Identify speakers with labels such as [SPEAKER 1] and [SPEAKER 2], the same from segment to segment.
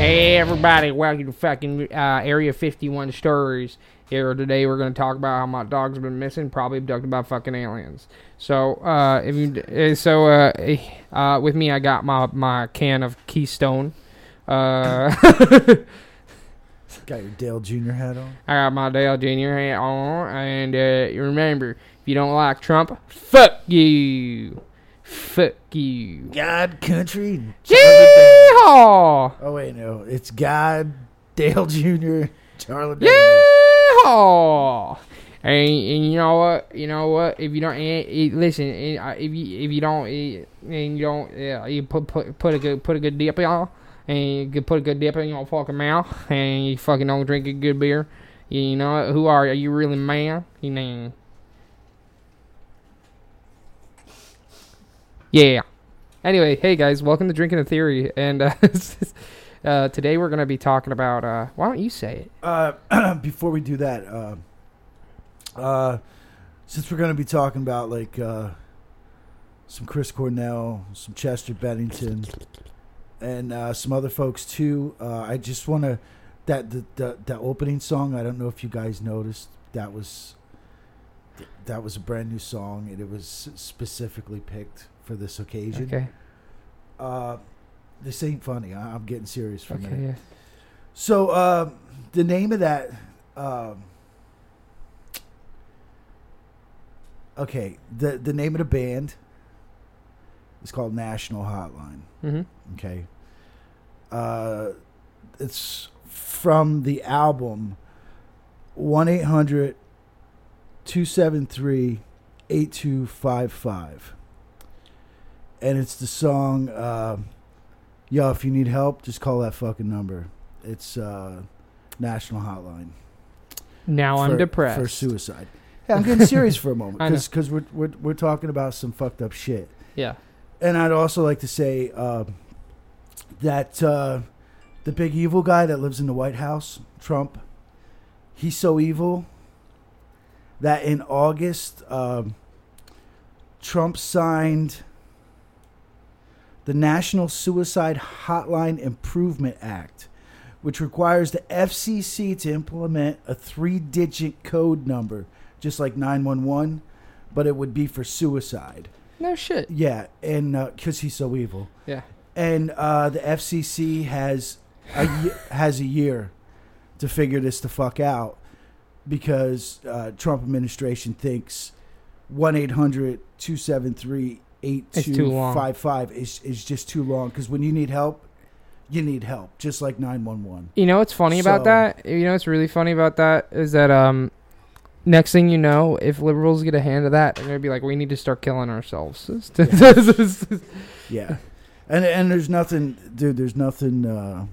[SPEAKER 1] Hey everybody, welcome to fucking uh, Area 51 Stories. Here today we're gonna talk about how my dog's been missing, probably abducted by fucking aliens. So uh, if you eh, so uh, eh, uh, with me, I got my my can of Keystone. Uh,
[SPEAKER 2] Got your Dale Jr. hat on.
[SPEAKER 1] I got my Dale Jr. hat on, and uh, you remember, if you don't like Trump, fuck you, fuck you.
[SPEAKER 2] God, country. and Charlie
[SPEAKER 1] Yeehaw!
[SPEAKER 2] Dan- Oh wait, no, it's God, Dale Jr., Charlie. Daniels.
[SPEAKER 1] Yeah. And, and you know what? You know what? If you don't eh, eh, listen, eh, uh, if you if you don't eh, and you don't yeah, you put, put put a good put a good dip y'all, and you could put a good dip in your fucking mouth, and you fucking don't drink a good beer. You know what? who are you? Are you really man? You know. Yeah. Anyway, hey guys, welcome to Drinking a Theory, and uh, uh, today we're gonna be talking about. Uh, why don't you say it?
[SPEAKER 2] Uh, before we do that, uh, uh, since we're going to be talking about like uh, some Chris Cornell, some Chester Bennington, and uh, some other folks too, uh, I just want to that the, the the opening song. I don't know if you guys noticed that was that was a brand new song, and it was specifically picked for this occasion.
[SPEAKER 1] Okay.
[SPEAKER 2] Uh, this ain't funny. I, I'm getting serious for a minute.
[SPEAKER 1] Okay. Yeah.
[SPEAKER 2] So uh, the name of that. Um, okay, the the name of the band is called National Hotline.
[SPEAKER 1] Mm-hmm.
[SPEAKER 2] Okay, uh, it's from the album one 800 273 8255 and it's the song uh, yo if you need help just call that fucking number it's uh, national hotline
[SPEAKER 1] Now I'm
[SPEAKER 2] for-
[SPEAKER 1] depressed.
[SPEAKER 2] for suicide yeah, i'm getting serious for a moment
[SPEAKER 1] I know.
[SPEAKER 2] because we're, we're, we're talking about some fucked up shit
[SPEAKER 1] yeah.
[SPEAKER 2] and I'd also like to say uh, that uh, the big evil guy that lives in the White House, Trump, he's so evil that in August, um, Trump signed the National Suicide Hotline Improvement Act, which requires the FCC to implement a three digit code number, just like 911, but it would be for suicide.
[SPEAKER 1] No shit.
[SPEAKER 2] Yeah, and because he's so evil,
[SPEAKER 1] Yeah.
[SPEAKER 2] and uh, the FCC has a y- has a year to figure this the fuck out because uh, Trump administration thinks one 8255 is is just too long because when you need help, you need help, just like nine one one.
[SPEAKER 1] You know what's funny about
[SPEAKER 2] So-
[SPEAKER 1] that? You know what's really funny about that is that um, next thing you know, if liberals get a hand of that, they're gonna be like, we need to start killing ourselves.
[SPEAKER 2] Yeah, and and there's nothing, dude. There's nothing. Uh,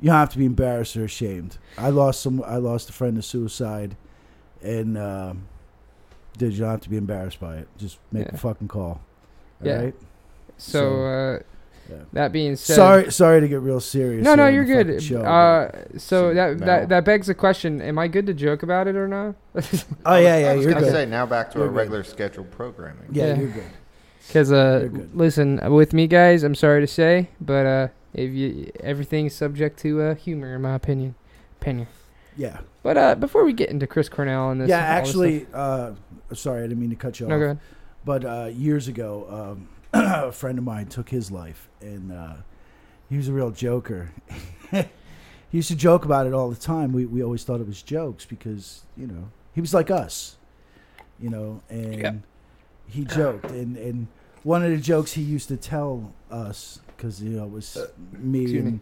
[SPEAKER 2] you don't have to be embarrassed or ashamed. I lost some. I lost a friend to suicide, and um, dude, you don't have to be embarrassed by it. Just make
[SPEAKER 1] Yeah.
[SPEAKER 2] a fucking call. All
[SPEAKER 1] Yeah.
[SPEAKER 2] right?
[SPEAKER 1] so uh,
[SPEAKER 2] Yeah.
[SPEAKER 1] that being said,
[SPEAKER 2] sorry, sorry to get real serious.
[SPEAKER 1] No,
[SPEAKER 2] here
[SPEAKER 1] no,
[SPEAKER 2] on the
[SPEAKER 1] you're
[SPEAKER 2] fucking
[SPEAKER 1] good.
[SPEAKER 2] show,
[SPEAKER 1] uh, so
[SPEAKER 2] so
[SPEAKER 1] that,
[SPEAKER 3] now-
[SPEAKER 1] that that begs the question: Am I good to joke about it or not?
[SPEAKER 2] but- oh yeah, yeah,
[SPEAKER 3] I was
[SPEAKER 2] you're
[SPEAKER 3] gonna
[SPEAKER 2] good.
[SPEAKER 3] say now back to
[SPEAKER 2] You're
[SPEAKER 3] our
[SPEAKER 2] good.
[SPEAKER 3] regular scheduled programming.
[SPEAKER 2] yeah,
[SPEAKER 1] Yeah.
[SPEAKER 2] you're good.
[SPEAKER 1] Because uh,
[SPEAKER 2] You're good.
[SPEAKER 1] listen, with me, guys, I'm sorry to say, but uh, if you everything's subject to uh, humor, in my opinion, opinion.
[SPEAKER 2] Yeah,
[SPEAKER 1] But uh, before we get into Chris Cornell and this,
[SPEAKER 2] yeah.
[SPEAKER 1] all this stuff-
[SPEAKER 2] Actually, uh, sorry, I didn't mean to cut you off.
[SPEAKER 1] no, go ahead.
[SPEAKER 2] But uh, years ago, um, a friend of mine took his life, and uh, he was a real joker. he used to joke about it all the time. We, we always thought it was jokes because, you know, he was like us, you know, and
[SPEAKER 1] Yep.
[SPEAKER 2] he joked. And, and one of the jokes he used to tell us, because, you know, it was me
[SPEAKER 1] Uh, excuse
[SPEAKER 2] and
[SPEAKER 1] me.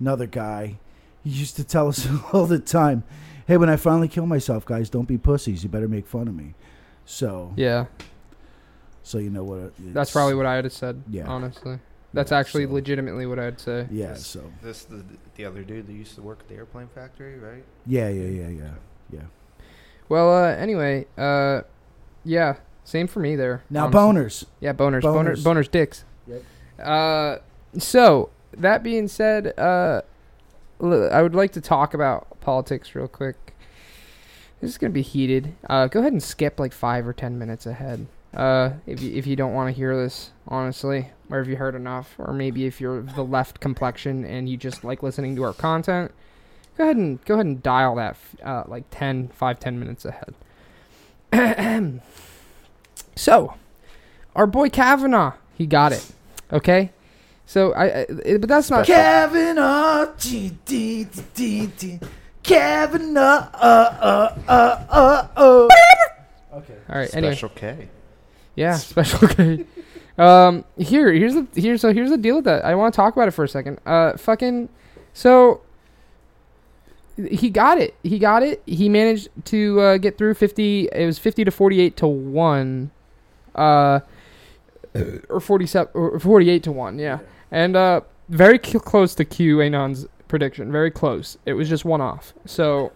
[SPEAKER 2] another guy, he used to tell us all the time, hey, when I finally kill myself, guys, don't be pussies. You better make fun of me. So,
[SPEAKER 1] Yeah,
[SPEAKER 2] so you know what? it-
[SPEAKER 1] that's
[SPEAKER 2] it's-
[SPEAKER 1] probably what I would have said.
[SPEAKER 2] Yeah.
[SPEAKER 1] honestly, that's
[SPEAKER 2] Yeah,
[SPEAKER 1] actually
[SPEAKER 2] so-
[SPEAKER 1] legitimately what I'd say.
[SPEAKER 2] Yeah.
[SPEAKER 3] Yes.
[SPEAKER 2] So.
[SPEAKER 3] This the the other dude that used to work at the airplane factory, right?
[SPEAKER 2] Yeah. Yeah. Yeah. Yeah. Yeah.
[SPEAKER 1] Well, uh, anyway, uh, yeah, same for me there.
[SPEAKER 2] Now
[SPEAKER 1] honestly.
[SPEAKER 2] boners.
[SPEAKER 1] Yeah, boners, boners, boners,
[SPEAKER 2] Boners.
[SPEAKER 1] dicks.
[SPEAKER 2] Yep.
[SPEAKER 1] Uh, so that being said, uh, l- I would like to talk about politics real quick. This is gonna be heated. Uh, go ahead and skip like five or ten minutes ahead. Uh, if you if you don't want to hear this, honestly, or if you heard enough, or maybe if you're of the left complexion and you just like listening to our content, go ahead and go ahead and dial that f- uh, like 10, 5, 10 minutes ahead. so, our boy Kavanaugh, he got it. Okay, so I, I it- but that's not
[SPEAKER 2] Kavanaugh, uh, G D D D D. Kavanaugh, uh, uh, uh, uh, uh. Okay.
[SPEAKER 1] all right. Anyway,
[SPEAKER 3] Special K.
[SPEAKER 1] Yeah, special K. um, here, here's the here's so here's the deal with that. I want to talk about it for a second. Uh, fucking, so he got it. He got it. He managed to uh, get through fifty. It was fifty to forty-eight to one, uh, or forty-seven or forty-eight to one. Yeah, and uh, very c- close to QAnon's prediction. Very close. It was just one off. So,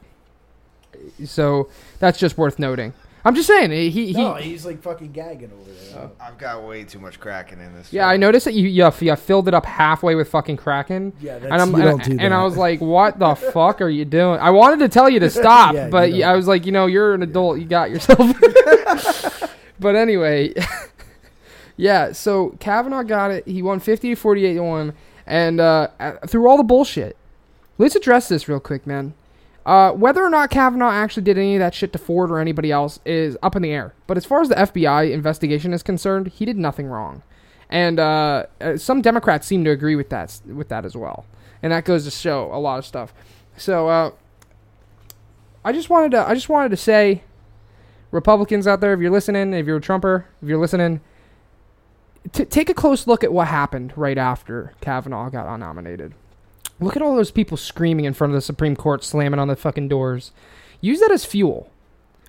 [SPEAKER 1] so that's just worth noting. I'm just saying he he.
[SPEAKER 2] No, he's like fucking gagging over there.
[SPEAKER 1] Oh.
[SPEAKER 3] I've got way too much cracking in this.
[SPEAKER 1] Yeah, I noticed that you yeah, yeah filled it up halfway with fucking Kraken.
[SPEAKER 2] Yeah, that's,
[SPEAKER 1] And I'm
[SPEAKER 2] you don't do
[SPEAKER 1] and,
[SPEAKER 2] that.
[SPEAKER 1] and I was like, "What the fuck are you doing?" I wanted to tell you to stop,
[SPEAKER 2] Yeah,
[SPEAKER 1] but
[SPEAKER 2] you don't.
[SPEAKER 1] I was like, "You know, you're an adult. You got yourself." but anyway, yeah. So Kavanaugh got it. He won 50 to 48 to one, and uh, a- through all the bullshit, let's address this real quick, man. Uh, whether or not Kavanaugh actually did any of that shit to Ford or anybody else is up in the air. But as far as the FBI investigation is concerned, he did nothing wrong, and uh, uh, some Democrats seem to agree with that with that as well. And that goes to show a lot of stuff. So uh, I just wanted to I just wanted to say, Republicans out there, if you're listening, if you're a Trumper, if you're listening, t- take a close look at what happened right after Kavanaugh got nominated. Look at all those people screaming in front of the Supreme Court, slamming on the fucking doors. Use that as fuel.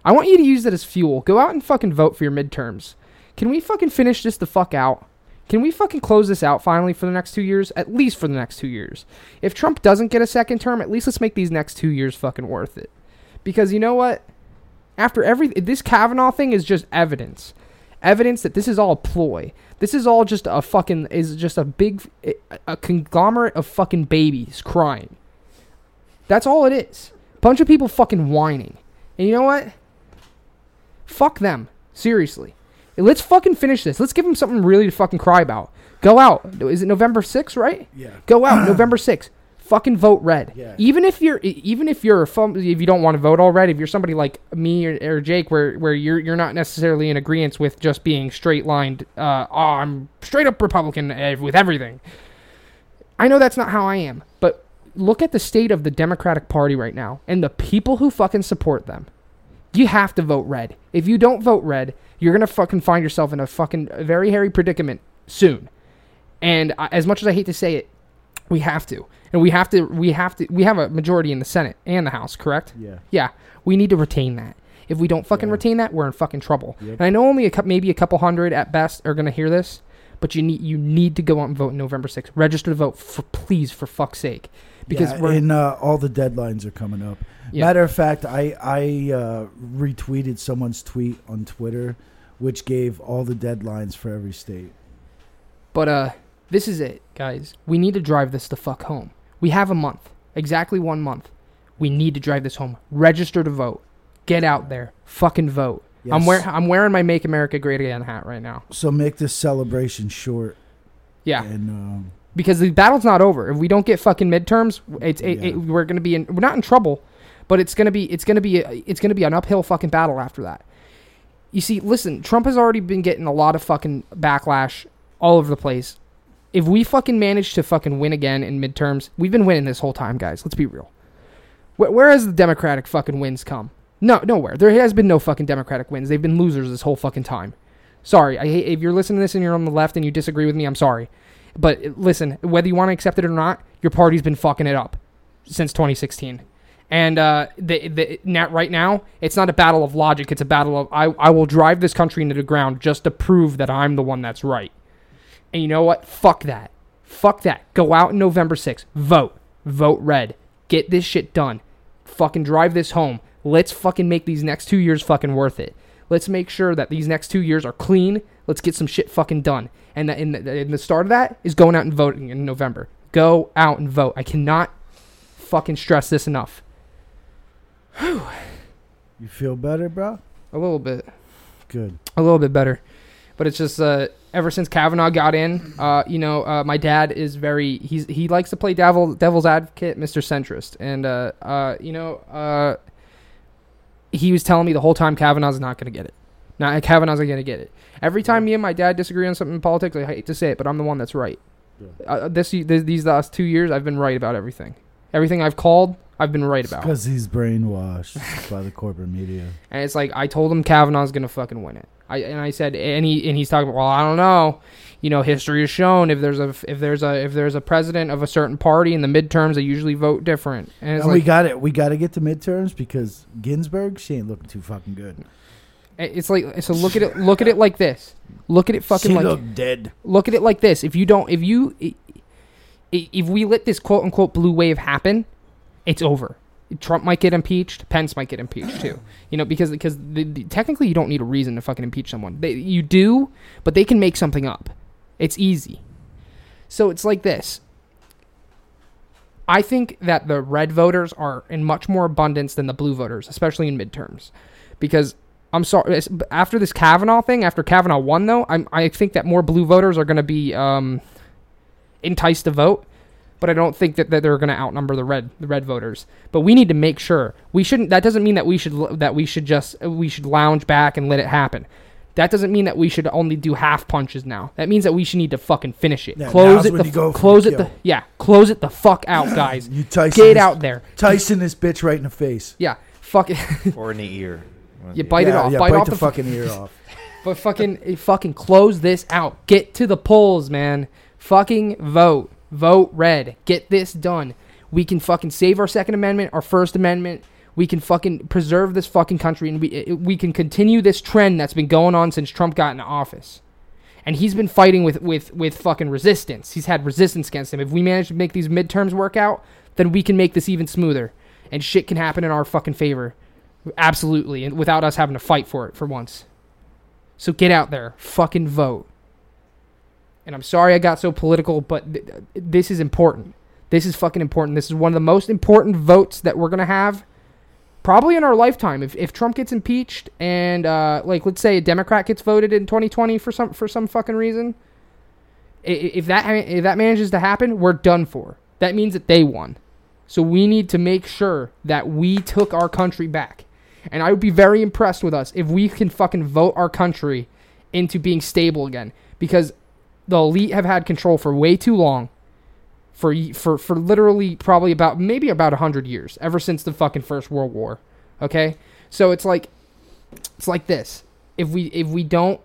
[SPEAKER 1] I want you to use that as fuel. Go out and fucking vote for your midterms. Can we fucking finish this the fuck out? Can we fucking close this out finally for the next two years? At least for the next two years. If Trump doesn't get a second term, at least let's make these next two years fucking worth it. Because you know what? After every this Kavanaugh thing is just evidence. Evidence that this is all a ploy. This is all just a fucking is just a big a- a conglomerate of fucking babies crying. That's all it is. Bunch of people fucking whining. And you know what? Fuck them. Seriously. Let's fucking finish this. Let's give them something really to fucking cry about. Go out. Is it November 6th, right?
[SPEAKER 2] yeah.
[SPEAKER 1] Go out November 6th. Fucking vote red.
[SPEAKER 2] Yeah.
[SPEAKER 1] Even if you're e, even if you're a fum- if you don't want to vote already, if you're somebody like me or, or Jake where where you're you're not necessarily in agreement with just being straight lined uh oh, I'm straight up Republican eh, with everything. I know that's not how I am, but look at the state of the Democratic Party right now and the people who fucking support them. You have to vote red. If you don't vote red, you're going to fucking find yourself in a fucking very hairy predicament soon. And I, as much as I hate to say it, we have to. And we have to we have to we have a majority in the Senate and the House, correct?
[SPEAKER 2] Yeah.
[SPEAKER 1] Yeah, we need to retain that. If we don't fucking
[SPEAKER 2] Yeah.
[SPEAKER 1] retain that, we're in fucking trouble.
[SPEAKER 2] Yep.
[SPEAKER 1] And I know only a cou- maybe a couple hundred at best are gonna hear this, but you need you need to go out and vote November 6th. Register to vote for please for fuck's sake, because
[SPEAKER 2] yeah,
[SPEAKER 1] we're
[SPEAKER 2] and uh, all the deadlines are coming up.
[SPEAKER 1] Yeah.
[SPEAKER 2] Matter of fact, I I uh, retweeted someone's tweet on Twitter, which gave all the deadlines for every state.
[SPEAKER 1] But uh, this is it, guys. We need to drive this the fuck home. We have a month, exactly one month. We need to drive this home. Register to vote. Get out there, fucking vote. I'm
[SPEAKER 2] Yes.
[SPEAKER 1] wearing I'm wearing my Make America Great Again hat right now.
[SPEAKER 2] So make this celebration short.
[SPEAKER 1] Yeah,
[SPEAKER 2] And um,
[SPEAKER 1] because the battle's not over. If we don't get fucking midterms, it's it,
[SPEAKER 2] Yeah.
[SPEAKER 1] it, we're gonna be in we're not in trouble, but it's gonna be it's gonna be it's gonna be an uphill fucking battle after that. You see, listen, Trump has already been getting a lot of fucking backlash all over the place. If we fucking manage to fucking win again in midterms, we've been winning this whole time, guys. Let's be real. Where, where has the Democratic fucking wins come? No, nowhere. There has been no fucking Democratic wins. They've been losers this whole fucking time. Sorry, I hate if you're listening to this and you're on the left and you disagree with me. I'm sorry, but uh, listen, whether you want to accept it or not, your party's been fucking it up since 2016. And uh, the, the, now, right now, it's not a battle of logic. It's a battle of I, I will drive this country into the ground just to prove that I'm the one that's right. And you know what? Fuck that. Fuck that. Go out in November 6th. Vote. Vote red. Get this shit done. Fucking drive this home. Let's fucking make these next two years fucking worth it. Let's make sure that these next two years are clean. Let's get some shit fucking done. And that in the, in the start of that is going out and voting in November. Go out and vote. I cannot fucking stress this enough.
[SPEAKER 2] you feel better, bro?
[SPEAKER 1] A little bit.
[SPEAKER 2] Good.
[SPEAKER 1] A little bit better. But it's just uh ever since Kavanaugh got in, uh, you know, uh, my dad is very he's he likes to play devil devil's advocate, Mr. Centrist, and uh, uh, you know, uh, he was telling me the whole time Kavanaugh's not going to get it. Not Kavanaugh's going to get it. Every time me and my dad disagree on something in politics, I hate to say it, but I'm the one that's right. Uh, this, this these last two years, I've been right about everything. Everything I've called, I've been right about.
[SPEAKER 2] Because he's brainwashed by the corporate media.
[SPEAKER 1] And it's like I told him Kavanaugh's gonna fucking win it. I and I said and he and he's talking about well I don't know, you know history has shown if there's a if there's a if there's a president of a certain party in the midterms they usually vote different. And
[SPEAKER 2] And
[SPEAKER 1] it's
[SPEAKER 2] we
[SPEAKER 1] like
[SPEAKER 2] got it. We got to get to midterms because Ginsburg, she ain't looking too fucking good.
[SPEAKER 1] it's like so look at it look at it like this. Look at it fucking
[SPEAKER 2] she
[SPEAKER 1] like
[SPEAKER 2] looked dead.
[SPEAKER 1] look at it like this. If you don't if you i- i- if we let this quote unquote blue wave happen, it's over. Trump might get impeached. Pence might get impeached too. You know, because because the, the, technically you don't need a reason to fucking impeach someone. They, you do, but they can make something up. It's easy. So it's like this. I think that the red voters are in much more abundance than the blue voters, especially in midterms, because I'm sorry. it's- After this Kavanaugh thing, after Kavanaugh won, though, I'm, I think that more blue voters are going to be um, enticed to vote but I don't think that, that they're going to outnumber the red the red voters. But we need to make sure we shouldn't. That doesn't mean that we should l- that we should just we should lounge back and let it happen. That doesn't mean that we should only do half punches now. That means that we should need to fucking finish it.
[SPEAKER 2] Yeah,
[SPEAKER 1] close
[SPEAKER 2] now's
[SPEAKER 1] it
[SPEAKER 2] when
[SPEAKER 1] the
[SPEAKER 2] you go
[SPEAKER 1] f-
[SPEAKER 2] for
[SPEAKER 1] close
[SPEAKER 2] the
[SPEAKER 1] it the
[SPEAKER 2] kill.
[SPEAKER 1] yeah close it the fuck out, guys.
[SPEAKER 2] You Tyson.
[SPEAKER 1] Get
[SPEAKER 2] this-
[SPEAKER 1] out there.
[SPEAKER 2] Tyson this bitch right in the face.
[SPEAKER 1] Yeah, fuck it.
[SPEAKER 3] or in the ear. One of
[SPEAKER 1] You
[SPEAKER 3] the-
[SPEAKER 1] bite it
[SPEAKER 2] Yeah,
[SPEAKER 1] off.
[SPEAKER 2] yeah,
[SPEAKER 1] bite, off
[SPEAKER 2] the,
[SPEAKER 1] the,
[SPEAKER 2] fucking ear off.
[SPEAKER 1] But fucking eh, fucking close this out. Get to the polls, man. Fucking vote. Vote red. Get this done. We can fucking save our second amendment, our first amendment. We can fucking preserve this fucking country and we eh, eh, we can continue this trend that's been going on since Trump got into office. And he's been fighting with with with fucking resistance. He's had resistance against him. If we manage to make these midterms work out, then we can make this even smoother and shit can happen in our fucking favor. Absolutely, and without us having to fight for it for once. So get out there, fucking vote. And I'm sorry I got so political, but th- th- this is important. This is fucking important. This is one of the most important votes that we're gonna have, probably in our lifetime. If if Trump gets impeached and uh, like let's say a Democrat gets voted in 2020 for some for some fucking reason, i- i- if that ha- if that manages to happen, we're done for. That means that they won. So we need to make sure that we took our country back. And I would be very impressed with us if we can fucking vote our country into being stable again because the elite have had control for way too long. For, y- for for literally probably about maybe about 100 years ever since the fucking first world war okay so it's like it's like this if we if we don't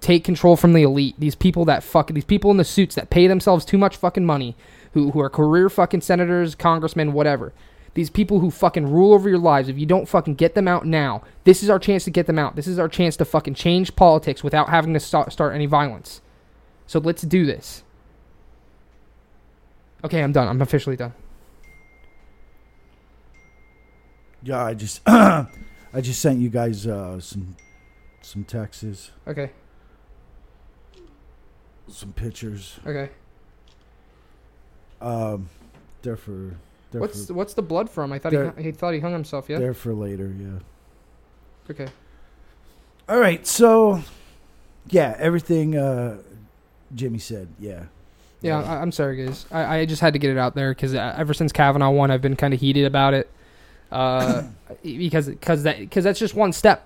[SPEAKER 1] take control from the elite these people that fuck these people in the suits that pay themselves too much fucking money who who are career fucking senators congressmen whatever these people who fucking rule over your lives if you don't fucking get them out now this is our chance to get them out this is our chance to fucking change politics without having to sta- start any violence so let's do this okay i'm done i'm officially done
[SPEAKER 2] Yeah, I just, I just sent you guys uh, some, some texts,
[SPEAKER 1] okay
[SPEAKER 2] some pictures.
[SPEAKER 1] okay
[SPEAKER 2] Um, they're for, they're
[SPEAKER 1] what's
[SPEAKER 2] for,
[SPEAKER 1] what's the blood from i thought he,
[SPEAKER 2] There-
[SPEAKER 1] hu- he thought he hung himself yeah
[SPEAKER 2] they're for later. Yeah.
[SPEAKER 1] okay
[SPEAKER 2] All right, so yeah, everything uh, Jimmy said, yeah.
[SPEAKER 1] Yeah, I, I'm sorry, guys. I, I just had to get it out there because ever since Kavanaugh won, I've been kind of heated about it. Uh, because because that because that's just one step.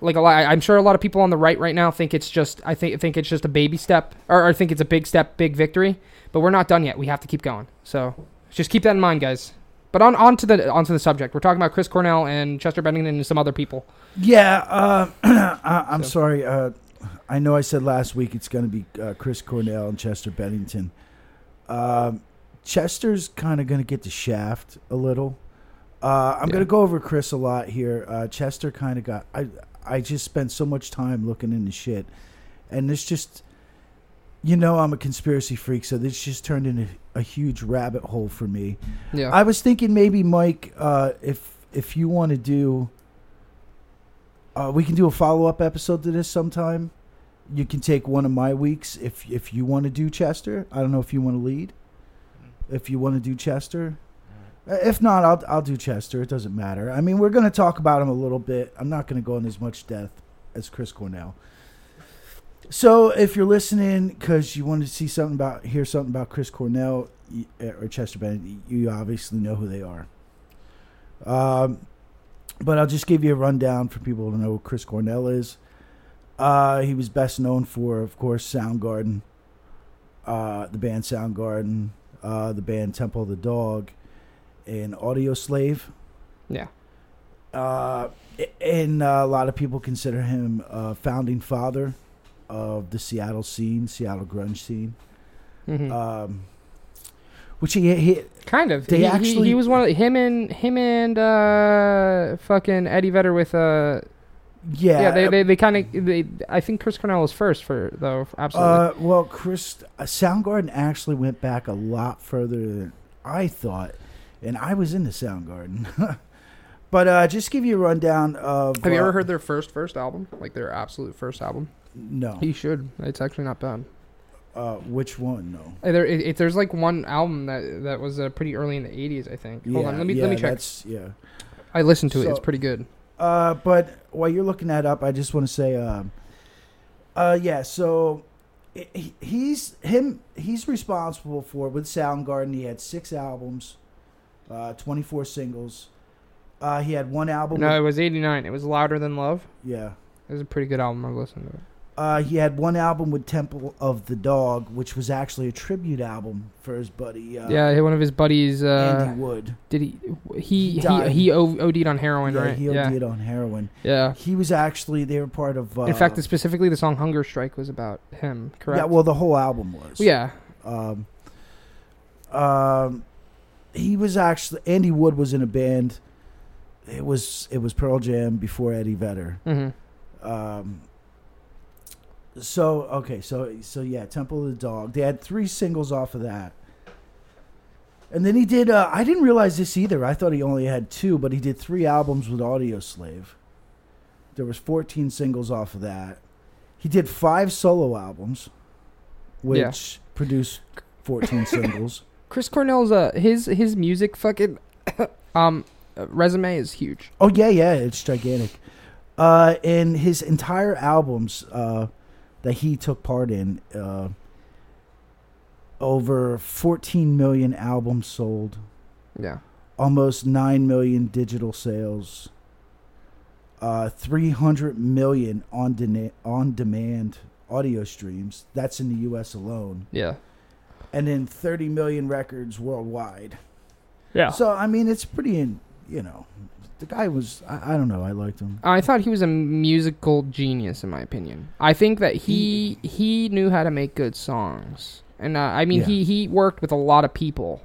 [SPEAKER 1] Like a lot, I'm sure a lot of people on the right right now think it's just I think think it's just a baby step or, or think it's a big step, big victory. But we're not done yet. We have to keep going. So just keep that in mind, guys. But on onto the onto the subject. We're talking about Chris Cornell and Chester Bennington and some other people.
[SPEAKER 2] Yeah, uh, I, I'm
[SPEAKER 1] So-
[SPEAKER 2] sorry. Uh, I know I said last week it's going to be uh, Chris Cornell and Chester Bennington. Um, Chester's kind of going to get the shaft a little. Uh, I'm
[SPEAKER 1] Yeah.
[SPEAKER 2] going to go over Chris a lot here. Uh, Chester kind of got. I I just spent so much time looking into shit, and this just, you know, I'm a conspiracy freak, so this just turned into a huge rabbit hole for me.
[SPEAKER 1] Yeah,
[SPEAKER 2] I was thinking maybe Mike, uh, if if you want to do, uh, we can do a follow up episode to this sometime. You can take one of my weeks if if you want to do Chester. I don't know if you want to lead. If you want to do Chester, Uh, if not, I'll I'll do Chester. It doesn't matter. I mean, we're gonna talk about him a little bit. I'm not gonna go in as much depth as Chris Cornell. So if you're listening because you wanted to see something about hear something about Chris Cornell y- eh, or Chester Bennett, you obviously know who they are. Um, but I'll just give you a rundown for people to know who Chris Cornell is. Uh, he was best known for, of course, Soundgarden, uh, the band Soundgarden, uh, the band Temple of the Dog, and Audio Slave.
[SPEAKER 1] Yeah.
[SPEAKER 2] Uh, a- and uh, a lot of people consider him a founding father of the Seattle scene, Seattle grunge scene,
[SPEAKER 1] hmm
[SPEAKER 2] um, which he, he
[SPEAKER 1] kind of.
[SPEAKER 2] they
[SPEAKER 1] he, he-
[SPEAKER 2] actually-
[SPEAKER 1] he was one of him and him and uh fucking Eddie Vedder with uh
[SPEAKER 2] yeah,
[SPEAKER 1] yeah, they they, they kind of they I think Chris Cornell was first for though absolutely.
[SPEAKER 2] uh, well, Chris uh, Soundgarden actually went back a lot further than I thought, and I was into Soundgarden. but uh, just give you a rundown of.
[SPEAKER 1] Have you
[SPEAKER 2] uh,
[SPEAKER 1] ever heard their first first album? Like their absolute first album?
[SPEAKER 2] No.
[SPEAKER 1] You should. It's actually not bad.
[SPEAKER 2] Uh, which one? No.
[SPEAKER 1] Uh, There, it, it, there's like one album that that was uh, pretty early in the '80s, I think. Hold
[SPEAKER 2] yeah,
[SPEAKER 1] on, let me
[SPEAKER 2] yeah,
[SPEAKER 1] let me check.
[SPEAKER 2] That's, yeah.
[SPEAKER 1] I listened to it. It's
[SPEAKER 2] So-
[SPEAKER 1] pretty good.
[SPEAKER 2] Uh, but while you're looking that up, I just want to say, um, uh, yeah. So i- he- he's him. He's responsible for with Soundgarden. He had six albums, uh, 24 singles. Uh, he had one album.
[SPEAKER 1] No, it
[SPEAKER 2] with-
[SPEAKER 1] was '89. It was "Louder Than Love."
[SPEAKER 2] yeah.
[SPEAKER 1] It was a pretty good album. I listened to it.
[SPEAKER 2] Uh, he had one album with Temple of the Dog, which was actually a tribute album for his buddy. Uh,
[SPEAKER 1] yeah, one of his buddies. Uh,
[SPEAKER 2] Andy Wood.
[SPEAKER 1] did he?
[SPEAKER 2] He
[SPEAKER 1] He he
[SPEAKER 2] died.
[SPEAKER 1] he O- OD'd on heroin,
[SPEAKER 2] yeah,
[SPEAKER 1] right?
[SPEAKER 2] he
[SPEAKER 1] yeah,
[SPEAKER 2] did on heroin.
[SPEAKER 1] yeah.
[SPEAKER 2] He was actually they were part of. Uh,
[SPEAKER 1] In fact, specifically the song "Hunger Strike" was about him. Correct.
[SPEAKER 2] yeah. Well, the whole album was.
[SPEAKER 1] yeah.
[SPEAKER 2] Um, um, he was actually Andy Wood was in a band. It was it was Pearl Jam before Eddie Vedder.
[SPEAKER 1] hmm
[SPEAKER 2] Um, so okay, so so yeah, Temple of the Dog. They had three singles off of that, and then he did. Uh, I didn't realize this either. I thought he only had two, but he did three albums with Audio Slave. There was fourteen singles off of that. He did five solo albums, which
[SPEAKER 1] Yeah.
[SPEAKER 2] produced fourteen singles.
[SPEAKER 1] Chris Cornell's uh his his music fucking um resume is huge.
[SPEAKER 2] Oh yeah, yeah, it's gigantic. Uh, and his entire albums uh, that he took part in, uh, over 14 million albums sold,
[SPEAKER 1] Yeah.
[SPEAKER 2] almost 9 million digital sales, uh, 300 million on dena- on demand audio streams. That's in the U.S. alone,
[SPEAKER 1] Yeah.
[SPEAKER 2] and then 30 million records worldwide.
[SPEAKER 1] Yeah.
[SPEAKER 2] So I mean, it's pretty. In, you know, the guy was. I, I don't know. I liked him.
[SPEAKER 1] I thought he was a musical genius, in my opinion. I think that he he knew how to make good songs, and uh, I mean
[SPEAKER 2] Yeah.
[SPEAKER 1] he he worked with a lot of people,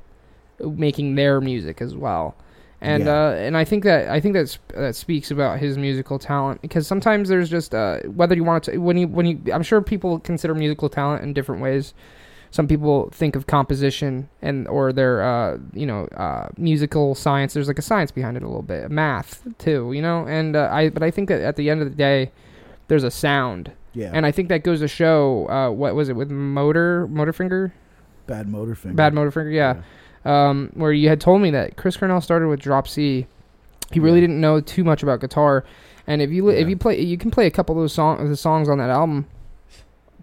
[SPEAKER 1] uh, making their music as well, and
[SPEAKER 2] Yeah.
[SPEAKER 1] uh, and I think that I think that's that speaks about his musical talent because sometimes there's just uh, whether you want it to when you when you I'm sure people consider musical talent in different ways. Some people think of composition and or their uh, you know uh, musical science. There's like a science behind it a little bit, math too, you know. And uh, I but I think that at the end of the day, there's a sound,
[SPEAKER 2] Yeah.
[SPEAKER 1] and I think that goes to show uh, what was it with motor motor finger,
[SPEAKER 2] Bad motor finger.
[SPEAKER 1] bad motor finger, yeah um, where you had told me that Chris Cornell started with drop C. He really
[SPEAKER 2] Yeah.
[SPEAKER 1] didn't know too much about guitar, and if you li- if
[SPEAKER 2] Yeah.
[SPEAKER 1] you play, you can play a couple of those song- the songs on that album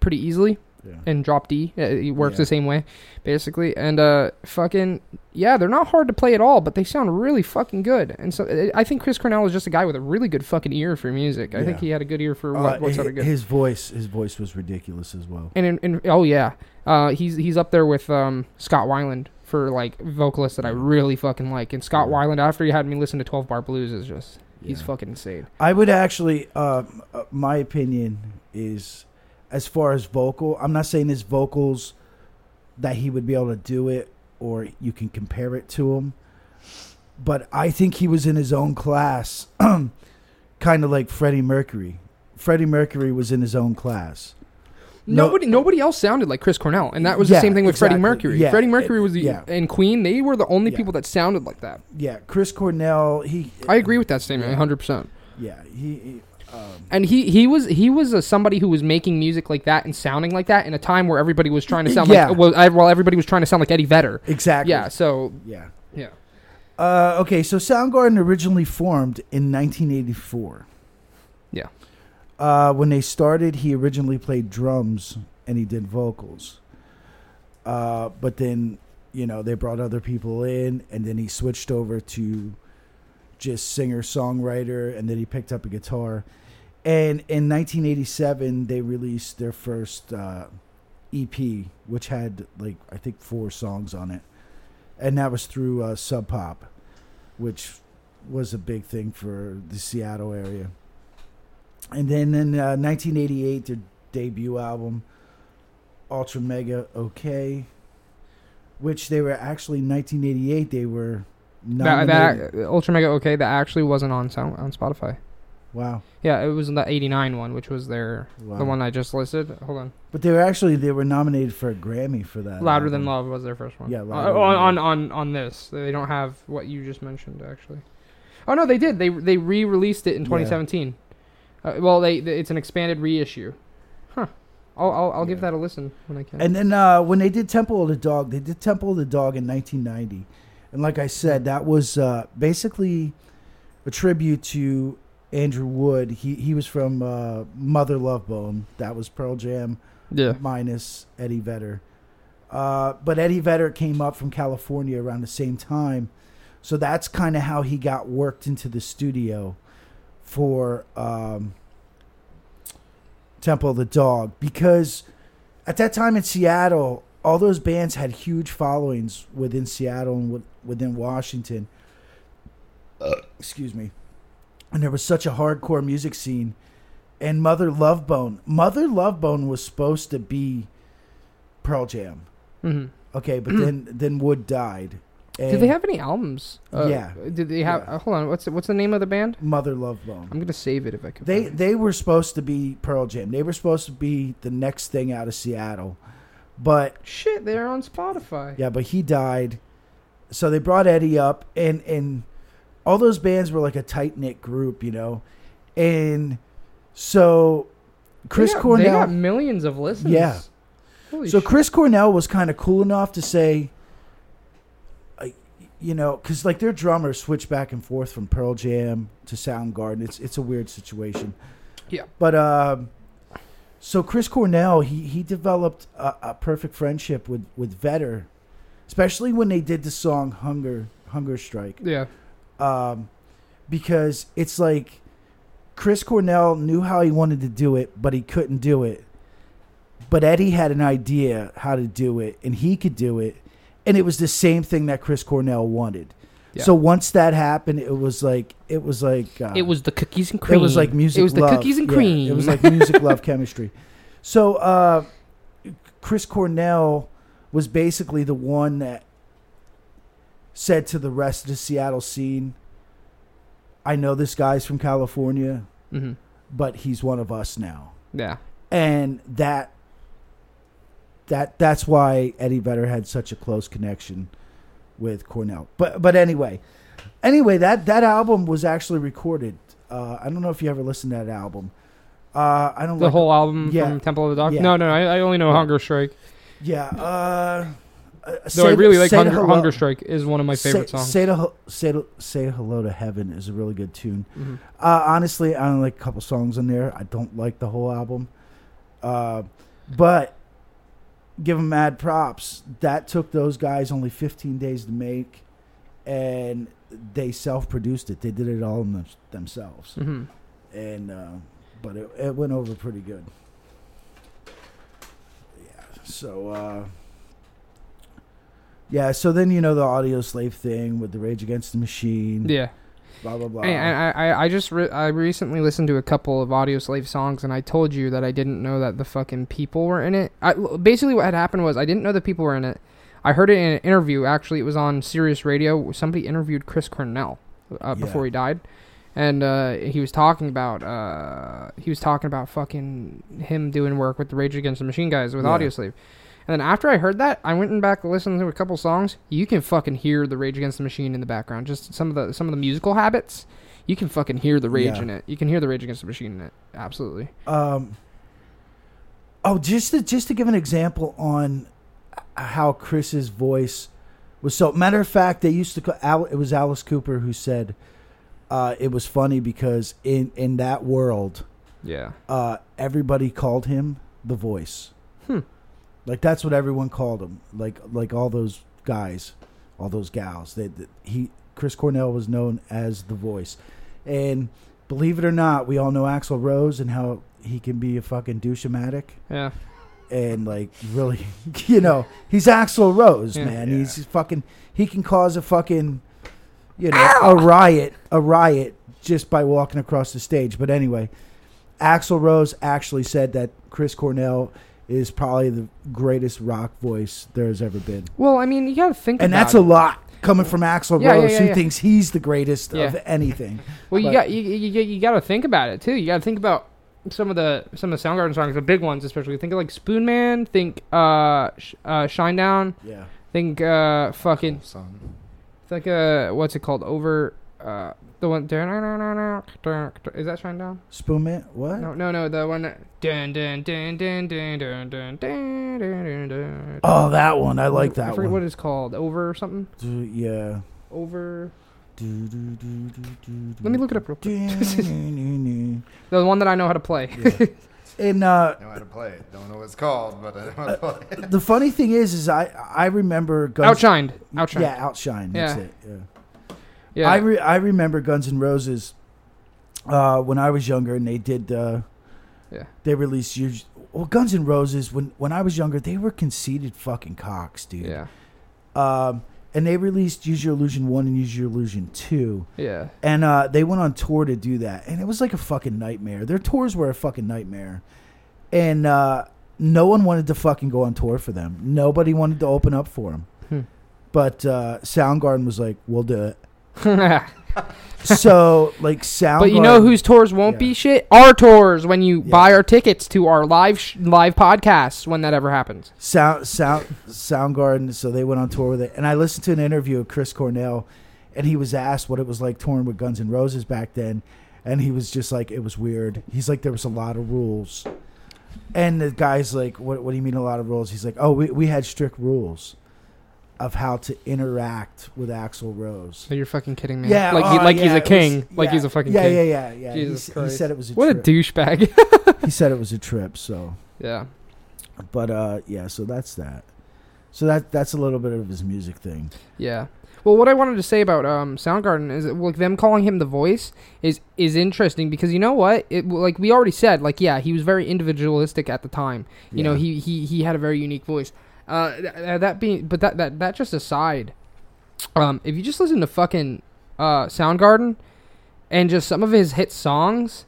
[SPEAKER 1] pretty easily.
[SPEAKER 2] Yeah.
[SPEAKER 1] And drop D, uh, it works
[SPEAKER 2] Yeah.
[SPEAKER 1] the same way, basically. And uh, fucking yeah, they're not hard to play at all, but they sound really fucking good. And so uh, I think Chris Cornell is just a guy with a really good fucking ear for music. I think
[SPEAKER 2] Yeah.
[SPEAKER 1] he had a good ear for
[SPEAKER 2] Uh,
[SPEAKER 1] what, what's
[SPEAKER 2] hi-
[SPEAKER 1] sort of good.
[SPEAKER 2] His voice, his voice was ridiculous as well.
[SPEAKER 1] And, in, in, oh yeah, uh, he's he's up there with um, Scott Weiland for like vocalists that I really fucking like. And Scott
[SPEAKER 2] Yeah.
[SPEAKER 1] Weiland, after he had me listen to Twelve Bar Blues, is just he's
[SPEAKER 2] Yeah.
[SPEAKER 1] fucking insane.
[SPEAKER 2] I would actually, um, uh, my opinion is, as far as vocal, I'm not saying his vocals that he would be able to do it, or you can compare it to him. But I think he was in his own class, kind of like Freddie Mercury. Freddie Mercury was in his own class. No-
[SPEAKER 1] Nobody nobody else sounded like Chris Cornell, and that was the
[SPEAKER 2] Yeah,
[SPEAKER 1] same thing with Freddie
[SPEAKER 2] exactly.
[SPEAKER 1] Mercury.
[SPEAKER 2] Yeah,
[SPEAKER 1] Freddie Mercury was the
[SPEAKER 2] yeah.
[SPEAKER 1] and Queen. They were the only
[SPEAKER 2] Yeah.
[SPEAKER 1] people that sounded like that.
[SPEAKER 2] Yeah, Chris Cornell. He.
[SPEAKER 1] I agree with that statement,
[SPEAKER 2] Yeah.
[SPEAKER 1] hundred percent.
[SPEAKER 2] Yeah, he. he um,
[SPEAKER 1] And he he was he was a, somebody who was making music like that and sounding like that in a time where everybody was trying to sound
[SPEAKER 2] Yeah.
[SPEAKER 1] like well, I, while everybody was trying to sound like Eddie Vedder.
[SPEAKER 2] exactly.
[SPEAKER 1] Yeah. So
[SPEAKER 2] Yeah.
[SPEAKER 1] yeah.
[SPEAKER 2] Uh, okay, so Soundgarden originally formed in 1984.
[SPEAKER 1] Yeah.
[SPEAKER 2] Uh, when they started, he originally played drums and he did vocals. Uh, but then, you know, they brought other people in, and then he switched over to just singer songwriter, and then he picked up a guitar. And in 1987, they released their first uh, EP, which had like I think four songs on it, and that was through uh, Sub Pop, which was a big thing for the Seattle area. And then in uh, 1988, their debut album, Ultra Mega OK, which they were actually 1988 they were
[SPEAKER 1] That,
[SPEAKER 2] nominated.
[SPEAKER 1] that uh, Ultra Mega OK that actually wasn't on sound, on Spotify.
[SPEAKER 2] wow,
[SPEAKER 1] Yeah, it was in the '89 one, which was their
[SPEAKER 2] wow.
[SPEAKER 1] the one I just listed. Hold on,
[SPEAKER 2] But they were actually they were nominated for a Grammy for that.
[SPEAKER 1] Louder Than Love
[SPEAKER 2] album.
[SPEAKER 1] was their first one.
[SPEAKER 2] Yeah,
[SPEAKER 1] Uh,
[SPEAKER 2] Louder
[SPEAKER 1] on,
[SPEAKER 2] Than Love.
[SPEAKER 1] on on on this, they don't have what you just mentioned actually. Oh no, they did. They they re-released it in
[SPEAKER 2] Yeah.
[SPEAKER 1] 2017. Uh, well, they, they- it's an expanded reissue. Huh. I'll I'll, I'll give
[SPEAKER 3] Yeah.
[SPEAKER 1] that a listen when I can.
[SPEAKER 2] And then uh, when they did Temple of the Dog, they did Temple of the Dog in 1990, and like I said, that was uh, basically a tribute to Andrew Wood. He he was from uh, Mother Love Bone. That was Pearl Jam
[SPEAKER 1] yeah.
[SPEAKER 2] minus Eddie Vedder. Uh, but Eddie Vedder came up from California around the same time, so that's kind of how he got worked into the studio for um, Temple of the Dog because at that time in Seattle, all those bands had huge followings within Seattle and wi- within Washington. Uh, Excuse me, and there was such a hardcore music scene and Mother Love Bone. Mother Love Bone was supposed to be Pearl Jam.
[SPEAKER 1] hmm
[SPEAKER 2] Okay, but then then Wood died. And
[SPEAKER 1] Did they have any albums? Uh,
[SPEAKER 2] Yeah.
[SPEAKER 1] Did they have?
[SPEAKER 2] Yeah.
[SPEAKER 1] uh, hold on. What's the, what's the name of the band?
[SPEAKER 2] Mother Love Bone?
[SPEAKER 1] I'm gonna save it if I can.
[SPEAKER 2] They
[SPEAKER 1] find it.
[SPEAKER 2] they were supposed to be Pearl Jam. They were supposed to be the next thing out of Seattle. But
[SPEAKER 1] shit. They're on Spotify.
[SPEAKER 2] yeah, but he died. So they brought Eddie up and and all those bands were like a tight knit group, you know. And so Chris
[SPEAKER 1] they got,
[SPEAKER 2] Cornell
[SPEAKER 1] They got millions of listens.
[SPEAKER 2] Yeah.
[SPEAKER 1] Holy
[SPEAKER 2] so
[SPEAKER 1] shit.
[SPEAKER 2] Chris Cornell was kind of cool enough to say, I- you know, because like their drummer switched back and forth from Pearl Jam to Soundgarden. It's it's a weird situation.
[SPEAKER 1] Yeah.
[SPEAKER 2] But um, so Chris Cornell he he developed a, a perfect friendship with with Vetter, especially when they did the song Hunger Hunger Strike
[SPEAKER 1] Yeah.
[SPEAKER 2] um, because it's like Chris Cornell knew how he wanted to do it, but he couldn't do it. But Eddie had an idea how to do it, and he could do it, and it was the same thing that Chris Cornell wanted.
[SPEAKER 1] Yeah.
[SPEAKER 2] So once that happened, it was like it was like uh,
[SPEAKER 1] It was the cookies and
[SPEAKER 2] it
[SPEAKER 1] cream.
[SPEAKER 2] was like music.
[SPEAKER 1] It was the
[SPEAKER 2] love.
[SPEAKER 1] cookies and
[SPEAKER 2] Yeah,
[SPEAKER 1] cream.
[SPEAKER 2] it was like music love chemistry. So uh, Chris Cornell was basically the one that said to the rest of the Seattle scene, "I know this guy's from California,
[SPEAKER 1] hmm
[SPEAKER 2] but he's one of us now."
[SPEAKER 1] Yeah.
[SPEAKER 2] And that that that's why Eddie Vedder had such a close connection with Cornell. But but anyway, anyway that that album was actually recorded. Uh, I don't know if you ever listened to that album. Uh, I don't
[SPEAKER 1] The
[SPEAKER 2] like-
[SPEAKER 1] whole album
[SPEAKER 2] Yeah.
[SPEAKER 1] from Temple of the Dog.
[SPEAKER 2] Yeah.
[SPEAKER 1] No, no. I, I only know Hunger Strike.
[SPEAKER 2] yeah. Uh, uh,
[SPEAKER 1] Though I
[SPEAKER 2] Say-
[SPEAKER 1] really like
[SPEAKER 2] Say
[SPEAKER 1] Hunger,
[SPEAKER 2] Hello-
[SPEAKER 1] Hunger Strike is one of my favorite
[SPEAKER 2] say,
[SPEAKER 1] songs.
[SPEAKER 2] Say, to, say, to, say hello to heaven is a really good tune.
[SPEAKER 1] Mhm.
[SPEAKER 2] Uh, honestly, I don't like a couple songs on there. I don't like the whole album, uh, but give them mad props. That took those guys only 15 days to make, and they self-produced it. They did it all them, themselves,
[SPEAKER 1] Mhm.
[SPEAKER 2] and uh, but it, it went over pretty good. Yeah. So. Uh, yeah, so then you know the audio slave thing with the Rage Against the Machine,
[SPEAKER 1] Yeah.
[SPEAKER 2] blah blah blah.
[SPEAKER 1] And I, I, I just re- I recently listened to a couple of Audio Slave songs, and I told you that I didn't know that the fucking people were in it. I, basically, what had happened was I didn't know the people were in it. I heard it in an interview. Actually, it was on Sirius Radio. Somebody interviewed Chris Cornell uh, before
[SPEAKER 2] Yeah.
[SPEAKER 1] he died, and uh, he was talking about uh, he was talking about fucking him doing work with the Rage Against the Machine guys with
[SPEAKER 2] Yeah.
[SPEAKER 1] Audio Slave. And then after I heard that, I went and back and listened to a couple songs. You can fucking hear the Rage Against the Machine in the background. Just some of the some of the musical habits, you can fucking hear the rage
[SPEAKER 2] Yeah.
[SPEAKER 1] in it. You can hear the Rage Against the Machine in it. Absolutely.
[SPEAKER 2] Um, oh, just to just to give an example on how Chris's voice was so. Matter of fact, they used to call Al, it was Alice Cooper who said uh, it was funny because in in that world
[SPEAKER 1] Yeah.
[SPEAKER 2] uh, everybody called him the voice.
[SPEAKER 1] Hmm.
[SPEAKER 2] Like that's what everyone called him. Like like all those guys, all those gals. They, th- he Chris Cornell was known as the voice, and believe it or not, we all know Axl Rose and how he can be a fucking douchematic
[SPEAKER 1] Yeah.
[SPEAKER 2] and like really, you know, he's Axl Rose,
[SPEAKER 1] Yeah.
[SPEAKER 2] man.
[SPEAKER 3] Yeah.
[SPEAKER 2] He's fucking. He can cause a fucking, you know, a riot, a riot just by walking across the stage. But anyway, Axl Rose actually said that Chris Cornell is probably the greatest rock voice there's ever been,
[SPEAKER 1] Well, I mean, you gotta think.
[SPEAKER 2] and
[SPEAKER 1] about
[SPEAKER 2] that's a
[SPEAKER 1] it.
[SPEAKER 2] lot coming from Axl
[SPEAKER 1] Yeah, yeah,
[SPEAKER 2] Rose,
[SPEAKER 1] yeah,
[SPEAKER 2] who
[SPEAKER 1] yeah.
[SPEAKER 2] thinks he's the greatest of
[SPEAKER 1] Yeah.
[SPEAKER 2] anything.
[SPEAKER 1] Well, you
[SPEAKER 2] But-
[SPEAKER 1] got you, you, you got to think about it too. You got to think about some of the some of the Soundgarden songs, the big ones especially. Think of like Spoon Man, think uh, sh- uh Shine Down,
[SPEAKER 2] Yeah,
[SPEAKER 1] think uh fucking
[SPEAKER 3] Son.
[SPEAKER 1] think uh what's it called? Over uh the one is that Shine Down?
[SPEAKER 2] Spoon Man, what?
[SPEAKER 1] No, no, no, the one that- dun dun dun dun dun dun dun dun dun dun. dun.
[SPEAKER 2] Oh, that one. I like
[SPEAKER 1] I
[SPEAKER 2] that
[SPEAKER 1] forget
[SPEAKER 2] one.
[SPEAKER 1] what it's called. Over something.
[SPEAKER 2] Do- yeah.
[SPEAKER 1] Over.
[SPEAKER 2] Do, do, do, do, do,
[SPEAKER 1] Let me
[SPEAKER 2] do.
[SPEAKER 1] look it up real quick.
[SPEAKER 2] and
[SPEAKER 1] The one that I know how to play.
[SPEAKER 2] uh,
[SPEAKER 3] Know how to play it. Don't know what it's called, but I know how to play it.
[SPEAKER 2] the funny thing is, is I I remember Guns.
[SPEAKER 1] Outshined. Outshined.
[SPEAKER 2] Yeah, outshine. That's
[SPEAKER 1] Yeah.
[SPEAKER 2] it. Yeah.
[SPEAKER 1] Yeah.
[SPEAKER 2] I re- I remember Guns N' Roses uh, when I was younger, and they did. Uh,
[SPEAKER 1] Yeah.
[SPEAKER 2] They released huge. Well, Guns N' Roses when when I was younger, they were conceited fucking cocks, dude.
[SPEAKER 1] yeah.
[SPEAKER 2] Um, and they released Use Your Illusion one and Use Your Illusion two.
[SPEAKER 1] Yeah.
[SPEAKER 2] and uh, they went on tour to do that, and it was like a fucking nightmare. Their tours were a fucking nightmare, and uh, no one wanted to fucking go on tour for them. Nobody wanted to open up for them.
[SPEAKER 1] Hmm.
[SPEAKER 2] But uh, Soundgarden was like, "We'll do it."
[SPEAKER 1] but
[SPEAKER 2] So like Soundgarden,
[SPEAKER 1] you know whose tours won't
[SPEAKER 2] Yeah.
[SPEAKER 1] be shit? Our tours when you
[SPEAKER 2] Yeah.
[SPEAKER 1] buy our tickets to our live sh- live podcasts when that ever happens.
[SPEAKER 2] Sound Sound Soundgarden. So they went on tour with it, and I listened to an interview of Chris Cornell, and he was asked what it was like touring with Guns N' Roses back then, and he was just like, "It was weird." He's like, "There was a lot of rules," and the guy's like, "What? What do you mean a lot of rules?" He's like, "Oh, we we had strict rules." Of how to interact with Axl Rose.
[SPEAKER 1] So you're fucking kidding me.
[SPEAKER 2] Yeah,
[SPEAKER 1] like he,
[SPEAKER 2] oh,
[SPEAKER 1] like he's
[SPEAKER 2] yeah,
[SPEAKER 1] a
[SPEAKER 2] it was-
[SPEAKER 1] king. like
[SPEAKER 2] yeah,
[SPEAKER 1] he's a fucking
[SPEAKER 2] yeah,
[SPEAKER 1] king.
[SPEAKER 2] Yeah, yeah, yeah, He
[SPEAKER 1] Jesus
[SPEAKER 2] s- he,
[SPEAKER 1] Christ.
[SPEAKER 2] said it was a
[SPEAKER 1] What a
[SPEAKER 2] trip.
[SPEAKER 1] douchebag.
[SPEAKER 2] he said it was a trip. So
[SPEAKER 1] yeah.
[SPEAKER 2] but uh, yeah, so that's that. So that that's a little bit of his music thing.
[SPEAKER 1] Yeah. Well, what I wanted to say about um, Soundgarden is that, like them calling him the voice is is interesting because you know what? It like we already said like yeah he was very individualistic at the time. You know
[SPEAKER 2] Yeah.
[SPEAKER 1] he, he he had a very unique voice. Uh, th- th- that being but that that that just aside, um, if you just listen to fucking uh Soundgarden and just some of his hit songs,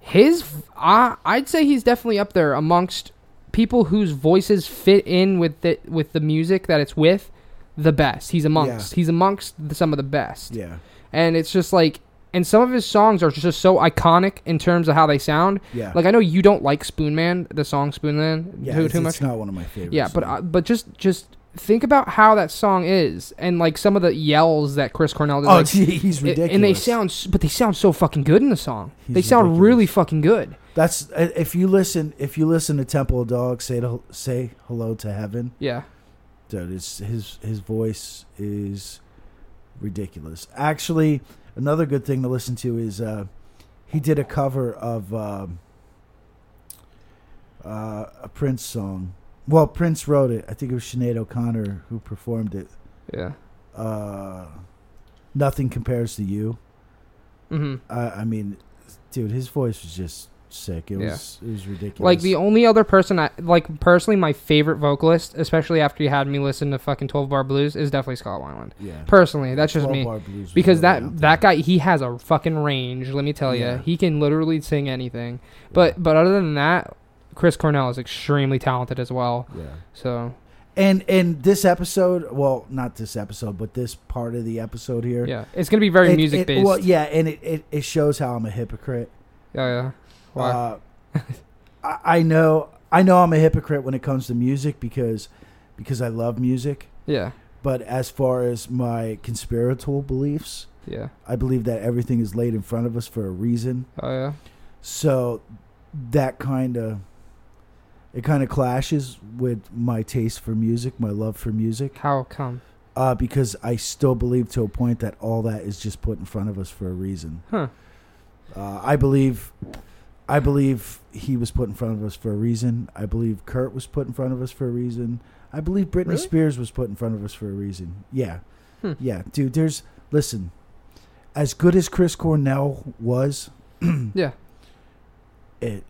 [SPEAKER 1] his I I'd say he's definitely up there amongst people whose voices fit in with the with the music that it's with the best. He's amongst he's amongst the, some of the best,
[SPEAKER 2] Yeah,
[SPEAKER 1] and it's just like and some of his songs are just so iconic in terms of how they sound.
[SPEAKER 2] yeah.
[SPEAKER 1] Like I know you don't like Spoon Man, the song Spoon Man,
[SPEAKER 2] yeah,
[SPEAKER 1] too,
[SPEAKER 2] it's,
[SPEAKER 1] too
[SPEAKER 2] it's
[SPEAKER 1] much.
[SPEAKER 2] not one of my favorites.
[SPEAKER 1] Yeah, but uh, but just just think about how that song is, and like some of the yells that Chris Cornell did.
[SPEAKER 2] oh,
[SPEAKER 1] like,
[SPEAKER 2] gee, he's
[SPEAKER 1] a-
[SPEAKER 2] ridiculous.
[SPEAKER 1] And they sound, s- but they sound so fucking good in the song.
[SPEAKER 2] He's
[SPEAKER 1] they sound
[SPEAKER 2] ridiculous.
[SPEAKER 1] really fucking good.
[SPEAKER 2] That's uh, if you listen if you listen to Temple of Dogs say to, say hello to heaven,
[SPEAKER 1] Yeah,
[SPEAKER 2] dude. It's, his his voice is ridiculous. Actually, another good thing to listen to is uh, he did a cover of um, uh, a Prince song. Well, Prince wrote it. I think it was Sinead O'Connor who performed it.
[SPEAKER 1] yeah.
[SPEAKER 2] uh, nothing compares to you.
[SPEAKER 1] hmm
[SPEAKER 2] I, I mean, dude, his voice was just sick. It
[SPEAKER 1] Yeah.
[SPEAKER 2] was it was ridiculous.
[SPEAKER 1] Like the only other person, I like personally, my favorite vocalist, especially after you had me listen to fucking Twelve Bar Blues, is definitely Scott Weiland.
[SPEAKER 2] yeah,
[SPEAKER 1] Personally, that's just
[SPEAKER 2] 12
[SPEAKER 1] me.
[SPEAKER 2] bar blues was
[SPEAKER 1] Because
[SPEAKER 2] really out
[SPEAKER 1] that that
[SPEAKER 2] there.
[SPEAKER 1] guy, he has a fucking range. Let me tell you,
[SPEAKER 2] Yeah.
[SPEAKER 1] he can literally sing anything. But but other than that, Chris Cornell is extremely talented as well.
[SPEAKER 2] yeah,
[SPEAKER 1] So
[SPEAKER 2] and and this episode, well, not this episode, but this part of the episode here,
[SPEAKER 1] yeah, it's gonna be very
[SPEAKER 2] it-
[SPEAKER 1] music
[SPEAKER 2] it-
[SPEAKER 1] based.
[SPEAKER 2] Well, yeah, and it, it, it shows how I'm a hypocrite.
[SPEAKER 1] yeah, Oh, yeah. Why?
[SPEAKER 2] Uh, I, I know I know I'm a hypocrite when it comes to music because because I love music,
[SPEAKER 1] yeah,
[SPEAKER 2] but as far as my conspiratorial beliefs,
[SPEAKER 1] yeah,
[SPEAKER 2] I believe that everything is laid in front of us for a reason.
[SPEAKER 1] oh yeah,
[SPEAKER 2] So that kind of it kind of clashes with my taste for music, my love for music,
[SPEAKER 1] how come?
[SPEAKER 2] uh, because I still believe to a point that all that is just put in front of us for a reason.
[SPEAKER 1] Huh.
[SPEAKER 2] Uh, I believe, I believe he was put in front of us for a reason. I believe Kurt was put in front of us for a reason. I believe Britney
[SPEAKER 1] Really?
[SPEAKER 2] Spears was put in front of us for a reason. Yeah.
[SPEAKER 1] Hmm.
[SPEAKER 2] Yeah, dude, there's listen. As good as Chris Cornell was,
[SPEAKER 1] Yeah.
[SPEAKER 2] it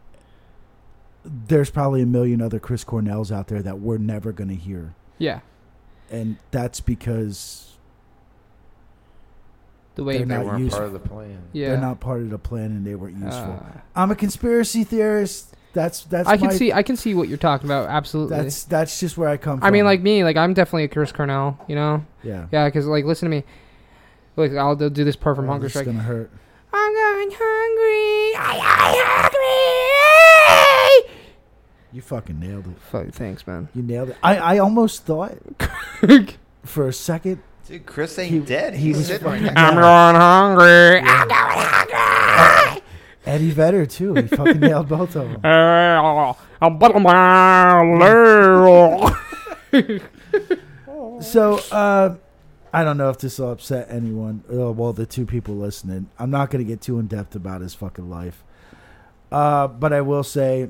[SPEAKER 2] there's probably a million other Chris Cornells out there that we're never going to hear.
[SPEAKER 1] Yeah.
[SPEAKER 2] And that's because
[SPEAKER 1] The way
[SPEAKER 2] They're
[SPEAKER 1] it
[SPEAKER 3] They
[SPEAKER 2] not
[SPEAKER 3] weren't
[SPEAKER 2] useful.
[SPEAKER 3] part of the plan.
[SPEAKER 1] Yeah.
[SPEAKER 2] they're not part of the plan and they weren't useful.
[SPEAKER 1] Uh,
[SPEAKER 2] I'm a conspiracy theorist. That's that's
[SPEAKER 1] I can
[SPEAKER 2] my-
[SPEAKER 1] see I can see what you're talking about. Absolutely.
[SPEAKER 2] that's that's just where I come from.
[SPEAKER 1] I mean, like me, like I'm definitely a Chris Cornell. You know.
[SPEAKER 2] yeah.
[SPEAKER 1] Yeah. Because like, listen to me. Like I'll do this part from
[SPEAKER 2] Oh,
[SPEAKER 1] Hunger
[SPEAKER 2] this is
[SPEAKER 1] Strike.
[SPEAKER 2] gonna hurt.
[SPEAKER 1] I'm going hungry. I, I hungry.
[SPEAKER 2] You fucking nailed it.
[SPEAKER 1] Fuck. Thanks, man.
[SPEAKER 2] You nailed it. I, I almost thought for a second.
[SPEAKER 3] Dude, Chris ain't
[SPEAKER 2] He-
[SPEAKER 3] dead.
[SPEAKER 2] he
[SPEAKER 3] He's
[SPEAKER 2] was
[SPEAKER 3] sitting right
[SPEAKER 2] fucking-
[SPEAKER 3] next
[SPEAKER 1] I'm
[SPEAKER 3] to
[SPEAKER 2] Yeah.
[SPEAKER 1] going hungry. I'm going hungry.
[SPEAKER 2] Eddie Vedder too. He fucking nailed both of them.
[SPEAKER 1] Uh, I'm but my
[SPEAKER 2] So uh, I don't know if this will upset anyone. Uh, well, the two people listening. I'm not gonna get too in depth about his fucking life, uh, but I will say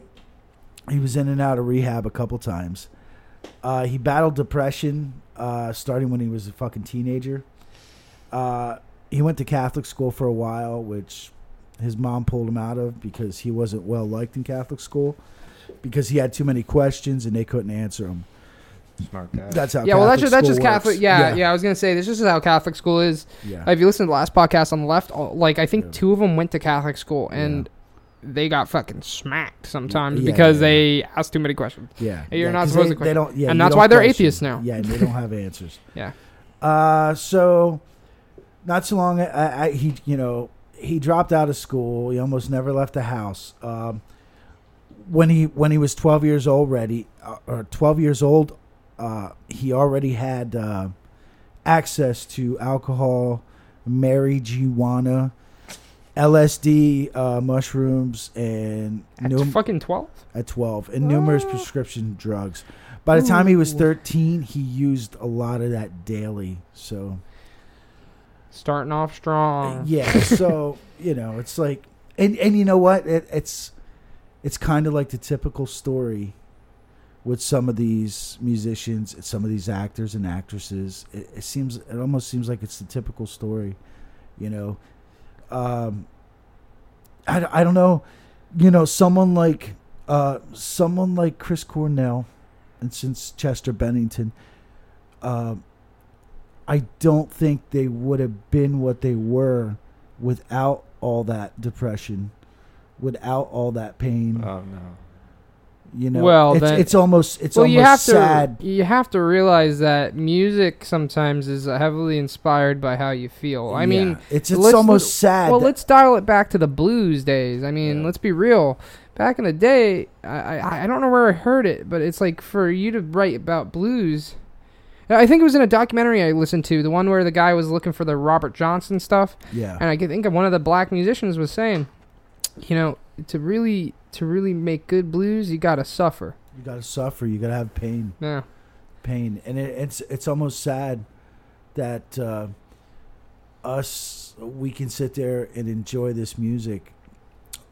[SPEAKER 2] he was in and out of rehab a couple times. Uh, he battled depression uh, starting when he was a fucking teenager. Uh, he went to Catholic school for a while, which his mom pulled him out of because he wasn't well liked in Catholic school because he had too many questions and they couldn't answer them.
[SPEAKER 3] him. Smart guy.
[SPEAKER 2] That's how.
[SPEAKER 1] Yeah, well, that's
[SPEAKER 2] Catholic
[SPEAKER 1] just, that's
[SPEAKER 2] school
[SPEAKER 1] just Catholic.
[SPEAKER 2] works.
[SPEAKER 1] Yeah, yeah, I was gonna say this is how Catholic school is.
[SPEAKER 2] yeah.
[SPEAKER 1] If you listen to the last podcast on the left, all- like I think
[SPEAKER 2] Yeah.
[SPEAKER 1] two of them went to Catholic school and they got fucking smacked sometimes
[SPEAKER 2] Yeah,
[SPEAKER 1] because
[SPEAKER 2] yeah,
[SPEAKER 1] they asked too many questions.
[SPEAKER 2] Yeah,
[SPEAKER 1] You're
[SPEAKER 2] yeah,
[SPEAKER 1] not
[SPEAKER 2] 'cause
[SPEAKER 1] supposed
[SPEAKER 2] they,
[SPEAKER 1] to
[SPEAKER 2] They
[SPEAKER 1] question.
[SPEAKER 2] don't, yeah,
[SPEAKER 1] And
[SPEAKER 2] you
[SPEAKER 1] that's
[SPEAKER 2] don't
[SPEAKER 1] why they're
[SPEAKER 2] question.
[SPEAKER 1] atheists now.
[SPEAKER 2] Yeah, and they don't have answers.
[SPEAKER 1] Yeah.
[SPEAKER 2] Uh, so not so long. I, I, he, you know, he dropped out of school. He almost never left the house. Um, when he when he was 12 years old, ready uh, or 12 years old, uh, he already had uh, access to alcohol, marijuana, LSD, uh, mushrooms, and
[SPEAKER 1] At
[SPEAKER 2] num-
[SPEAKER 1] fucking twelve.
[SPEAKER 2] at 12 and numerous
[SPEAKER 1] Ah.
[SPEAKER 2] prescription drugs. By the time he was
[SPEAKER 1] Ooh.
[SPEAKER 2] 13, he used a lot of that daily. So,
[SPEAKER 1] Starting off strong.
[SPEAKER 2] yeah, so, you know, it's like and and you know what? It, it's it's kind of like the typical story with some of these musicians, some of these actors and actresses. It, it seems it almost seems like it's the typical story, you know. Um I, d- I don't know, you know, someone like uh, someone like Chris Cornell, and since Chester Bennington, um, I don't think they would have been what they were without all that depression, without all that pain.
[SPEAKER 3] Oh no.
[SPEAKER 2] you know,
[SPEAKER 1] Uh, Well,
[SPEAKER 2] it's,
[SPEAKER 1] then-
[SPEAKER 2] it's almost it's
[SPEAKER 1] well,
[SPEAKER 2] almost
[SPEAKER 1] you have to
[SPEAKER 2] sad.
[SPEAKER 1] you have to realize that music sometimes is heavily inspired by how you feel. I mean,
[SPEAKER 2] Yeah. it's
[SPEAKER 1] let's
[SPEAKER 2] it's almost
[SPEAKER 1] look-
[SPEAKER 2] sad.
[SPEAKER 1] Well,
[SPEAKER 2] that-
[SPEAKER 1] let's dial it back to the blues days. I mean,
[SPEAKER 2] Yeah.
[SPEAKER 1] let's be real. Back in the day, I, I I don't know where I heard it, but it's like for you to write about blues. I think it was in a documentary I listened to, the one where the guy was looking for the Robert Johnson stuff,
[SPEAKER 2] yeah,
[SPEAKER 1] and I could think of one of the black musicians was saying, you know, to really to really make good blues, you gotta suffer.
[SPEAKER 2] you gotta suffer. You gotta have pain.
[SPEAKER 1] Yeah,
[SPEAKER 2] pain, and it, it's it's almost sad that uh, us we can sit there and enjoy this music,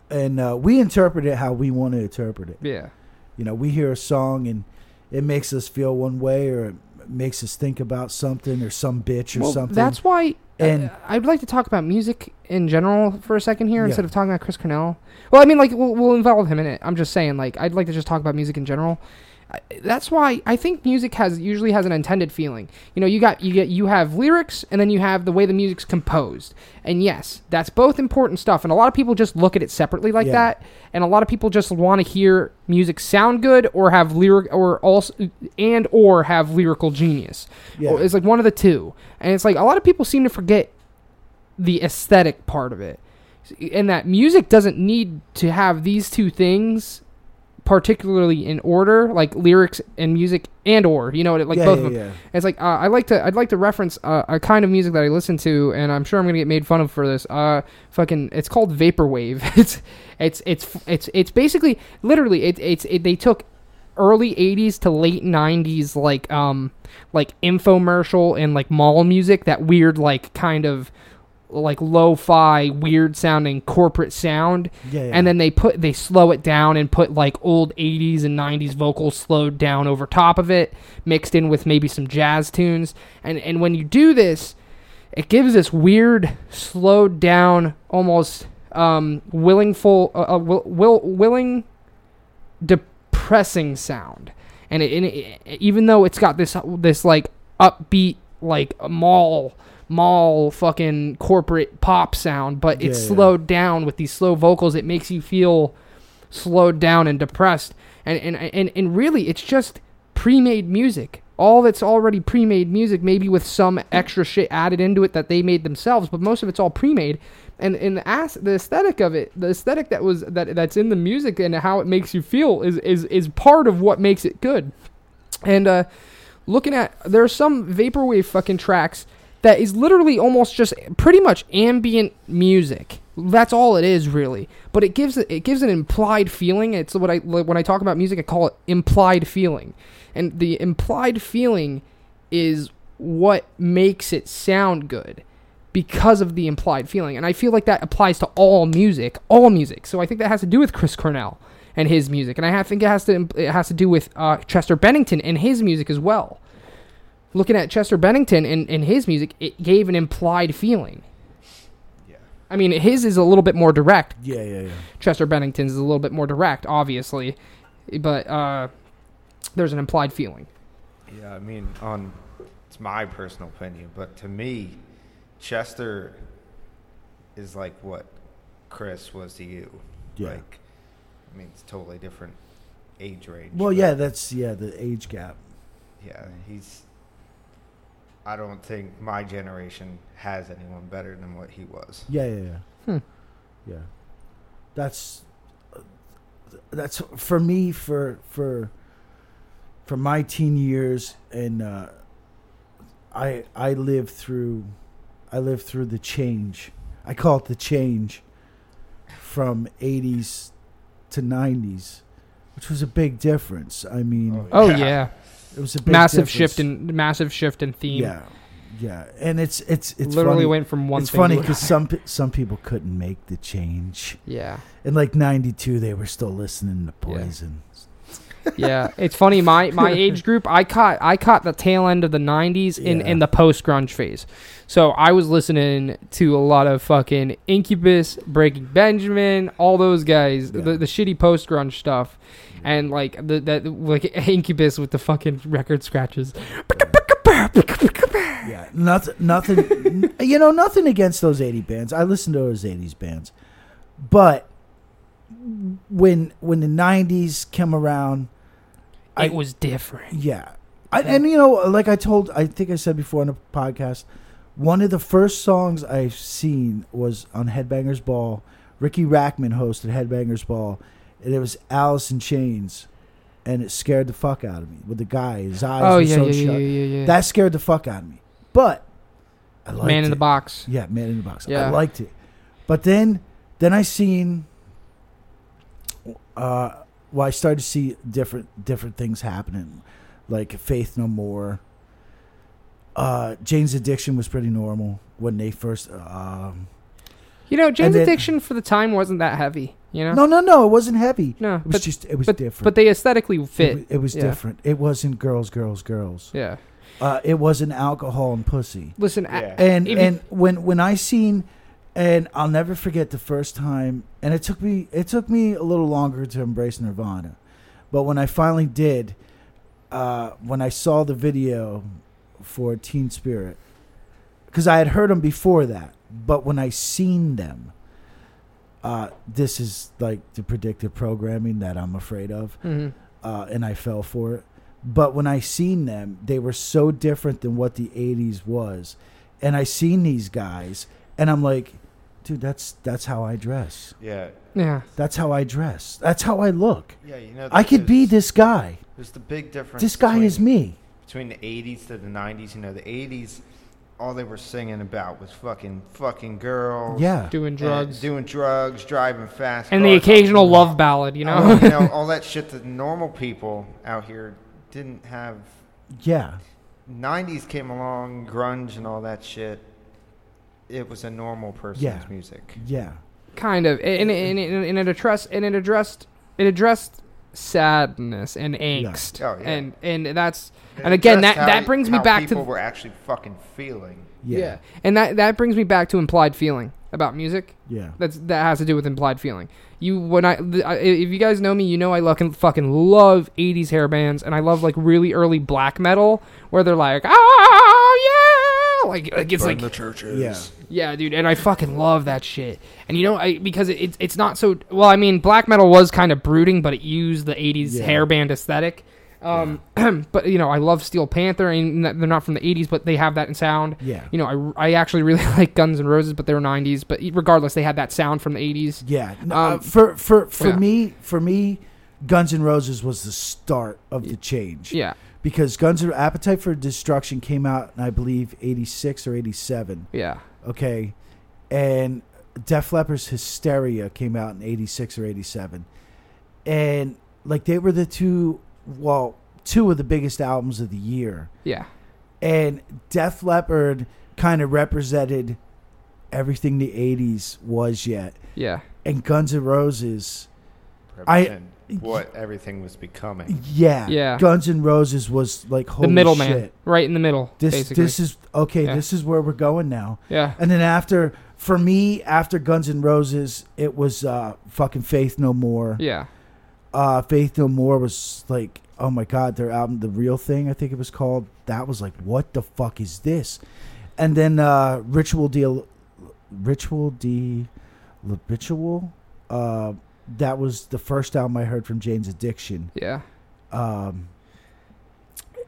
[SPEAKER 2] and uh, we interpret it how we want to interpret it.
[SPEAKER 1] yeah,
[SPEAKER 2] You know, we hear a song and it makes us feel one way, or it makes us think about something, or some bitch, or
[SPEAKER 1] well,
[SPEAKER 2] something.
[SPEAKER 1] That's why.
[SPEAKER 2] And-
[SPEAKER 1] And I'd like to talk about music in general for a second here
[SPEAKER 2] Yeah.
[SPEAKER 1] instead of talking about Chris Cornell. Well, I mean, like we'll, we'll involve him in it. I'm just saying, like I'd like to just talk about music in general. I- That's why I think music has usually has an intended feeling. You know, you got you get you have lyrics, and then you have the way the music's composed. And yes, that's both important stuff. And a lot of people just look at it separately like
[SPEAKER 2] Yeah.
[SPEAKER 1] that. And a lot of people just want to hear music sound good or have lyric or also and or have lyrical genius.
[SPEAKER 2] Yeah.
[SPEAKER 1] Or It's like one of the two. And it's like a lot of people seem to forget the aesthetic part of it. And that music doesn't need to have these two things particularly in order, like lyrics and music and or, you know, like
[SPEAKER 2] yeah,
[SPEAKER 1] both
[SPEAKER 2] yeah,
[SPEAKER 1] of them.
[SPEAKER 2] yeah.
[SPEAKER 1] It's like uh, I like to I'd like to reference uh, a kind of music that I listen to, and I'm sure I'm gonna get made fun of for this. Uh, fucking, it's called vaporwave. it's it's it's it's it's basically literally it, it's it, they took early 80s to late 90s like um like infomercial and like mall music that weird like kind of like lo-fi weird sounding corporate sound
[SPEAKER 2] Yeah, yeah.
[SPEAKER 1] and then they put they slow it down and put like old 80s and 90s vocals slowed down over top of it mixed in with maybe some jazz tunes and and when you do this it gives this weird slowed down almost um willingful uh, uh, will, will willing depressing sound and, it, and it, even though it's got this this like upbeat like mall mall fucking corporate pop sound but it's
[SPEAKER 2] Yeah, yeah.
[SPEAKER 1] slowed down with these slow vocals it makes you feel slowed down and depressed and and and, and really it's just pre-made music all that's already pre-made music maybe with some extra shit added into it that they made themselves but most of it's all pre-made and and the, ass, the aesthetic of it the aesthetic that was that that's in the music and how it makes you feel is is is part of what makes it good and uh looking at there are some vaporwave fucking tracks that is literally almost just pretty much ambient music. That's all it is really. But it gives it gives an implied feeling. It's what I like, when I talk about music, I call it implied feeling, and the implied feeling is what makes it sound good because of the implied feeling. And I feel like that applies to all music, all music. So I think that has to do with Chris Cornell and his music, and I ha- think it has to it has to do with uh, Chester Bennington and his music as well. Looking at Chester Bennington and, and his music, it gave an implied feeling.
[SPEAKER 3] Yeah.
[SPEAKER 1] I mean, his is a little bit more direct.
[SPEAKER 2] yeah, yeah, yeah.
[SPEAKER 1] Chester Bennington's is a little bit more direct, obviously, but uh, there's an implied feeling.
[SPEAKER 3] Yeah, I mean, on it's my personal opinion, but to me, Chester is like what Chris was to you.
[SPEAKER 2] Yeah.
[SPEAKER 3] Like, I mean, it's totally different age range.
[SPEAKER 2] Well,
[SPEAKER 3] but
[SPEAKER 2] yeah, that's yeah the age gap.
[SPEAKER 3] yeah, he's. I don't think my generation has anyone better than what he was.
[SPEAKER 2] Yeah, yeah, yeah.
[SPEAKER 1] Hmm.
[SPEAKER 2] Yeah, that's that's for me for for for my teen years, and uh, I I lived through I lived through the change. I call it the change from '80s to '90s, which was a big difference. I mean,
[SPEAKER 1] Oh yeah,
[SPEAKER 2] it was a big
[SPEAKER 1] massive
[SPEAKER 2] difference.
[SPEAKER 1] shift in massive shift in theme.
[SPEAKER 2] yeah, yeah, and it's it's it's
[SPEAKER 1] literally
[SPEAKER 2] funny.
[SPEAKER 1] went from one.
[SPEAKER 2] it's
[SPEAKER 1] thing
[SPEAKER 2] funny
[SPEAKER 1] to
[SPEAKER 2] because some pe- some people couldn't make the change.
[SPEAKER 1] yeah.
[SPEAKER 2] In like '92, they were still listening to
[SPEAKER 1] Yeah.
[SPEAKER 2] Poison.
[SPEAKER 1] yeah, it's funny. My my age group, I caught I caught the tail end of the '90s in
[SPEAKER 2] Yeah.
[SPEAKER 1] in the post grunge phase. So I was listening to a lot of fucking Incubus, Breaking Benjamin, all those guys,
[SPEAKER 2] Yeah.
[SPEAKER 1] the, the shitty post grunge stuff, and like the that like Incubus with the fucking record scratches.
[SPEAKER 2] Yeah, nothing, nothing. n- you know, nothing against those '80 bands. I listened to those '80s bands, but when when the '90s came around, I-
[SPEAKER 1] it was different.
[SPEAKER 2] yeah, I, and you know, like I told, I think I said before on the podcast, one of the first songs I've seen was on Headbangers Ball. Ricky Rackman hosted Headbangers Ball, and it was Alice in Chains, and it scared the fuck out of me. With the guy, his eyes
[SPEAKER 1] Oh
[SPEAKER 2] were
[SPEAKER 1] yeah,
[SPEAKER 2] so
[SPEAKER 1] yeah,
[SPEAKER 2] shut.
[SPEAKER 1] yeah, yeah, yeah.
[SPEAKER 2] That scared the fuck out of me. But I liked
[SPEAKER 1] Man in
[SPEAKER 2] it.
[SPEAKER 1] the box.
[SPEAKER 2] Yeah, Man in the Box.
[SPEAKER 1] Yeah.
[SPEAKER 2] I liked it. But then then I seen uh well I started to see different different things happening. Like Faith No More. Uh Jane's Addiction was pretty normal when they first um
[SPEAKER 1] You know, Jane's
[SPEAKER 2] then-
[SPEAKER 1] addiction for the time wasn't that heavy. You know,
[SPEAKER 2] No no no, it wasn't heavy.
[SPEAKER 1] No,
[SPEAKER 2] It was
[SPEAKER 1] but-
[SPEAKER 2] just it was different.
[SPEAKER 1] but they aesthetically
[SPEAKER 2] It,
[SPEAKER 1] fit.
[SPEAKER 2] wa- it was
[SPEAKER 1] Yeah.
[SPEAKER 2] different. It wasn't girls, girls, girls.
[SPEAKER 1] Yeah.
[SPEAKER 2] Uh, it wasn't alcohol and pussy.
[SPEAKER 1] Listen, I-
[SPEAKER 3] Yeah.
[SPEAKER 2] and
[SPEAKER 1] If you-
[SPEAKER 2] and when when I seen and I'll never forget the first time and it took me it took me a little longer to embrace Nirvana. But when I finally did uh, when I saw the video for Teen Spirit cuz I had heard them before that, but when I seen them uh, this is like the predictive programming that I'm afraid of
[SPEAKER 1] mhm.
[SPEAKER 2] uh, and I fell for it. But when I seen them, they were so different than what the '80s was, and I seen these guys, and I'm like, dude, that's that's how I dress.
[SPEAKER 3] Yeah.
[SPEAKER 1] yeah.
[SPEAKER 2] That's how I dress. That's how I look.
[SPEAKER 3] Yeah, you know.
[SPEAKER 2] I could be
[SPEAKER 3] there's-
[SPEAKER 2] this guy.
[SPEAKER 3] There's the big difference.
[SPEAKER 2] This guy is
[SPEAKER 3] between-
[SPEAKER 2] me.
[SPEAKER 3] between the 80s to the 90s. You know, the 80s, all they were singing about was fucking fucking girls.
[SPEAKER 2] Yeah,
[SPEAKER 1] Doing
[SPEAKER 3] and
[SPEAKER 1] drugs.
[SPEAKER 3] doing drugs, driving fast.
[SPEAKER 1] and the
[SPEAKER 3] cars.
[SPEAKER 1] occasional love ballad, you
[SPEAKER 3] Oh,
[SPEAKER 1] know.
[SPEAKER 3] you know, all that shit that normal people out here didn't have.
[SPEAKER 2] yeah,
[SPEAKER 3] 90s came along, grunge and all that shit. it was a normal person's
[SPEAKER 2] Yeah.
[SPEAKER 3] music.
[SPEAKER 2] Yeah.
[SPEAKER 1] kind of, and and, and, and it addressed and it addressed it addressed sadness and angst,
[SPEAKER 3] Oh, yeah.
[SPEAKER 1] and and that's and again that
[SPEAKER 3] Just how-
[SPEAKER 1] that brings me
[SPEAKER 3] how
[SPEAKER 1] back to
[SPEAKER 3] people were actually fucking feeling.
[SPEAKER 2] Yeah. Yeah.
[SPEAKER 1] and that that brings me back to implied feeling about music.
[SPEAKER 2] Yeah.
[SPEAKER 1] That's that has to do with implied feeling. You when I, th- I if you guys know me, you know I fucking fucking love '80s hair bands, and I love like really early black metal where they're like, oh yeah, like, like it's like
[SPEAKER 3] churches.
[SPEAKER 1] yeah, dude, and I fucking love that shit. And you know, I because it, it's it's not so well. I mean, black metal was kind of brooding, but it used the '80s
[SPEAKER 2] Yeah.
[SPEAKER 1] hairband aesthetic. Um, but you know, I love Steel Panther, and n- they're not from the '80s, but they have that in sound.
[SPEAKER 2] Yeah.
[SPEAKER 1] You know, I, I actually really like Guns N' Roses, but they were '90s. But e, regardless, they had that sound from the '80s.
[SPEAKER 2] Yeah. No,
[SPEAKER 1] Um,
[SPEAKER 2] uh, for for for
[SPEAKER 1] yeah.
[SPEAKER 2] me for me, Guns N' Roses was the start of the change.
[SPEAKER 1] Yeah,
[SPEAKER 2] Because Guns N' Appetite for Destruction came out in I believe eighty six or eighty seven.
[SPEAKER 1] yeah,
[SPEAKER 2] Okay. And Def Leppard's Hysteria came out in eighty six or eighty seven. And like they were the two well, two of the biggest albums of the year.
[SPEAKER 1] yeah,
[SPEAKER 2] and Def Leppard kind of represented everything the '80s was yet,
[SPEAKER 1] yeah,
[SPEAKER 2] and Guns N' Roses, I-
[SPEAKER 3] what everything was becoming.
[SPEAKER 2] yeah,
[SPEAKER 1] Yeah.
[SPEAKER 2] Guns N' Roses was like holy
[SPEAKER 1] the middleman,
[SPEAKER 2] shit.
[SPEAKER 1] right in the middle,
[SPEAKER 2] This
[SPEAKER 1] basically.
[SPEAKER 2] this is okay.
[SPEAKER 1] Yeah.
[SPEAKER 2] This is where we're going now.
[SPEAKER 1] yeah,
[SPEAKER 2] And then after, for me, after Guns N' Roses, it was uh, fucking Faith No More.
[SPEAKER 1] yeah,
[SPEAKER 2] Uh, Faith No More was like, oh my god, their album, The Real Thing, I think it was called. That was like, what the fuck is this? And then uh, Ritual Deal, Ritual D, Ritual. Uh, that was the first album I heard from Jane's Addiction.
[SPEAKER 1] yeah.
[SPEAKER 2] Um,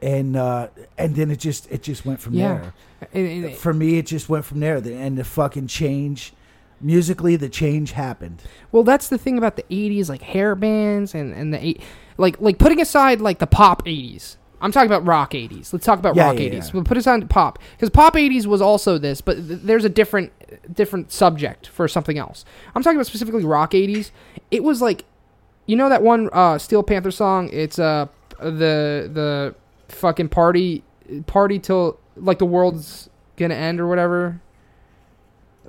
[SPEAKER 2] and uh, and then it just it just went from
[SPEAKER 1] Yeah.
[SPEAKER 2] there
[SPEAKER 1] And- and-
[SPEAKER 2] for me, it just went from there. The- And the fucking change, musically, the change happened.
[SPEAKER 1] Well, that's the thing about the '80s, like hair bands and and the eight, like like putting aside like the pop '80s. I'm talking about rock '80s. Let's talk about
[SPEAKER 2] Yeah,
[SPEAKER 1] rock
[SPEAKER 2] yeah,
[SPEAKER 1] '80s.
[SPEAKER 2] yeah.
[SPEAKER 1] We'll put aside pop because pop '80s was also this, but th- there's a different different subject for something else. I'm talking about specifically rock '80s. It was like, you know that one uh, Steel Panther song. It's uh the the fucking party party till like the world's gonna end or whatever.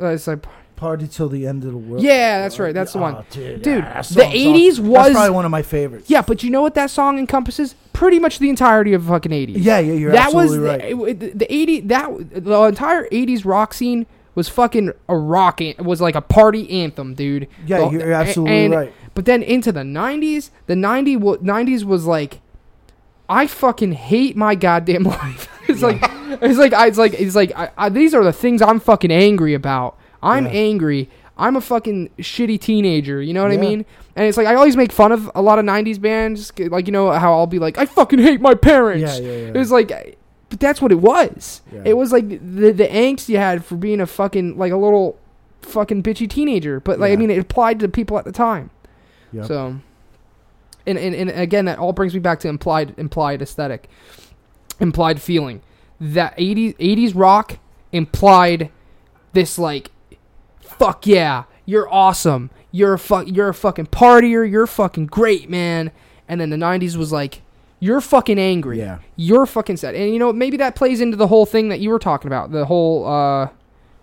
[SPEAKER 1] Uh, it's like
[SPEAKER 2] Party till the end of the world.
[SPEAKER 1] yeah, that's right. That's the one.
[SPEAKER 2] Oh, dude,
[SPEAKER 1] Dude,
[SPEAKER 2] that
[SPEAKER 1] the
[SPEAKER 2] song's
[SPEAKER 1] 80s
[SPEAKER 2] awesome.
[SPEAKER 1] was-
[SPEAKER 2] That's probably one of my favorites.
[SPEAKER 1] Yeah, but you know what that song encompasses? Pretty much the entirety of fucking 80s.
[SPEAKER 2] yeah, yeah, you're
[SPEAKER 1] that was
[SPEAKER 2] absolutely
[SPEAKER 1] the,
[SPEAKER 2] right.
[SPEAKER 1] it- the, the 80 that the entire 80s rock scene was fucking a rock an- was like a party anthem, dude.
[SPEAKER 2] Yeah,
[SPEAKER 1] The-
[SPEAKER 2] you're absolutely
[SPEAKER 1] and-
[SPEAKER 2] right.
[SPEAKER 1] But then into the 90s, the 90 wa- 90s was like I fucking hate my goddamn life. it's like it's like I, it's like it's like I, I, these are the things I'm fucking angry about. I'm
[SPEAKER 2] Yeah.
[SPEAKER 1] angry. I'm a fucking shitty teenager. You know what I
[SPEAKER 2] Yeah.
[SPEAKER 1] mean? And it's like I always make fun of a lot of '90s bands, like you know how I'll be like, I fucking hate my parents.
[SPEAKER 2] Yeah, yeah, yeah.
[SPEAKER 1] It was like, I- but that's what it was.
[SPEAKER 2] Yeah.
[SPEAKER 1] It was like the the angst you had for being a fucking like a little fucking bitchy teenager. But like I
[SPEAKER 2] Yeah.
[SPEAKER 1] mean, it applied to people at the time.
[SPEAKER 2] Yep.
[SPEAKER 1] So, and, and and again, that all brings me back to implied implied aesthetic, implied feeling. That 80s 80s rock implied this like, fuck yeah, you're awesome, you're a fuck, you're a fucking partier, you're fucking great, man. And then the 90s was like, you're fucking angry,
[SPEAKER 2] Yeah.
[SPEAKER 1] you're fucking sad, and you know maybe that plays into the whole thing that you were talking about, the whole uh,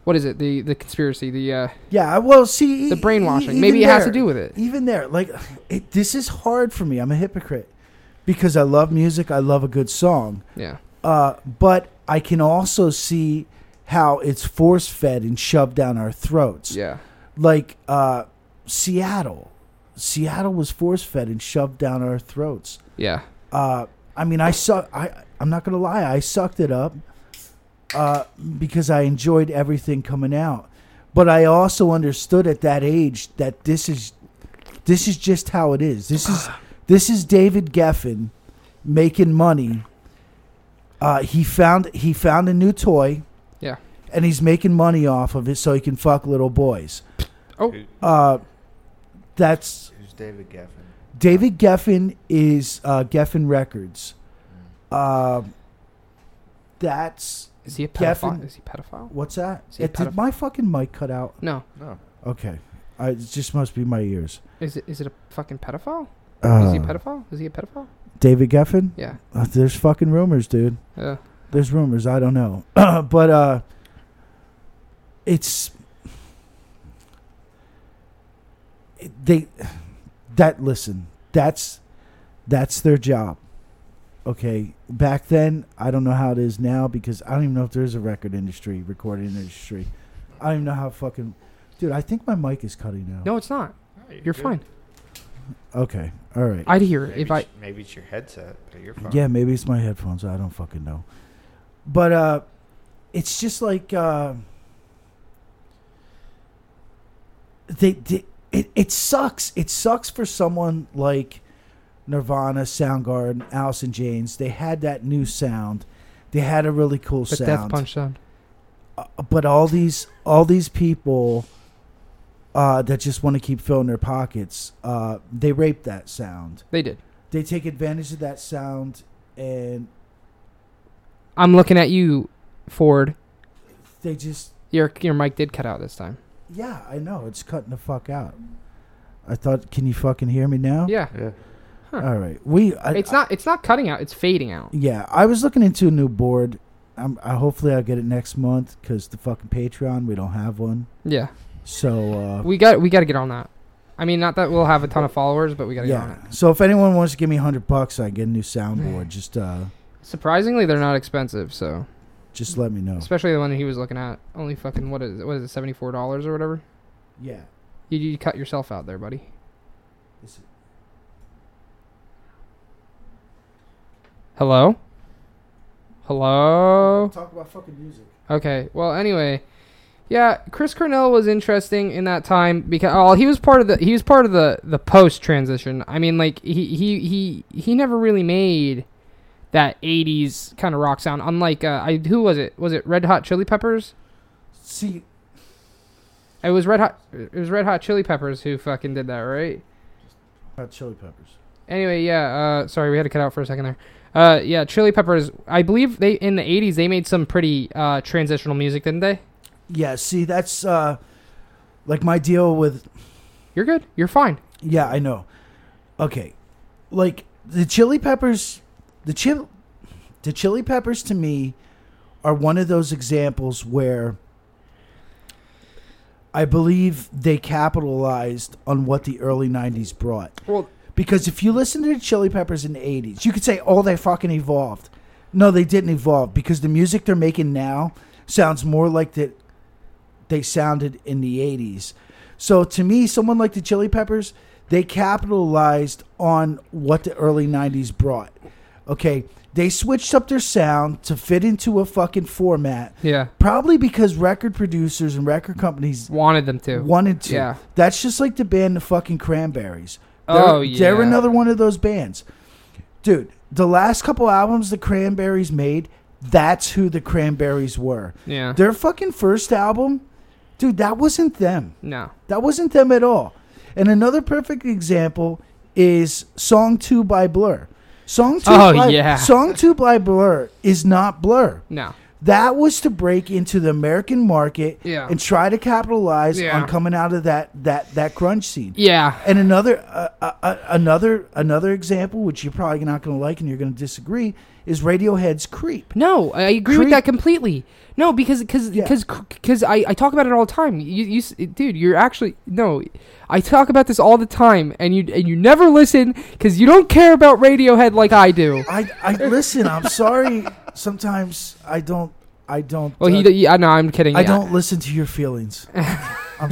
[SPEAKER 1] what is it, the the conspiracy, the uh,
[SPEAKER 2] Yeah, I- well, see, e-
[SPEAKER 1] the brainwashing.
[SPEAKER 2] e-
[SPEAKER 1] maybe it
[SPEAKER 2] even
[SPEAKER 1] has to
[SPEAKER 2] there-
[SPEAKER 1] do with it.
[SPEAKER 2] Even there, like, it, this is hard for me. I'm a hypocrite because I love music. I love a good song,
[SPEAKER 1] Yeah,
[SPEAKER 2] uh, but I can also see how it's force fed and shoved down our throats.
[SPEAKER 1] yeah.
[SPEAKER 2] like uh, Seattle. Seattle was force fed and shoved down our throats.
[SPEAKER 1] Yeah.
[SPEAKER 2] Uh, I mean, I suck. I I'm not gonna lie. I sucked it up uh, because I enjoyed everything coming out, but I also understood at that age that this is this is just how it is. This is this is David Geffen making money. Uh, he found he found a new toy.
[SPEAKER 1] Yeah.
[SPEAKER 2] And he's making money off of it so he can fuck little boys.
[SPEAKER 3] Who-
[SPEAKER 2] Uh, that's
[SPEAKER 3] who's David Geffen?
[SPEAKER 2] David Geffen is uh, Geffen Records. Uh, that's
[SPEAKER 1] Is he a pedophile?
[SPEAKER 2] Geffen-
[SPEAKER 1] Is he pedophile?
[SPEAKER 2] what's that?
[SPEAKER 1] Is he a
[SPEAKER 2] It, did
[SPEAKER 1] pedophile?
[SPEAKER 2] my fucking mic cut out?
[SPEAKER 1] No.
[SPEAKER 3] No,
[SPEAKER 2] Okay, I, it just must be my ears.
[SPEAKER 1] Is it is it a fucking pedophile?
[SPEAKER 2] Uh,
[SPEAKER 1] is he a pedophile? Is he a pedophile?
[SPEAKER 2] David Geffen?
[SPEAKER 1] Yeah.
[SPEAKER 2] Uh, there's fucking rumors, dude.
[SPEAKER 1] Uh,
[SPEAKER 2] There's rumors. I don't know, but uh, it's it- they that listen that's that's their job okay back then i don't know how it is now because i don't even know if there's a record industry recording industry i don't even know how fucking dude i think my mic is cutting now
[SPEAKER 1] No, it's not. You're
[SPEAKER 3] good.
[SPEAKER 1] fine.
[SPEAKER 2] okay all right
[SPEAKER 1] I'd hear it
[SPEAKER 3] Maybe,
[SPEAKER 1] if I.
[SPEAKER 3] it's, maybe it's your headset, but you're fine.
[SPEAKER 2] Yeah, maybe it's my headphones. I don't fucking know. But uh it's just like uh they, they it it sucks. It sucks for someone like Nirvana, Soundgarden, Alice in Chains. They had that new sound. They had a really cool
[SPEAKER 1] But
[SPEAKER 2] sound
[SPEAKER 1] Death Punch sound.
[SPEAKER 2] uh, but all these all these people uh, that just want to keep filling their pockets, uh, they rape that sound.
[SPEAKER 1] They did.
[SPEAKER 2] They take advantage of that sound, and
[SPEAKER 1] I'm looking at you, Ford.
[SPEAKER 2] they just
[SPEAKER 1] Your your mic did cut out this time.
[SPEAKER 2] yeah, I know it's cutting the fuck out. I thought, can you fucking hear me now?
[SPEAKER 1] Yeah,
[SPEAKER 3] Yeah.
[SPEAKER 1] Yeah.
[SPEAKER 2] All right, we. Oh. I,
[SPEAKER 1] it's not it's not cutting out. It's fading out.
[SPEAKER 2] Yeah, I was looking into a new board. I'm, I hopefully I'll get it next month because the fucking Patreon we don't have one.
[SPEAKER 1] Yeah,
[SPEAKER 2] So uh,
[SPEAKER 1] we got we got to get on that. I mean, not that we'll have a ton of followers, but we got to get on it.
[SPEAKER 2] yeah. So if anyone wants to give me a hundred bucks, I can get a new soundboard. Just uh,
[SPEAKER 1] Surprisingly, they're not expensive. So,
[SPEAKER 2] just let me know.
[SPEAKER 1] especially the one that he was looking at, only fucking what is it? What is it? Seventy four dollars or whatever.
[SPEAKER 2] Yeah.
[SPEAKER 1] You, you cut yourself out there, buddy.
[SPEAKER 2] Is it-
[SPEAKER 1] Hello. Hello.
[SPEAKER 2] Talk about fucking music.
[SPEAKER 1] Okay. Well, anyway, yeah, Chris Cornell was interesting in that time because well, he was part of the he was part of the the post transition. I mean, like he he he he never really made that '80s kind of rock sound. Unlike uh, I who was it? Was it Red Hot Chili Peppers?
[SPEAKER 2] See,
[SPEAKER 1] It was Red Hot. It was Red Hot Chili Peppers who fucking did that, right?
[SPEAKER 2] about Chili Peppers.
[SPEAKER 1] Anyway, yeah. Uh, sorry, we had to cut out for a second there. Uh, yeah, Chili Peppers. I believe they in the '80s they made some pretty uh, transitional music, didn't they?
[SPEAKER 2] Yeah. See, that's uh, like my deal with.
[SPEAKER 1] You're good. You're fine.
[SPEAKER 2] Yeah, I know. Okay, like the Chili Peppers, the chil, the Chili Peppers to me are one of those examples where I believe they capitalized on what the early '90s brought.
[SPEAKER 1] Well,
[SPEAKER 2] Because if you listen to the Chili Peppers in the 80s, you could say, oh, they fucking evolved. No, they didn't evolve because the music they're making now sounds more like that they sounded in the 80s. So to me, someone like the Chili Peppers, they capitalized on what the early 90s brought. Okay, they switched up their sound to fit into a fucking format,
[SPEAKER 1] yeah.
[SPEAKER 2] probably because record producers and record companies
[SPEAKER 1] Wanted them to.
[SPEAKER 2] wanted to.
[SPEAKER 1] Yeah.
[SPEAKER 2] That's just like the band the fucking Cranberries. They're,
[SPEAKER 1] Oh, yeah.
[SPEAKER 2] They're another one of those bands. Dude, the last couple albums the Cranberries made, that's who the Cranberries were.
[SPEAKER 1] Yeah.
[SPEAKER 2] Their fucking first album, dude, that wasn't them.
[SPEAKER 1] no.
[SPEAKER 2] That wasn't them at all. And another perfect example is Song 2 by Blur. Song 2
[SPEAKER 1] Oh,
[SPEAKER 2] by,
[SPEAKER 1] yeah.
[SPEAKER 2] Song 2 by Blur is not Blur.
[SPEAKER 1] No.
[SPEAKER 2] That was to break into the American market
[SPEAKER 1] Yeah.
[SPEAKER 2] and try to capitalize
[SPEAKER 1] Yeah.
[SPEAKER 2] on coming out of that that that grunge scene.
[SPEAKER 1] Yeah.
[SPEAKER 2] And another uh, uh, uh, another another example, which you're probably not going to like and you're going to disagree, is Radiohead's "Creep."
[SPEAKER 1] No, I agree with
[SPEAKER 2] Creep-
[SPEAKER 1] that completely. No, because because
[SPEAKER 2] Yeah.
[SPEAKER 1] because because I, I talk about it all the time. You, you s- dude, you're actually no. I talk about this all the time, and you and you never listen because you don't care about Radiohead like I do.
[SPEAKER 2] I, I listen. I'm sorry. Sometimes I don't. I don't.
[SPEAKER 1] Well,
[SPEAKER 2] uh,
[SPEAKER 1] he. d- Yeah, no, I'm kidding.
[SPEAKER 2] I
[SPEAKER 1] yeah.
[SPEAKER 2] don't listen to your feelings. I'm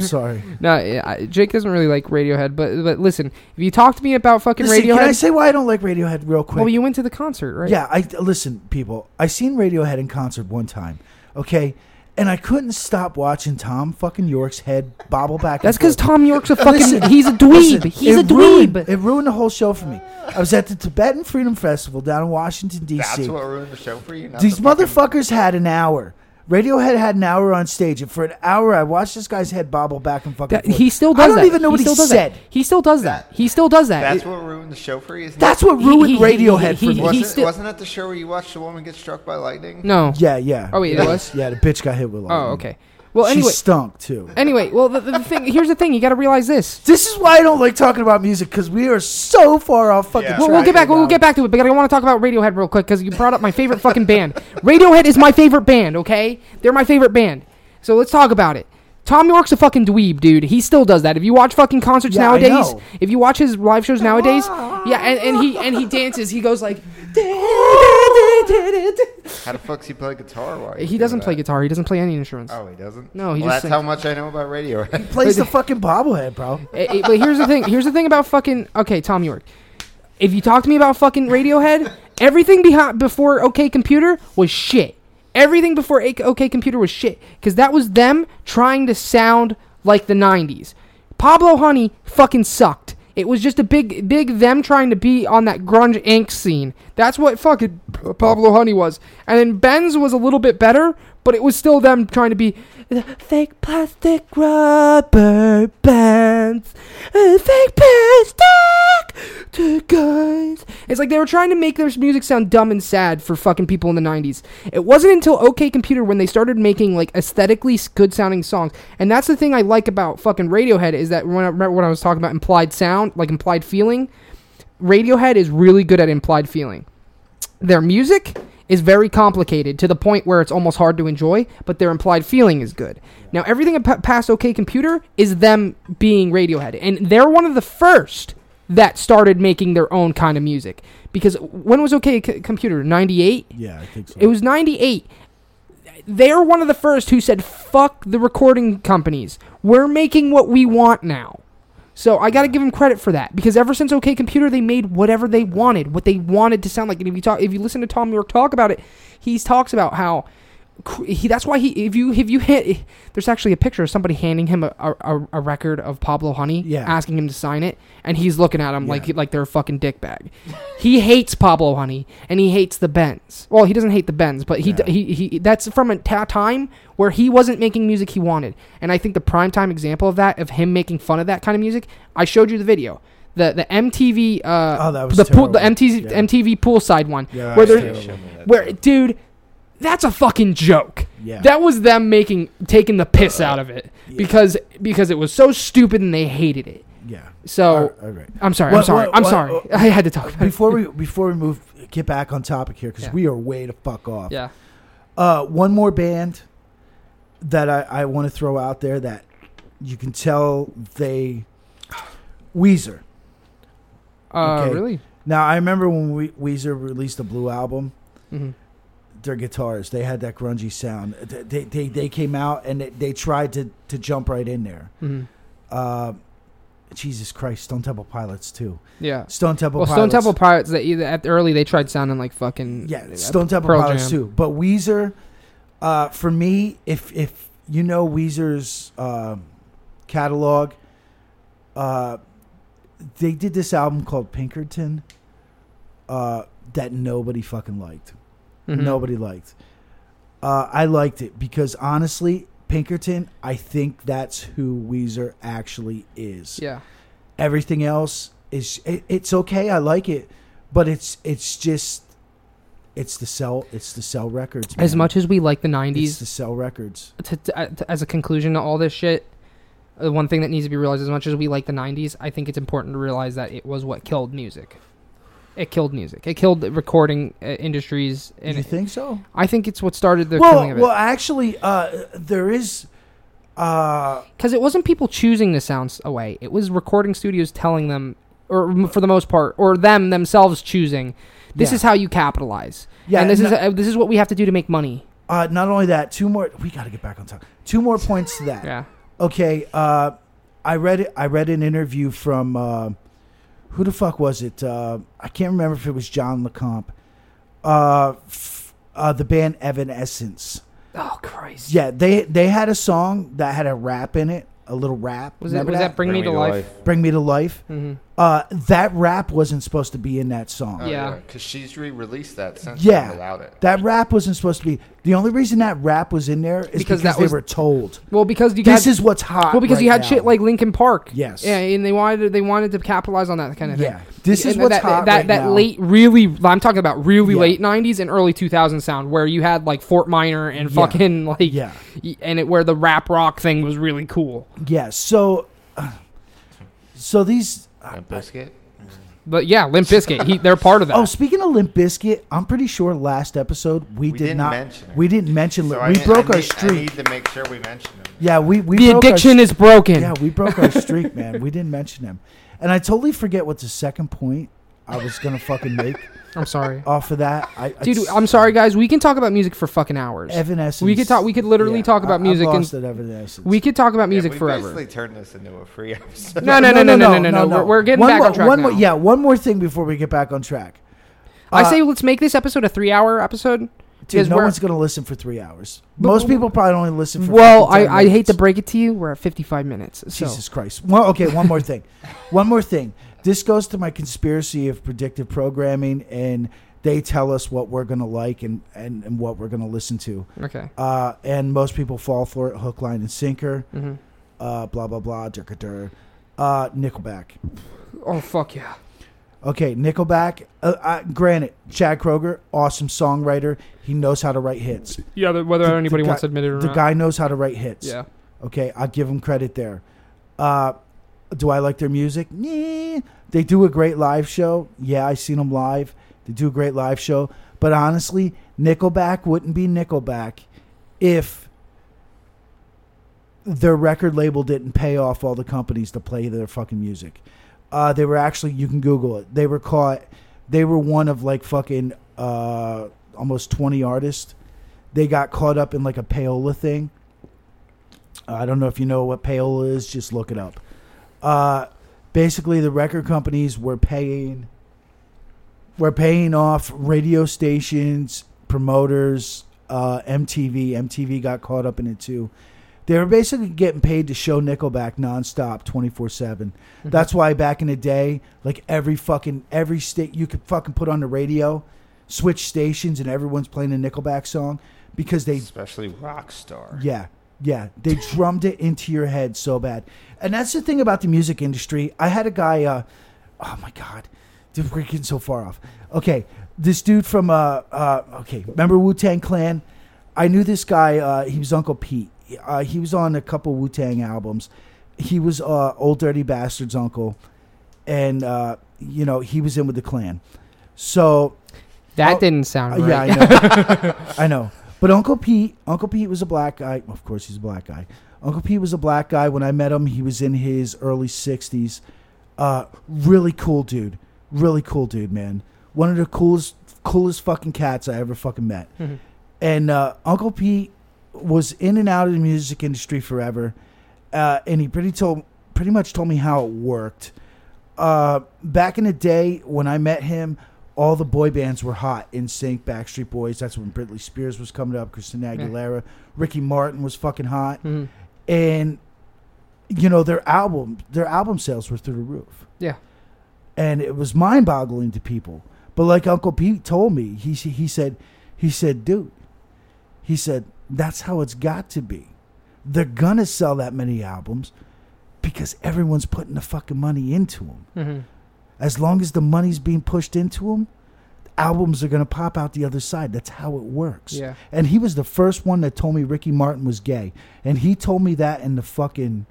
[SPEAKER 2] sorry.
[SPEAKER 1] No, yeah, I- Jake doesn't really like Radiohead, but but listen, if you talk to me about fucking
[SPEAKER 2] Listen,
[SPEAKER 1] Radiohead,
[SPEAKER 2] can I say why I don't like Radiohead real quick?
[SPEAKER 1] well, you went to the concert, right?
[SPEAKER 2] Yeah, I listen, people. I seen Radiohead in concert one time, okay, and I couldn't stop watching Tom fucking York's head bobble back.
[SPEAKER 1] That's
[SPEAKER 2] and
[SPEAKER 1] because
[SPEAKER 2] forth.
[SPEAKER 1] Tom York's a fucking.
[SPEAKER 2] Uh, Listen,
[SPEAKER 1] he's a dweeb.
[SPEAKER 2] Listen,
[SPEAKER 1] he's a
[SPEAKER 2] it
[SPEAKER 1] dweeb.
[SPEAKER 2] Ruined, it ruined the whole show for me. I was at the Tibetan Freedom Festival down in Washington D.C.
[SPEAKER 3] That's what ruined the show for you. Not
[SPEAKER 2] These
[SPEAKER 3] the fucking-
[SPEAKER 2] motherfuckers had an hour. Radiohead had an hour on stage, and for an hour, I watched this guy's head bobble back and fucking.
[SPEAKER 1] That-
[SPEAKER 2] forth.
[SPEAKER 1] he still does
[SPEAKER 2] I don't
[SPEAKER 1] that.
[SPEAKER 2] even know what he
[SPEAKER 1] still does
[SPEAKER 2] said.
[SPEAKER 1] That. He still does that. He still does that.
[SPEAKER 3] That's what ruined the show for you. Isn't
[SPEAKER 2] That's what
[SPEAKER 1] He-
[SPEAKER 2] ruined
[SPEAKER 1] he- he-
[SPEAKER 2] Radiohead
[SPEAKER 1] he-
[SPEAKER 2] for
[SPEAKER 1] he-
[SPEAKER 2] me.
[SPEAKER 3] It, wasn't,
[SPEAKER 1] still-
[SPEAKER 3] wasn't that the show where you watched the woman get struck by lightning?
[SPEAKER 1] no.
[SPEAKER 2] yeah, yeah.
[SPEAKER 1] Oh, wait, it
[SPEAKER 2] yeah,
[SPEAKER 1] was?
[SPEAKER 2] Yeah, the bitch got hit with. Lightning.
[SPEAKER 1] Oh, okay. Well, anyway,
[SPEAKER 2] she stunk too.
[SPEAKER 1] anyway. Well, the, the thing here's the thing. You got to realize this.
[SPEAKER 2] This is why I don't like talking about music because we are so far off fucking.
[SPEAKER 3] Yeah.
[SPEAKER 1] We'll,
[SPEAKER 2] track
[SPEAKER 1] we'll get
[SPEAKER 2] right
[SPEAKER 1] back. We'll
[SPEAKER 2] now.
[SPEAKER 1] get back to it. But I want to talk about Radiohead real quick because you brought up my favorite fucking band. Radiohead is my favorite band. Okay, they're my favorite band. So let's talk about it. Tom York's a fucking dweeb, dude. He still does that. If you watch fucking concerts
[SPEAKER 2] Yeah, I
[SPEAKER 1] nowadays,
[SPEAKER 2] know.
[SPEAKER 1] if you watch his live shows nowadays, yeah, and, and he and he dances. He goes like, he
[SPEAKER 3] How the fuck's he play guitar? While he's doing
[SPEAKER 1] doesn't play
[SPEAKER 3] that?
[SPEAKER 1] guitar. He doesn't play any instruments.
[SPEAKER 3] Oh, he doesn't.
[SPEAKER 1] No, he
[SPEAKER 3] well,
[SPEAKER 1] just
[SPEAKER 3] that's how
[SPEAKER 1] sings.
[SPEAKER 3] much I know about radio.
[SPEAKER 2] Plays the fucking bobblehead, bro.
[SPEAKER 1] Eh, eh, but here's the thing. Here's the thing about fucking okay, Tom York. If you talk to me about fucking Radiohead, everything behind before OK Computer was shit. Everything before A- OK Computer was shit because that was them trying to sound like the '90s. Pablo Honey fucking sucked. It was just a big, big them trying to be on that grunge ink scene. That's what fucking P- Pablo Honey was. And then Benz was a little bit better, but it was still them trying to be fake plastic rubber bands, and fake plastic to guys. It's like they were trying to make their music sound dumb and sad for fucking people in the '90s. It wasn't until OK Computer when they started making like aesthetically good sounding songs, and that's the thing I like about fucking Radiohead is that when I remember when I was talking about implied sound, like implied feeling, Radiohead is really good at implied feeling their music is very complicated to the point where it's almost hard to enjoy, but their implied feeling is good. Now, everything ab- past OK Computer is them being Radiohead, and they're one of the first that started making their own kind of music. Because when was OK C- Computer? 98?
[SPEAKER 2] Yeah, I think so.
[SPEAKER 1] It was 98. They are one of the first who said, fuck the recording companies. We're making what we want now. So I got to give them credit for that because ever since OK Computer, they made whatever they wanted, what they wanted to sound like. And if you talk, if you listen to Tom York talk about it, he talks about how cr- he, that's why he if you if you hit there's actually a picture of somebody handing him a, a, a- a record of Pablo Honey,
[SPEAKER 2] Yeah.
[SPEAKER 1] asking him to sign it, and he's looking at him like
[SPEAKER 2] Yeah.
[SPEAKER 1] he- like they're a fucking dick bag. he hates Pablo Honey and he hates the Benz. Well, he doesn't hate the Benz, but he, d
[SPEAKER 2] Yeah.
[SPEAKER 1] he he that's from a ta- time where he wasn't making music he wanted, and I think the prime time example of that of him making fun of that kind of music. I showed you the video. The, the MTV uh
[SPEAKER 2] Oh, that was
[SPEAKER 1] the pool, the
[SPEAKER 2] terrible.
[SPEAKER 1] MTV
[SPEAKER 2] Yeah.
[SPEAKER 1] MTV poolside one
[SPEAKER 2] Yeah,
[SPEAKER 1] where
[SPEAKER 2] that's
[SPEAKER 1] they're
[SPEAKER 2] terrible.
[SPEAKER 1] where dude that's a fucking joke
[SPEAKER 2] Yeah.
[SPEAKER 1] that was them making taking the piss out of it because because it was so stupid and they hated it
[SPEAKER 2] yeah.
[SPEAKER 1] so
[SPEAKER 2] all right.
[SPEAKER 1] i'm sorry i'm
[SPEAKER 2] What-
[SPEAKER 1] sorry
[SPEAKER 2] what-
[SPEAKER 1] i'm
[SPEAKER 2] what-
[SPEAKER 1] sorry
[SPEAKER 2] what-
[SPEAKER 1] i had to talk about it.
[SPEAKER 2] Before we before we move get back on topic here because
[SPEAKER 1] Yeah.
[SPEAKER 2] we are way to fuck off.
[SPEAKER 1] yeah
[SPEAKER 2] Uh, one more band that I, I want to throw out there that you can tell they Weezer.
[SPEAKER 1] uh
[SPEAKER 2] Okay.
[SPEAKER 1] really
[SPEAKER 2] Now I remember when we, Weezer released the Blue album.
[SPEAKER 1] hmm
[SPEAKER 2] Their guitars, they had that grungy sound. They they, they, they came out and they, they tried to, to jump right in there.
[SPEAKER 1] hmm
[SPEAKER 2] Uh, Jesus Christ, Stone Temple Pilots too.
[SPEAKER 1] yeah
[SPEAKER 2] Stone Temple
[SPEAKER 1] well
[SPEAKER 2] Pilots.
[SPEAKER 1] stone temple pirates they either at early they tried sounding like fucking
[SPEAKER 2] Yeah,
[SPEAKER 1] uh,
[SPEAKER 2] Stone Temple
[SPEAKER 1] Pearl Jam.
[SPEAKER 2] Pilots too. But Weezer, uh, for me, if if you know Weezer's um catalog, uh, they did this album called Pinkerton, uh, that nobody fucking liked.
[SPEAKER 1] Mhm.
[SPEAKER 2] Nobody liked. Uh, I liked it because honestly, Pinkerton, I think that's who Weezer actually is
[SPEAKER 1] yeah
[SPEAKER 2] everything else is it, it's okay i like it but it's it's just it's the sell it's the sell records
[SPEAKER 1] as
[SPEAKER 2] man.
[SPEAKER 1] much as we like the
[SPEAKER 2] it's
[SPEAKER 1] 90s
[SPEAKER 2] the sell records
[SPEAKER 1] to, to, uh, to- as a conclusion to all this shit, the one thing that needs to be realized as much as we like the 90s, I think it's important to realize that it was what killed music. It killed music. It killed the recording uh, industries. And
[SPEAKER 2] you
[SPEAKER 1] it-
[SPEAKER 2] think so
[SPEAKER 1] I think it's what started the
[SPEAKER 2] well
[SPEAKER 1] killing of
[SPEAKER 2] well
[SPEAKER 1] it.
[SPEAKER 2] actually uh there is uh
[SPEAKER 1] Because it wasn't people choosing to sound s- away, it was recording studios telling them, or m- for the most part, or them themselves choosing, this
[SPEAKER 2] Yeah.
[SPEAKER 1] is how you capitalize.
[SPEAKER 2] Yeah,
[SPEAKER 1] and this, is,
[SPEAKER 2] no-
[SPEAKER 1] uh, this is what we have to do to make money.
[SPEAKER 2] uh not only that two more we got to get back on top two more points to that
[SPEAKER 1] Yeah.
[SPEAKER 2] okay uh i read it i read an interview from uh who the fuck was it uh i can't remember if it was john lecomp uh f- uh the band evanescence
[SPEAKER 1] Oh, Christ.
[SPEAKER 2] Yeah, they they had a song that had a rap in it, a little rap.
[SPEAKER 1] Was, it,
[SPEAKER 2] Remember
[SPEAKER 1] was that,
[SPEAKER 2] that?
[SPEAKER 1] Bring, Me to Life?
[SPEAKER 2] Bring Me to Life?
[SPEAKER 1] hmm
[SPEAKER 2] Uh, that rap wasn't supposed to be in that song.
[SPEAKER 3] Oh,
[SPEAKER 1] Yeah.
[SPEAKER 3] yeah, because she's re-released that since
[SPEAKER 2] Yeah.
[SPEAKER 3] yeah. without it.
[SPEAKER 2] That rap wasn't supposed to be. The only reason that rap was in there is
[SPEAKER 1] Because
[SPEAKER 2] because,
[SPEAKER 1] that
[SPEAKER 2] they
[SPEAKER 1] was-
[SPEAKER 2] were told
[SPEAKER 1] Well, because you
[SPEAKER 2] this
[SPEAKER 1] got-
[SPEAKER 2] is what's hot.
[SPEAKER 1] Well, because
[SPEAKER 2] right
[SPEAKER 1] you had
[SPEAKER 2] now."
[SPEAKER 1] shit like Lincoln Park.
[SPEAKER 2] Yes.
[SPEAKER 1] Yeah, and they wanted to, they wanted to capitalize on that kind of thing.
[SPEAKER 2] Yeah. This is
[SPEAKER 1] And
[SPEAKER 2] what's
[SPEAKER 1] that,
[SPEAKER 2] hot
[SPEAKER 1] That
[SPEAKER 2] right
[SPEAKER 1] that
[SPEAKER 2] now.
[SPEAKER 1] late, really, I'm talking about really
[SPEAKER 2] Yeah.
[SPEAKER 1] late '90s and early 2000s sound, where you had like Fort Minor and
[SPEAKER 2] Yeah.
[SPEAKER 1] fucking like
[SPEAKER 2] Yeah.
[SPEAKER 1] y- and it where the rap rock thing was really cool.
[SPEAKER 2] yeah. So, uh, so these
[SPEAKER 3] Limp Bizkit?
[SPEAKER 1] but yeah, Limp Bizkit. He, they're part of that.
[SPEAKER 2] Oh, speaking of Limp Biscuit, I'm pretty sure last episode we, did
[SPEAKER 3] We didn't
[SPEAKER 2] not
[SPEAKER 3] mention it.
[SPEAKER 2] we didn't mention
[SPEAKER 3] So
[SPEAKER 2] Lim-
[SPEAKER 3] I
[SPEAKER 2] we
[SPEAKER 3] need- I
[SPEAKER 2] broke our
[SPEAKER 3] need- I
[SPEAKER 2] streak.
[SPEAKER 3] need to make sure we mention him.
[SPEAKER 2] Yeah, we we
[SPEAKER 1] the
[SPEAKER 2] broke our
[SPEAKER 1] addiction is broken.
[SPEAKER 2] Yeah, we broke our streak, man. We didn't mention him. And I totally forget what the second point I was going to fucking make
[SPEAKER 1] I'm sorry,
[SPEAKER 2] off of that. I,
[SPEAKER 1] dude. I'm sorry, guys. We can talk about music for fucking hours.
[SPEAKER 2] Evanescence.
[SPEAKER 1] We could talk- we could literally
[SPEAKER 2] yeah,
[SPEAKER 1] talk
[SPEAKER 2] I-
[SPEAKER 1] about
[SPEAKER 2] I'm
[SPEAKER 1] music and-
[SPEAKER 2] lost at Evanescence.
[SPEAKER 1] We could talk about
[SPEAKER 3] Yeah,
[SPEAKER 1] music
[SPEAKER 3] we
[SPEAKER 1] forever.
[SPEAKER 3] basically turned this into a free episode.
[SPEAKER 1] No, no, no, no, no, no, no, We're, we're getting
[SPEAKER 2] one
[SPEAKER 1] back
[SPEAKER 2] more,
[SPEAKER 1] on track
[SPEAKER 2] one
[SPEAKER 1] now.
[SPEAKER 2] More, yeah, one more thing before we get back on track.
[SPEAKER 1] I
[SPEAKER 2] Uh,
[SPEAKER 1] say let's make this episode a three-hour episode.
[SPEAKER 2] dude,
[SPEAKER 1] because
[SPEAKER 2] no
[SPEAKER 1] we're-
[SPEAKER 2] one's going to listen for three hours.
[SPEAKER 1] But-
[SPEAKER 2] Most people probably only listen for.
[SPEAKER 1] Well,
[SPEAKER 2] fucking
[SPEAKER 1] I,
[SPEAKER 2] 10
[SPEAKER 1] I hate
[SPEAKER 2] minutes.
[SPEAKER 1] to break it to you, we're at 55 minutes. So.
[SPEAKER 2] Jesus Christ. Well, okay, one more thing. one more thing. This goes to my conspiracy of predictive programming, and they tell us what we're going to like and, and, and what we're going to listen to.
[SPEAKER 1] Okay.
[SPEAKER 2] Uh, and most people fall for it hook, line, and sinker.
[SPEAKER 1] Mhm.
[SPEAKER 2] Uh, blah, blah, blah, dirka, dir. Uh, Nickelback.
[SPEAKER 1] Oh fuck yeah.
[SPEAKER 2] Okay, Nickelback. Uh, uh, granted, Chad Kroger, awesome songwriter. He knows how to write hits.
[SPEAKER 1] Yeah, whether
[SPEAKER 2] The- the anybody wants guy- to
[SPEAKER 1] admit it or
[SPEAKER 2] The guy knows how to write hits.
[SPEAKER 1] Yeah.
[SPEAKER 2] Okay, I give them credit there. Uh, do I like their music? Nah. They do a great live show. Yeah, I seen them live. They do a great live show. But honestly, Nickelback wouldn't be Nickelback if their record label didn't pay off all the companies to play their fucking music. Uh, they were actually, you can Google it. They were caught. They were one of like fucking uh, almost twenty artists. They got caught up in like a payola thing. I don't know if you know what payola is. Just look it up. Uh, basically, the record companies were paying were paying off radio stations, promoters, uh, MTV. MTV got caught up in it too. They were basically getting paid to show Nickelback nonstop, twenty four seven. That's why back in the day, like every fucking every state you could fucking put on the radio, switch stations, and everyone's playing a Nickelback song because they
[SPEAKER 3] Especially rock star.
[SPEAKER 2] yeah, yeah. They drummed it into your head so bad. And that's the thing about the music industry. I had a guy. Uh, oh my god, dude, we're getting so far off. Okay, this dude from uh, uh okay, remember Wu Tang Clan? I knew this guy. Uh, he was Uncle Pete. Uh, he was on a couple Wu Tang albums. He was uh, Old Dirty Bastard's uncle, and uh, you know he was in with the Clan. So
[SPEAKER 1] That
[SPEAKER 2] Oh,
[SPEAKER 1] didn't sound
[SPEAKER 2] uh,
[SPEAKER 1] right.
[SPEAKER 2] yeah, I know. I know. But Uncle Pete, Uncle Pete was a black guy. Of course, he's a black guy. Uncle Pete was a black guy. When I met him, he was in his early sixties. Uh, really cool dude. Really cool dude, man. One of the coolest, coolest fucking cats I ever fucking met.
[SPEAKER 1] Mhm.
[SPEAKER 2] And uh, Uncle Pete was in and out of the music industry forever, uh, and he pretty told pretty much told me how it worked. Uh, back in the day when I met him, all the boy bands were hot in sync, Backstreet Boys. That's when Britney Spears was coming up, Christina
[SPEAKER 1] Yeah.
[SPEAKER 2] Aguilera, Ricky Martin was fucking hot,
[SPEAKER 1] Mhm.
[SPEAKER 2] and you know their album their album sales were through the roof
[SPEAKER 1] Yeah.
[SPEAKER 2] and it was mind boggling to people. But like Uncle Pete told me, he s- he said, he said, dude, he said that's how it's got to be. They're gonna sell that many albums because everyone's putting the fucking money into them.
[SPEAKER 1] Mhm.
[SPEAKER 2] As long as the money's being pushed into them, albums are gonna pop out the other side. That's how it works.
[SPEAKER 1] Yeah.
[SPEAKER 2] And he was the first one that told me Ricky Martin was gay, and he told me that in the fucking.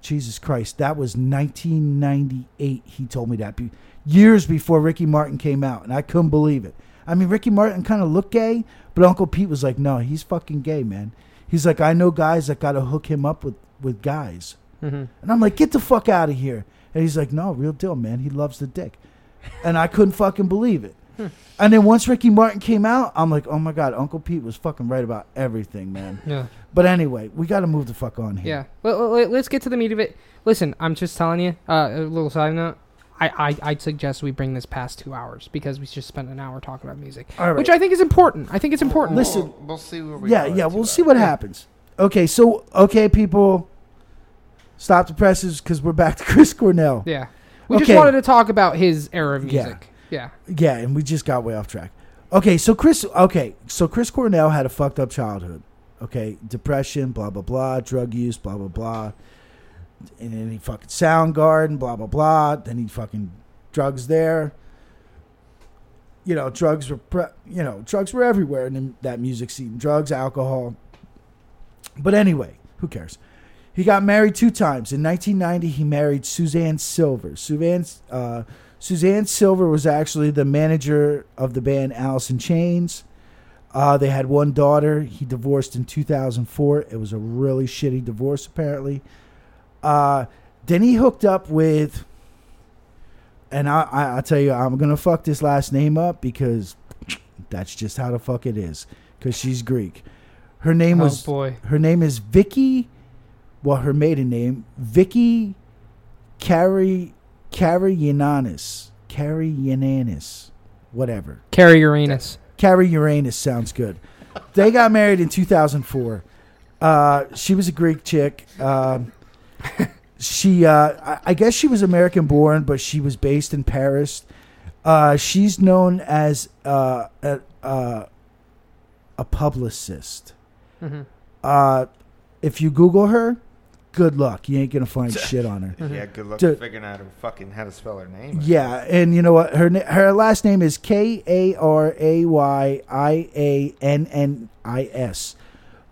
[SPEAKER 2] Jesus Christ, that was 1998. He told me that be- years before Ricky Martin came out, and I couldn't believe it. I mean, Ricky Martin kind of looked gay, but Uncle Pete was like, "No, he's fucking gay, man." He's like, "I know guys that got to hook him up with with guys,"
[SPEAKER 1] Mhm.
[SPEAKER 2] and I'm like, "Get the fuck out of here!" And he's like, "No, real deal, man. He loves the dick," and I couldn't fucking believe it.
[SPEAKER 1] Hmm.
[SPEAKER 2] And then once Ricky Martin came out, I'm like, "Oh my god, Uncle Pete was fucking right about everything, man."
[SPEAKER 1] Yeah.
[SPEAKER 2] But anyway, we got to move the fuck on here.
[SPEAKER 1] Yeah. Well, let- let's get to the meat of it. Listen, I'm just telling you. Uh, a little side note. I, I I'd suggest we bring this past two hours because we just spent an hour talking about music,
[SPEAKER 2] All right.
[SPEAKER 1] which I think is important. I think it's important.
[SPEAKER 2] Listen,
[SPEAKER 3] We'll, we'll see where we
[SPEAKER 2] yeah,
[SPEAKER 3] go
[SPEAKER 2] yeah,
[SPEAKER 3] in two
[SPEAKER 2] we'll see
[SPEAKER 3] hours.
[SPEAKER 2] what happens. Okay, so okay, people, stop the presses because we're back to Chris Cornell.
[SPEAKER 1] Yeah. We just
[SPEAKER 2] Okay.
[SPEAKER 1] wanted to talk about his era of
[SPEAKER 2] Yeah.
[SPEAKER 1] music. Yeah.
[SPEAKER 2] Yeah, and we just got way off track. Okay, so Chris, okay, so Chris Cornell had a fucked up childhood. Okay, depression, blah blah blah, drug use, blah blah blah, and then he fucking Soundgarden, blah blah blah. Then he fucking drugs there. You know, drugs were pre- you know drugs were everywhere in that music scene. Drugs, alcohol. But anyway, who cares? He got married two times. In 1990, he married Suzanne Silver. Suzanne, uh, Suzanne Silver was actually the manager of the band Alice in Chains. Uh, they had one daughter. He divorced in 2004. It was a really shitty divorce, apparently. Uh, then he hooked up with, and I, I, I tell you, I'm gonna fuck this last name up because that's just how the fuck it is. Because she's Greek. Her name
[SPEAKER 1] oh
[SPEAKER 2] was
[SPEAKER 1] boy.
[SPEAKER 2] her name is Vicky. Well, her maiden name Vicky Carrie Carrie Yananis. Carrie Yananis. Whatever.
[SPEAKER 1] Carrie Uranus.
[SPEAKER 2] Carrie Uranus sounds good. They got married in 2004. Uh, she was a Greek chick. Um, she, uh, I- I guess, she was American born, but she was based in Paris. Uh, she's known as uh, a, uh, a publicist.
[SPEAKER 1] Mhm.
[SPEAKER 2] Uh, if you Google her, good luck. You ain't gonna find shit on her.
[SPEAKER 3] Yeah, good luck
[SPEAKER 2] Dude.
[SPEAKER 3] figuring out fucking how to spell her name.
[SPEAKER 2] Yeah, and you know what? Her na- her last name is K A R A Y I A N N I S.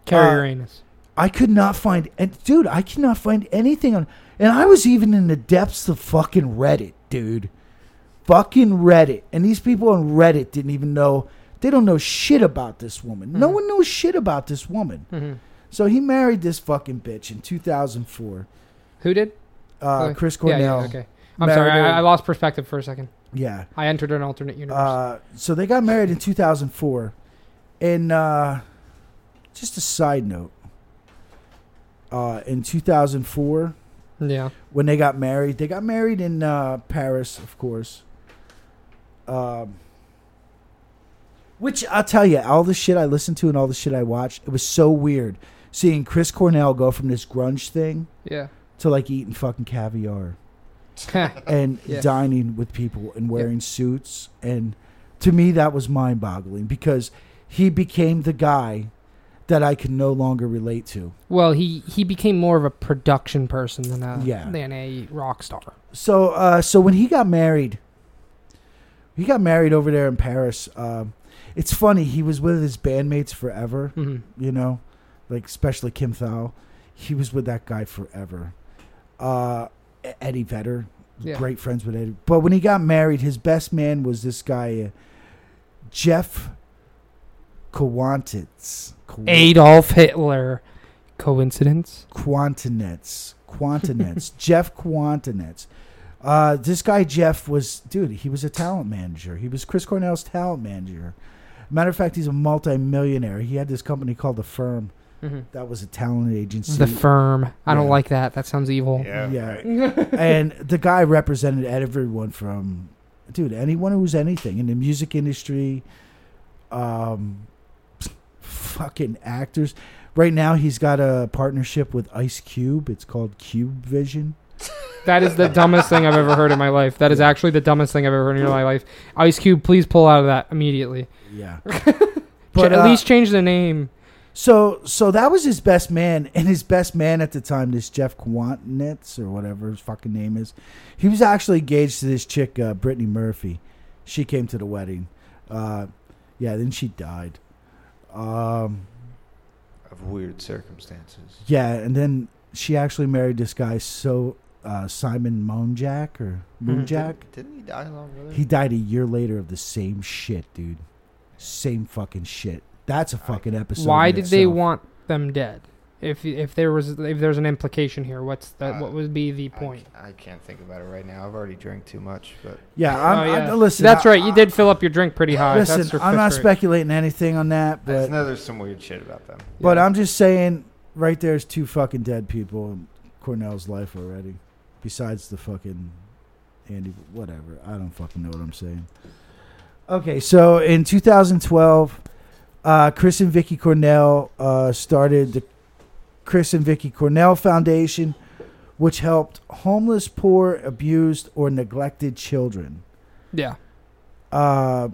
[SPEAKER 1] Carrie
[SPEAKER 2] Uh,
[SPEAKER 1] Uranus.
[SPEAKER 2] I could not find, and dude, I could not find anything on. And I was even in the depths of fucking Reddit, dude. Fucking Reddit, and these people on Reddit didn't even know. They don't know shit about this woman. No one knows shit about this woman.
[SPEAKER 1] hmm
[SPEAKER 2] So he married this fucking bitch in 2004.
[SPEAKER 1] Who did?
[SPEAKER 2] Uh,
[SPEAKER 1] Okay.
[SPEAKER 2] Chris
[SPEAKER 1] Yeah,
[SPEAKER 2] Cornell.
[SPEAKER 1] Yeah, okay. I'm sorry.
[SPEAKER 2] married her.
[SPEAKER 1] I, I lost perspective for a second.
[SPEAKER 2] yeah.
[SPEAKER 1] I entered an alternate universe.
[SPEAKER 2] Uh, so they got married in 2004. And uh, just a side note, uh, in 2004,
[SPEAKER 1] yeah.
[SPEAKER 2] when they got married, they got married in uh, Paris, of course. Um, which I'll tell you, all the shit I listened to and all the shit I watched, it was so weird seeing Chris Cornell go from this grunge thing
[SPEAKER 1] Yeah.
[SPEAKER 2] to like eating fucking caviar and
[SPEAKER 1] Yeah.
[SPEAKER 2] dining with people and wearing suits and to me that was mind-boggling because he became the guy that I can no longer relate to.
[SPEAKER 1] well, he he became more of a production person than a
[SPEAKER 2] Yeah.
[SPEAKER 1] than a rock star.
[SPEAKER 2] So uh so when he got married he got married over there in Paris. Um it's funny he was with his bandmates forever,
[SPEAKER 1] hmm
[SPEAKER 2] you know, like especially Kim Thal. He was with that guy forever. Uh E- Eddie Vedder,
[SPEAKER 1] Yeah.
[SPEAKER 2] great friends with Eddie. But when he got married, his best man was this guy, uh, Jeff Kowantitz. Kow-
[SPEAKER 1] Adolf Hitler. Coincidence?
[SPEAKER 2] Quantinets. Quantinets. Jeff Quantinets. Uh, this guy, Jeff, was, dude, he was a talent manager. He was Chris Cornell's talent manager. Matter of fact, he's a multimillionaire. He had this company called The Firm.
[SPEAKER 1] Mhm.
[SPEAKER 2] That was a talent agency.
[SPEAKER 1] The firm. I don't
[SPEAKER 2] Yeah.
[SPEAKER 1] like that. That sounds evil.
[SPEAKER 3] Yeah.
[SPEAKER 2] Yeah.
[SPEAKER 3] right.
[SPEAKER 2] and the guy represented everyone from dude anyone who was anything in the music industry um fucking actors right now he's got a partnership with ice cube it's called cube vision
[SPEAKER 1] That is the dumbest thing I've ever heard in my life. That is
[SPEAKER 2] Yeah.
[SPEAKER 1] actually the dumbest thing I've ever heard in my life. Ice Cube, please pull out of that immediately.
[SPEAKER 2] yeah
[SPEAKER 1] But at
[SPEAKER 2] uh,
[SPEAKER 1] least change the name.
[SPEAKER 2] so so that was his best man and his best man at the time this jeff Quantnitz or whatever his fucking name is he was actually engaged to this chick uh, brittany murphy she came to the wedding uh yeah then she died um
[SPEAKER 3] Of weird circumstances.
[SPEAKER 2] Yeah, and then she actually married this guy, so uh, Simon Moonjack or
[SPEAKER 1] Hmm.
[SPEAKER 2] Moonjack.
[SPEAKER 3] Didn't, didn't he die long ago?
[SPEAKER 2] He died a year later of the same shit, dude. Same fucking shit. That's a fucking episode.
[SPEAKER 1] Why
[SPEAKER 2] in
[SPEAKER 1] did they
[SPEAKER 2] itself.
[SPEAKER 1] want them dead? If if there was if there's an implication here, what's that?
[SPEAKER 3] Uh,
[SPEAKER 1] what would be the
[SPEAKER 3] I-
[SPEAKER 1] point?
[SPEAKER 3] I, can't think about it right now. I've already drank too much, but
[SPEAKER 2] Yeah, I'm,
[SPEAKER 1] Oh, yeah.
[SPEAKER 2] I'm, listen.
[SPEAKER 1] That's
[SPEAKER 2] I-
[SPEAKER 1] right. You
[SPEAKER 2] I-
[SPEAKER 1] did fill up your drink pretty high. That's
[SPEAKER 2] Listen,
[SPEAKER 1] your
[SPEAKER 2] I'm not
[SPEAKER 1] fifth rate.
[SPEAKER 2] speculating anything on that,
[SPEAKER 3] I
[SPEAKER 2] but
[SPEAKER 3] know there's some weird shit about them.
[SPEAKER 2] but
[SPEAKER 1] Yeah.
[SPEAKER 2] I'm just saying, right there's two fucking dead people in Cornell's life already. Besides the fucking Andy, whatever. I don't fucking know what I'm saying. Okay, so in 2012, uh, Chris and Vicky Cornell uh, started the Chris and Vicky Cornell Foundation, which helped homeless, poor, abused, or neglected children.
[SPEAKER 1] Yeah,
[SPEAKER 2] Uh,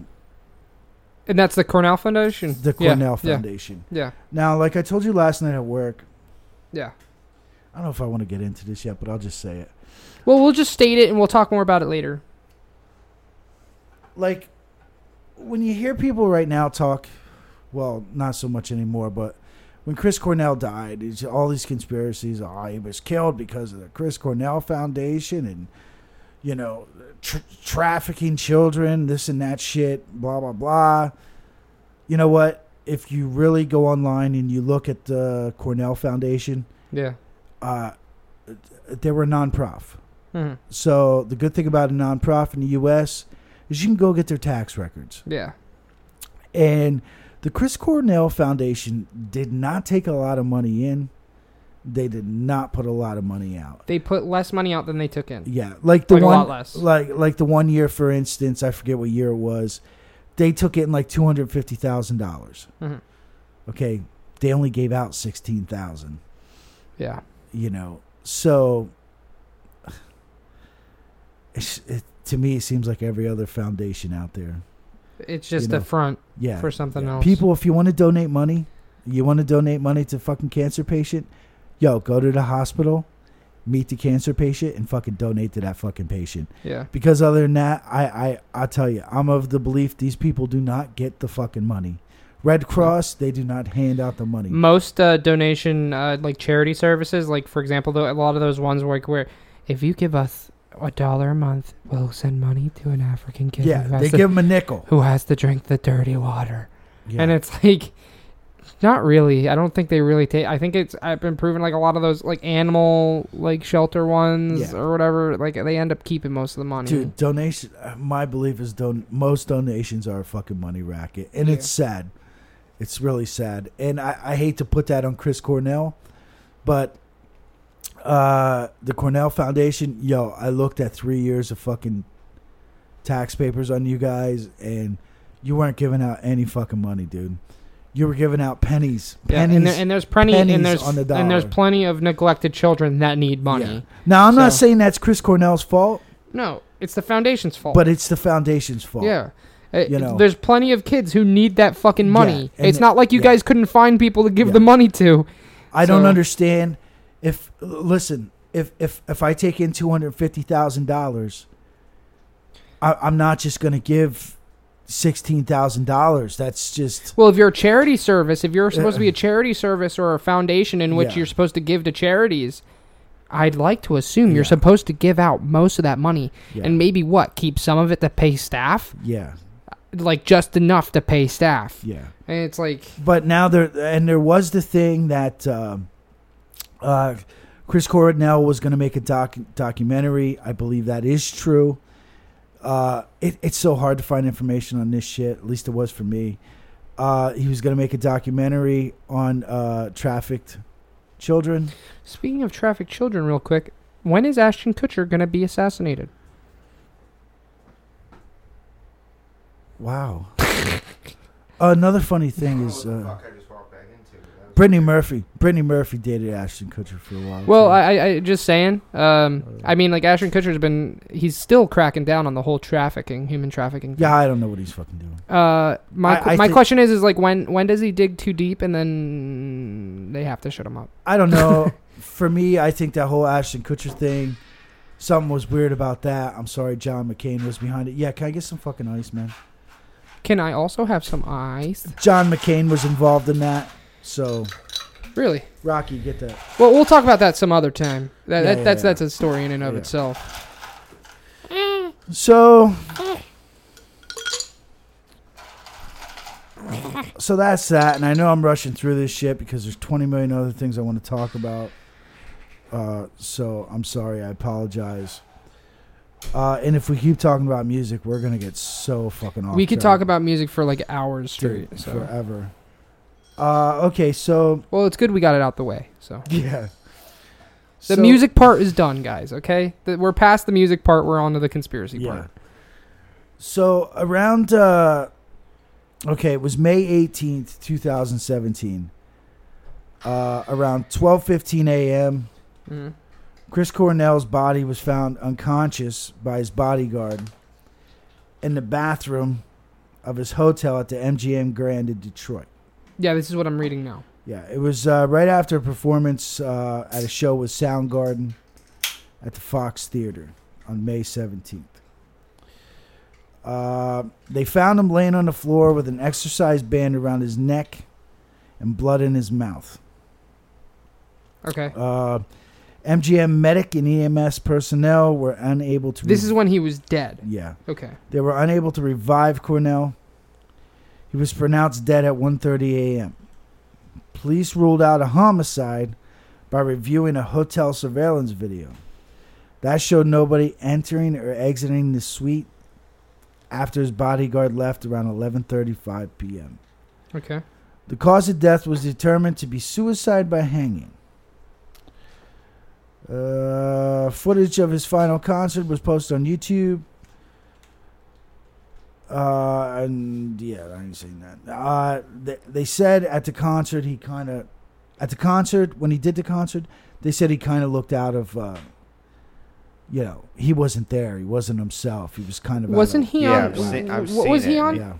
[SPEAKER 1] and that's the Cornell Foundation.
[SPEAKER 2] the
[SPEAKER 1] Yeah,
[SPEAKER 2] Cornell
[SPEAKER 1] yeah,
[SPEAKER 2] Foundation.
[SPEAKER 1] Yeah,
[SPEAKER 2] Now, like I told you last night at work,
[SPEAKER 1] yeah.
[SPEAKER 2] I don't know if I want to get into this yet, but I'll just say it.
[SPEAKER 1] Well, we'll just state it, and we'll talk more about it later.
[SPEAKER 2] like when you hear people right now talk well not so much anymore but when Chris Cornell died, it's all these conspiracies. Oh, he was killed because of the Chris Cornell Foundation and you know tr trafficking children, this and that shit. Blah blah blah. You know what? If you really go online and you look at the Cornell Foundation,
[SPEAKER 1] Yeah.
[SPEAKER 2] uh, they were a non-prof.
[SPEAKER 1] Mhm.
[SPEAKER 2] So the good thing about a non-prof in the U.S. is you can go get their tax records.
[SPEAKER 1] Yeah.
[SPEAKER 2] And the Chris Cornell Foundation did not take a lot of money in. They did not put a lot of money out.
[SPEAKER 1] They put less money out than they took in.
[SPEAKER 2] Yeah, like the
[SPEAKER 1] Like a
[SPEAKER 2] one,
[SPEAKER 1] lot less.
[SPEAKER 2] like like the one year, for instance, I forget what year it was. They took in like two hundred fifty thousand dollars.
[SPEAKER 1] Mhm.
[SPEAKER 2] Okay, they only gave out sixteen thousand.
[SPEAKER 1] Yeah.
[SPEAKER 2] You know, so it's, it, to me, it seems like every other foundation out there.
[SPEAKER 1] It's just
[SPEAKER 2] You
[SPEAKER 1] a
[SPEAKER 2] know.
[SPEAKER 1] front
[SPEAKER 2] Yeah,
[SPEAKER 1] for something
[SPEAKER 2] Yeah.
[SPEAKER 1] else.
[SPEAKER 2] People, if you want to donate money, you want to donate money to fucking cancer patient, yo, go to the hospital, meet the cancer patient, and fucking donate to that fucking patient.
[SPEAKER 1] Yeah.
[SPEAKER 2] Because other than that, I I I tell you, I'm of the belief these people do not get the fucking money. Red Cross, they do not hand out the money.
[SPEAKER 1] Most uh, donation uh, like charity services, like for example, tho- a lot of those ones like where if you give us a dollar a month, we'll send money to an African kid
[SPEAKER 2] Yeah,
[SPEAKER 1] who,
[SPEAKER 2] they
[SPEAKER 1] has to,
[SPEAKER 2] give them a nickel.
[SPEAKER 1] who has to drink the dirty water.
[SPEAKER 2] Yeah.
[SPEAKER 1] And it's like not really. I don't think they really take I think it's I've been proven like a lot of those like animal like shelter ones
[SPEAKER 2] Yeah.
[SPEAKER 1] or whatever like they end up keeping most of the money.
[SPEAKER 2] Dude, donation. uh, My belief is don- most donations are a fucking money racket, and it's sad. It's really sad, and I, I hate to put that on Chris Cornell, but uh, the Cornell Foundation. Yo, I looked at three years of fucking tax papers on you guys, and you weren't giving out any fucking money, dude. You were giving out pennies,
[SPEAKER 1] Yeah,
[SPEAKER 2] pennies.
[SPEAKER 1] and, there, and there's plenty
[SPEAKER 2] pennies
[SPEAKER 1] and there's
[SPEAKER 2] on the
[SPEAKER 1] and there's
[SPEAKER 2] dollar.
[SPEAKER 1] plenty of neglected children that need money.
[SPEAKER 2] Yeah. now I'm not
[SPEAKER 1] So-
[SPEAKER 2] saying that's Chris Cornell's fault,
[SPEAKER 1] No, it's the foundation's fault.
[SPEAKER 2] but it's the foundation's fault.
[SPEAKER 1] yeah. Uh,
[SPEAKER 2] You know.
[SPEAKER 1] There's plenty of kids who need that fucking money.
[SPEAKER 2] and
[SPEAKER 1] it's
[SPEAKER 2] it-
[SPEAKER 1] not like you
[SPEAKER 2] yeah.
[SPEAKER 1] guys couldn't find people to give
[SPEAKER 2] Yeah.
[SPEAKER 1] the money to.
[SPEAKER 2] I don't
[SPEAKER 1] So-
[SPEAKER 2] understand if listen if if if I take in two hundred fifty thousand dollars, I'm not just going to give sixteen thousand dollars. That's just
[SPEAKER 1] Well, if you're a charity service, if you're supposed to be
[SPEAKER 2] Uh,
[SPEAKER 1] a charity service or a foundation in which
[SPEAKER 2] Yeah.
[SPEAKER 1] you're supposed to give to charities, I'd like to assume you're
[SPEAKER 2] Yeah.
[SPEAKER 1] supposed to give out most of that money
[SPEAKER 2] yeah,
[SPEAKER 1] and maybe what? Keep some of it to pay staff?
[SPEAKER 2] yeah,
[SPEAKER 1] Like just enough to pay staff.
[SPEAKER 2] yeah.
[SPEAKER 1] And it's like
[SPEAKER 2] But now there and there was the thing that um, uh, Chris Cornell was going to make a doc documentary. I believe that is true. Uh, it, it's so hard to find information on this shit. At least it was for me. Uh, he was going to make a documentary on uh, trafficked children.
[SPEAKER 1] Speaking of trafficked children, real quick, when is Ashton Kutcher going to be assassinated?
[SPEAKER 2] Wow. Another funny thing is
[SPEAKER 3] what the
[SPEAKER 2] uh,
[SPEAKER 3] Oh, fuck I just walked back into. That was-
[SPEAKER 2] Brittany Murphy. Brittany Murphy dated Ashton Kutcher for a while.
[SPEAKER 1] Well,
[SPEAKER 2] too.
[SPEAKER 1] I, I- I just saying. Um, I mean, like Ashton Kutcher's been, he's still cracking down on the whole trafficking, human trafficking.
[SPEAKER 2] yeah, I don't know what he's fucking doing.
[SPEAKER 1] Uh, my
[SPEAKER 2] I- I
[SPEAKER 1] my
[SPEAKER 2] think-
[SPEAKER 1] question is, is like when when does he dig too deep and then they have to shut him up?
[SPEAKER 2] I don't know. For me, I think that whole Ashton Kutcher thing, something was weird about that. I'm sorry, John McCain was behind it. Yeah, can I get some fucking ice, man?
[SPEAKER 1] Can I also have some ice?
[SPEAKER 2] John McCain was involved in that. So,
[SPEAKER 1] Really?
[SPEAKER 2] Rocky, get that.
[SPEAKER 1] Well, we'll talk about that some other time. That,
[SPEAKER 2] Yeah,
[SPEAKER 1] that
[SPEAKER 2] yeah,
[SPEAKER 1] that's
[SPEAKER 2] yeah.
[SPEAKER 1] that's a story in and of
[SPEAKER 2] Yeah.
[SPEAKER 1] itself.
[SPEAKER 2] So. So that's that, and I know I'm rushing through this shit because there's 20 million other things I want to talk about. Uh, so I'm sorry, I apologize. Uh, and if we keep talking about music, we're gonna get so fucking off.
[SPEAKER 1] we could
[SPEAKER 2] track.
[SPEAKER 1] talk about music for like hours straight.
[SPEAKER 2] Oh, Dude,
[SPEAKER 1] so.
[SPEAKER 2] forever. Uh, okay, so
[SPEAKER 1] Well, it's good we got it out the way. So.
[SPEAKER 2] yeah,
[SPEAKER 1] The music part is done, guys. Okay, The- we're past the music part. We're on to the conspiracy part.
[SPEAKER 2] So around, uh, okay, it was May eighteenth, two thousand seventeen. Uh, around twelve fifteen a.m.,
[SPEAKER 1] Mhm.
[SPEAKER 2] Chris Cornell's body was found unconscious by his bodyguard in the bathroom of his hotel at the MGM Grand in Detroit.
[SPEAKER 1] Yeah, this is what I'm reading now.
[SPEAKER 2] Yeah, it was uh, right after a performance uh, at a show with Soundgarden at the Fox Theater on May 17th. Uh, they found him laying on the floor with an exercise band around his neck and and blood in his mouth.
[SPEAKER 1] Okay.
[SPEAKER 2] Uh, MGM medic and EMS personnel were unable to.
[SPEAKER 1] This is when he was dead.
[SPEAKER 2] yeah.
[SPEAKER 1] Okay.
[SPEAKER 2] They were unable to revive Cornell. He was pronounced dead at 1:30 a.m. Police ruled out a homicide by reviewing a hotel surveillance video. That showed nobody entering or exiting the suite after his bodyguard left around 11:35 p.m.
[SPEAKER 1] Okay.
[SPEAKER 2] The cause of death was determined to be suicide by hanging. Uh, footage of his final concert was posted on YouTube. Uh, and yeah, I ain't seen that. Uh, they, they said at the concert he kind of, at the concert when he did the concert, they said he kind of looked out of. Uh, you know, he wasn't there. He wasn't himself. He was kind of out
[SPEAKER 1] Wasn't
[SPEAKER 2] of-
[SPEAKER 1] he
[SPEAKER 3] Yeah,
[SPEAKER 1] on?
[SPEAKER 3] I've seen- I've
[SPEAKER 1] what was
[SPEAKER 3] seen
[SPEAKER 1] he
[SPEAKER 3] it.
[SPEAKER 1] on?
[SPEAKER 2] Yeah.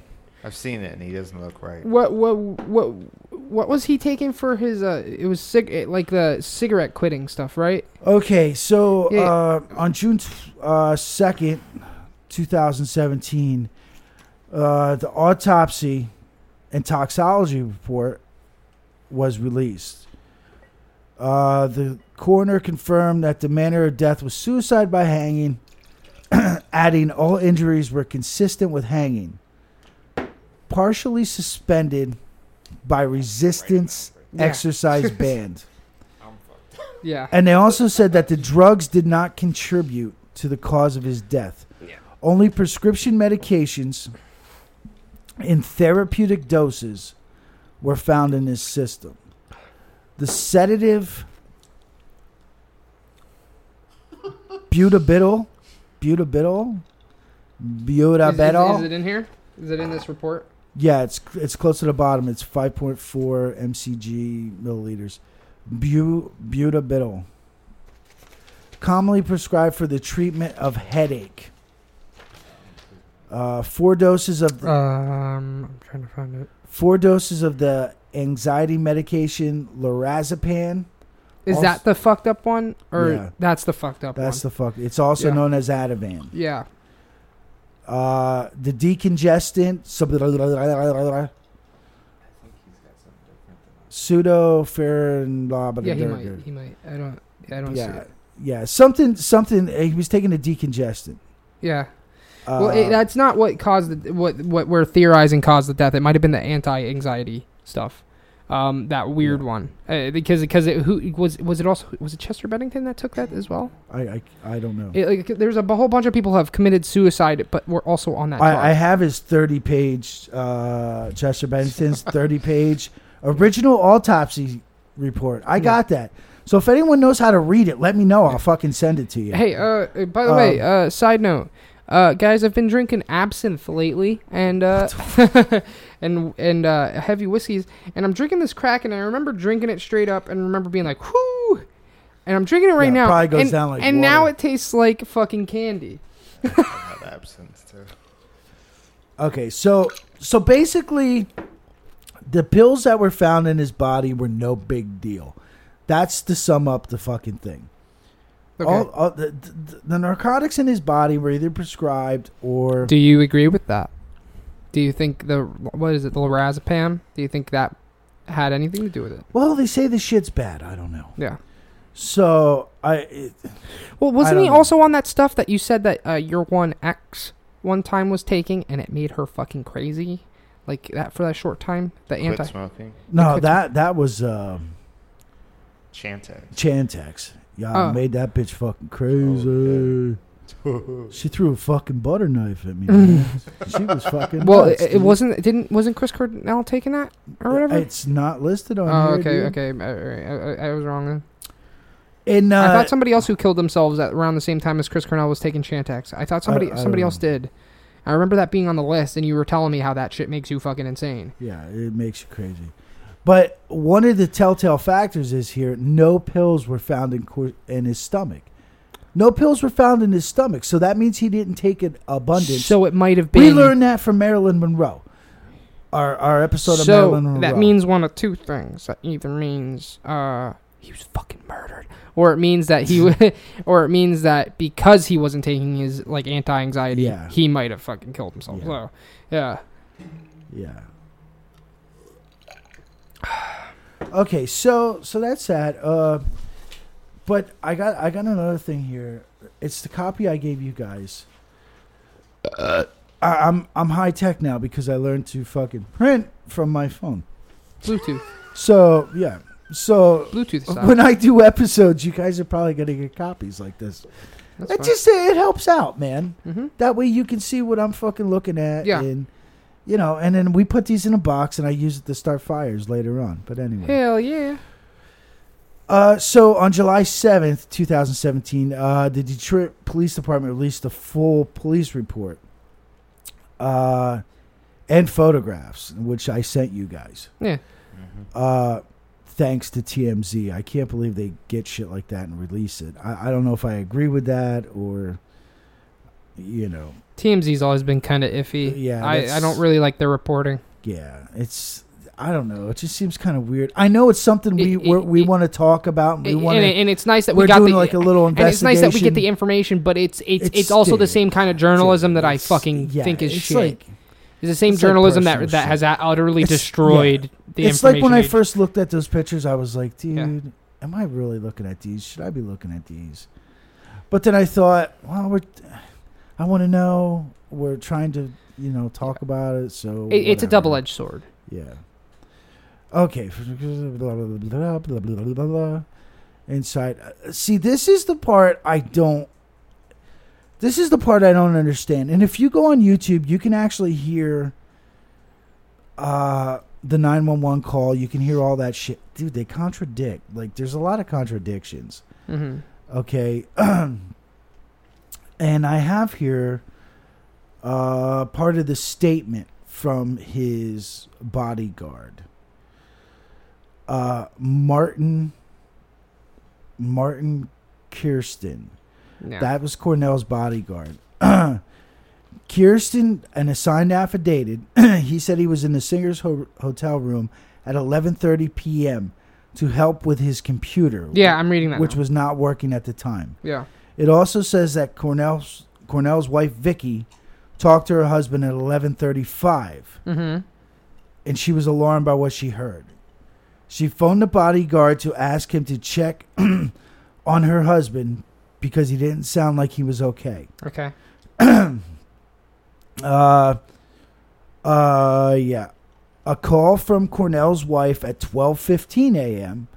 [SPEAKER 3] I've seen it, and he doesn't look right.
[SPEAKER 1] What what what what was he taking for his? Uh, it was cig- like the cigarette quitting stuff, right?
[SPEAKER 2] Okay, so
[SPEAKER 1] Yeah.
[SPEAKER 2] uh, on June uh, second, two thousand seventeen, uh, the autopsy and toxicology report was released. Uh, the coroner confirmed that the manner of death was suicide by hanging, adding all injuries were consistent with hanging, partially suspended by resistance
[SPEAKER 1] Yeah.
[SPEAKER 2] exercise band.
[SPEAKER 1] Yeah.
[SPEAKER 2] And they also said that the drugs did not contribute to the cause of his death.
[SPEAKER 3] Yeah.
[SPEAKER 2] Only prescription medications in therapeutic doses were found in his system. The sedative butybidol,
[SPEAKER 1] Is,
[SPEAKER 2] butybidol,
[SPEAKER 1] is,
[SPEAKER 2] butybidol.
[SPEAKER 1] is it in here? Is it in this report?
[SPEAKER 2] Yeah, it's it's close to the bottom. It's 5.4 mcg milliliters. Bu- Butabitol. Commonly prescribed for the treatment of headache. Uh, four doses of the,
[SPEAKER 1] Um, I'm trying to find it.
[SPEAKER 2] four doses of the anxiety medication lorazepam.
[SPEAKER 1] Is
[SPEAKER 2] Also-
[SPEAKER 1] that the fucked up one, or
[SPEAKER 2] Yeah.
[SPEAKER 1] that's the fucked up
[SPEAKER 2] That's
[SPEAKER 1] one?
[SPEAKER 2] the fuck. It's also
[SPEAKER 1] Yeah.
[SPEAKER 2] known as Ativan.
[SPEAKER 1] yeah.
[SPEAKER 2] Uh, the decongestant sub- pseudoferin blah blah
[SPEAKER 1] Yeah, he
[SPEAKER 2] blah,
[SPEAKER 1] might.
[SPEAKER 2] blah.
[SPEAKER 1] He might. I don't. I don't see
[SPEAKER 2] yeah,
[SPEAKER 1] it.
[SPEAKER 2] yeah, something, something. eh, He was taking a decongestant.
[SPEAKER 1] Yeah.
[SPEAKER 2] Uh,
[SPEAKER 1] well, it, that's not what caused the, what what we're theorizing caused the death. It might have been the anti-anxiety stuff. Um, that weird one uh, because because it who was was it also was it Chester Bennington that took that as well?
[SPEAKER 2] I, I, I don't know.
[SPEAKER 1] It, like, there's a b- whole bunch of people who have committed suicide, but were also on that. drug.
[SPEAKER 2] I, I have his thirty-page uh, Chester Bennington's thirty-page original autopsy report. I
[SPEAKER 1] Yeah.
[SPEAKER 2] got that. So if anyone knows how to read it, let me know. I'll fucking send it Um, to you.
[SPEAKER 1] Hey, uh, uh, by the way, uh, side note, uh, guys, I've been drinking absinthe lately, and uh, and and uh, heavy whiskeys, and I'm drinking this crack, and I remember drinking it straight up, and remember being like, whoo, and I'm drinking it right
[SPEAKER 2] Yeah, it
[SPEAKER 1] now,
[SPEAKER 2] probably goes
[SPEAKER 1] and,
[SPEAKER 2] down like
[SPEAKER 1] and now
[SPEAKER 2] water.
[SPEAKER 1] it tastes like fucking candy.
[SPEAKER 3] Have absence too.
[SPEAKER 2] Okay, so so basically, the pills that were found in his body were no big deal. That's to sum up the fucking thing.
[SPEAKER 1] Okay.
[SPEAKER 2] All, all the, the, the narcotics in his body were either prescribed or
[SPEAKER 1] Do you agree with that? Do you think the what is it, the lorazepam? Do you think that had anything to do with it?
[SPEAKER 2] well, they say the shit's bad. I don't know.
[SPEAKER 1] Yeah.
[SPEAKER 2] So I it,
[SPEAKER 1] Well, wasn't
[SPEAKER 2] don't
[SPEAKER 1] he
[SPEAKER 2] know.
[SPEAKER 1] also on that stuff that you said that uh, your one ex one time was taking and it made her fucking crazy? Like that for that short time? The
[SPEAKER 3] Quit
[SPEAKER 1] anti.
[SPEAKER 3] smoking.
[SPEAKER 2] no
[SPEAKER 1] could-
[SPEAKER 2] that that was um,
[SPEAKER 3] Chantex.
[SPEAKER 2] Chantex. Yeah, I
[SPEAKER 1] Oh.
[SPEAKER 2] made that bitch fucking crazy. She threw a fucking butter knife at me. man. she was fucking.
[SPEAKER 1] Well,
[SPEAKER 2] nuts,
[SPEAKER 1] it, it
[SPEAKER 2] dude.
[SPEAKER 1] wasn't. Didn't wasn't Chris Cornell taking that or whatever?
[SPEAKER 2] It's not listed on
[SPEAKER 1] oh,
[SPEAKER 2] here.
[SPEAKER 1] okay,
[SPEAKER 2] dude.
[SPEAKER 1] okay. I, I, I was wrong then.
[SPEAKER 2] And uh,
[SPEAKER 1] I thought somebody else who killed themselves at around the same time as Chris Cornell was taking Chantex. I thought somebody
[SPEAKER 2] I don't
[SPEAKER 1] somebody
[SPEAKER 2] know.
[SPEAKER 1] else did. I remember that being on the list, and you were telling me how that shit makes you fucking insane.
[SPEAKER 2] Yeah, it makes you crazy. But one of the telltale factors is here: no pills were found in Cor- in his stomach. No pills were found in his stomach, so that means he didn't take an abundance.
[SPEAKER 1] So it might have been.
[SPEAKER 2] we learned that from Marilyn Monroe. Our our episode of
[SPEAKER 1] so
[SPEAKER 2] Marilyn Monroe.
[SPEAKER 1] that means one of two things. That either means uh, he was fucking murdered, or it means that he, w- or it means that because he wasn't taking his like anti-anxiety,
[SPEAKER 2] Yeah.
[SPEAKER 1] he might have fucking killed himself.
[SPEAKER 2] Yeah.
[SPEAKER 1] So, yeah.
[SPEAKER 2] yeah. Okay, so so that's that. Uh, but I got I got another thing here. It's the copy I gave you guys. Uh, I, I'm I'm high tech now because I learned to fucking print from my phone.
[SPEAKER 1] Bluetooth.
[SPEAKER 2] So yeah, so
[SPEAKER 1] Bluetooth style.
[SPEAKER 2] when I do episodes, you guys are probably gonna get copies like this.
[SPEAKER 1] That's
[SPEAKER 2] It
[SPEAKER 1] fine.
[SPEAKER 2] just it helps out, man.
[SPEAKER 1] Mhm.
[SPEAKER 2] That way you can see what I'm fucking looking at.
[SPEAKER 1] Yeah.
[SPEAKER 2] And, you know, and then we put these in a box, and I use it to start fires later on. But anyway.
[SPEAKER 1] Hell yeah.
[SPEAKER 2] Uh, so on July 7th, 2017, uh, the Detroit Police Department released a full police report uh, and photographs, which I sent you guys.
[SPEAKER 1] Yeah.
[SPEAKER 3] Mhm.
[SPEAKER 2] Uh, thanks to TMZ. I can't believe they get shit like that and release it. I, I don't know if I agree with that or, you know,
[SPEAKER 1] TMZ's always been kind of iffy.
[SPEAKER 2] Uh, Yeah,
[SPEAKER 1] I, I
[SPEAKER 2] that's-
[SPEAKER 1] don't really like their reporting.
[SPEAKER 2] yeah, it's. I don't know. It just seems kind of weird. I know it's something we
[SPEAKER 1] It- it-
[SPEAKER 2] we're, we
[SPEAKER 1] it-
[SPEAKER 2] want to talk about. And we
[SPEAKER 1] And-
[SPEAKER 2] want
[SPEAKER 1] and,
[SPEAKER 2] to.
[SPEAKER 1] and it's nice that
[SPEAKER 2] We're
[SPEAKER 1] we got
[SPEAKER 2] doing
[SPEAKER 1] the
[SPEAKER 2] like a little
[SPEAKER 1] and it's
[SPEAKER 2] investigation.
[SPEAKER 1] nice that we get the information, but it's it's it's,
[SPEAKER 2] It's
[SPEAKER 1] also the
[SPEAKER 2] still-
[SPEAKER 1] same kind of journalism that I fucking
[SPEAKER 2] Yeah,
[SPEAKER 1] think is
[SPEAKER 2] it's
[SPEAKER 1] shit.
[SPEAKER 2] Like,
[SPEAKER 1] it's the same
[SPEAKER 2] it's like
[SPEAKER 1] journalism
[SPEAKER 2] personal
[SPEAKER 1] that that
[SPEAKER 2] shit.
[SPEAKER 1] has utterly
[SPEAKER 2] It's-
[SPEAKER 1] destroyed the
[SPEAKER 2] it's like
[SPEAKER 1] information.
[SPEAKER 2] when I
[SPEAKER 1] age.
[SPEAKER 2] first looked at those pictures, I was like, dude,
[SPEAKER 1] Yeah.
[SPEAKER 2] am I really looking at these? Should I be looking at these? But then I thought, well, we're. I want to know. We're trying to, you know, talk about it. So
[SPEAKER 1] It- it's a
[SPEAKER 2] whatever.
[SPEAKER 1] double edged sword.
[SPEAKER 2] Yeah. Okay. Inside. Uh, See, this is the part I don't. This is the part I don't understand. And if you go on YouTube, you can actually hear uh, the 911 call. You can hear all that shit. Dude, they contradict. Like, there's a lot of contradictions.
[SPEAKER 1] hmm
[SPEAKER 2] Okay. and I have here uh, part of the statement from his bodyguard, uh, Martin Martin Kirsten.
[SPEAKER 1] Yeah.
[SPEAKER 2] That was Cornell's bodyguard. Kirsten, an assigned affidavit, he said he was in the singer's ho- hotel room at 11:30 p.m. to help with his computer
[SPEAKER 1] yeah, I'm reading that.
[SPEAKER 2] which
[SPEAKER 1] now.
[SPEAKER 2] was not working at the time.
[SPEAKER 1] yeah.
[SPEAKER 2] It also says that Cornell's Cornell's wife Vicky talked to her husband at 11:35
[SPEAKER 1] Mm-hmm.
[SPEAKER 2] and she was alarmed by what she heard. She phoned the bodyguard to ask him to check on her husband because he didn't sound like he was okay.
[SPEAKER 1] Okay.
[SPEAKER 2] Uh uh yeah. A call from Cornell's wife at 12:15 a.m.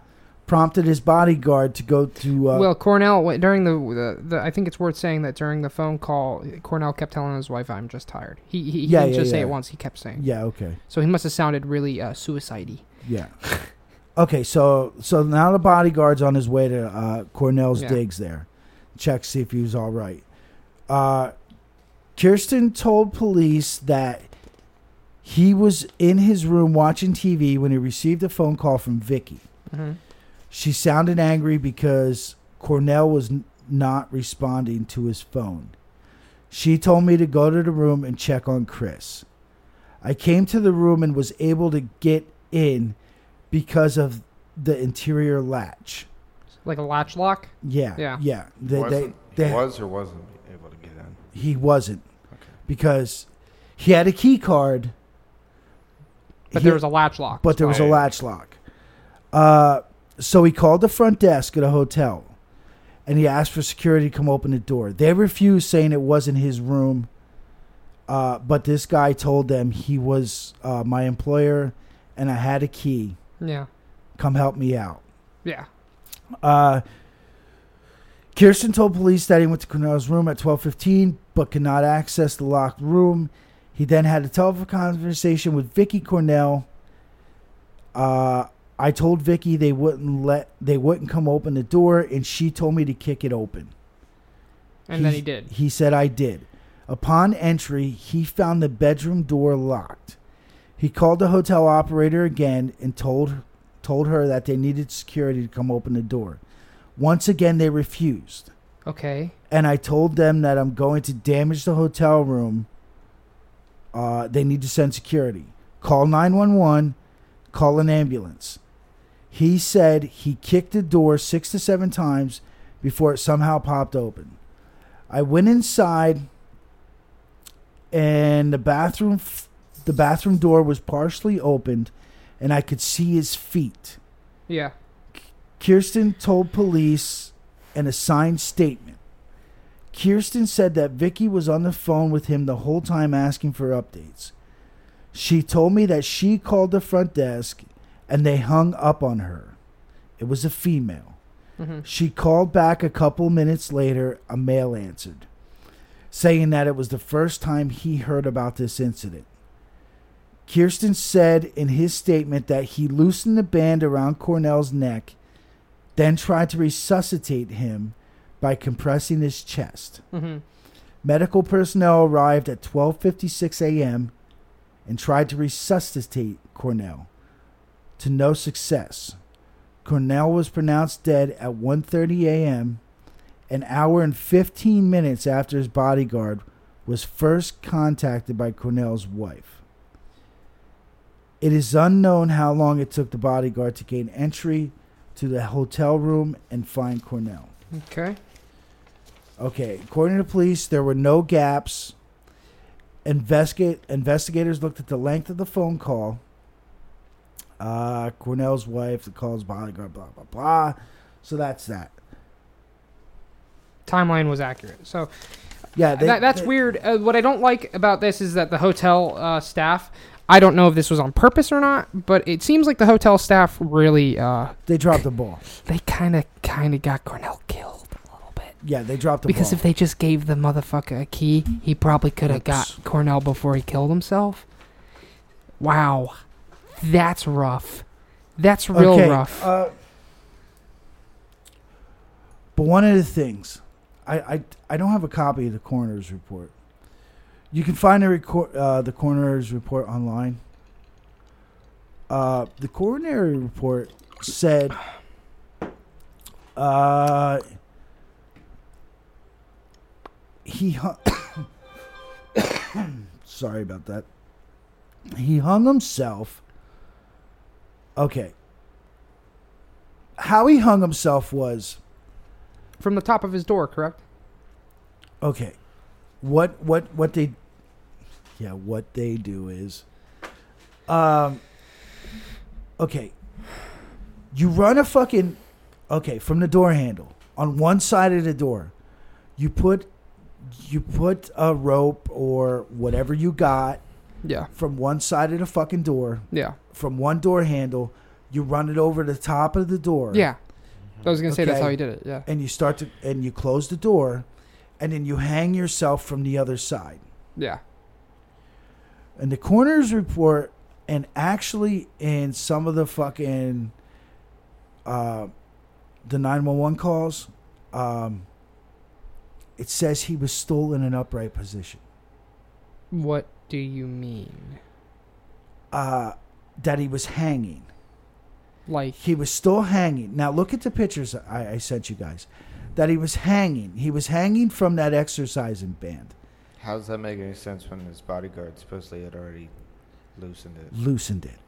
[SPEAKER 2] prompted his bodyguard to go to uh,
[SPEAKER 1] well, Cornell wait, during the, the the I think it's worth saying that during the phone call, Cornell kept telling his wife, "I'm just tired." He he, he
[SPEAKER 2] Yeah,
[SPEAKER 1] didn't
[SPEAKER 2] yeah,
[SPEAKER 1] just say
[SPEAKER 2] yeah.
[SPEAKER 1] it once. He kept saying.
[SPEAKER 2] Yeah, okay.
[SPEAKER 1] So he must have sounded really uh, suicidal.
[SPEAKER 2] Yeah. okay, so so now the bodyguard's on his way to uh, Cornell's
[SPEAKER 1] Yeah.
[SPEAKER 2] digs there. Check see if he was all right. Uh, Kirsten told police that he was in his room watching TV when he received a phone call from Vicky.
[SPEAKER 1] Mm-hmm.
[SPEAKER 2] She sounded angry because Cornell was n- not responding to his phone. She told me to go to the room and check on Chris. I came to the room and was able to get in because of the interior latch.
[SPEAKER 1] Like a latch lock.
[SPEAKER 2] Yeah.
[SPEAKER 1] Yeah.
[SPEAKER 2] Yeah. They, they,
[SPEAKER 3] Wasn't-
[SPEAKER 2] they,
[SPEAKER 3] he was or wasn't able to get in.
[SPEAKER 2] he wasn't
[SPEAKER 3] Okay.
[SPEAKER 2] because he had a key card.
[SPEAKER 1] But
[SPEAKER 2] He-
[SPEAKER 1] there was a latch lock.
[SPEAKER 2] but there was a
[SPEAKER 3] Right.
[SPEAKER 2] latch lock. Uh, so he called the front desk at a hotel, and he asked for security to come open the door. They refused, saying it wasn't his room. Uh, but this guy told them he was uh, my employer, and I had a key.
[SPEAKER 1] Yeah.
[SPEAKER 2] Come help me out.
[SPEAKER 1] Yeah.
[SPEAKER 2] Uh, Kirsten told police that he went to Cornell's room at 12:15, but could not access the locked room. He then had a telephone conversation with Vicky Cornell. Uh, I told Vicky they wouldn't let they wouldn't come open the door, and she told me to kick it open.
[SPEAKER 1] And then he did.
[SPEAKER 2] He said I did. Upon entry, he found the bedroom door locked. He called the hotel operator again and told told her that they needed security to come open the door. Once again they refused.
[SPEAKER 1] Okay.
[SPEAKER 2] And I told them that I'm going to damage the hotel room. Uh, they need to send security. Call 911, call an ambulance. He said he kicked the door six to seven times before it somehow popped open. I went inside, and the bathroom, f- the bathroom door was partially opened, and I could see his feet.
[SPEAKER 1] Yeah.
[SPEAKER 2] Kirsten told police in a signed statement. Kirsten said that Vicky was on the phone with him the whole time asking for updates. She told me that she called the front desk and they hung up on her. It was a female.
[SPEAKER 1] Mm-hmm.
[SPEAKER 2] She called back a couple minutes later, a male answered, saying that it was the first time he heard about this incident. Kirsten said in his statement that he loosened the band around Cornell's neck, then tried to resuscitate him by compressing his chest.
[SPEAKER 1] Mm-hmm.
[SPEAKER 2] Medical personnel arrived at 12:56 a.m. and tried to resuscitate Cornell, to no success. Cornell was pronounced dead at 1:30 a.m., an hour and 15 minutes after his bodyguard was first contacted by Cornell's wife. It is unknown how long it took the bodyguard to gain entry to the hotel room and find Cornell.
[SPEAKER 1] Okay.
[SPEAKER 2] Okay, according to police, there were no gaps. Investigate investigators looked at the length of the phone call. Uh, Cornell's wife, the call's bodyguard, blah blah blah. So that's that.
[SPEAKER 1] Timeline was accurate. So
[SPEAKER 2] Yeah, they,
[SPEAKER 1] that, that's
[SPEAKER 2] they-
[SPEAKER 1] weird. Uh, what I don't like about this is that the hotel uh, staff. I don't know if this was on purpose or not, but it seems like the hotel staff really uh,
[SPEAKER 2] They dropped the ball.
[SPEAKER 1] they kind of kind of got Cornell killed a little bit.
[SPEAKER 2] Yeah, they dropped the
[SPEAKER 1] because
[SPEAKER 2] ball.
[SPEAKER 1] if they just gave the motherfucker a key, he probably could have got
[SPEAKER 2] Oops.
[SPEAKER 1] Cornell before he killed himself. Wow, that's rough. That's real
[SPEAKER 2] okay,
[SPEAKER 1] rough.
[SPEAKER 2] Uh, but one of the things, I, I I don't have a copy of the coroner's report. You can find the record uh, the coroner's report online. Uh, the coroner report said, uh, he hung. Sorry about that. He hung himself. Okay how he hung himself was
[SPEAKER 1] From the top of his door, correct?
[SPEAKER 2] okay. What what what they yeah what they do is um okay. You run a fucking okay from the door handle on one side of the door. You put you put a rope or whatever you got
[SPEAKER 1] Yeah,
[SPEAKER 2] from one side of the fucking door
[SPEAKER 1] yeah,
[SPEAKER 2] from one door handle. You run it over the top of the door.
[SPEAKER 1] yeah. I was gonna say that's
[SPEAKER 2] Okay.
[SPEAKER 1] how he did it. Yeah,
[SPEAKER 2] and you start to and you close the door and then you hang yourself from the other side
[SPEAKER 1] yeah.
[SPEAKER 2] and the coroner's report and actually in some of the fucking uh the 911 calls um it says he was still in an upright position
[SPEAKER 1] What do you mean?
[SPEAKER 2] uh that he was hanging
[SPEAKER 1] Like
[SPEAKER 2] he was still hanging now look at the pictures i, I sent you guys that he was hanging he was hanging from that exercising band
[SPEAKER 3] How does that make any sense when his bodyguard supposedly had already loosened it?
[SPEAKER 2] loosened it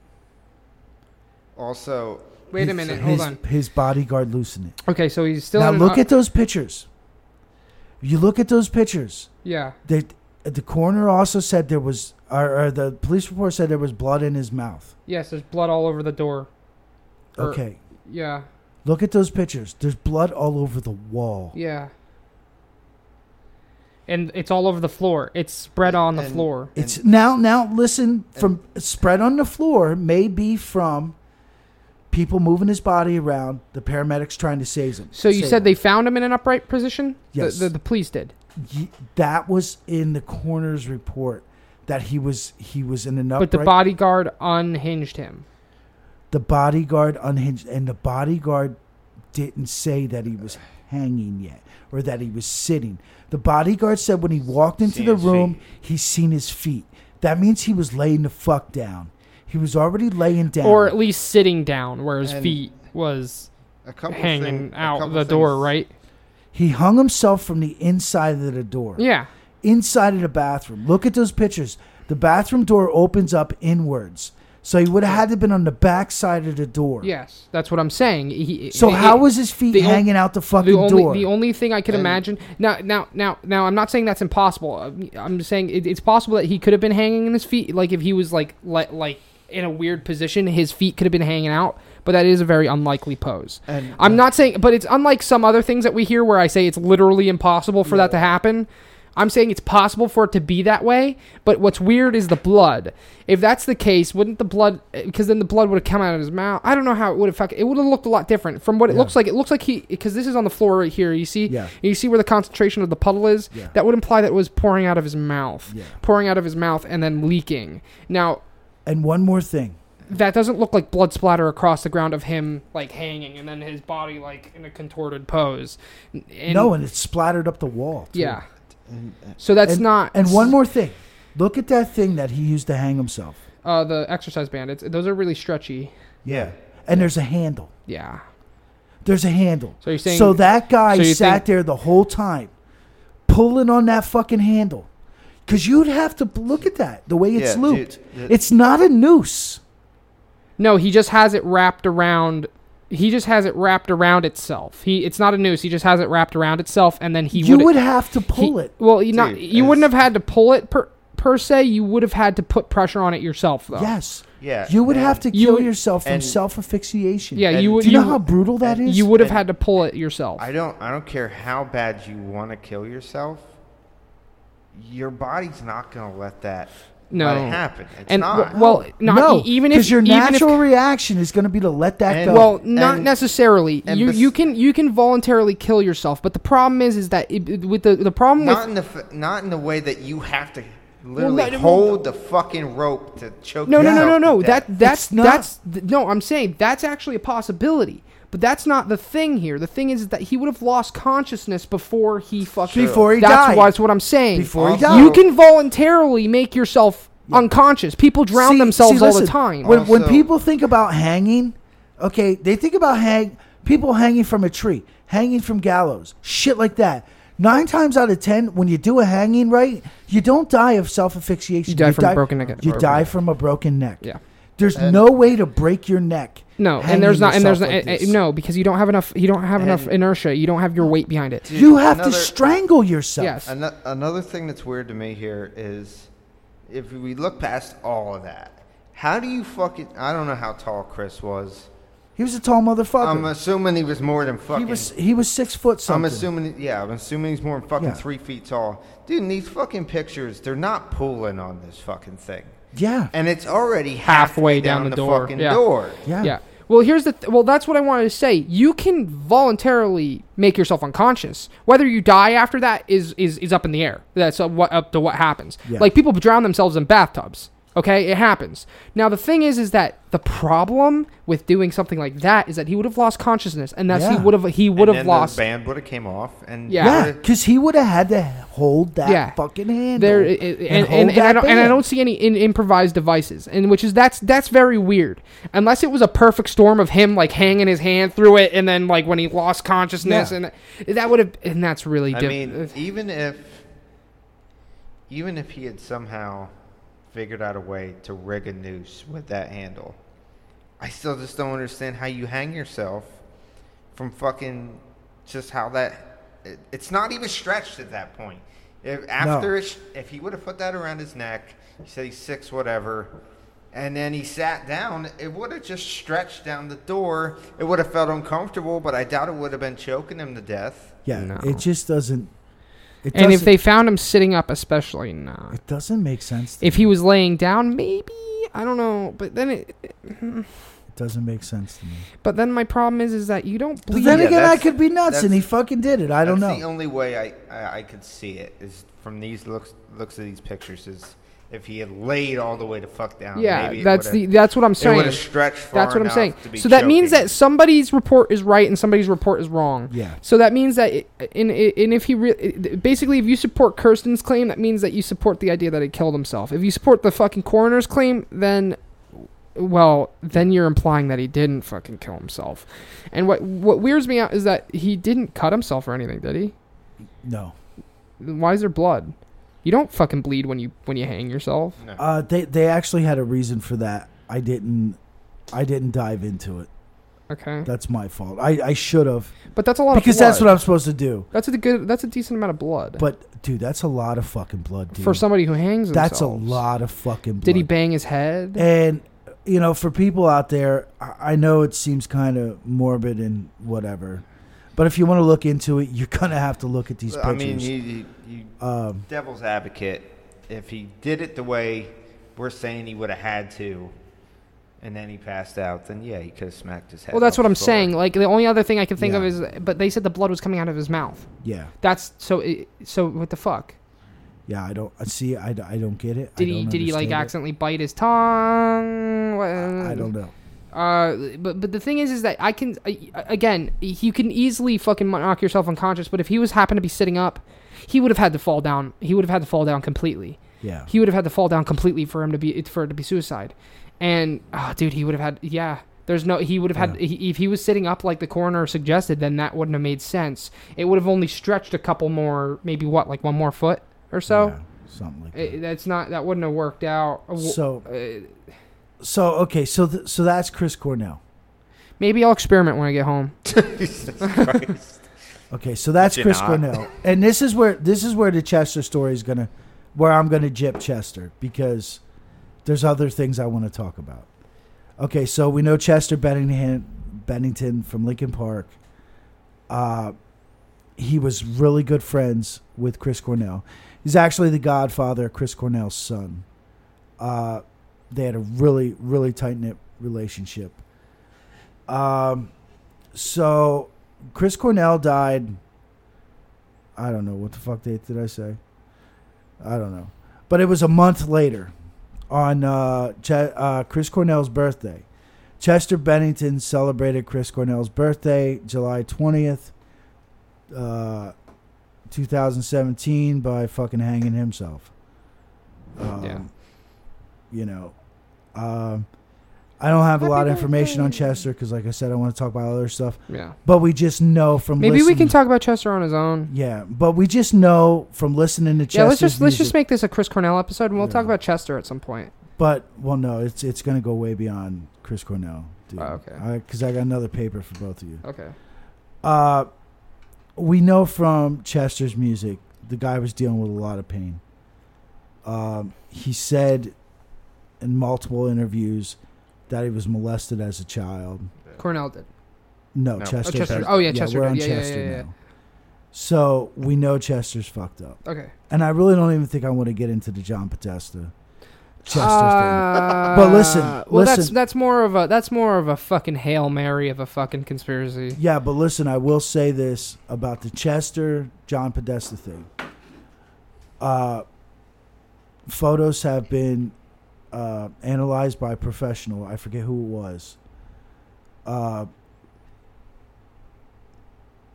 [SPEAKER 3] Also,
[SPEAKER 1] Wait a
[SPEAKER 2] His- uh,
[SPEAKER 1] minute, hold
[SPEAKER 2] his,
[SPEAKER 1] on.
[SPEAKER 2] His bodyguard loosened it.
[SPEAKER 1] Okay, so he's still
[SPEAKER 2] now
[SPEAKER 1] in an
[SPEAKER 2] look
[SPEAKER 1] u-
[SPEAKER 2] at those pictures. You look at those pictures.
[SPEAKER 1] yeah.
[SPEAKER 2] The the coroner also said there was, or, or the police report said there was blood in his mouth.
[SPEAKER 1] Yes, there's blood all over the door. Or-
[SPEAKER 2] Okay,
[SPEAKER 1] Yeah,
[SPEAKER 2] look at those pictures. There's blood all over the wall.
[SPEAKER 1] yeah. And it's all over the floor. It's spread on the
[SPEAKER 3] And-
[SPEAKER 1] floor.
[SPEAKER 2] It's now now listen from spread on the floor may be from people moving his body around. The paramedics trying to save him.
[SPEAKER 1] So you
[SPEAKER 2] save
[SPEAKER 1] said
[SPEAKER 2] him.
[SPEAKER 1] they found him in an upright position? The-
[SPEAKER 2] Yes.
[SPEAKER 1] The, the, police did.
[SPEAKER 2] Y- that was in the coroner's report that he was he was in an upright.
[SPEAKER 1] But the bodyguard unhinged him.
[SPEAKER 2] the bodyguard unhinged and the bodyguard didn't say that he was hanging yet or that he was sitting the bodyguard said when he walked into
[SPEAKER 3] Seen
[SPEAKER 2] the
[SPEAKER 3] his
[SPEAKER 2] room
[SPEAKER 3] feet.
[SPEAKER 2] he's seen his feet that means he was laying the fuck down he was already laying down
[SPEAKER 1] Or at least sitting down where his
[SPEAKER 3] And-
[SPEAKER 1] feet was
[SPEAKER 3] a couple
[SPEAKER 1] hanging
[SPEAKER 3] thing, a
[SPEAKER 1] out
[SPEAKER 3] couple
[SPEAKER 1] the door,
[SPEAKER 3] things-
[SPEAKER 1] right?
[SPEAKER 2] he hung himself from the inside of the door
[SPEAKER 1] Yeah.
[SPEAKER 2] inside of the bathroom look at those pictures the bathroom door opens up inwards so he would have had to been on the back side of the door
[SPEAKER 1] Yes. That's what I'm saying. He,
[SPEAKER 2] so
[SPEAKER 1] it-
[SPEAKER 2] how
[SPEAKER 1] it-
[SPEAKER 2] was his feet
[SPEAKER 1] the on-
[SPEAKER 2] hanging out the fucking
[SPEAKER 1] the only
[SPEAKER 2] door
[SPEAKER 1] the only thing I could
[SPEAKER 3] And-
[SPEAKER 1] imagine now now now now I'm not saying that's impossible. I'm- I'm just saying it, it's possible that he could have been hanging in his feet, like if he was like like like in a weird position, his feet could have been hanging out. but that is a very unlikely pose.
[SPEAKER 2] And
[SPEAKER 1] I'm
[SPEAKER 2] uh,
[SPEAKER 1] not saying, but it's unlike some other things that we hear where I say it's literally impossible for that to happen. I'm saying it's possible for it to be that way, but what's weird is the blood. If that's the case, wouldn't the blood? Because then the blood would have come out of his mouth. I don't know how it would have. fuck- It would have looked a lot different from what it
[SPEAKER 2] Yeah.
[SPEAKER 1] looks like. It looks like he because this is on the floor right here. You see,
[SPEAKER 2] Yeah.
[SPEAKER 1] you see where the concentration of the puddle is.
[SPEAKER 2] Yeah.
[SPEAKER 1] That would imply that it was pouring out of his mouth,
[SPEAKER 2] Yeah.
[SPEAKER 1] pouring out of his mouth, and then leaking. Now
[SPEAKER 2] And one more thing.
[SPEAKER 1] that doesn't look like blood splatter across the ground of him like hanging and then his body like in a contorted pose. And,
[SPEAKER 2] no, and it splattered up the wall. too.
[SPEAKER 1] yeah.
[SPEAKER 4] And, uh,
[SPEAKER 1] So that's
[SPEAKER 2] And-
[SPEAKER 1] not
[SPEAKER 2] And one more thing. Look at that thing that he used to hang himself.
[SPEAKER 1] uh, the exercise bandits. Those are really stretchy.
[SPEAKER 3] Yeah.
[SPEAKER 2] And there's a handle.
[SPEAKER 1] Yeah.
[SPEAKER 2] There's a handle.
[SPEAKER 1] So you're saying
[SPEAKER 2] so that guy
[SPEAKER 1] so you
[SPEAKER 2] sat
[SPEAKER 1] think-
[SPEAKER 2] there the whole time, pulling on that fucking handle, because you'd have to look at that the way it's
[SPEAKER 4] Yeah,
[SPEAKER 2] looped.
[SPEAKER 4] dude, the-
[SPEAKER 2] it's not a noose.
[SPEAKER 1] No, he just has it wrapped around he just has it wrapped around itself. He it's not a noose. He just has it wrapped around itself and then he
[SPEAKER 2] you
[SPEAKER 1] would
[SPEAKER 2] would have to
[SPEAKER 1] he-
[SPEAKER 2] pull it.
[SPEAKER 1] Well, you not
[SPEAKER 3] Dude,
[SPEAKER 1] you wouldn't have
[SPEAKER 3] it's-
[SPEAKER 1] had to pull it per per se. You would have had to put pressure on it yourself though.
[SPEAKER 2] Yes.
[SPEAKER 3] Yeah,
[SPEAKER 2] You would
[SPEAKER 3] and-
[SPEAKER 2] have to
[SPEAKER 1] Oh. You
[SPEAKER 2] kill
[SPEAKER 1] would-
[SPEAKER 2] yourself from
[SPEAKER 3] and-
[SPEAKER 2] self asphyxiation.
[SPEAKER 1] Yeah, you
[SPEAKER 3] And
[SPEAKER 1] would
[SPEAKER 2] Do you know
[SPEAKER 1] you-
[SPEAKER 2] how brutal that is?
[SPEAKER 1] you would have
[SPEAKER 3] and-
[SPEAKER 1] had to pull it yourself.
[SPEAKER 3] I don't I don't care how bad you want to kill yourself. Your body's not going to let that
[SPEAKER 1] No.
[SPEAKER 3] let it happen. It's
[SPEAKER 1] and
[SPEAKER 3] not.
[SPEAKER 1] w- well, not
[SPEAKER 2] no,
[SPEAKER 1] e- even if
[SPEAKER 2] 'cause your
[SPEAKER 1] even if-
[SPEAKER 2] natural reaction is going to be to let that
[SPEAKER 3] And-
[SPEAKER 2] go.
[SPEAKER 1] well, not
[SPEAKER 3] and-
[SPEAKER 1] necessarily.
[SPEAKER 3] and
[SPEAKER 1] you
[SPEAKER 3] bes-
[SPEAKER 1] you can you can voluntarily kill yourself, but the problem is is that it, it- with the the problem
[SPEAKER 3] not
[SPEAKER 1] with
[SPEAKER 3] in the f- not in the way that you have to literally
[SPEAKER 1] no, no,
[SPEAKER 3] hold the fucking rope to choke.
[SPEAKER 1] no no no
[SPEAKER 3] yourself
[SPEAKER 1] no
[SPEAKER 3] to
[SPEAKER 1] no
[SPEAKER 3] death.
[SPEAKER 1] that that's
[SPEAKER 2] not-
[SPEAKER 1] that's th- no I'm saying that's actually a possibility, but that's not the thing here. The thing is that he would have lost consciousnly before he fucking
[SPEAKER 2] Before he
[SPEAKER 1] that's
[SPEAKER 2] died.
[SPEAKER 1] why- that's what I'm saying.
[SPEAKER 2] Before he
[SPEAKER 3] Also-
[SPEAKER 2] died.
[SPEAKER 1] you can voluntarily make yourself unconscious. People drown
[SPEAKER 2] See-
[SPEAKER 1] themselves
[SPEAKER 2] see,
[SPEAKER 1] all
[SPEAKER 2] listen,
[SPEAKER 1] the time.
[SPEAKER 2] When, when
[SPEAKER 3] Also-
[SPEAKER 2] people think about hanging, okay, they think about hang people hanging from a tree, hanging from gallows, shit like that. Nine times out of ten, when you do a hanging right, you don't die of self asphyxiation.
[SPEAKER 1] You die from broken neck-
[SPEAKER 2] You
[SPEAKER 1] broken
[SPEAKER 2] die
[SPEAKER 1] neck.
[SPEAKER 2] from a broken neck.
[SPEAKER 1] Yeah.
[SPEAKER 2] There's no way to break your neck.
[SPEAKER 1] No, and
[SPEAKER 2] hanging
[SPEAKER 1] there's not, and there's
[SPEAKER 2] yourself
[SPEAKER 1] not,
[SPEAKER 2] like
[SPEAKER 1] eh, eh,
[SPEAKER 2] this.
[SPEAKER 1] no, because you don't have enough, you don't have enough
[SPEAKER 3] And-
[SPEAKER 1] inertia, you don't have your weight behind it.
[SPEAKER 3] Dude,
[SPEAKER 2] you have to
[SPEAKER 3] another-
[SPEAKER 2] strangle yourself.
[SPEAKER 1] Yes.
[SPEAKER 3] Ano- another thing that's weird to me here is if we look past all of that, how do you fucking? I don't know how tall Chris was.
[SPEAKER 2] He was a tall motherfucker.
[SPEAKER 3] I'm assuming he was more than fucking.
[SPEAKER 2] he was he was six foot something.
[SPEAKER 3] I'm assuming, yeah, I'm assuming he's more than fucking
[SPEAKER 2] Yeah.
[SPEAKER 3] three feet tall. Dude, and these fucking pictures, they're not pulling on this fucking thing.
[SPEAKER 2] Yeah.
[SPEAKER 3] And it's already
[SPEAKER 1] Halfway
[SPEAKER 3] halfway,
[SPEAKER 1] down
[SPEAKER 3] down,
[SPEAKER 1] the
[SPEAKER 3] the,
[SPEAKER 1] door.
[SPEAKER 3] fucking
[SPEAKER 1] Yeah.
[SPEAKER 3] door.
[SPEAKER 2] yeah.
[SPEAKER 1] Yeah. Well, here's the th- well. That's what I wanted to say. You can voluntarily make yourself unconscious. Whether you die after that is is, is up in the air. That's up, what up to what happens.
[SPEAKER 2] Yeah.
[SPEAKER 1] Like people drown themselves in bathtubs. Okay, it happens. Now the thing is, is that the problem with doing something like that is that he would have lost consciousness, and that's he
[SPEAKER 2] Yeah.
[SPEAKER 1] would have he would
[SPEAKER 3] And
[SPEAKER 1] have
[SPEAKER 3] then
[SPEAKER 1] lost.
[SPEAKER 3] The band would have came off, and
[SPEAKER 1] Yeah.
[SPEAKER 2] Yeah,
[SPEAKER 3] yeah,
[SPEAKER 2] because he would have had to hold that
[SPEAKER 1] Yeah.
[SPEAKER 2] fucking handle.
[SPEAKER 1] there i- i- and,
[SPEAKER 2] hold
[SPEAKER 1] and, and, I
[SPEAKER 2] that
[SPEAKER 1] don't, and I
[SPEAKER 2] band.
[SPEAKER 1] don't see any in, improvised devices and which is that's that's very weird unless it was a perfect storm of him like hanging his hand through it and then like when he lost consciousness
[SPEAKER 2] Yeah.
[SPEAKER 1] and th- that would have and that's really uh,
[SPEAKER 3] I
[SPEAKER 1] diff-
[SPEAKER 3] mean, even if, even if he had somehow figured out a way to rig a noose with that handle, I still just don't understand how you hang yourself from fucking just how that. It, it's not even stretched at that point. If after it, if he would have put that around his neck, he said he's six, whatever. And then he sat down. It would have just stretched down the door. It would have felt uncomfortable, but I doubt it would have been choking him to death.
[SPEAKER 2] yeah,
[SPEAKER 1] No.
[SPEAKER 2] it just doesn't. It
[SPEAKER 1] and if
[SPEAKER 2] doesn't-
[SPEAKER 1] they found him sitting up especially nah
[SPEAKER 2] it doesn't make sense. To
[SPEAKER 1] if he was laying down maybe I don't know but then it
[SPEAKER 2] It doesn't make sense to me.
[SPEAKER 1] but then my problem is is that you don't
[SPEAKER 2] But
[SPEAKER 1] believe
[SPEAKER 2] then
[SPEAKER 3] yeah,
[SPEAKER 2] again, I
[SPEAKER 3] that's-
[SPEAKER 2] could be nuts, and
[SPEAKER 3] that's-
[SPEAKER 2] he fucking did it. I don't
[SPEAKER 3] That's
[SPEAKER 2] know.
[SPEAKER 3] The only way I, I, I could see it is from these looks looks of these pictures is if he had laid all the way to fuck down.
[SPEAKER 1] yeah
[SPEAKER 3] maybe it
[SPEAKER 1] that's the
[SPEAKER 3] would've-
[SPEAKER 1] that's what I'm
[SPEAKER 3] It
[SPEAKER 1] saying
[SPEAKER 3] would have stretched far
[SPEAKER 1] That's what I'm
[SPEAKER 3] enough
[SPEAKER 1] saying.
[SPEAKER 3] to be
[SPEAKER 1] So that means
[SPEAKER 3] choking.
[SPEAKER 1] that somebody's report is right and somebody's report is wrong.
[SPEAKER 2] Yeah.
[SPEAKER 1] So that means that, it, in, in and if he re- basically, if you support Kirsten's claim, that means that you support the idea that he killed himself. If you support the fucking coroner's claim, then, well, then you're implying that he didn't fucking kill himself. And what what weirds me out is that he didn't cut himself or anything, did he?
[SPEAKER 2] No,
[SPEAKER 1] Why is there blood? You don't fucking bleed when you when you hang yourself.
[SPEAKER 3] No.
[SPEAKER 2] uh, they they actually had a reason for that. I didn't. I didn't dive into it.
[SPEAKER 1] Okay.
[SPEAKER 2] That's my fault. I, I should have
[SPEAKER 1] But that's a lot
[SPEAKER 2] because
[SPEAKER 1] of blood.
[SPEAKER 2] that's what I'm supposed to do.
[SPEAKER 1] that's a good that's a decent amount of blood.
[SPEAKER 2] But dude, that's a lot of fucking blood, dude.
[SPEAKER 1] for somebody who hangs
[SPEAKER 2] that's a
[SPEAKER 1] themselves.
[SPEAKER 2] lot of fucking. blood.
[SPEAKER 1] Did he bang his head?
[SPEAKER 2] And you know, for people out there, I I know it seems kind of morbid and whatever, but if you want to look into it, you're gonna have to look at these
[SPEAKER 3] Well,
[SPEAKER 2] pictures.
[SPEAKER 3] I mean, you, you, you
[SPEAKER 2] um,
[SPEAKER 3] devil's advocate. If he did it the way we're saying he would have had to, and then he passed out, then yeah, he could have smacked his head.
[SPEAKER 1] Well, that's
[SPEAKER 3] off
[SPEAKER 1] what
[SPEAKER 3] the
[SPEAKER 1] I'm
[SPEAKER 3] floor.
[SPEAKER 1] saying. Like the only other thing I can think of
[SPEAKER 2] Yeah.
[SPEAKER 1] is, but they said the blood was coming out of his mouth.
[SPEAKER 2] yeah,
[SPEAKER 1] That's so. It, so what the fuck?
[SPEAKER 2] yeah. I don't I see. I, d- I don't get it. I
[SPEAKER 1] Did he
[SPEAKER 2] don't
[SPEAKER 1] did he like
[SPEAKER 2] understand
[SPEAKER 1] accidentally bite his tongue? What-
[SPEAKER 2] it. I don't know.
[SPEAKER 1] Uh, but but the thing is, is that I can I- again, you can easily fucking knock yourself unconscious. But if he was happened to be sitting up, he would have had to fall down. He would have had to fall down completely.
[SPEAKER 2] Yeah,
[SPEAKER 1] He would have had to fall down completely for him to be for it to be suicide. And oh, dude, he would have had yeah. There's no he would have had he, if he was sitting up like the coroner suggested, then that wouldn't have made sense. It would have only stretched a couple more, maybe what like one more foot or so.
[SPEAKER 2] Yeah, something like
[SPEAKER 1] It- that's not that wouldn't have worked out.
[SPEAKER 2] that.
[SPEAKER 1] W-
[SPEAKER 2] So
[SPEAKER 1] uh,
[SPEAKER 2] so okay. So th- so that's Chris Cornell.
[SPEAKER 1] maybe I'll experiment when I get home.
[SPEAKER 3] Jesus Christ.
[SPEAKER 2] Okay, so that's
[SPEAKER 3] Did
[SPEAKER 2] Chris
[SPEAKER 3] not.
[SPEAKER 2] Cornell, and this is where this is where the Chester story is gonna, where I'm gonna jip Chester because there's other things I want to talk about. Okay, so we know Chester Bennington, Bennington from Lincoln Park. Uh, he was really good friends with Chris Cornell. He's actually the godfather of Chris Cornell's son. Uh, they had a really, really tight knit relationship. Um, so Chris Cornell died. I don't know what the fuck date did I say. I don't know, but it was a month later, on uh, Ch- uh, Chris Cornell's birthday. Chester Bennington celebrated Chris Cornell's birthday, July twentieth, uh, two thousand seventeen, by fucking hanging himself. Um,
[SPEAKER 1] Yeah.
[SPEAKER 2] You know, um, I don't have a lot of
[SPEAKER 1] Happy
[SPEAKER 2] information on
[SPEAKER 1] birthday.
[SPEAKER 2] Chester because, like I said, I want to talk about other stuff
[SPEAKER 1] Yeah.
[SPEAKER 2] but we just know from
[SPEAKER 1] Maybe we
[SPEAKER 2] listening-
[SPEAKER 1] can talk about Chester on his own.
[SPEAKER 2] Yeah, but we just know from listening to Chester's
[SPEAKER 1] yeah, let's just let's just
[SPEAKER 2] music-
[SPEAKER 1] make this a Chris Cornell episode, and we'll talk
[SPEAKER 2] Yeah.
[SPEAKER 1] about Chester at some point.
[SPEAKER 2] But well, no, it's it's gonna go way beyond Chris Cornell, dude.
[SPEAKER 1] Oh, okay.
[SPEAKER 2] Because I got another paper for both of you.
[SPEAKER 1] Okay.
[SPEAKER 2] Uh, we know from Chester's music, the guy was dealing with a lot of pain. Um, he said in multiple interviews that he was molested as a child.
[SPEAKER 1] Cornell did.
[SPEAKER 2] No,
[SPEAKER 3] No.
[SPEAKER 2] Chester.
[SPEAKER 1] Oh, Chester.
[SPEAKER 2] did.
[SPEAKER 1] Oh, yeah, Chester
[SPEAKER 2] We're
[SPEAKER 1] did.
[SPEAKER 2] on
[SPEAKER 1] Yeah, yeah,
[SPEAKER 2] Chester
[SPEAKER 1] yeah, yeah.
[SPEAKER 2] now. So we know Chester's fucked up.
[SPEAKER 1] Okay.
[SPEAKER 2] and I really don't even think I want to get into the John Podesta Chester
[SPEAKER 1] Uh,
[SPEAKER 2] But listen,
[SPEAKER 1] well, that's
[SPEAKER 2] listen.
[SPEAKER 1] that's more of a that's more of a fucking hail mary of a fucking conspiracy.
[SPEAKER 2] thing. Yeah, but listen, I will say this about the Chester John Podesta thing. Uh, photos have been uh, analyzed by a professional. I forget who it was. Uh,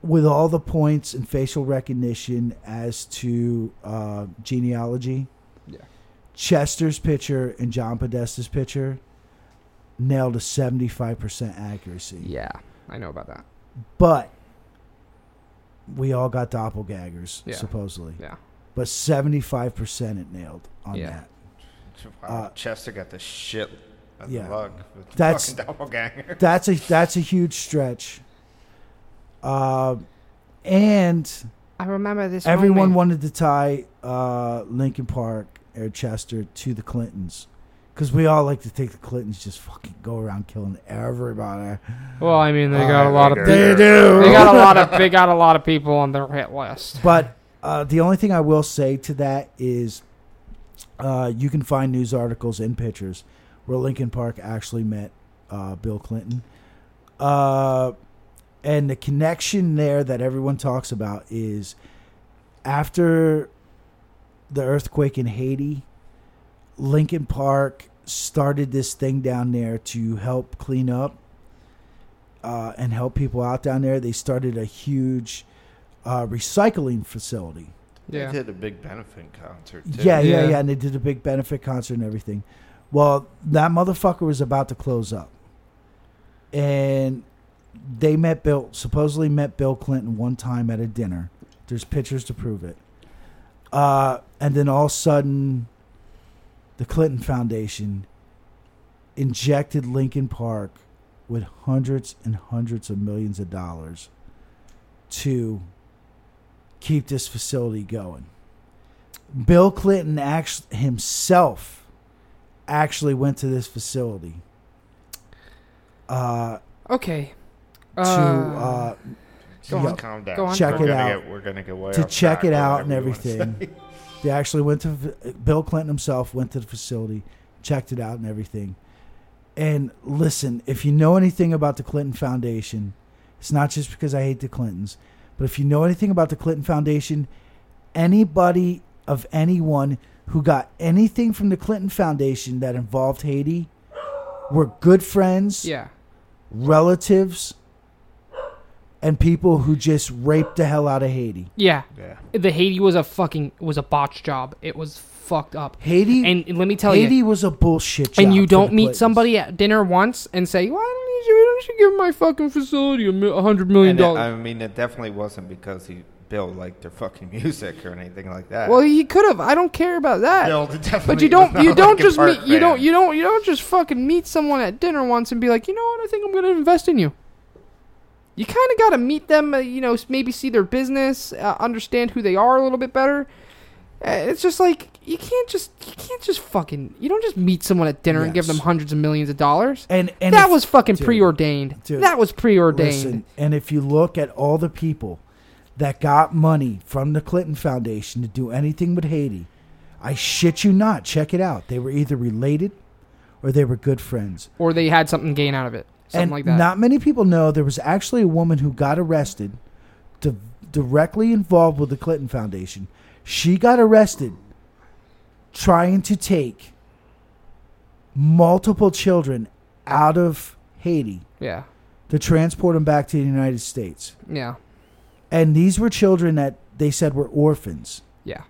[SPEAKER 2] with all the points and facial recognition as to uh, genealogy,
[SPEAKER 1] Yeah.
[SPEAKER 2] Chester's picture and John Podesta's picture nailed a 75% accuracy.
[SPEAKER 1] Yeah, I know about that.
[SPEAKER 2] But we all got doppelgangers,
[SPEAKER 1] Yeah.
[SPEAKER 2] supposedly.
[SPEAKER 1] Yeah.
[SPEAKER 2] But seventy five percent it nailed on
[SPEAKER 1] Yeah.
[SPEAKER 2] that.
[SPEAKER 3] Wow,
[SPEAKER 2] Uh,
[SPEAKER 3] Chester got the shit out
[SPEAKER 2] yeah.
[SPEAKER 3] the lug with the
[SPEAKER 2] That's-
[SPEAKER 3] fucking doppelganger.
[SPEAKER 2] That's a that's a huge stretch. Uh, and
[SPEAKER 1] I remember this.
[SPEAKER 2] everyone
[SPEAKER 1] moment.
[SPEAKER 2] wanted to tie uh, Lincoln Park or Chester to the Clintons. Because we all like to think the Clintons just fucking go around killing everybody.
[SPEAKER 1] Well, I mean, they
[SPEAKER 3] Uh,
[SPEAKER 1] got a lot of
[SPEAKER 3] they
[SPEAKER 1] they,
[SPEAKER 3] They
[SPEAKER 2] do.
[SPEAKER 1] got a lot of they got a lot of people on their hit list.
[SPEAKER 2] But uh, the only thing I will say to that is uh, you can find news articles and pictures where Lincoln Park actually met uh, Bill Clinton. Uh, and the connection there that everyone talks about is after the earthquake in Haiti, Lincoln Park started this thing down there to help clean up uh, and help people out down there. They started a huge uh, recycling facility.
[SPEAKER 1] Yeah.
[SPEAKER 3] They did a big benefit concert too.
[SPEAKER 2] Yeah, yeah,
[SPEAKER 1] Yeah.
[SPEAKER 2] yeah, And they did a big benefit concert and everything. Well, that motherfucker was about to close up. And they met Bill, supposedly met Bill Clinton one time at a dinner. There's pictures to prove it. Uh, and then all of a sudden, the Clinton Foundation injected Lincoln Park with hundreds and hundreds of millions of dollars to keep this facility going. Bill Clinton act- himself actually went to this facility uh,
[SPEAKER 1] Okay.
[SPEAKER 2] to uh,
[SPEAKER 3] Just
[SPEAKER 2] Yeah.
[SPEAKER 3] calm down.
[SPEAKER 1] Go on.
[SPEAKER 2] Check
[SPEAKER 3] we're
[SPEAKER 2] it
[SPEAKER 3] gonna
[SPEAKER 2] out.
[SPEAKER 3] Get, we're gonna get way
[SPEAKER 2] to
[SPEAKER 3] off
[SPEAKER 2] check
[SPEAKER 3] track
[SPEAKER 2] it
[SPEAKER 3] with
[SPEAKER 2] out and
[SPEAKER 3] whatever you wanna
[SPEAKER 2] everything.
[SPEAKER 3] say.
[SPEAKER 2] They actually went to Bill Clinton himself went to the facility, checked it out and everything. And listen, if you know anything about the Clinton Foundation, it's not just because I hate the Clintons, but if you know anything about the Clinton Foundation, anybody of anyone who got anything from the Clinton Foundation that involved Haiti were good friends,
[SPEAKER 1] yeah.
[SPEAKER 2] relatives, and people who just raped the hell out of Haiti.
[SPEAKER 1] Yeah.
[SPEAKER 3] Yeah.
[SPEAKER 1] The Haiti was a fucking was a botched job. It was fucked up.
[SPEAKER 2] Haiti
[SPEAKER 1] And let me tell
[SPEAKER 2] Haiti
[SPEAKER 1] you.
[SPEAKER 2] was a bullshit job.
[SPEAKER 1] And you
[SPEAKER 2] for
[SPEAKER 1] don't
[SPEAKER 2] the
[SPEAKER 1] meet
[SPEAKER 2] Clintons.
[SPEAKER 1] somebody at dinner once and say, "Why don't you, why don't you give my fucking facility a mi- a hundred million
[SPEAKER 3] And uh, it-
[SPEAKER 1] dollars?"
[SPEAKER 3] I mean, it definitely wasn't because he Bill liked their fucking music or anything like that.
[SPEAKER 1] Well, he could have. I don't care about that.
[SPEAKER 3] Bill definitely.
[SPEAKER 1] But you
[SPEAKER 3] was
[SPEAKER 1] don't
[SPEAKER 3] not
[SPEAKER 1] you
[SPEAKER 3] like
[SPEAKER 1] don't
[SPEAKER 3] a
[SPEAKER 1] just
[SPEAKER 3] Park
[SPEAKER 1] meet you don't
[SPEAKER 3] fan.
[SPEAKER 1] you don't you don't just fucking meet someone at dinner once and be like, "You know what? I think I'm going to invest in you." You kind of got to meet them, uh, you know, s- maybe see their business, uh, understand who they are a little bit better. Uh, It's just like you can't just you can't just fucking you don't just meet someone at dinner and give them
[SPEAKER 2] Yes.
[SPEAKER 1] hundreds of millions of dollars.
[SPEAKER 2] And and
[SPEAKER 1] that
[SPEAKER 2] if-
[SPEAKER 1] was fucking
[SPEAKER 2] dude,
[SPEAKER 1] preordained.
[SPEAKER 2] dude,
[SPEAKER 1] that was preordained.
[SPEAKER 2] listen, and if you look at all the people that got money from the Clinton Foundation to do anything with Haiti, I shit you not. Check it out. They were either related or they were good friends.
[SPEAKER 1] or they had something gain out of it. Something
[SPEAKER 2] and
[SPEAKER 1] like that.
[SPEAKER 2] not many people know there was actually a woman who got arrested to, directly involved with the Clinton Foundation. She got arrested trying to take multiple children out of Haiti
[SPEAKER 1] yeah.
[SPEAKER 2] to transport them back to the United States.
[SPEAKER 1] Yeah.
[SPEAKER 2] And these were children that they said were orphans.
[SPEAKER 1] Yeah.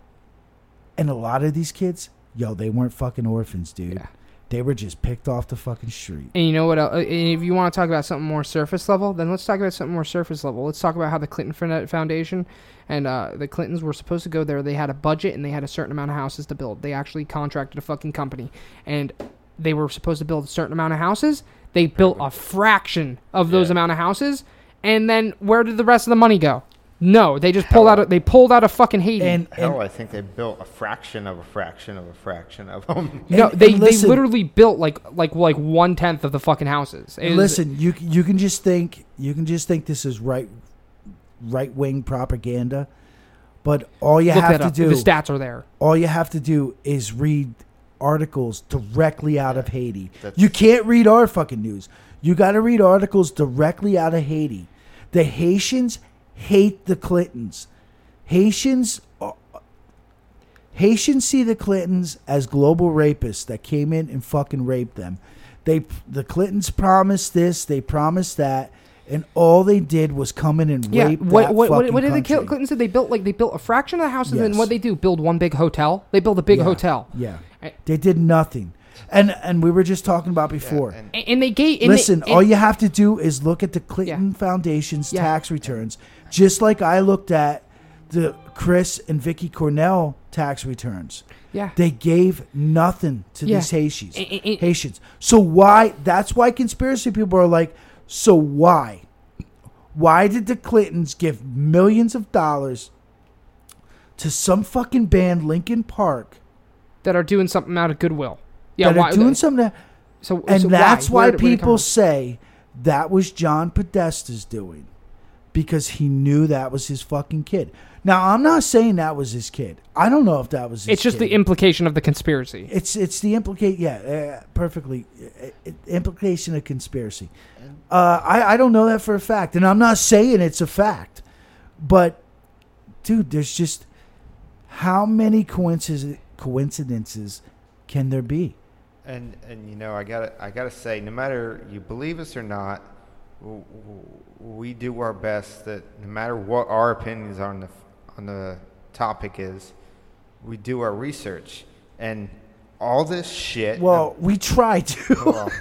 [SPEAKER 2] And a lot of these kids, yo, they weren't fucking orphans, dude.
[SPEAKER 1] Yeah.
[SPEAKER 2] They were just picked off the fucking street.
[SPEAKER 1] And you know what? el- uh, And if you want to talk about something more surface level, then let's talk about something more surface level. Let's talk about how the Clinton Fon- Foundation and uh, the Clintons were supposed to go there. They had a budget and they had a certain amount of houses to build. They actually contracted a fucking company, and they were supposed to build a certain amount of houses. They built a fraction of those
[SPEAKER 3] Yeah.
[SPEAKER 1] amount of houses, and then where did the rest of the money go? No, they just pulled out. A, they pulled out a fucking Haiti.
[SPEAKER 2] And, and
[SPEAKER 3] Hell, I think they built a fraction of a fraction of a fraction of them.
[SPEAKER 1] no,
[SPEAKER 2] and-
[SPEAKER 1] they,
[SPEAKER 2] and
[SPEAKER 1] they
[SPEAKER 2] listen-
[SPEAKER 1] literally built like like like one tenth of the fucking houses. It was-
[SPEAKER 2] listen, you c- you can just think you can just think this is right right wing propaganda, but all you
[SPEAKER 1] look
[SPEAKER 2] have
[SPEAKER 1] that
[SPEAKER 2] to
[SPEAKER 1] up. The
[SPEAKER 2] do
[SPEAKER 1] stats are there.
[SPEAKER 2] all you have to do is read articles directly out of Haiti.
[SPEAKER 3] that's-
[SPEAKER 2] You can't read our fucking news. You got to read articles directly out of Haiti. The Haitians hate the Clintons. Haitians are- Haitians see the Clintons as global rapists that came in and fucking raped them. They the Clintons promised this, they promised that, and all they did was come in and
[SPEAKER 1] Yeah,
[SPEAKER 2] rape
[SPEAKER 1] what
[SPEAKER 2] that
[SPEAKER 1] what what,
[SPEAKER 2] fucking
[SPEAKER 1] what did the
[SPEAKER 2] country.
[SPEAKER 1] Cl- Clinton said? They built like they built a fraction of the house, and then
[SPEAKER 2] Yes.
[SPEAKER 1] what they do? Build one big hotel. They build a big
[SPEAKER 2] Yeah,
[SPEAKER 1] hotel.
[SPEAKER 2] Yeah.
[SPEAKER 1] A-
[SPEAKER 2] They did nothing. And and we were just talking about before.
[SPEAKER 3] and-
[SPEAKER 1] A- And they gave. And
[SPEAKER 2] Listen,
[SPEAKER 1] they, and-
[SPEAKER 2] all you have to do is look at the Clinton Foundation's
[SPEAKER 1] Yeah.
[SPEAKER 2] tax returns, just like I looked at the Chris and Vicky Cornell tax returns.
[SPEAKER 1] yeah.
[SPEAKER 2] They gave nothing to
[SPEAKER 1] Yeah.
[SPEAKER 2] these Haitians.
[SPEAKER 1] I- I- I-
[SPEAKER 2] Haitians. So why? That's why conspiracy people are like, so why? Why did the Clintons give millions of dollars to some fucking band, Lincoln Park,
[SPEAKER 1] that are doing something out of goodwill. Yeah,
[SPEAKER 2] that
[SPEAKER 1] why,
[SPEAKER 2] are doing something? That,
[SPEAKER 1] so,
[SPEAKER 2] and
[SPEAKER 1] so
[SPEAKER 2] that's why,
[SPEAKER 1] Where did- where did it come
[SPEAKER 2] people
[SPEAKER 1] from?
[SPEAKER 2] say that was John Podesta's doing because he knew that was his fucking kid. Now I'm not saying that was his kid. I don't know if that was. His
[SPEAKER 1] It's just
[SPEAKER 2] kid.
[SPEAKER 1] the implication of the conspiracy.
[SPEAKER 2] It's it's the implicate. Yeah, uh, perfectly. Uh, uh, implication of conspiracy. Uh, I I don't know that for a fact, and I'm not saying it's a fact, but dude, there's just how many coincidences coincidences can there be?
[SPEAKER 3] And and you know, I gotta I gotta say, no matter you believe us or not, w- w- we do our best that no matter what our opinions on the on the topic is, we do our research and all this shit.
[SPEAKER 2] Well, we try to.
[SPEAKER 3] Well,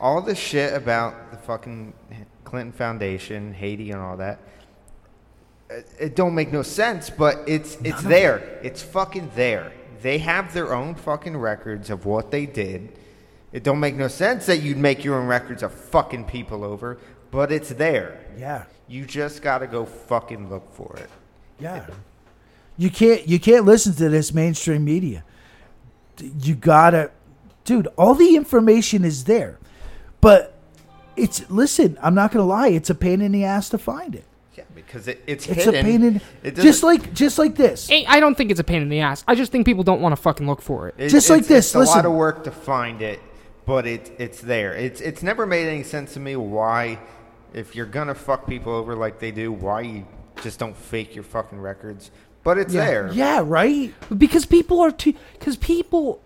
[SPEAKER 3] all this shit about the fucking Clinton Foundation, Haiti, and all that. It, it don't make no sense, but it's it's there. It's fucking there. They have their own fucking records of what they did. It don't make no sense that you'd make your own records of fucking people over, but it's there.
[SPEAKER 2] yeah.
[SPEAKER 3] You just gotta go fucking look for it.
[SPEAKER 2] Yeah. You can't you can't listen to this mainstream media. D- You gotta dude, all the information is there. But It's listen. I'm not gonna lie. It's a pain in the ass to find it.
[SPEAKER 3] Yeah, because it, it's,
[SPEAKER 2] It's
[SPEAKER 3] hidden.
[SPEAKER 2] a pain in
[SPEAKER 3] It doesn't-
[SPEAKER 2] just like just like this.
[SPEAKER 1] Ain't- I don't think it's a pain in the ass. I just think people don't want to fucking look for it.
[SPEAKER 3] It-
[SPEAKER 2] Just like
[SPEAKER 3] it's-
[SPEAKER 2] this,
[SPEAKER 3] It's a
[SPEAKER 2] listen.
[SPEAKER 3] lot of work to find it, but it it's there. It's it's never made any sense to me why, if you're gonna fuck people over like they do, why you just don't fake your fucking records. But it's there.
[SPEAKER 2] Yeah, right.
[SPEAKER 1] because people are too because people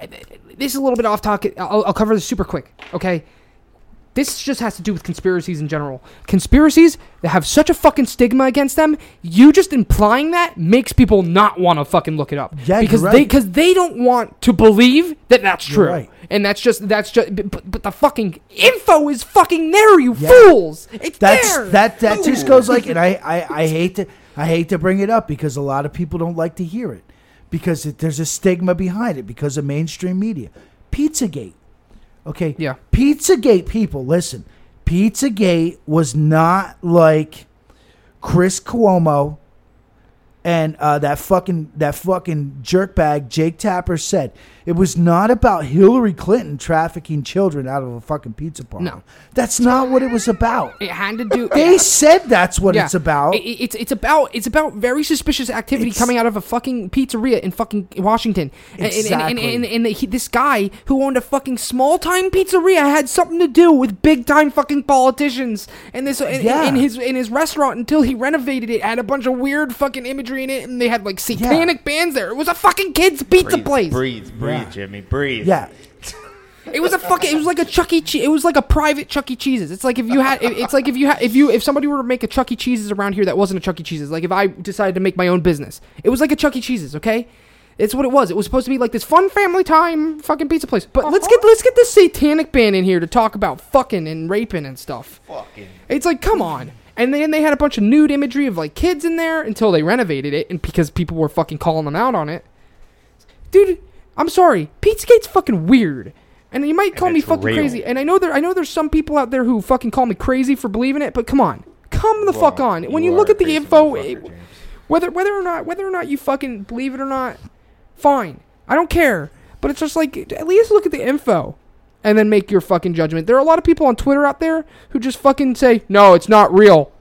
[SPEAKER 1] this is a little bit off topic I'll, I'll cover this super quick okay this just has to do with conspiracies in general conspiracies that have such a fucking stigma against them you just implying that makes people not want to fucking look it up
[SPEAKER 2] Yeah,
[SPEAKER 1] because
[SPEAKER 2] you're
[SPEAKER 1] they
[SPEAKER 2] right.
[SPEAKER 1] because they don't want to believe that that's
[SPEAKER 2] You're
[SPEAKER 1] true
[SPEAKER 2] right.
[SPEAKER 1] and that's just that's just but, but the fucking info is fucking there you
[SPEAKER 2] Yeah.
[SPEAKER 1] fools it's
[SPEAKER 2] That's
[SPEAKER 1] there
[SPEAKER 2] that that just
[SPEAKER 1] Ooh.
[SPEAKER 2] goes like, and I, I I hate to I hate to bring it up because a lot of people don't like to hear it because it, there's a stigma behind it because of mainstream media. Pizzagate, okay,
[SPEAKER 1] Yeah.
[SPEAKER 2] Pizzagate people, listen, Pizzagate was not like Chris Cuomo and uh, that fucking that fucking jerkbag Jake Tapper said it was not about Hillary Clinton trafficking children out of a fucking pizza parlor.
[SPEAKER 1] No.
[SPEAKER 2] That's not what it was about.
[SPEAKER 1] it had to do
[SPEAKER 2] They said that's what
[SPEAKER 1] Yeah.
[SPEAKER 2] it's about.
[SPEAKER 1] I- I- it's it's about it's about very suspicious activity
[SPEAKER 2] It's-
[SPEAKER 1] coming out of a fucking pizzeria in fucking Washington. And- and- And,
[SPEAKER 2] Exactly.
[SPEAKER 1] and, and, and, he, this guy who owned a fucking small time pizzeria had something to do with big time fucking politicians. And this in,
[SPEAKER 2] Yeah.
[SPEAKER 1] in his in his restaurant until he renovated it had a bunch of weird fucking imagery in it, and they had like satanic bands there. It was a fucking kids pizza
[SPEAKER 3] Breathe,
[SPEAKER 1] place.
[SPEAKER 3] breathe, breathe,
[SPEAKER 2] Yeah.
[SPEAKER 3] Jimmy, breathe.
[SPEAKER 2] yeah,
[SPEAKER 1] It was a fucking. It was like a Chuck E. Cheese. It was like a private Chuck E. Cheese's. It's like if you had. it- It's like if you had. If you if somebody were to make a Chuck E. Cheese's around here that wasn't a Chuck E. Cheese's. Like if I decided to make my own business, it was like a Chuck E. Cheese's. Okay, it's what it was. It was supposed to be like this fun family time fucking pizza place. But let's get let's get this satanic band in here to talk about fucking and raping and stuff.
[SPEAKER 3] Fucking.
[SPEAKER 1] It's like come on. And then they had a bunch of nude imagery of like kids in there until they renovated it, and because people were fucking calling them out on it dude, I'm sorry, Pizzagate's fucking weird. And you might call me
[SPEAKER 3] it's
[SPEAKER 1] fucking
[SPEAKER 3] real.
[SPEAKER 1] crazy. And I know there, I know there's some people out there who fucking call me crazy for believing it. But come on, come the fuck
[SPEAKER 3] Well,
[SPEAKER 1] on. When you,
[SPEAKER 3] are
[SPEAKER 1] look
[SPEAKER 3] a
[SPEAKER 1] at the
[SPEAKER 3] crazy
[SPEAKER 1] info,
[SPEAKER 3] motherfucker,
[SPEAKER 1] it-
[SPEAKER 3] James.
[SPEAKER 1] whether whether or not whether or not you fucking believe it or not, fine. I don't care. But it's just like at least look at the info and then make your fucking judgment. There are a lot of people on Twitter out there who just fucking say, "No, it's not real."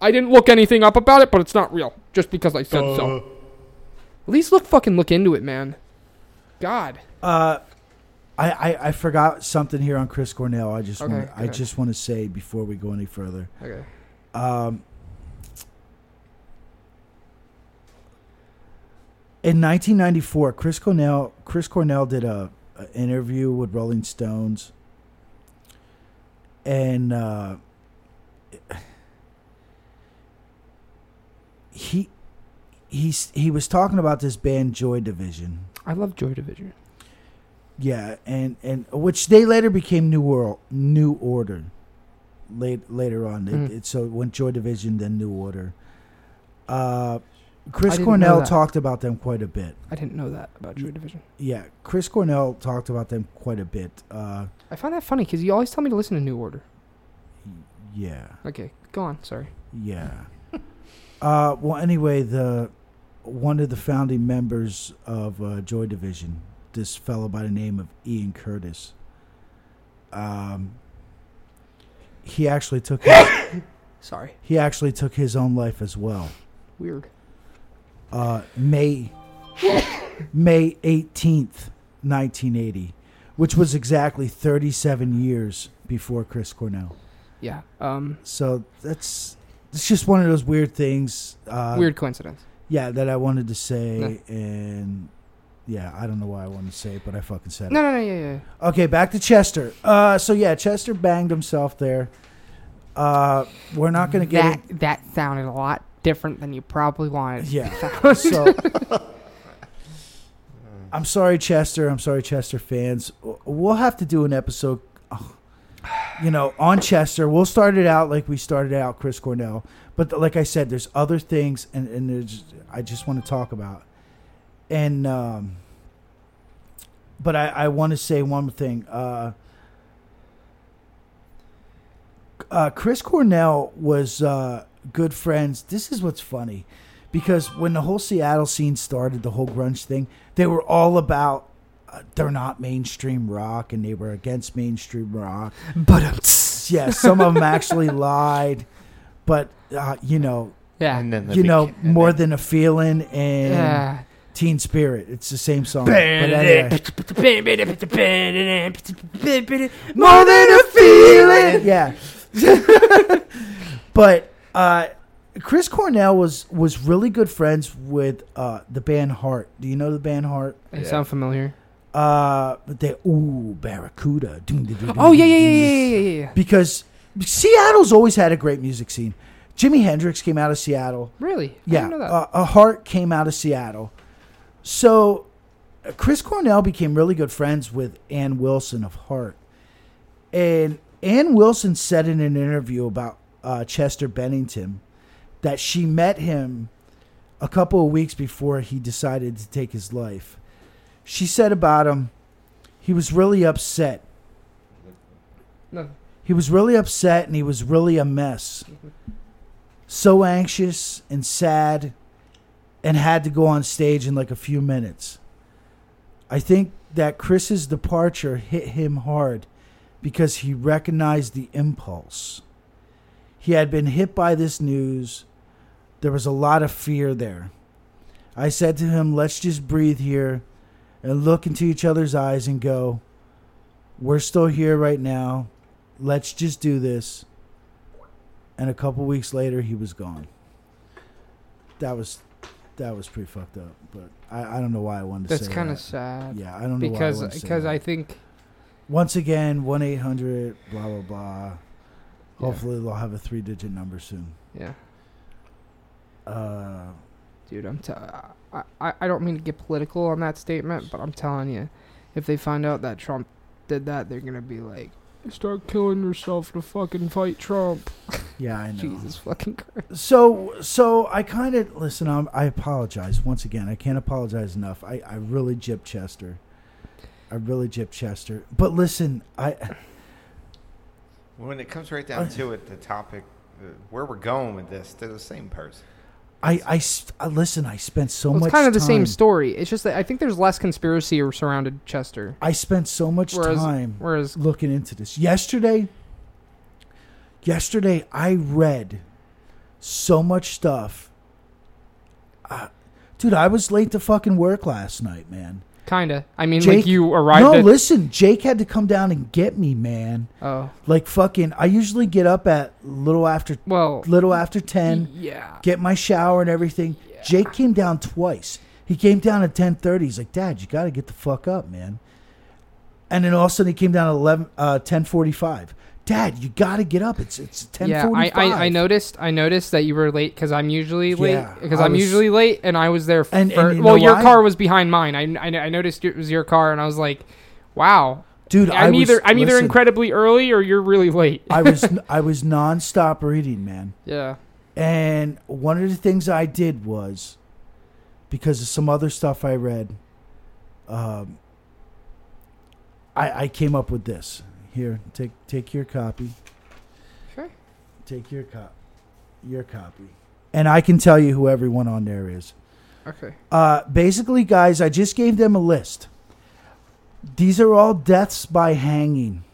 [SPEAKER 1] I didn't look anything up about it, but it's not real just because I said so. At least look fucking look into it, man. God.
[SPEAKER 2] uh, I, I I forgot something here on Chris Cornell. I just
[SPEAKER 1] Okay,
[SPEAKER 2] want I
[SPEAKER 1] okay.
[SPEAKER 2] just want to say before we go any further.
[SPEAKER 1] Okay.
[SPEAKER 2] Um, in 1994, Chris Cornell Chris Cornell did a, a interview with Rolling Stones, and uh, he he's he was talking about this band Joy Division.
[SPEAKER 1] I love Joy Division.
[SPEAKER 2] Yeah, and and which they later became New World, New Order. Late later on,
[SPEAKER 1] Mhm.
[SPEAKER 2] it, it so it went Joy Division, then New Order. Uh, Chris
[SPEAKER 1] didn't know
[SPEAKER 2] Cornell
[SPEAKER 1] that.
[SPEAKER 2] talked about them quite a bit.
[SPEAKER 1] I didn't know that about Joy Division.
[SPEAKER 2] Yeah, Chris Cornell talked about them quite a bit. Uh,
[SPEAKER 1] I find that funny because you always tell me to listen to New Order.
[SPEAKER 2] yeah,
[SPEAKER 1] Okay, go on. Sorry.
[SPEAKER 2] yeah. uh, well, anyway, the one of the founding members of uh, Joy Division, this fellow by the name of Ian Curtis. Um, he actually took. his-
[SPEAKER 1] Sorry.
[SPEAKER 2] he actually took his own life as well.
[SPEAKER 1] Weird.
[SPEAKER 2] Uh, May May eighteenth, nineteen eighty, which was exactly thirty-seven years before Chris Cornell.
[SPEAKER 1] Yeah. Um.
[SPEAKER 2] So that's it's just one of those weird things. Uh,
[SPEAKER 1] weird coincidence.
[SPEAKER 2] yeah, that I wanted to say, and yeah, I don't know why I wanted to say it, but I fucking said it.
[SPEAKER 1] No, no, no. Yeah, yeah.
[SPEAKER 2] Okay, back to Chester. Uh, so yeah, Chester banged himself there. Uh, we're not gonna get in-
[SPEAKER 1] that that sounded a lot different than you probably wanted.
[SPEAKER 2] Yeah. so I'm sorry, Chester. I'm sorry, Chester fans. W- We'll have to do an episode, oh, you know, on Chester. We'll start it out like we started out Chris Cornell, but th- like I said, there's other things, and and there's I just want to talk about, and um, but I I want to say one thing. Uh, uh, Chris Cornell was uh, good friends. This is what's funny, because when the whole Seattle scene started, the whole grunge thing, they were all about uh, they're not mainstream rock and they were against mainstream rock.
[SPEAKER 1] But um,
[SPEAKER 2] Yeah, some of them actually lied, but uh, you know,
[SPEAKER 1] yeah,
[SPEAKER 3] And then the
[SPEAKER 2] you know,
[SPEAKER 3] begin- and
[SPEAKER 2] more
[SPEAKER 3] then-
[SPEAKER 2] than a feeling and
[SPEAKER 1] yeah.
[SPEAKER 2] Teen Spirit. It's the same song. But anyway,
[SPEAKER 1] More than a feeling.
[SPEAKER 2] yeah. but uh, Chris Cornell was was really good friends with uh, the band Heart. Do you know the band Heart?
[SPEAKER 1] They sound familiar.
[SPEAKER 2] Uh, but they ooh Barracuda. Dun, dun, dun, dun,
[SPEAKER 1] Oh yeah, yeah,
[SPEAKER 2] dun,
[SPEAKER 1] yeah,
[SPEAKER 2] dun.
[SPEAKER 1] yeah, yeah, yeah.
[SPEAKER 2] Because Seattle's always had a great music scene. Jimi Hendrix came out of Seattle.
[SPEAKER 1] Really? I
[SPEAKER 2] Yeah,
[SPEAKER 1] didn't know that.
[SPEAKER 2] uh, a heart came out of Seattle. So uh, Chris Cornell became really good friends with Ann Wilson of Heart, and Ann Wilson said in an interview about uh, Chester Bennington that she met him a couple of weeks before he decided to take his life. She said about him, he was really upset.
[SPEAKER 1] No.
[SPEAKER 2] He was really upset and he was really a mess. So anxious and sad and had to go on stage in like a few minutes. I think that Chris's departure hit him hard because he recognized the impulse. He had been hit by this news. There was a lot of fear there. I said to him, Let's just breathe here and look into each other's eyes and go, We're still here right now. Let's just do this. And a couple weeks later, he was gone. That was that was pretty fucked up, but I, I don't know why I wanted to
[SPEAKER 1] That's
[SPEAKER 2] say
[SPEAKER 1] kind
[SPEAKER 2] that.
[SPEAKER 1] of sad.
[SPEAKER 2] Yeah, I don't know
[SPEAKER 1] Because
[SPEAKER 2] why I,
[SPEAKER 1] because I think
[SPEAKER 2] once again one eight hundred blah blah blah. Hopefully they'll have a three digit number soon.
[SPEAKER 1] yeah,
[SPEAKER 2] Uh,
[SPEAKER 1] dude, I'm t- I, I I don't mean to get political on that statement, but I'm telling you, if they find out that Trump did that, they're gonna be like, start killing yourself to fucking fight Trump.
[SPEAKER 2] yeah, I know.
[SPEAKER 1] Jesus fucking Christ.
[SPEAKER 2] So so I kind of listen. Um, I apologize once again. I can't apologize enough. I I really gypped Chester. I really gypped Chester. But listen, I
[SPEAKER 3] When it comes right down to it, the topic, uh, where we're going with this, they're the same person.
[SPEAKER 2] I I, s- I- listen. I spent so
[SPEAKER 1] Well,
[SPEAKER 2] much.
[SPEAKER 1] it's kind of the
[SPEAKER 2] time-
[SPEAKER 1] same story. It's just that I think there's less conspiracy surrounded Chester,
[SPEAKER 2] I spent so much
[SPEAKER 1] Whereas-
[SPEAKER 2] time.
[SPEAKER 1] whereas
[SPEAKER 2] looking into this. Yesterday, yesterday I read so much stuff. Uh, dude, I was late to fucking work last night, man.
[SPEAKER 1] kinda. I mean, like you arrived.
[SPEAKER 2] No,
[SPEAKER 1] at,
[SPEAKER 2] listen, Jake had to come down and get me, man.
[SPEAKER 1] Oh
[SPEAKER 2] Like fucking, I usually get up at little after
[SPEAKER 1] well.
[SPEAKER 2] little after ten
[SPEAKER 1] yeah.
[SPEAKER 2] get my shower and everything. Jake came down twice. He came down at ten thirty. He's like, Dad, you got to get the fuck up, man. And then all of a sudden he came down at eleven uh, ten forty five. Dad, you got to get up. It's it's ten
[SPEAKER 1] Yeah, I,
[SPEAKER 2] forty five.
[SPEAKER 1] I, I noticed I noticed that you were late because I'm usually late
[SPEAKER 2] Yeah,
[SPEAKER 1] because
[SPEAKER 2] I
[SPEAKER 1] I'm
[SPEAKER 2] was-
[SPEAKER 1] usually late and I was there. F-
[SPEAKER 2] And- and
[SPEAKER 1] fir-
[SPEAKER 2] you
[SPEAKER 1] well,
[SPEAKER 2] know
[SPEAKER 1] your
[SPEAKER 2] why?
[SPEAKER 1] car was behind mine. I, I, I noticed it was your car and I was like, wow.
[SPEAKER 2] dude. I
[SPEAKER 1] I'm
[SPEAKER 2] was,
[SPEAKER 1] either I'm either
[SPEAKER 2] listen,
[SPEAKER 1] incredibly early or you're really late.
[SPEAKER 2] I was I was nonstop reading, man.
[SPEAKER 1] yeah,
[SPEAKER 2] And one of the things I did was because of some other stuff I read, um, I, I came up with this. Here, take take your copy.
[SPEAKER 1] sure.
[SPEAKER 2] Take your cop, your copy, and I can tell you who everyone on there is.
[SPEAKER 1] Okay.
[SPEAKER 2] Uh, basically, guys, I just gave them a list. These are all deaths by hanging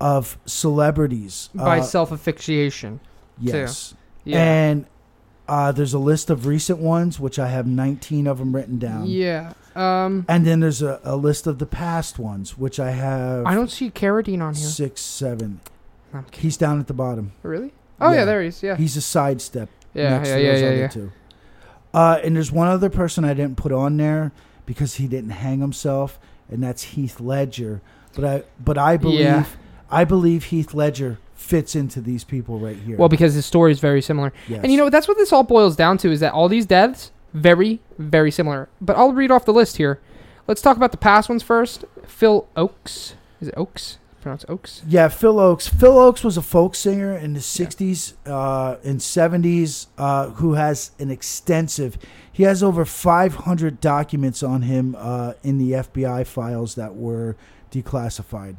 [SPEAKER 2] of celebrities.
[SPEAKER 1] By
[SPEAKER 2] Uh,
[SPEAKER 1] self asphyxiation.
[SPEAKER 2] yes.
[SPEAKER 1] Yeah.
[SPEAKER 2] And uh, there's a list of recent ones, which I have 19 of them written down.
[SPEAKER 1] yeah. Um,
[SPEAKER 2] And then there's a, a list of the past ones, which I have
[SPEAKER 1] I don't see carotene on here.
[SPEAKER 2] six, seven.
[SPEAKER 1] I'm
[SPEAKER 2] He's down at the bottom.
[SPEAKER 1] Really? Oh yeah,
[SPEAKER 2] Yeah.
[SPEAKER 1] there he is. Yeah.
[SPEAKER 2] He's a sidestep
[SPEAKER 1] yeah.
[SPEAKER 2] next
[SPEAKER 1] Yeah.
[SPEAKER 2] to
[SPEAKER 1] Yeah.
[SPEAKER 2] those
[SPEAKER 1] Yeah.
[SPEAKER 2] other
[SPEAKER 1] yeah.
[SPEAKER 2] two. Uh, and there's one other person I didn't put on there because he didn't hang himself, and that's Heath Ledger. But I, but I believe,
[SPEAKER 1] Yeah.
[SPEAKER 2] I believe Heath Ledger fits into these people right here.
[SPEAKER 1] Well, because his story is very similar.
[SPEAKER 2] yes.
[SPEAKER 1] And you know what? That's what this all boils down to is that all these deaths very very similar. But I'll read off the list here. Let's talk about the past ones first. Phil Oakes. Is it Oakes? Pronounced Oakes.
[SPEAKER 2] Yeah, Phil Oakes. Phil Oakes was a folk singer in the '60s uh, and '70s uh, who has an extensive. He has over 500 documents on him uh, in the FBI files that were declassified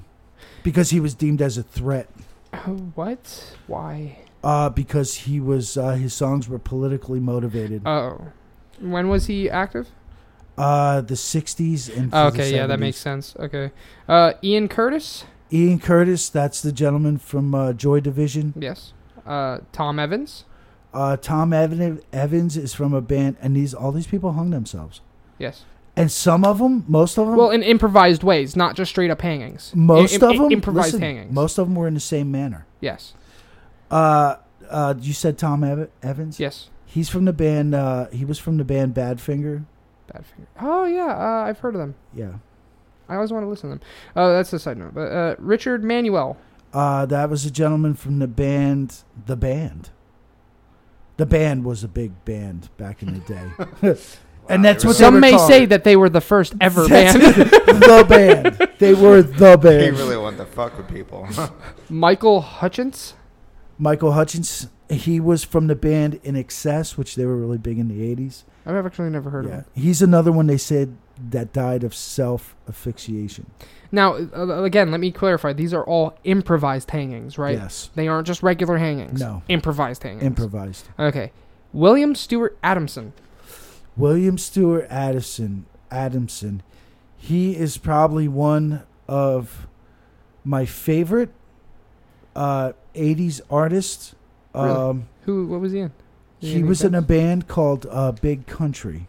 [SPEAKER 2] because he was deemed as a threat.
[SPEAKER 1] Oh, what? Why?
[SPEAKER 2] Uh, because he was, uh, his songs were politically motivated.
[SPEAKER 1] Oh. When was he active?
[SPEAKER 2] Uh, the '60s and
[SPEAKER 1] Oh,
[SPEAKER 2] for the
[SPEAKER 1] okay, yeah, that
[SPEAKER 2] 70s.
[SPEAKER 1] makes sense. Okay, uh, Ian Curtis,
[SPEAKER 2] Ian Curtis. That's the gentleman from uh, Joy Division.
[SPEAKER 1] yes. Uh, Tom Evans,
[SPEAKER 2] Uh, Tom Evan- Evans is from a band, and these all these people hung themselves.
[SPEAKER 1] yes.
[SPEAKER 2] And some of them, most of them,
[SPEAKER 1] Well, in improvised ways, not just straight up hangings. In-
[SPEAKER 2] most
[SPEAKER 1] im-
[SPEAKER 2] of
[SPEAKER 1] im-
[SPEAKER 2] them,
[SPEAKER 1] improvised
[SPEAKER 2] listen,
[SPEAKER 1] hangings.
[SPEAKER 2] most of them were in the same manner.
[SPEAKER 1] yes,
[SPEAKER 2] Uh, uh, you said Tom Ev- Evans.
[SPEAKER 1] yes.
[SPEAKER 2] He's from the band. Uh, he was from the band Badfinger.
[SPEAKER 1] Badfinger. Oh yeah, uh, I've heard of them.
[SPEAKER 2] Yeah.
[SPEAKER 1] I always want to listen to them. Uh, that's a side note. But uh, Richard Manuel,
[SPEAKER 2] Uh, that was a gentleman from the band. The band. The band was a big band back in the day, and that's what
[SPEAKER 3] really-
[SPEAKER 2] they were
[SPEAKER 1] Some may
[SPEAKER 2] called.
[SPEAKER 1] say that they were the first ever
[SPEAKER 2] That's-
[SPEAKER 1] band.
[SPEAKER 2] the band. They were the
[SPEAKER 3] He
[SPEAKER 2] band.
[SPEAKER 3] really wanted to fuck with people.
[SPEAKER 1] Michael Hutchins.
[SPEAKER 2] Michael Hutchins. He was from the band In Excess, which they were really big in the eighties.
[SPEAKER 1] I've actually never heard of
[SPEAKER 2] Yeah,
[SPEAKER 1] him.
[SPEAKER 2] he's another one they said that died of self asphyxiation.
[SPEAKER 1] Now, uh, again, let me clarify. These are all improvised hangings, right?
[SPEAKER 2] Yes,
[SPEAKER 1] They aren't just regular hangings.
[SPEAKER 2] No.
[SPEAKER 1] Improvised hangings.
[SPEAKER 2] improvised.
[SPEAKER 1] okay. William Stewart Adamson.
[SPEAKER 2] William Stewart Addison Adamson. He is probably one of my favorite uh, 80s artists.
[SPEAKER 1] Really?
[SPEAKER 2] Um,
[SPEAKER 1] Who? What was he in?
[SPEAKER 2] He was in a band called uh, Big Country.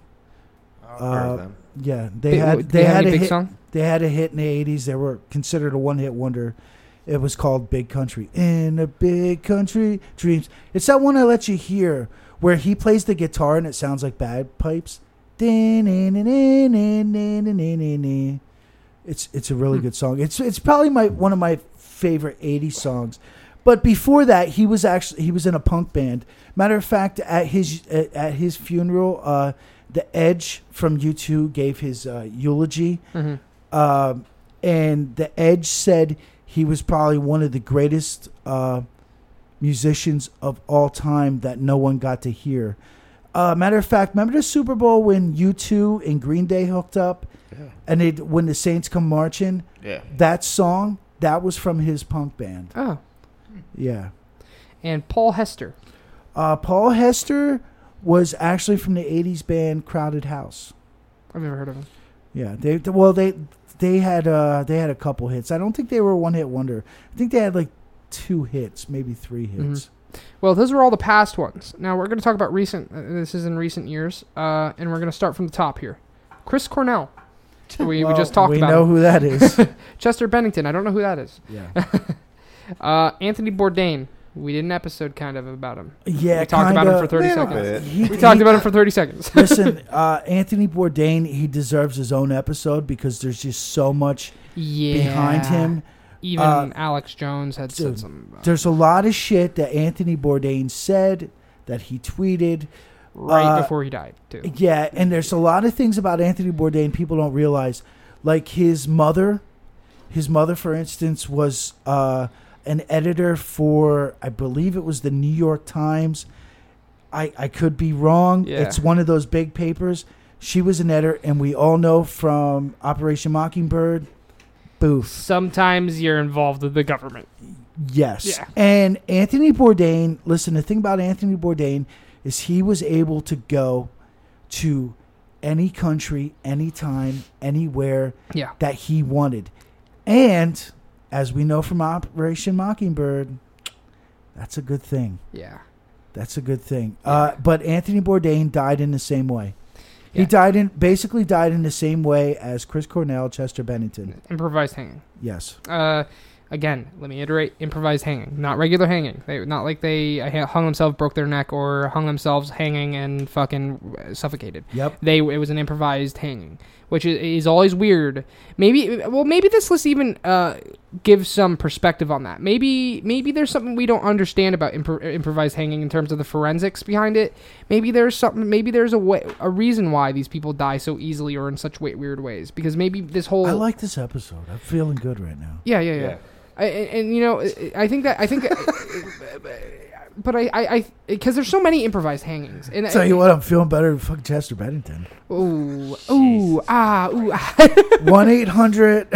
[SPEAKER 3] I've heard of
[SPEAKER 2] Uh,
[SPEAKER 3] them.
[SPEAKER 2] Yeah, they
[SPEAKER 1] Big-
[SPEAKER 2] had
[SPEAKER 1] did
[SPEAKER 2] they,
[SPEAKER 1] he have
[SPEAKER 2] had a
[SPEAKER 1] any big
[SPEAKER 2] hit,
[SPEAKER 1] song.
[SPEAKER 2] they had a hit in the 80s. They were considered a one-hit wonder. It was called Big Country. In a big country dreams. It's that one I let you hear where he plays the guitar and it sounds like bagpipes. It's it's a really
[SPEAKER 1] Hmm.
[SPEAKER 2] good song. It's it's probably my one of my favorite 80s songs. But before that, he was actually he was in a punk band. Matter of fact, at his at, at his funeral, uh, the Edge from U2 gave his uh, eulogy,
[SPEAKER 1] hmm
[SPEAKER 2] um, and the Edge said he was probably one of the greatest uh, musicians of all time that no one got to hear. Uh, matter of fact, remember the Super Bowl when U2 and Green Day hooked up,
[SPEAKER 3] Yeah.
[SPEAKER 2] and they when the Saints come marching,
[SPEAKER 3] Yeah.
[SPEAKER 2] that song that was from his punk band.
[SPEAKER 1] Oh,
[SPEAKER 2] Yeah,
[SPEAKER 1] and Paul Hester.
[SPEAKER 2] uh, Paul Hester was actually from the '80s band Crowded House.
[SPEAKER 1] I've never heard of him.
[SPEAKER 2] Yeah, they th- well they they had uh they had a couple hits. I don't think they were one hit wonder. I think they had like two hits, maybe three
[SPEAKER 1] Mm-hmm.
[SPEAKER 2] hits.
[SPEAKER 1] Well, those were all the past ones. Now we're going to talk about recent. Uh, this is in recent years, uh, and we're going to start from the top here. Chris Cornell. We,
[SPEAKER 2] Well,
[SPEAKER 1] we just talked
[SPEAKER 2] We
[SPEAKER 1] about
[SPEAKER 2] know
[SPEAKER 1] him.
[SPEAKER 2] who that is.
[SPEAKER 1] Chester Bennington. I don't know who that is.
[SPEAKER 2] yeah,
[SPEAKER 1] Uh, Anthony Bourdain. We did an episode kind of about him.
[SPEAKER 2] yeah.
[SPEAKER 1] we talked about him for thirty
[SPEAKER 3] Little
[SPEAKER 1] seconds.
[SPEAKER 3] bit.
[SPEAKER 2] He,
[SPEAKER 1] We talked about him for thirty seconds.
[SPEAKER 2] Listen, uh, Anthony Bourdain, he deserves his own episode because there's just so much
[SPEAKER 1] yeah.
[SPEAKER 2] behind him.
[SPEAKER 1] Even
[SPEAKER 2] Uh,
[SPEAKER 1] Alex Jones had said uh,
[SPEAKER 2] dude,
[SPEAKER 1] something about
[SPEAKER 2] There's a lot of shit that Anthony Bourdain said, that he tweeted,
[SPEAKER 1] right
[SPEAKER 2] uh,
[SPEAKER 1] before he died too.
[SPEAKER 2] Yeah, and there's a lot of things about Anthony Bourdain people don't realize, like his mother. His mother, for instance, was uh, an editor for, I believe it was the New York Times. I I could be wrong.
[SPEAKER 1] Yeah.
[SPEAKER 2] It's one of those big papers. She was an editor, and we all know from Operation Mockingbird. Boof.
[SPEAKER 1] Sometimes you're involved with the government.
[SPEAKER 2] Yes.
[SPEAKER 1] Yeah.
[SPEAKER 2] And Anthony Bourdain, listen, the thing about Anthony Bourdain is he was able to go to any country, anytime, anywhere
[SPEAKER 1] Yeah.
[SPEAKER 2] that he wanted. And as we know from Operation Mockingbird, that's a good thing.
[SPEAKER 1] Yeah.
[SPEAKER 2] That's a good thing. Uh, but Anthony Bourdain died in the same way. He
[SPEAKER 1] Yeah.
[SPEAKER 2] died in basically died in the same way as Chris Cornell, Chester Bennington.
[SPEAKER 1] Improvised hanging.
[SPEAKER 2] Yes.
[SPEAKER 1] Uh, again, let me iterate: improvised hanging, not regular hanging. They not like they uh, hung themselves, broke their neck, or hung themselves hanging and fucking uh, suffocated.
[SPEAKER 2] Yep.
[SPEAKER 1] They it was an improvised hanging, which is, is always weird. Maybe well, maybe this list even uh gives some perspective on that. Maybe maybe there's something we don't understand about impro- improvised hanging in terms of the forensics behind it. Maybe there's something. Maybe there's a way, a reason why these people die so easily or in such wa- weird ways. Because maybe this whole
[SPEAKER 2] I like this episode. I'm feeling good right now.
[SPEAKER 1] yeah yeah yeah.
[SPEAKER 3] Yeah.
[SPEAKER 1] I, and, and, you know, I- I think that I think, but I I because there's so many improvised hangings. And
[SPEAKER 2] Tell you what, I'm feeling better than fucking Chester Bennington.
[SPEAKER 1] ooh, ooh, ah, ooh, ah.
[SPEAKER 2] 1 800.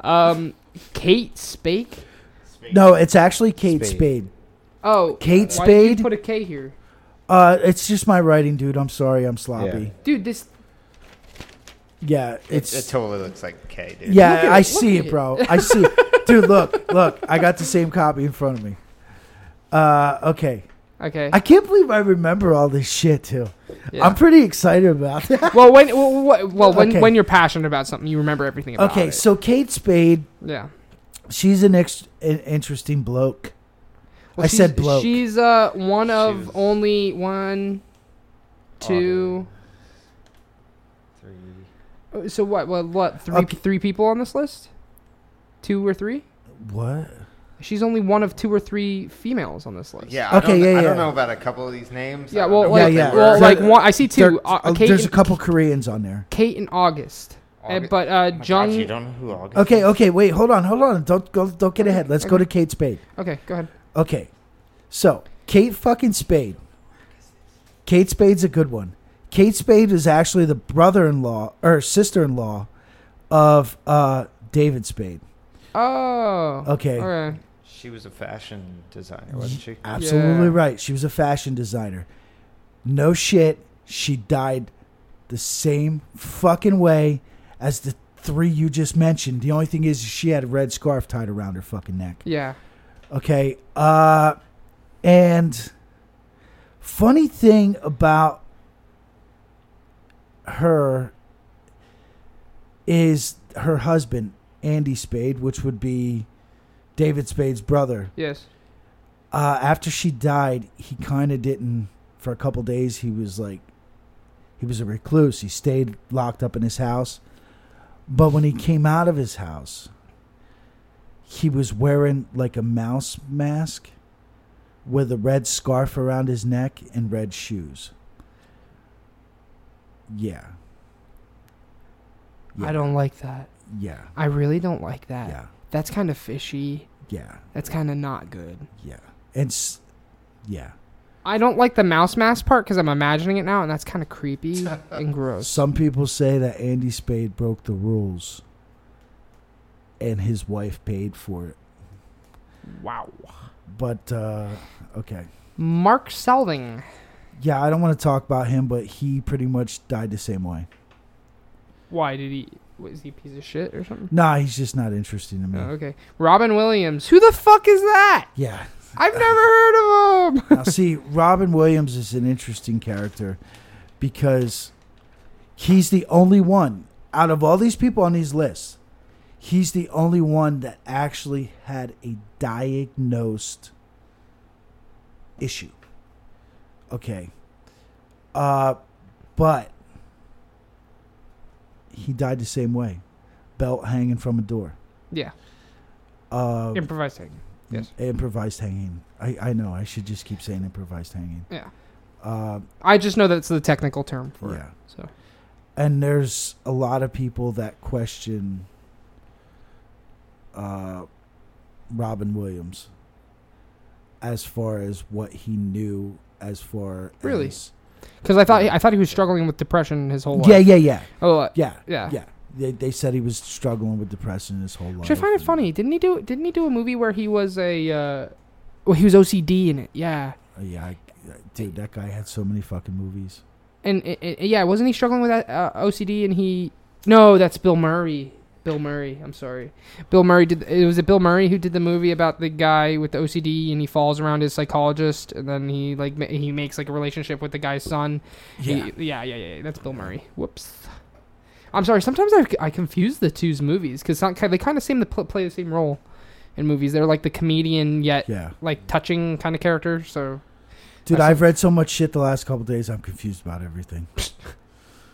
[SPEAKER 1] Um, Kate Spake.
[SPEAKER 2] No, it's actually Kate Spade.
[SPEAKER 3] Spade.
[SPEAKER 1] Oh, why
[SPEAKER 2] Kate
[SPEAKER 1] did you
[SPEAKER 2] Spade?
[SPEAKER 1] put a K here.
[SPEAKER 2] Uh, it's just my writing, dude. I'm sorry, I'm sloppy.
[SPEAKER 1] Dude, this
[SPEAKER 2] Yeah,
[SPEAKER 3] It,
[SPEAKER 2] it's
[SPEAKER 3] it totally looks like K, dude.
[SPEAKER 1] Look
[SPEAKER 2] yeah.
[SPEAKER 1] at
[SPEAKER 2] I
[SPEAKER 1] it, look
[SPEAKER 2] see
[SPEAKER 1] at
[SPEAKER 2] it, bro. I see it, dude. Look, look. I got the same copy in front of me. Uh, okay.
[SPEAKER 1] okay.
[SPEAKER 2] I can't believe I remember all this shit too.
[SPEAKER 1] yeah.
[SPEAKER 2] I'm pretty excited about that.
[SPEAKER 1] well, when well, well when
[SPEAKER 2] Okay.
[SPEAKER 1] when you're passionate about something, you remember everything about
[SPEAKER 2] Okay,
[SPEAKER 1] it.
[SPEAKER 2] so Kate Spade,
[SPEAKER 1] yeah.
[SPEAKER 2] she's an, ex- an interesting bloke.
[SPEAKER 1] Well,
[SPEAKER 2] I
[SPEAKER 1] she's-
[SPEAKER 2] said bloke.
[SPEAKER 1] She's uh one of
[SPEAKER 3] was-
[SPEAKER 1] only one, two.
[SPEAKER 3] Three.
[SPEAKER 1] uh, So what? What? What? Three?
[SPEAKER 2] Okay.
[SPEAKER 1] Three people on this list? Two or three?
[SPEAKER 2] What?
[SPEAKER 1] She's only one of two or three females on this list.
[SPEAKER 3] Yeah. I
[SPEAKER 2] Okay,
[SPEAKER 3] Don't,
[SPEAKER 2] yeah,
[SPEAKER 3] I
[SPEAKER 2] yeah.
[SPEAKER 3] don't know about a couple of these names. I
[SPEAKER 1] Yeah.
[SPEAKER 3] don't
[SPEAKER 1] Well,
[SPEAKER 3] know
[SPEAKER 1] like,
[SPEAKER 3] what
[SPEAKER 2] Yeah, yeah.
[SPEAKER 3] they
[SPEAKER 1] well,
[SPEAKER 3] were.
[SPEAKER 1] like
[SPEAKER 2] There-
[SPEAKER 1] one. I see two.
[SPEAKER 2] There-
[SPEAKER 1] Uh,
[SPEAKER 2] oh,
[SPEAKER 1] Kate,
[SPEAKER 2] there's a
[SPEAKER 1] and,
[SPEAKER 2] couple Koreans on there.
[SPEAKER 1] Kate and August. Uh,
[SPEAKER 3] August-
[SPEAKER 1] but uh,
[SPEAKER 3] Oh my God,
[SPEAKER 1] Jung.
[SPEAKER 3] you don't know who August
[SPEAKER 2] Okay, oh.
[SPEAKER 3] is?
[SPEAKER 2] okay, wait, hold on, hold on. Don't go, don't get ahead. Let's go to Kate Spade.
[SPEAKER 1] Okay, go ahead.
[SPEAKER 2] Okay, so Kate fucking Spade. Kate Spade's a good one. Kate Spade is actually the brother-in-law or sister-in-law of uh, David Spade.
[SPEAKER 1] Oh.
[SPEAKER 2] Okay.
[SPEAKER 1] All right.
[SPEAKER 3] She was a fashion designer, wasn't she?
[SPEAKER 2] Absolutely
[SPEAKER 1] Yeah.
[SPEAKER 2] right. She was a fashion designer. No shit. She died the same fucking way as the three you just mentioned. The only thing is she had a red scarf tied around her fucking neck.
[SPEAKER 1] Yeah.
[SPEAKER 2] Okay. Uh and funny thing about her is her husband, Andy Spade, which would be David Spade's brother
[SPEAKER 1] Yes.
[SPEAKER 2] uh, after she died, he kind of didn't. For a couple days, he was like, he was a recluse. He stayed locked up in his house. But when he came out of his house, he was wearing like a mouse mask with a red scarf around his neck and red shoes. Yeah.
[SPEAKER 1] I don't like that.
[SPEAKER 2] Yeah.
[SPEAKER 1] I really don't like that.
[SPEAKER 2] Yeah.
[SPEAKER 1] That's kind of fishy.
[SPEAKER 2] Yeah.
[SPEAKER 1] That's kind of not good.
[SPEAKER 2] Yeah. And s- yeah.
[SPEAKER 1] I don't like the mouse mask part because I'm imagining it now, and that's kind of creepy and gross.
[SPEAKER 2] Some people say that Andy Spade broke the rules and his wife paid for it.
[SPEAKER 1] Wow.
[SPEAKER 2] But uh okay.
[SPEAKER 1] Mark Selving.
[SPEAKER 2] Yeah, I don't want to talk about him, but he pretty much died the same way.
[SPEAKER 1] Why did he? Was he a piece of shit or something?
[SPEAKER 2] Nah, he's just not interesting to me.
[SPEAKER 1] Oh, okay. Robin Williams. Who the fuck is that?
[SPEAKER 2] Yeah.
[SPEAKER 1] I've never heard of him.
[SPEAKER 2] Now see, Robin Williams is an interesting character because he's the only one out of all these people on these lists, he's the only one that actually had a diagnosed issue. Okay. Uh but he died the same way. Belt hanging from a door.
[SPEAKER 1] Yeah.
[SPEAKER 2] Uh,
[SPEAKER 1] Improvising. Yes.
[SPEAKER 2] Improvised hanging. I, I know. I should just keep saying improvised hanging.
[SPEAKER 1] Yeah.
[SPEAKER 2] Uh,
[SPEAKER 1] I just know that's the technical term for it.
[SPEAKER 2] yeah.
[SPEAKER 1] So
[SPEAKER 2] And there's a lot of people that question uh, Robin Williams as far as what he knew, as far
[SPEAKER 1] Really?
[SPEAKER 2] as.
[SPEAKER 1] because I thought I thought he was struggling with depression his whole life.
[SPEAKER 2] Yeah, yeah, yeah.
[SPEAKER 1] Oh, uh,
[SPEAKER 2] Yeah.
[SPEAKER 1] yeah.
[SPEAKER 2] Yeah. They, they said he was struggling with depression his whole life.
[SPEAKER 1] Which I find it funny. Didn't he do? Didn't he do a movie where he was a? Uh, well, he was OCD in it. Yeah.
[SPEAKER 2] Uh, Yeah. I, dude, that guy had so many fucking movies.
[SPEAKER 1] And, and, and- yeah, wasn't he struggling with that uh, OCD? And he no, that's Bill Murray. Bill Murray. I'm sorry. Bill Murray did. It was it Bill Murray who did the movie about the guy with the OCD and he falls around his psychologist and then he like ma- he makes like a relationship with the guy's son. He- yeah, yeah, yeah, yeah. That's Bill Murray. Whoops. I'm sorry. Sometimes I, I confuse the two's movies because they kind of seem to pl- play the same role in movies. They're like the comedian yet
[SPEAKER 2] Yeah.
[SPEAKER 1] like touching kind of character. So
[SPEAKER 2] Dude,
[SPEAKER 1] I
[SPEAKER 2] I've read so much shit the last couple days. I'm confused about everything.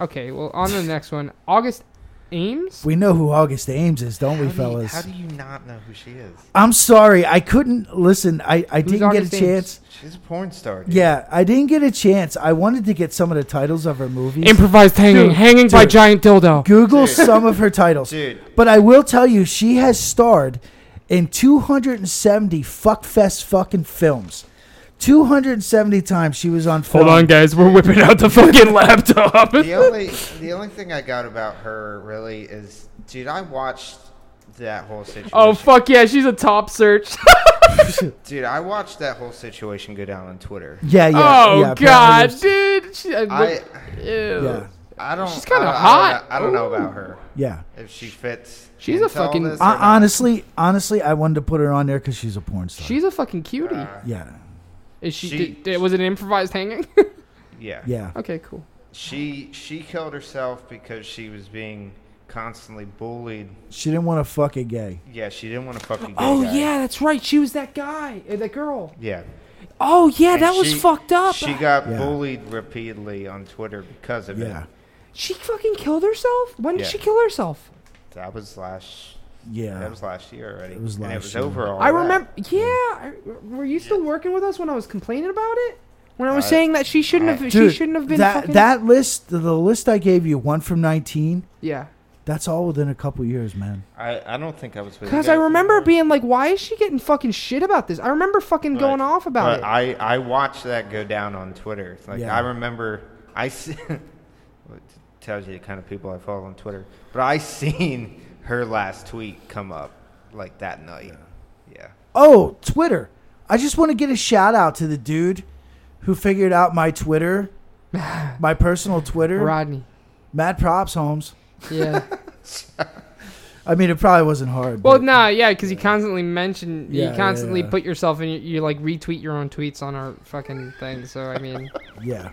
[SPEAKER 1] okay, well on to the next one, August Ames.
[SPEAKER 2] We know who August Ames is, don't we,
[SPEAKER 3] How do you-
[SPEAKER 2] fellas?
[SPEAKER 3] How do you not know who she is?
[SPEAKER 2] I'm sorry, I couldn't listen. I, I
[SPEAKER 1] Who's
[SPEAKER 2] didn't
[SPEAKER 1] August
[SPEAKER 2] get a
[SPEAKER 1] Ames?
[SPEAKER 2] chance.
[SPEAKER 3] She's a porn star. Dude.
[SPEAKER 2] Yeah, I didn't get a chance. I wanted to get some of the titles of her movies.
[SPEAKER 1] Improvised hanging,
[SPEAKER 2] Dude,
[SPEAKER 1] hanging by
[SPEAKER 2] dude.
[SPEAKER 1] giant dildo.
[SPEAKER 2] Google
[SPEAKER 3] Dude.
[SPEAKER 2] some of her titles.
[SPEAKER 3] Dude.
[SPEAKER 2] But I will tell you, she has starred in 270 fuckfest fucking films. 270 times she was on film.
[SPEAKER 1] guys, we're whipping out the fucking laptop.
[SPEAKER 3] The only the only thing I got about her really is, dude, I watched that whole situation.
[SPEAKER 1] oh fuck yeah, she's a top search.
[SPEAKER 3] Dude, I watched that whole situation go down on Twitter.
[SPEAKER 2] yeah, yeah.
[SPEAKER 1] oh
[SPEAKER 2] yeah, apparently
[SPEAKER 1] God,
[SPEAKER 2] there's-
[SPEAKER 1] dude. She, uh,
[SPEAKER 3] I
[SPEAKER 1] ew.
[SPEAKER 2] Yeah,
[SPEAKER 3] I don't.
[SPEAKER 1] She's kinda
[SPEAKER 3] I don't-
[SPEAKER 1] hot.
[SPEAKER 3] I don't, know- I don't know
[SPEAKER 1] Ooh.
[SPEAKER 3] about her.
[SPEAKER 2] yeah.
[SPEAKER 3] If she fits.
[SPEAKER 1] She's a
[SPEAKER 3] into all
[SPEAKER 1] fucking-
[SPEAKER 3] this or
[SPEAKER 2] I,
[SPEAKER 3] not.
[SPEAKER 2] honestly, honestly, I wanted to put her on there because she's a porn star.
[SPEAKER 1] She's a fucking cutie.
[SPEAKER 2] yeah,
[SPEAKER 1] Is she?
[SPEAKER 3] she-
[SPEAKER 1] did- did- was it an improvised hanging?
[SPEAKER 3] Yeah.
[SPEAKER 2] yeah,
[SPEAKER 1] okay, cool.
[SPEAKER 3] She she killed herself because she was being constantly bullied.
[SPEAKER 2] she didn't want to fuck a gay.
[SPEAKER 3] Yeah, she didn't want to fucking. gay
[SPEAKER 1] Oh
[SPEAKER 3] guy.
[SPEAKER 1] yeah, that's right. She was that guy, uh, that girl.
[SPEAKER 3] Yeah.
[SPEAKER 1] Oh yeah, that
[SPEAKER 3] And
[SPEAKER 1] was
[SPEAKER 3] she-
[SPEAKER 1] fucked up.
[SPEAKER 3] She got
[SPEAKER 2] Yeah.
[SPEAKER 3] bullied repeatedly on Twitter because of
[SPEAKER 2] Yeah,
[SPEAKER 3] it.
[SPEAKER 1] She fucking killed herself. When did
[SPEAKER 3] Yeah.
[SPEAKER 1] she kill herself?
[SPEAKER 3] That was last. That
[SPEAKER 2] yeah.
[SPEAKER 3] was last year already.
[SPEAKER 2] It was
[SPEAKER 3] and
[SPEAKER 2] last
[SPEAKER 3] it was
[SPEAKER 2] year.
[SPEAKER 3] over. all
[SPEAKER 1] I
[SPEAKER 3] that.
[SPEAKER 1] remember. Yeah, I, were you still working with us when I was complaining about it? When I was
[SPEAKER 3] I-
[SPEAKER 1] saying that she shouldn't have, she
[SPEAKER 2] Dude,
[SPEAKER 1] shouldn't have been
[SPEAKER 2] that
[SPEAKER 1] fucking.
[SPEAKER 2] that list. The list I gave you, one from nineteen.
[SPEAKER 1] yeah,
[SPEAKER 2] That's all within a couple years, man.
[SPEAKER 3] I, I don't think I was with. you
[SPEAKER 1] because I
[SPEAKER 3] guys
[SPEAKER 1] remember
[SPEAKER 3] anymore.
[SPEAKER 1] being like, "Why is she getting fucking shit about this?" I remember fucking going
[SPEAKER 3] Right.
[SPEAKER 1] off about
[SPEAKER 3] But
[SPEAKER 1] it.
[SPEAKER 3] I I watched that go down on Twitter. It's Like
[SPEAKER 2] Yeah.
[SPEAKER 3] I remember I se- well, it tells you the kind of people I follow on Twitter. But I seen her last tweet come up like that night. Yeah.
[SPEAKER 2] Oh, Twitter. I just want to get a shout out to the dude who figured out my Twitter, my personal Twitter.
[SPEAKER 1] Rodney.
[SPEAKER 2] Mad props, Holmes.
[SPEAKER 1] Yeah.
[SPEAKER 2] I mean, it probably wasn't hard.
[SPEAKER 1] well,
[SPEAKER 2] but-
[SPEAKER 1] no, yeah, because you constantly mention,
[SPEAKER 2] Yeah,
[SPEAKER 1] you
[SPEAKER 2] yeah,
[SPEAKER 1] constantly
[SPEAKER 2] yeah.
[SPEAKER 1] put yourself in, you, you like retweet your own tweets on our fucking thing. So I mean,
[SPEAKER 2] yeah.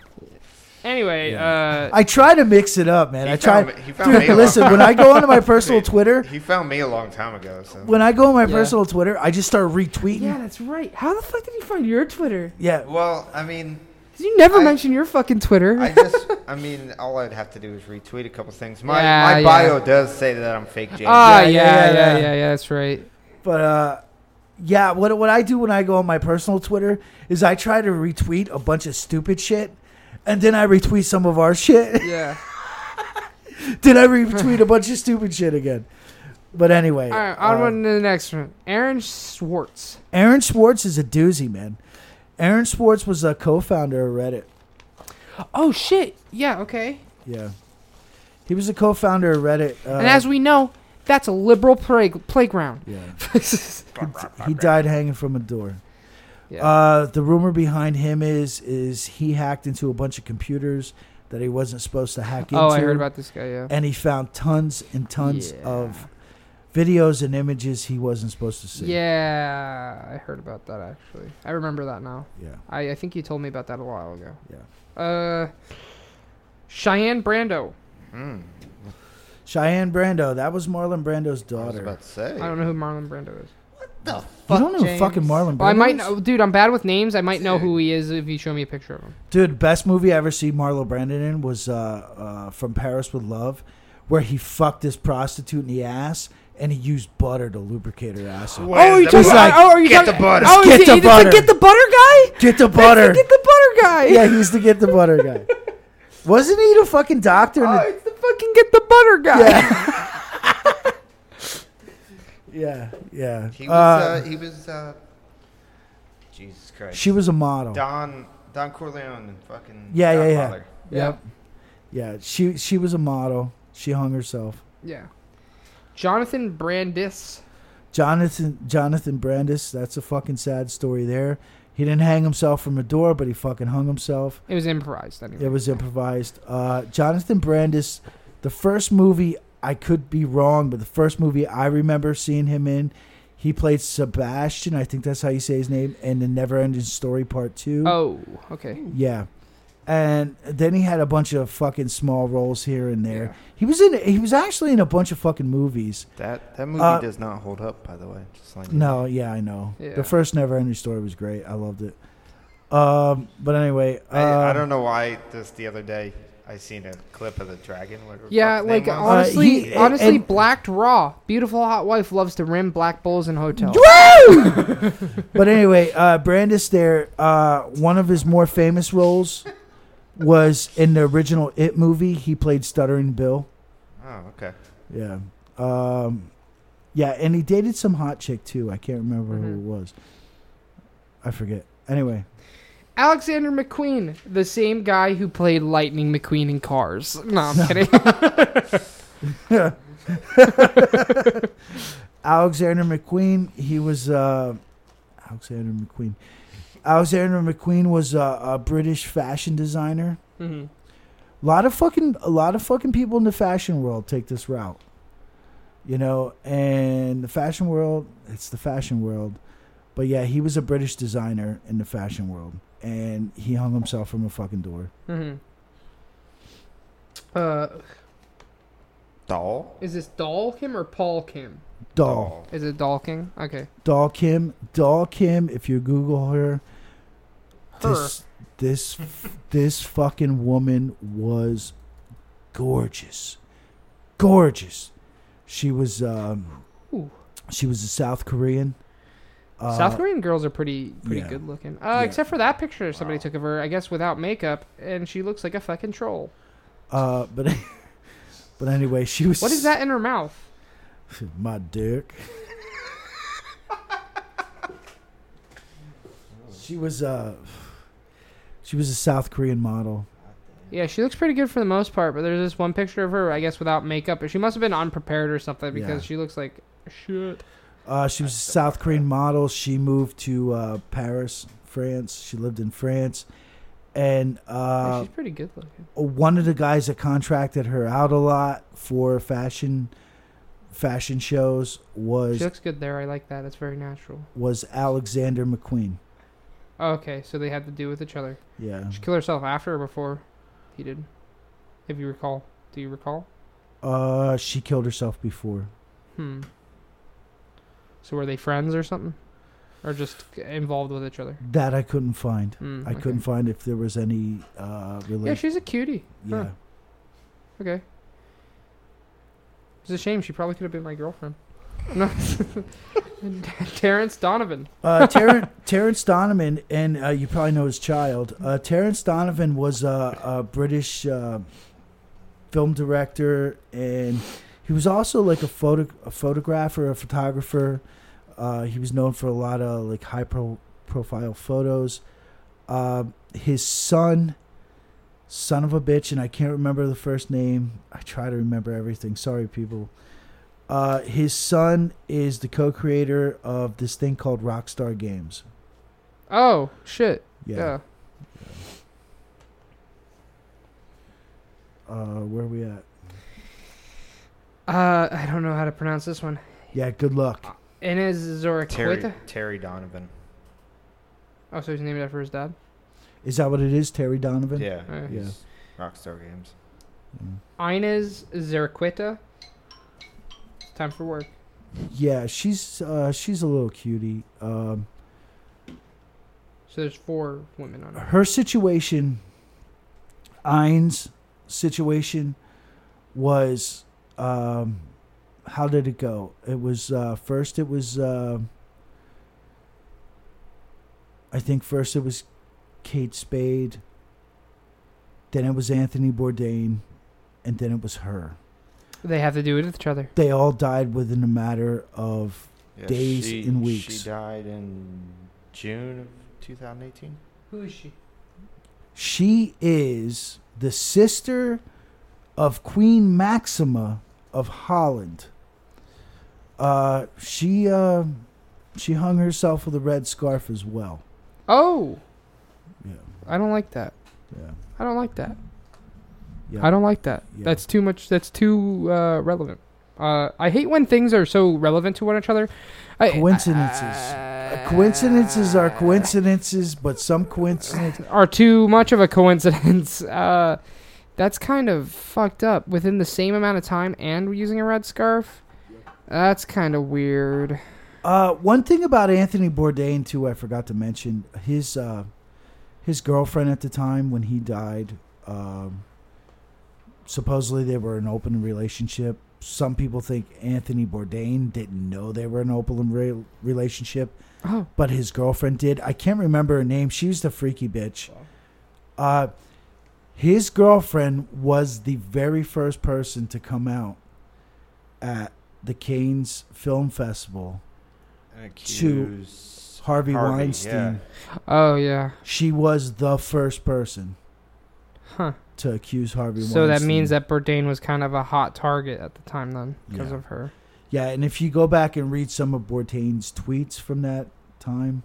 [SPEAKER 1] anyway, uh,
[SPEAKER 2] I try to mix it up, man.
[SPEAKER 3] He
[SPEAKER 2] I
[SPEAKER 3] found
[SPEAKER 2] try.
[SPEAKER 3] me- he found me a
[SPEAKER 2] Dude, listen,
[SPEAKER 3] lot.
[SPEAKER 2] when I go onto my personal Twitter,
[SPEAKER 3] He found me a long time ago. So
[SPEAKER 2] when I go on my
[SPEAKER 1] Yeah.
[SPEAKER 2] personal Twitter, I just start retweeting.
[SPEAKER 1] yeah,
[SPEAKER 2] Yeah.
[SPEAKER 1] that's right. How the fuck did you find your Twitter?
[SPEAKER 3] well, I mean,
[SPEAKER 1] 'Cause you never
[SPEAKER 3] I-
[SPEAKER 1] mention your fucking Twitter.
[SPEAKER 3] I just, I mean, all I'd have to do is retweet a couple things. My
[SPEAKER 1] Yeah,
[SPEAKER 3] my
[SPEAKER 1] yeah.
[SPEAKER 3] bio does say that I'm fake James.
[SPEAKER 1] Ah,
[SPEAKER 2] Yeah,
[SPEAKER 1] yeah, yeah,
[SPEAKER 2] yeah,
[SPEAKER 1] yeah,
[SPEAKER 2] yeah.
[SPEAKER 1] yeah, That's right.
[SPEAKER 2] But uh, yeah, what what I do when I go on my personal Twitter is I try to retweet a bunch of stupid shit, and then I retweet some of our shit.
[SPEAKER 1] Yeah.
[SPEAKER 2] then I retweet a bunch of stupid shit again. But anyway,
[SPEAKER 1] All right, on
[SPEAKER 2] uh,
[SPEAKER 1] to the next one. Aaron Schwartz.
[SPEAKER 2] Aaron Schwartz is a doozy, man. Aaron Schwartz was a co-founder of Reddit.
[SPEAKER 1] Oh shit! Yeah. Okay.
[SPEAKER 2] Yeah, he was a co-founder of Reddit. Uh,
[SPEAKER 1] and as we know, that's a liberal plague playground.
[SPEAKER 2] yeah.
[SPEAKER 1] yeah.
[SPEAKER 2] he died hanging from a door.
[SPEAKER 1] Yeah.
[SPEAKER 2] Uh, the rumor behind him is is he hacked into a bunch of computers that he wasn't supposed to hack into.
[SPEAKER 1] Oh, I heard about this guy. Yeah.
[SPEAKER 2] and he found tons and tons
[SPEAKER 1] Yeah.
[SPEAKER 2] of videos and images he wasn't supposed to see.
[SPEAKER 1] Yeah, I heard about that actually. I remember that now.
[SPEAKER 2] yeah,
[SPEAKER 1] I, I think you told me about that a while ago.
[SPEAKER 2] yeah.
[SPEAKER 1] Uh, Cheyenne Brando.
[SPEAKER 3] Mm,
[SPEAKER 2] Cheyenne Brando, that was Marlon Brando's
[SPEAKER 3] I was
[SPEAKER 2] daughter.
[SPEAKER 3] about to say.
[SPEAKER 1] I don't know who Marlon Brando is.
[SPEAKER 3] the
[SPEAKER 2] you
[SPEAKER 3] fuck,
[SPEAKER 2] don't know who
[SPEAKER 3] James?
[SPEAKER 2] fucking Marlon Brando.
[SPEAKER 1] Well, Oh, I might
[SPEAKER 2] is?
[SPEAKER 1] know, dude. I'm bad with names. I might know
[SPEAKER 3] Dude.
[SPEAKER 1] who he is if you show me a picture of him.
[SPEAKER 2] Dude, best movie I ever see Marlon Brando in was uh, uh, from Paris with Love, where he fucked this prostitute in the ass and he used butter to lubricate her ass. up.
[SPEAKER 3] Where's
[SPEAKER 1] oh, you
[SPEAKER 3] the
[SPEAKER 1] talking?
[SPEAKER 2] butter?
[SPEAKER 1] about- oh, are you
[SPEAKER 3] Get
[SPEAKER 1] talking?
[SPEAKER 3] the butter.
[SPEAKER 1] Oh,
[SPEAKER 2] Get
[SPEAKER 1] is
[SPEAKER 2] the
[SPEAKER 1] he- that's
[SPEAKER 2] butter.
[SPEAKER 1] Get the butter guy.
[SPEAKER 2] Get the
[SPEAKER 1] That's the
[SPEAKER 2] butter.
[SPEAKER 1] Get the butter guy.
[SPEAKER 2] yeah, he's the get the butter guy. Wasn't he the fucking doctor? in
[SPEAKER 1] Oh,
[SPEAKER 2] the-
[SPEAKER 1] it's the fucking get the butter guy.
[SPEAKER 2] yeah, yeah.
[SPEAKER 3] He
[SPEAKER 2] Uh,
[SPEAKER 3] was. Uh, he was. Uh, Jesus Christ.
[SPEAKER 2] she was a model.
[SPEAKER 3] Don Don Corleone and fucking
[SPEAKER 2] Yeah, yeah, yeah.
[SPEAKER 3] Godfather.
[SPEAKER 2] Yep. Yeah, she she was a model. She hung herself.
[SPEAKER 1] Yeah. Jonathan Brandis.
[SPEAKER 2] Jonathan Jonathan Brandis. That's a fucking sad story there. He didn't hang himself from a door, but he fucking hung himself.
[SPEAKER 1] It was improvised anyway.
[SPEAKER 2] It was improvised. Uh, Jonathan Brandis, the first movie I could be wrong, but the first movie I remember seeing him in, he played Sebastian. I think that's how you say his name, and the Never Ending Story Part Two.
[SPEAKER 1] Oh, okay.
[SPEAKER 2] yeah. And then he had a bunch of fucking small roles here and there.
[SPEAKER 1] Yeah.
[SPEAKER 2] He was in. He was actually in a bunch of fucking movies.
[SPEAKER 3] That that movie
[SPEAKER 2] Uh,
[SPEAKER 3] does not hold up, by the way. Just like
[SPEAKER 2] No, yeah, I know.
[SPEAKER 1] Yeah.
[SPEAKER 2] The first Never Ending Story was great. I loved it. Um, but anyway,
[SPEAKER 3] I, I
[SPEAKER 2] um,
[SPEAKER 3] don't know why. Just the other day, I seen a clip of the dragon. whatever the
[SPEAKER 1] Yeah,
[SPEAKER 3] fuck his
[SPEAKER 1] like
[SPEAKER 3] name was.
[SPEAKER 1] honestly,
[SPEAKER 2] Uh, he-
[SPEAKER 1] honestly,
[SPEAKER 2] and-
[SPEAKER 1] blacked raw. Beautiful hot wife loves to rim black bulls in hotels.
[SPEAKER 2] but anyway, uh, Brandis there, uh, one of his more famous roles was in the original It movie. He played Stuttering Bill.
[SPEAKER 3] Oh, okay.
[SPEAKER 2] Yeah. Um, yeah, and he dated some hot chick too. I can't remember who
[SPEAKER 3] Mm-hmm.
[SPEAKER 1] Mhm.
[SPEAKER 2] it was. I forget. Anyway,
[SPEAKER 1] Alexander McQueen, the same guy who played Lightning McQueen in Cars. No, I'm kidding.
[SPEAKER 2] Alexander McQueen, he was uh, Alexander McQueen. Alexander McQueen was a, a British fashion designer.
[SPEAKER 1] Mm-hmm.
[SPEAKER 2] A lot of fucking a lot of fucking people in the fashion world take this route. You know, and the fashion world, it's the fashion world. But yeah, he was a British designer in the fashion world and he hung himself from a fucking door.
[SPEAKER 1] Mm-hmm. Uh,
[SPEAKER 3] Doll?
[SPEAKER 1] is this Doll Kim or Paul Kim?
[SPEAKER 2] Doll.
[SPEAKER 1] Is it Doll King? Okay.
[SPEAKER 2] Doll Kim, Doll Kim, if you Google her,
[SPEAKER 1] Her.
[SPEAKER 2] this this this fucking woman was gorgeous, gorgeous. She was um,
[SPEAKER 1] Ooh.
[SPEAKER 2] she was a South Korean. Uh,
[SPEAKER 1] South Korean girls are pretty pretty
[SPEAKER 2] yeah.
[SPEAKER 1] good looking. Uh,
[SPEAKER 2] Yeah.
[SPEAKER 1] except for that picture somebody
[SPEAKER 3] Wow.
[SPEAKER 1] took of her, I guess without makeup, and she looks like a fucking troll.
[SPEAKER 2] Uh, but but anyway, she was.
[SPEAKER 1] What is that in her mouth?
[SPEAKER 2] My dick. she was uh, she was a South Korean model.
[SPEAKER 1] Yeah, she looks pretty good for the most part, but there's this one picture of her, I guess, without makeup. But she must have been unprepared or something because
[SPEAKER 2] Yeah.
[SPEAKER 1] she looks like shit.
[SPEAKER 2] Uh, she was a South Korean model. She moved to uh, Paris, France. She lived in France, and
[SPEAKER 1] Like,
[SPEAKER 2] uh,
[SPEAKER 1] she's pretty good looking.
[SPEAKER 2] one of the guys that contracted her out a lot for fashion fashion shows
[SPEAKER 1] She
[SPEAKER 2] was
[SPEAKER 1] looks good there. I like that. It's very natural.
[SPEAKER 2] was Alexander McQueen.
[SPEAKER 1] Okay, so they had to do with each other.
[SPEAKER 2] Yeah.
[SPEAKER 1] She killed herself after or before he did. If you recall, do you recall?
[SPEAKER 2] Uh, she killed herself before.
[SPEAKER 1] Hmm. So were they friends or something, or just involved with each other?
[SPEAKER 2] That I couldn't find.
[SPEAKER 1] Hmm,
[SPEAKER 2] I
[SPEAKER 1] okay.
[SPEAKER 2] couldn't find if there was any uh,
[SPEAKER 1] Yeah,
[SPEAKER 2] relation.
[SPEAKER 1] she's a cutie.
[SPEAKER 2] Yeah.
[SPEAKER 1] Huh. Okay. It's a shame. She probably could have been my girlfriend. No. Terrence Donovan.
[SPEAKER 2] Uh, Terren Terrence Donovan, and uh, you probably know his child. Uh, Terrence Donovan was a, a British uh, film director, and he was also like a photo a photographer, a photographer. Uh, he was known for a lot of like high pro- profile photos. Um his son, son of a bitch, and I can't remember the first name. I try to remember everything. Sorry, people. Uh, his son is the co-creator of this thing called Rockstar Games.
[SPEAKER 1] Oh shit.
[SPEAKER 2] Yeah.
[SPEAKER 1] Yeah.
[SPEAKER 2] Uh, where are we at?
[SPEAKER 1] Uh, I don't know how to pronounce this one.
[SPEAKER 2] Yeah. Good luck.
[SPEAKER 1] Inez
[SPEAKER 3] Terry,
[SPEAKER 1] Zoraqueta.
[SPEAKER 3] Terry Donovan.
[SPEAKER 1] Oh, so he's named after his dad.
[SPEAKER 2] Is that what it is, Terry Donovan? Mm.
[SPEAKER 3] Yeah.
[SPEAKER 1] Yeah.
[SPEAKER 3] he's Rockstar Games.
[SPEAKER 1] Inez Zoraqueta. It's time for work.
[SPEAKER 2] Yeah. She's uh, she's a little cutie. Um,
[SPEAKER 1] So there's four women on it.
[SPEAKER 2] her situation, Ayn's situation, was um, how did it go? It was uh, first. It was uh, I think first it was Kate Spade. Then it was Anthony Bourdain, and then it was her.
[SPEAKER 1] They have to do it with each other.
[SPEAKER 2] They all died within a matter of
[SPEAKER 3] Yeah,
[SPEAKER 2] Days
[SPEAKER 3] she,
[SPEAKER 2] and weeks.
[SPEAKER 3] She died in June of 2018.
[SPEAKER 1] Who is she?
[SPEAKER 2] She is the sister of Queen Maxima of Holland. Uh, she uh, she hung herself with a red scarf as well.
[SPEAKER 1] Oh,
[SPEAKER 2] Yeah,
[SPEAKER 1] I don't like that.
[SPEAKER 2] yeah,
[SPEAKER 1] I don't like that.
[SPEAKER 2] yeah.
[SPEAKER 1] I don't like that.
[SPEAKER 2] Yeah.
[SPEAKER 1] That's too much. That's too uh, relevant. Uh, I hate when things are so relevant to one another. I,
[SPEAKER 2] Coincidences.
[SPEAKER 1] I- uh,
[SPEAKER 2] Uh, coincidences are coincidences, but some coincidence.
[SPEAKER 1] Are too much of a coincidence. Uh, that's kind of fucked up. Within the same amount of time and using a red scarf, that's kind of weird.
[SPEAKER 2] Uh, one thing about Anthony Bourdain too, I forgot to mention his uh, his girlfriend at the time when he died. Um, supposedly they were in an open relationship. Some people think Anthony Bourdain didn't know they were in an open re- relationship,
[SPEAKER 1] Oh,
[SPEAKER 2] but his girlfriend did. I can't remember her name. She was the freaky bitch. Uh, his girlfriend was the very first person to come out at the Cannes Film Festival. To
[SPEAKER 3] And accused
[SPEAKER 2] Harvey,
[SPEAKER 3] Harvey,
[SPEAKER 2] Weinstein.
[SPEAKER 3] yeah.
[SPEAKER 1] oh yeah,
[SPEAKER 2] She was the first person
[SPEAKER 1] huh.
[SPEAKER 2] to accuse Harvey
[SPEAKER 1] So
[SPEAKER 2] Weinstein.
[SPEAKER 1] that means that Bourdain was kind of a hot target at the time then, because
[SPEAKER 2] Yeah.
[SPEAKER 1] of her.
[SPEAKER 2] Yeah, and if you go back and read some of Bourdain's tweets from that time,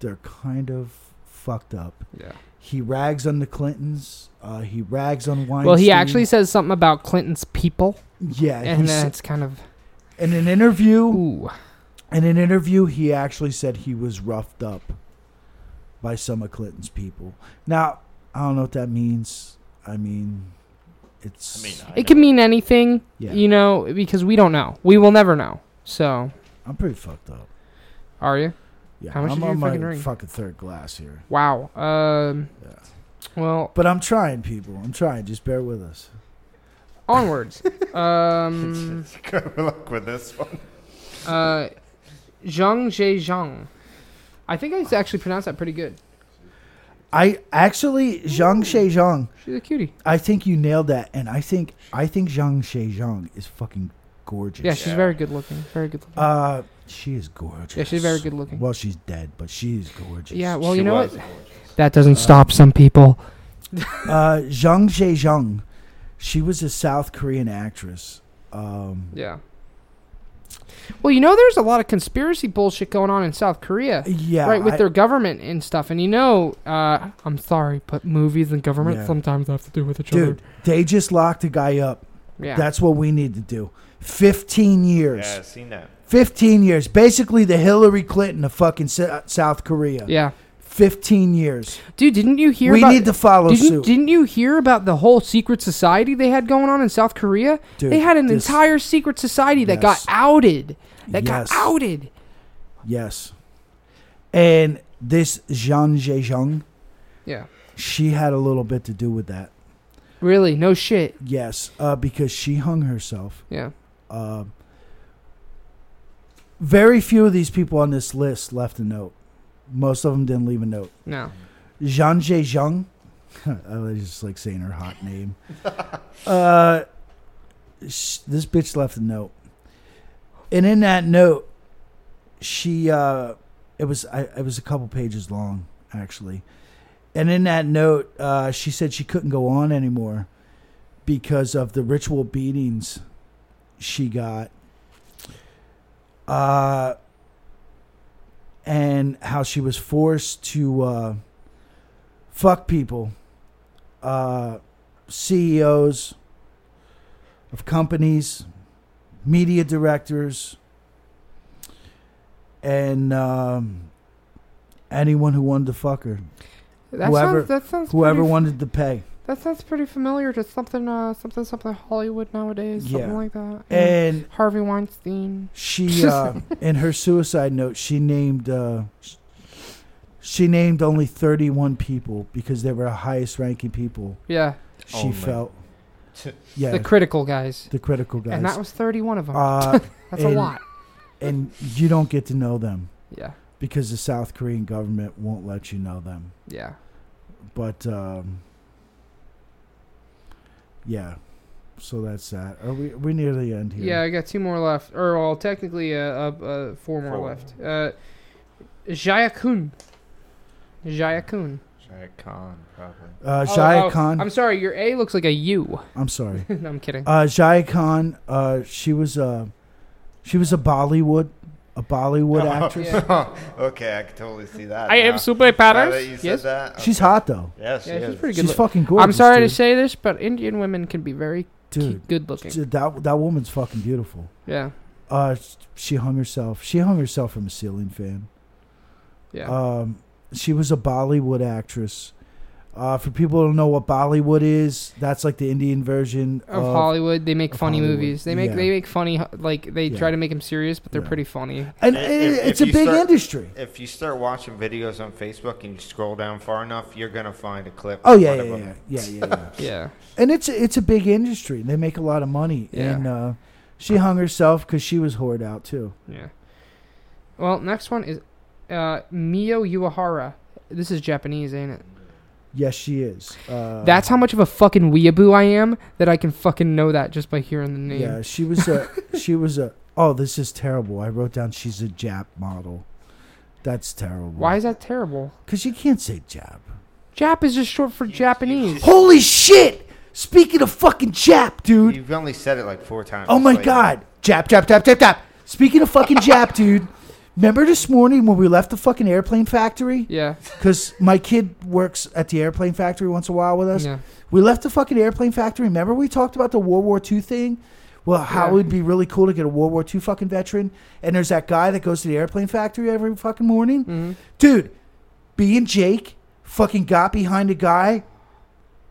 [SPEAKER 2] they're kind of fucked up.
[SPEAKER 1] Yeah.
[SPEAKER 2] He rags on the Clintons. Uh, he rags on Weinstein.
[SPEAKER 1] Well, he actually says something about Clinton's people,
[SPEAKER 2] yeah. Uh, he
[SPEAKER 1] and uh,
[SPEAKER 2] s-
[SPEAKER 1] that's kind of
[SPEAKER 2] in an interview,
[SPEAKER 1] ooh.
[SPEAKER 2] in an interview, he actually said he was roughed up by some of Clinton's people. Now, I don't know what that means. I mean, it's.
[SPEAKER 4] I mean, I
[SPEAKER 1] It can
[SPEAKER 4] know.
[SPEAKER 1] mean anything,
[SPEAKER 2] Yeah.
[SPEAKER 1] you know, because we don't know. We will never know. So,
[SPEAKER 2] I'm pretty fucked up.
[SPEAKER 1] are you?
[SPEAKER 2] Yeah,
[SPEAKER 1] How much
[SPEAKER 2] I'm
[SPEAKER 1] did you
[SPEAKER 2] on my
[SPEAKER 1] fucking drink?
[SPEAKER 2] fucking third glass here.
[SPEAKER 1] Wow. Um.
[SPEAKER 2] Yeah.
[SPEAKER 1] Well,
[SPEAKER 2] But I'm trying, people. I'm trying. Just bear with us.
[SPEAKER 1] onwards. um.
[SPEAKER 3] Good luck with this one.
[SPEAKER 1] Uh, Zhang Zhejiang. I think I actually pronounced that pretty good.
[SPEAKER 2] I actually Zhang Shezhong.
[SPEAKER 1] She's a cutie.
[SPEAKER 2] I think you nailed that, and I think I think Zhang Shezhong is fucking gorgeous.
[SPEAKER 1] Yeah, she's
[SPEAKER 4] Yeah.
[SPEAKER 1] very good looking. Very good looking.
[SPEAKER 2] Uh, she is gorgeous.
[SPEAKER 1] yeah, she's very good looking.
[SPEAKER 2] Well, she's dead, but she is gorgeous.
[SPEAKER 1] yeah. Well, you
[SPEAKER 4] She
[SPEAKER 1] know
[SPEAKER 4] was
[SPEAKER 1] what?
[SPEAKER 4] gorgeous.
[SPEAKER 1] That doesn't stop some people.
[SPEAKER 2] Uh, Zhang Shezhong. She was a South Korean actress. Um,
[SPEAKER 1] Yeah. Well, you know, there's a lot of conspiracy bullshit going on in South Korea.
[SPEAKER 2] yeah.
[SPEAKER 1] right with
[SPEAKER 2] I-
[SPEAKER 1] their government and stuff, and you know, uh, I'm sorry, but movies and government
[SPEAKER 2] Yeah.
[SPEAKER 1] sometimes have to do with each
[SPEAKER 2] dude, they just locked a guy up.
[SPEAKER 1] other. Yeah,
[SPEAKER 2] That's what we need to do. Fifteen years.
[SPEAKER 3] Yeah, I've seen that.
[SPEAKER 2] 15 years. Basically, the Hillary Clinton of fucking S- South Korea.
[SPEAKER 1] yeah,
[SPEAKER 2] 15 years.
[SPEAKER 1] dude. Didn't you hear?
[SPEAKER 2] we
[SPEAKER 1] about,
[SPEAKER 2] need to follow
[SPEAKER 1] didn't,
[SPEAKER 2] suit.
[SPEAKER 1] Didn't you hear about the whole secret society they had going on in South Korea?
[SPEAKER 2] Dude,
[SPEAKER 1] they had an
[SPEAKER 2] this-
[SPEAKER 1] entire secret society that got
[SPEAKER 2] Yes.
[SPEAKER 1] outed. That
[SPEAKER 2] Yes.
[SPEAKER 1] got outed.
[SPEAKER 2] Yes. And this Zhang Zhejiang,
[SPEAKER 1] Yeah.
[SPEAKER 2] she had a little bit to do with that.
[SPEAKER 1] Really? No shit.
[SPEAKER 2] Yes, uh, because she hung herself.
[SPEAKER 1] Yeah.
[SPEAKER 2] Uh, very few of these people on this list left a note. Most of them didn't leave a note.
[SPEAKER 1] No.
[SPEAKER 2] Zhang Zhejiang. I just like saying her hot name. uh, sh- this bitch left a note, and in that note, she uh, it was I, it was a couple pages long actually, and in that note, uh, she said she couldn't go on anymore because of the ritual beatings she got. Uh, and how she was forced to uh, fuck people, uh, CEOs of companies, media directors, and um, anyone who wanted to fuck her,
[SPEAKER 1] That
[SPEAKER 2] Whoever-
[SPEAKER 1] sounds. That sounds.
[SPEAKER 2] whoever
[SPEAKER 1] pretty,
[SPEAKER 2] wanted to pay.
[SPEAKER 1] That sounds pretty familiar to something. Uh, something. Something Hollywood nowadays.
[SPEAKER 2] Yeah. Eh.
[SPEAKER 1] Something like that. Yeah.
[SPEAKER 2] And
[SPEAKER 1] Harvey Weinstein.
[SPEAKER 2] she, uh, in her suicide note, she named. Uh, she named only 31 people because they were the highest ranking people
[SPEAKER 1] Yeah.
[SPEAKER 2] she
[SPEAKER 3] Only.
[SPEAKER 2] felt. Yeah,
[SPEAKER 1] The
[SPEAKER 2] the,
[SPEAKER 1] critical guys.
[SPEAKER 2] critical guys.
[SPEAKER 1] And that was 31 of them.
[SPEAKER 2] uh,
[SPEAKER 1] That's
[SPEAKER 2] and-
[SPEAKER 1] a lot.
[SPEAKER 2] and you don't get to know them
[SPEAKER 1] Yeah.
[SPEAKER 2] because the South Korean government won't let you know them.
[SPEAKER 1] Yeah.
[SPEAKER 2] But um, yeah, so that's that. Are we we near the end
[SPEAKER 1] Yeah,
[SPEAKER 2] here? Uh,
[SPEAKER 1] I got two more left. Or, well, technically, uh, uh, uh, four more
[SPEAKER 3] Four.
[SPEAKER 1] left. Uh, Jaya Kun. Jaya Kun.
[SPEAKER 3] Shaq Khan, probably.
[SPEAKER 1] Oh,
[SPEAKER 2] Uh, Shia
[SPEAKER 1] oh,
[SPEAKER 2] Khan.
[SPEAKER 1] I'm
[SPEAKER 2] I'm,
[SPEAKER 1] sorry, your A looks like a U.
[SPEAKER 2] sorry.
[SPEAKER 1] no, I'm kidding.
[SPEAKER 2] Uh, Shia Khan. Uh, she was a she was a Bollywood a Bollywood
[SPEAKER 1] Oh.
[SPEAKER 2] actress.
[SPEAKER 3] okay, I can totally see that.
[SPEAKER 1] I am
[SPEAKER 3] now.
[SPEAKER 1] super
[SPEAKER 3] Now that you
[SPEAKER 1] badass.
[SPEAKER 3] said
[SPEAKER 1] Yes.
[SPEAKER 3] that, okay.
[SPEAKER 2] She's hot though.
[SPEAKER 3] Yes,
[SPEAKER 1] Yeah,
[SPEAKER 3] she
[SPEAKER 1] she's
[SPEAKER 3] is.
[SPEAKER 1] pretty good
[SPEAKER 2] She's
[SPEAKER 1] looking.
[SPEAKER 2] fucking gorgeous.
[SPEAKER 1] I'm sorry
[SPEAKER 2] dude.
[SPEAKER 1] to say this, but Indian women can be very
[SPEAKER 2] dude.
[SPEAKER 1] good looking.
[SPEAKER 2] dude, That that woman's fucking beautiful.
[SPEAKER 1] Yeah.
[SPEAKER 2] Uh, she hung herself. She hung herself from a ceiling fan.
[SPEAKER 1] Yeah.
[SPEAKER 2] Um, she was a Bollywood actress. Uh, for people who don't know what Bollywood is, that's like the Indian version
[SPEAKER 1] of
[SPEAKER 2] of,
[SPEAKER 1] Hollywood, they make
[SPEAKER 2] of
[SPEAKER 1] funny
[SPEAKER 2] Hollywood,
[SPEAKER 1] movies. They make
[SPEAKER 2] yeah.
[SPEAKER 1] they make funny like they
[SPEAKER 2] Yeah.
[SPEAKER 1] try to make them serious, but they're
[SPEAKER 2] Yeah.
[SPEAKER 1] pretty funny.
[SPEAKER 2] and
[SPEAKER 3] If-
[SPEAKER 2] it-
[SPEAKER 3] if-
[SPEAKER 2] it's
[SPEAKER 3] if
[SPEAKER 2] a
[SPEAKER 3] you
[SPEAKER 2] big
[SPEAKER 3] start-
[SPEAKER 2] industry.
[SPEAKER 3] If you start watching videos on Facebook and you scroll down far enough, you're gonna find a clip.
[SPEAKER 2] Oh
[SPEAKER 3] of
[SPEAKER 2] yeah,
[SPEAKER 3] one
[SPEAKER 2] yeah,
[SPEAKER 3] of
[SPEAKER 2] yeah,
[SPEAKER 3] them.
[SPEAKER 2] yeah, yeah, yeah.
[SPEAKER 1] Yeah.
[SPEAKER 2] and it's a, it's a big industry. They make a lot of money,
[SPEAKER 1] Yeah.
[SPEAKER 2] and uh, she hung herself because she was whored out too.
[SPEAKER 1] Yeah. Well, next one is uh, Mio Uehara. This is Japanese, ain't it?
[SPEAKER 2] Yes, she is. Uh,
[SPEAKER 1] That's how much of a fucking weeaboo I am that I can fucking know that just by hearing the name.
[SPEAKER 2] yeah. She was a she was a. Oh, this is terrible. I wrote down she's a Jap model. That's terrible.
[SPEAKER 1] Why is that terrible?
[SPEAKER 2] Because you can't say Jap.
[SPEAKER 1] Jap is just short for Japanese.
[SPEAKER 2] Holy shit! Speaking of fucking Jap, dude.
[SPEAKER 3] You've only said it like four times.
[SPEAKER 2] Oh my
[SPEAKER 3] Like,
[SPEAKER 2] god. Jap, Jap, Jap, Jap, Jap. Speaking of fucking Jap, dude. Remember this morning when we left the fucking airplane factory?
[SPEAKER 1] Yeah.
[SPEAKER 2] Because my kid works at the airplane factory once in a while with us.
[SPEAKER 1] yeah.
[SPEAKER 2] We left the fucking airplane factory. Remember we talked about the World War II thing? Well, how
[SPEAKER 1] Yeah.
[SPEAKER 2] it would be really cool to get a World War II fucking veteran. And there's that guy that goes to the airplane factory every fucking morning.
[SPEAKER 1] Mhm.
[SPEAKER 2] Dude, B and Jake fucking got behind a guy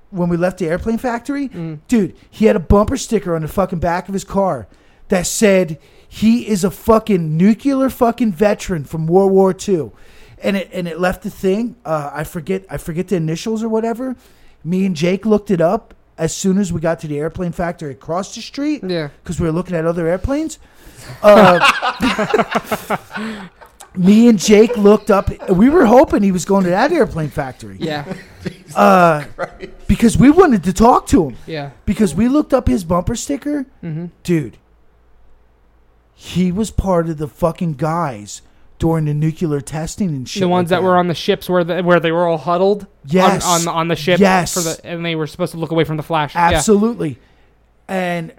[SPEAKER 2] when we left the airplane factory.
[SPEAKER 1] Mm.
[SPEAKER 2] Dude, he had a bumper sticker on the fucking back of his car that said he is a fucking nuclear fucking veteran from World War II. And it and it left the thing. Uh, I forget I forget the initials or whatever. Me and Jake looked it up as soon as we got to the airplane factory across the street
[SPEAKER 1] Yeah.
[SPEAKER 2] because we were looking at other airplanes. Uh, me and Jake looked up. We were hoping he was going to that airplane factory
[SPEAKER 1] Yeah.
[SPEAKER 2] uh, because we wanted to talk to him.
[SPEAKER 1] Yeah.
[SPEAKER 2] Because we looked up his bumper sticker,
[SPEAKER 1] Mhm.
[SPEAKER 2] dude. He was part of the fucking guys during the nuclear testing and shit.
[SPEAKER 1] The ones
[SPEAKER 2] like
[SPEAKER 1] that were on the ships where the, where they were all huddled. on-
[SPEAKER 2] Yes.
[SPEAKER 1] On, the on the ship.
[SPEAKER 2] Yes.
[SPEAKER 1] For the, and they were supposed to look away from the flash.
[SPEAKER 2] absolutely, and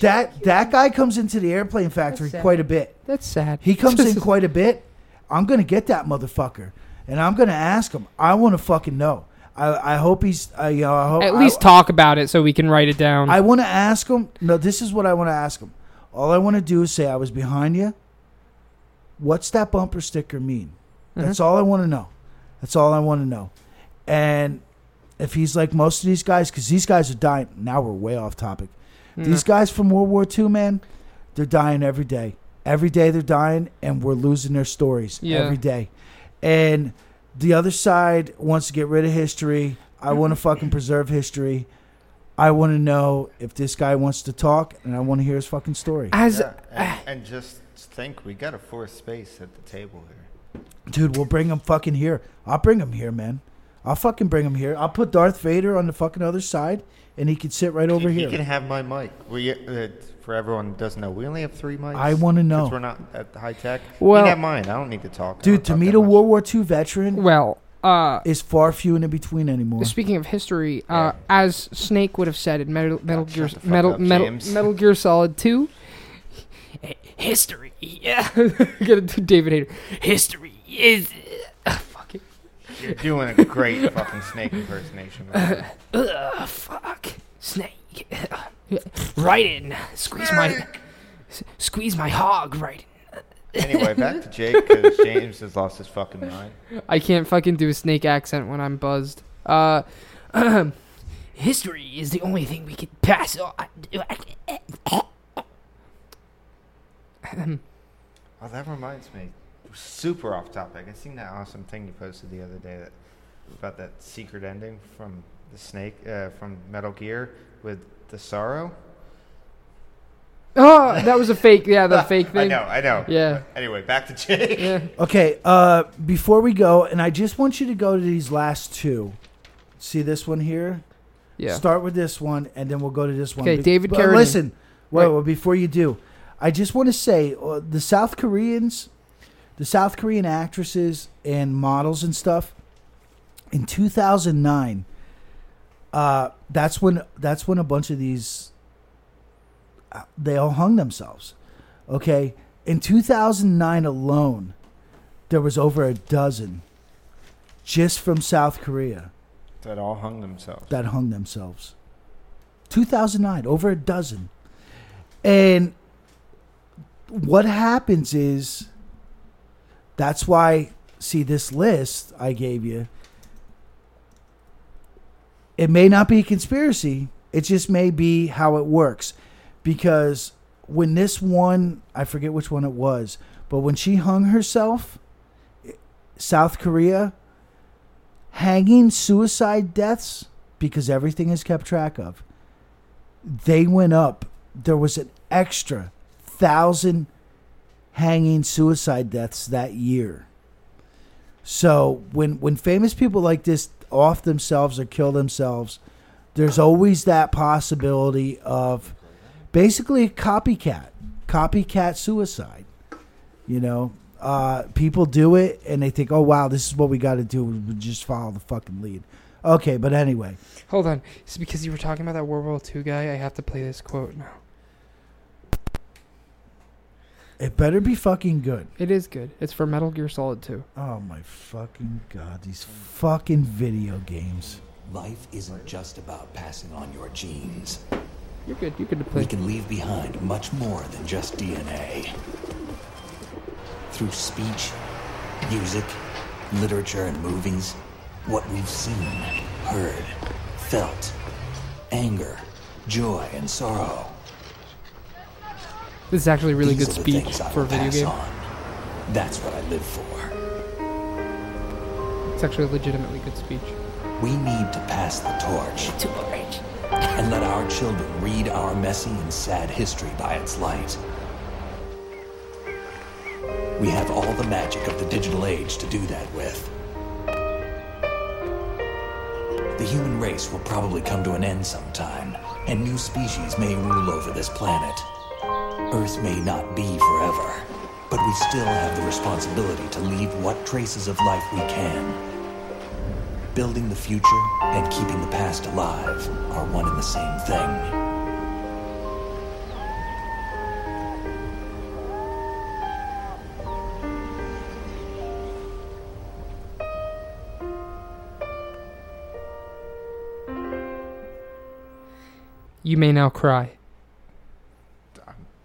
[SPEAKER 2] that that guy comes into the airplane factory
[SPEAKER 1] sad.
[SPEAKER 2] quite a bit.
[SPEAKER 1] Yeah. That's sad.
[SPEAKER 2] He comes in quite a bit. I'm gonna get that motherfucker, and I'm gonna ask him. I want to fucking know. I, I hope he's. I, you know, I hope
[SPEAKER 1] At least
[SPEAKER 2] I,
[SPEAKER 1] talk about it so we can write it down.
[SPEAKER 2] I want to ask him. No, this is what I want to ask him. All I want to do is say I was behind you. What's that bumper sticker mean? That's all I want to know. That's all I want to know. And if he's like most of these guys, because these guys are dying. Now we're way off topic. These guys from World War II, man, they're dying every day. Every day they're dying, and we're losing their stories
[SPEAKER 1] Yeah.
[SPEAKER 2] every day. And the other side wants to get rid of history. I want to fucking preserve history. I want to know if this guy wants to talk, and I want to hear his fucking story.
[SPEAKER 1] As
[SPEAKER 3] Yeah, and, and just think, we got a fourth space at the table here.
[SPEAKER 2] Dude, we'll bring him fucking here. I'll bring him here, man. I'll fucking bring him here. I'll put Darth Vader on the fucking other side, and he could sit right over
[SPEAKER 3] you
[SPEAKER 2] here.
[SPEAKER 3] can have my mic. We, uh, for everyone who doesn't know, we only have three mics.
[SPEAKER 2] I wanna know.
[SPEAKER 3] Since we're not at the high tech.
[SPEAKER 1] Well-
[SPEAKER 3] you can have mine. I don't need to talk. I
[SPEAKER 2] Dude,
[SPEAKER 3] don't
[SPEAKER 2] to
[SPEAKER 3] talk
[SPEAKER 2] meet
[SPEAKER 3] that
[SPEAKER 2] a
[SPEAKER 3] much.
[SPEAKER 2] World War II veteran
[SPEAKER 1] well. Uh,
[SPEAKER 2] is far few and in between anymore.
[SPEAKER 1] Speaking of history,
[SPEAKER 3] Yeah.
[SPEAKER 1] uh, as Snake would have said in Metal, Metal
[SPEAKER 3] shut
[SPEAKER 1] Gear
[SPEAKER 3] the fuck
[SPEAKER 1] Metal
[SPEAKER 3] up,
[SPEAKER 1] Metal,
[SPEAKER 3] James.
[SPEAKER 1] Metal Gear Solid Two, hi- history. Yeah, get it, David Hayter. History is. Uh, fuck it.
[SPEAKER 3] You're doing a great fucking snake impersonation. man.
[SPEAKER 1] Ugh, fuck. Snake. right in. Squeeze my. s- Squeeze my hog right
[SPEAKER 3] Anyway, back to Jake because James has lost his fucking mind.
[SPEAKER 1] in. I can't fucking do a snake accent when I'm buzzed. Uh, history is the only thing we can pass on.
[SPEAKER 3] Oh, that reminds me. Super off topic. I seen that awesome thing you posted the other day that, about that secret ending from the snake uh, from Metal Gear with the sorrow.
[SPEAKER 1] Oh, that was a fake. Yeah, the fake thing.
[SPEAKER 3] I know, I know.
[SPEAKER 1] Yeah.
[SPEAKER 3] But anyway, back to Jake.
[SPEAKER 1] Yeah.
[SPEAKER 2] Okay, uh, before we go, and I just want you to go to these last two. See this one here?
[SPEAKER 1] Yeah.
[SPEAKER 2] Start with this one, and then we'll go to this one.
[SPEAKER 1] Okay, David
[SPEAKER 2] but
[SPEAKER 1] Carradine.
[SPEAKER 2] Listen, wait,
[SPEAKER 1] Wait.
[SPEAKER 2] wait, before you do, I just want to say uh, the South Koreans, the South Korean actresses and models and stuff, in 2009, uh, that's when that's when a bunch of these uh, they all hung themselves. Okay, in 2009 alone, there was over a dozen just from South Korea
[SPEAKER 3] That all hung themselves.
[SPEAKER 2] that hung themselves. 2009, over a dozen. And what happens is that's why, see, this list I gave you, it may not be a conspiracy, it just may be how it works. Because when this one, I forget which one it was, but when she hung herself, South Korea, hanging suicide deaths because everything is kept track of. They went up. There was an extra thousand hanging suicide deaths that year. So when when famous people like this off themselves or kill themselves, there's always that possibility of basically a copycat, copycat suicide. You know, uh, people do it and they think, oh wow, this is what we got to do. We just follow the fucking lead. Okay, but anyway,
[SPEAKER 1] Hold on. It's because you were talking about that World War II guy. I have to play this quote now.
[SPEAKER 2] It better be fucking good.
[SPEAKER 1] It is good. It's for Metal Gear Solid 2.
[SPEAKER 2] Oh my fucking god, these fucking video games.
[SPEAKER 4] Life isn't just about passing on your genes.
[SPEAKER 1] You're good. You could
[SPEAKER 4] We
[SPEAKER 1] play.
[SPEAKER 4] can leave behind much more than just DNA. Through speech, music, literature, and movies, what we've seen, heard, felt, anger, joy, and sorrow.
[SPEAKER 1] This is actually really
[SPEAKER 4] These
[SPEAKER 1] good
[SPEAKER 4] are the
[SPEAKER 1] speech
[SPEAKER 4] things I
[SPEAKER 1] for a
[SPEAKER 4] will
[SPEAKER 1] video
[SPEAKER 4] pass
[SPEAKER 1] game.
[SPEAKER 4] on. That's what I live for.
[SPEAKER 1] It's actually legitimately good speech.
[SPEAKER 4] We need to pass the torch
[SPEAKER 5] Too orange.
[SPEAKER 4] and let our children read our messy and sad history by its light. We have all the magic of the digital age to do that with. The human race will probably come to an end sometime, and new species may rule over this planet. Earth may not be forever, but we still have the responsibility to leave what traces of life we can Building the future and keeping the past alive are one and the same thing.
[SPEAKER 1] You may now cry.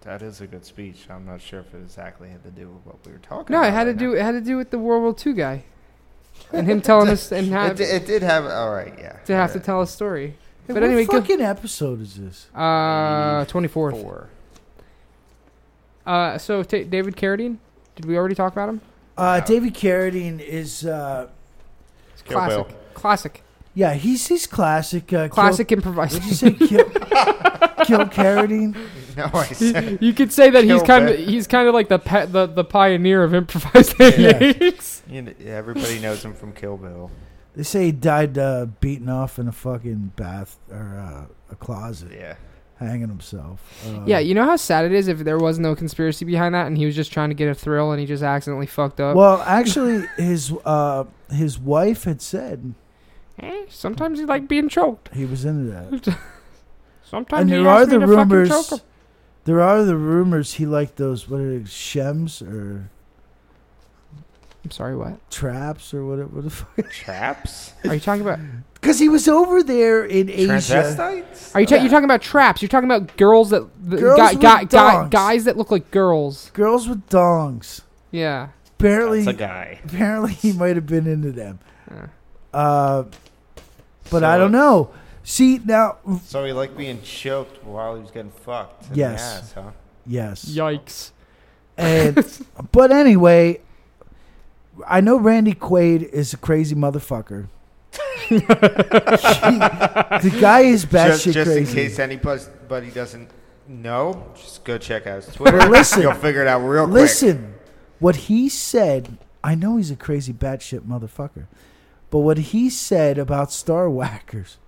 [SPEAKER 3] That is a good speech. I'm not sure if it exactly had to do with what we were talking.
[SPEAKER 1] No,
[SPEAKER 3] about
[SPEAKER 1] it had to
[SPEAKER 3] right
[SPEAKER 1] do.
[SPEAKER 3] now.
[SPEAKER 1] It had to do with the World War II guy, and him telling us and have
[SPEAKER 3] It, di- it did have. All right, yeah. Uh,
[SPEAKER 1] to have to
[SPEAKER 3] Right.
[SPEAKER 1] tell a story.
[SPEAKER 2] Hey,
[SPEAKER 1] But
[SPEAKER 2] what
[SPEAKER 1] anyway, go-
[SPEAKER 2] fucking episode is this?
[SPEAKER 1] Uh, twenty fourth.
[SPEAKER 3] Four.
[SPEAKER 1] Uh, so ta David Carradine. Did we already talk about him?
[SPEAKER 2] Uh, David Carradine is uh,
[SPEAKER 1] It's
[SPEAKER 3] Kill Bill.
[SPEAKER 1] classic. Classic.
[SPEAKER 2] yeah, he's his classic uh,
[SPEAKER 1] Classic
[SPEAKER 2] Kill,
[SPEAKER 1] improvisation.
[SPEAKER 2] what'd you say, Kill, Kill Carradine?
[SPEAKER 3] No, I said
[SPEAKER 1] you could say that he's
[SPEAKER 3] Kill
[SPEAKER 1] kind of
[SPEAKER 3] Bill.
[SPEAKER 1] he's kind of like the pa- the the pioneer of improvisation.
[SPEAKER 3] you know, everybody knows him from Kill Bill.
[SPEAKER 2] They say he died uh, beaten off in a fucking bath or uh, a closet,
[SPEAKER 3] Yeah.
[SPEAKER 2] hanging himself. Uh,
[SPEAKER 1] yeah, you know how sad it is if there was no conspiracy behind that, and he was just trying to get a thrill, and he just accidentally fucked up.
[SPEAKER 2] Well, actually, his uh, his wife had said
[SPEAKER 1] Eh, sometimes he like being choked.
[SPEAKER 2] he was into that,
[SPEAKER 1] Sometimes
[SPEAKER 2] and
[SPEAKER 1] he
[SPEAKER 2] there are
[SPEAKER 1] asked me
[SPEAKER 2] the
[SPEAKER 1] to fucking
[SPEAKER 2] rumors.
[SPEAKER 1] choke him.
[SPEAKER 2] There are the rumors he liked those what are they, shems or
[SPEAKER 1] I'm sorry, what?
[SPEAKER 2] traps or whatever the fuck.
[SPEAKER 3] Traps?
[SPEAKER 1] Are you talking about?
[SPEAKER 2] Because he was over there in Asia.
[SPEAKER 3] Transvestites?
[SPEAKER 1] Are you ta- you're talking about traps? You're talking about girls that the,
[SPEAKER 2] Girls
[SPEAKER 1] guy,
[SPEAKER 2] with
[SPEAKER 1] guy, guy,
[SPEAKER 2] dongs.
[SPEAKER 1] guys that look like girls.
[SPEAKER 2] Girls with dongs.
[SPEAKER 1] Yeah.
[SPEAKER 2] Apparently,
[SPEAKER 3] That's a guy.
[SPEAKER 2] apparently he might have been into them.
[SPEAKER 1] Yeah.
[SPEAKER 2] Uh, but
[SPEAKER 3] So-
[SPEAKER 2] I don't know. See now,
[SPEAKER 3] So he liked being choked while he was getting fucked. In
[SPEAKER 2] Yes.
[SPEAKER 3] The ass, huh?
[SPEAKER 2] yes,
[SPEAKER 1] Yikes.
[SPEAKER 2] and but anyway, I know Randy Quaid is a crazy motherfucker. the guy is
[SPEAKER 3] Just,
[SPEAKER 2] batshit
[SPEAKER 3] just
[SPEAKER 2] crazy.
[SPEAKER 3] in case anybody doesn't know, just go check out his Twitter.
[SPEAKER 2] listen.
[SPEAKER 3] You'll figure it out real quick.
[SPEAKER 2] Listen, what he said. I know he's a crazy batshit motherfucker, but what he said about Star Whackers.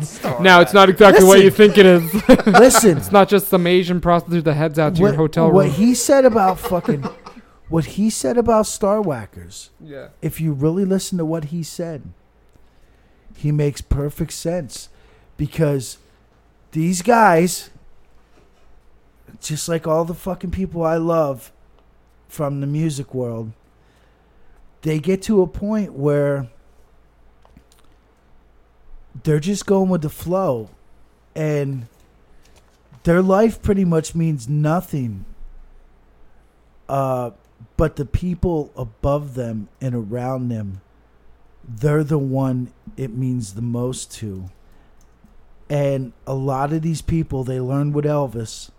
[SPEAKER 3] Sorry.
[SPEAKER 1] Now it's not exactly what you
[SPEAKER 2] Listen.
[SPEAKER 1] think it is. it's
[SPEAKER 2] Listen,
[SPEAKER 1] not just some Asian prostitute that heads out to your hotel
[SPEAKER 2] what
[SPEAKER 1] room.
[SPEAKER 2] he said about fucking, what he said about Star Whackers.
[SPEAKER 1] yeah.
[SPEAKER 2] if you really listen to what he said, he makes perfect sense because these guys, just like all the fucking people I love from the music world, they get to a point where they're just going with the flow and their life pretty much means nothing uh, but the people above them and around them they're the one it means the most to and a lot of these people they learned with elvis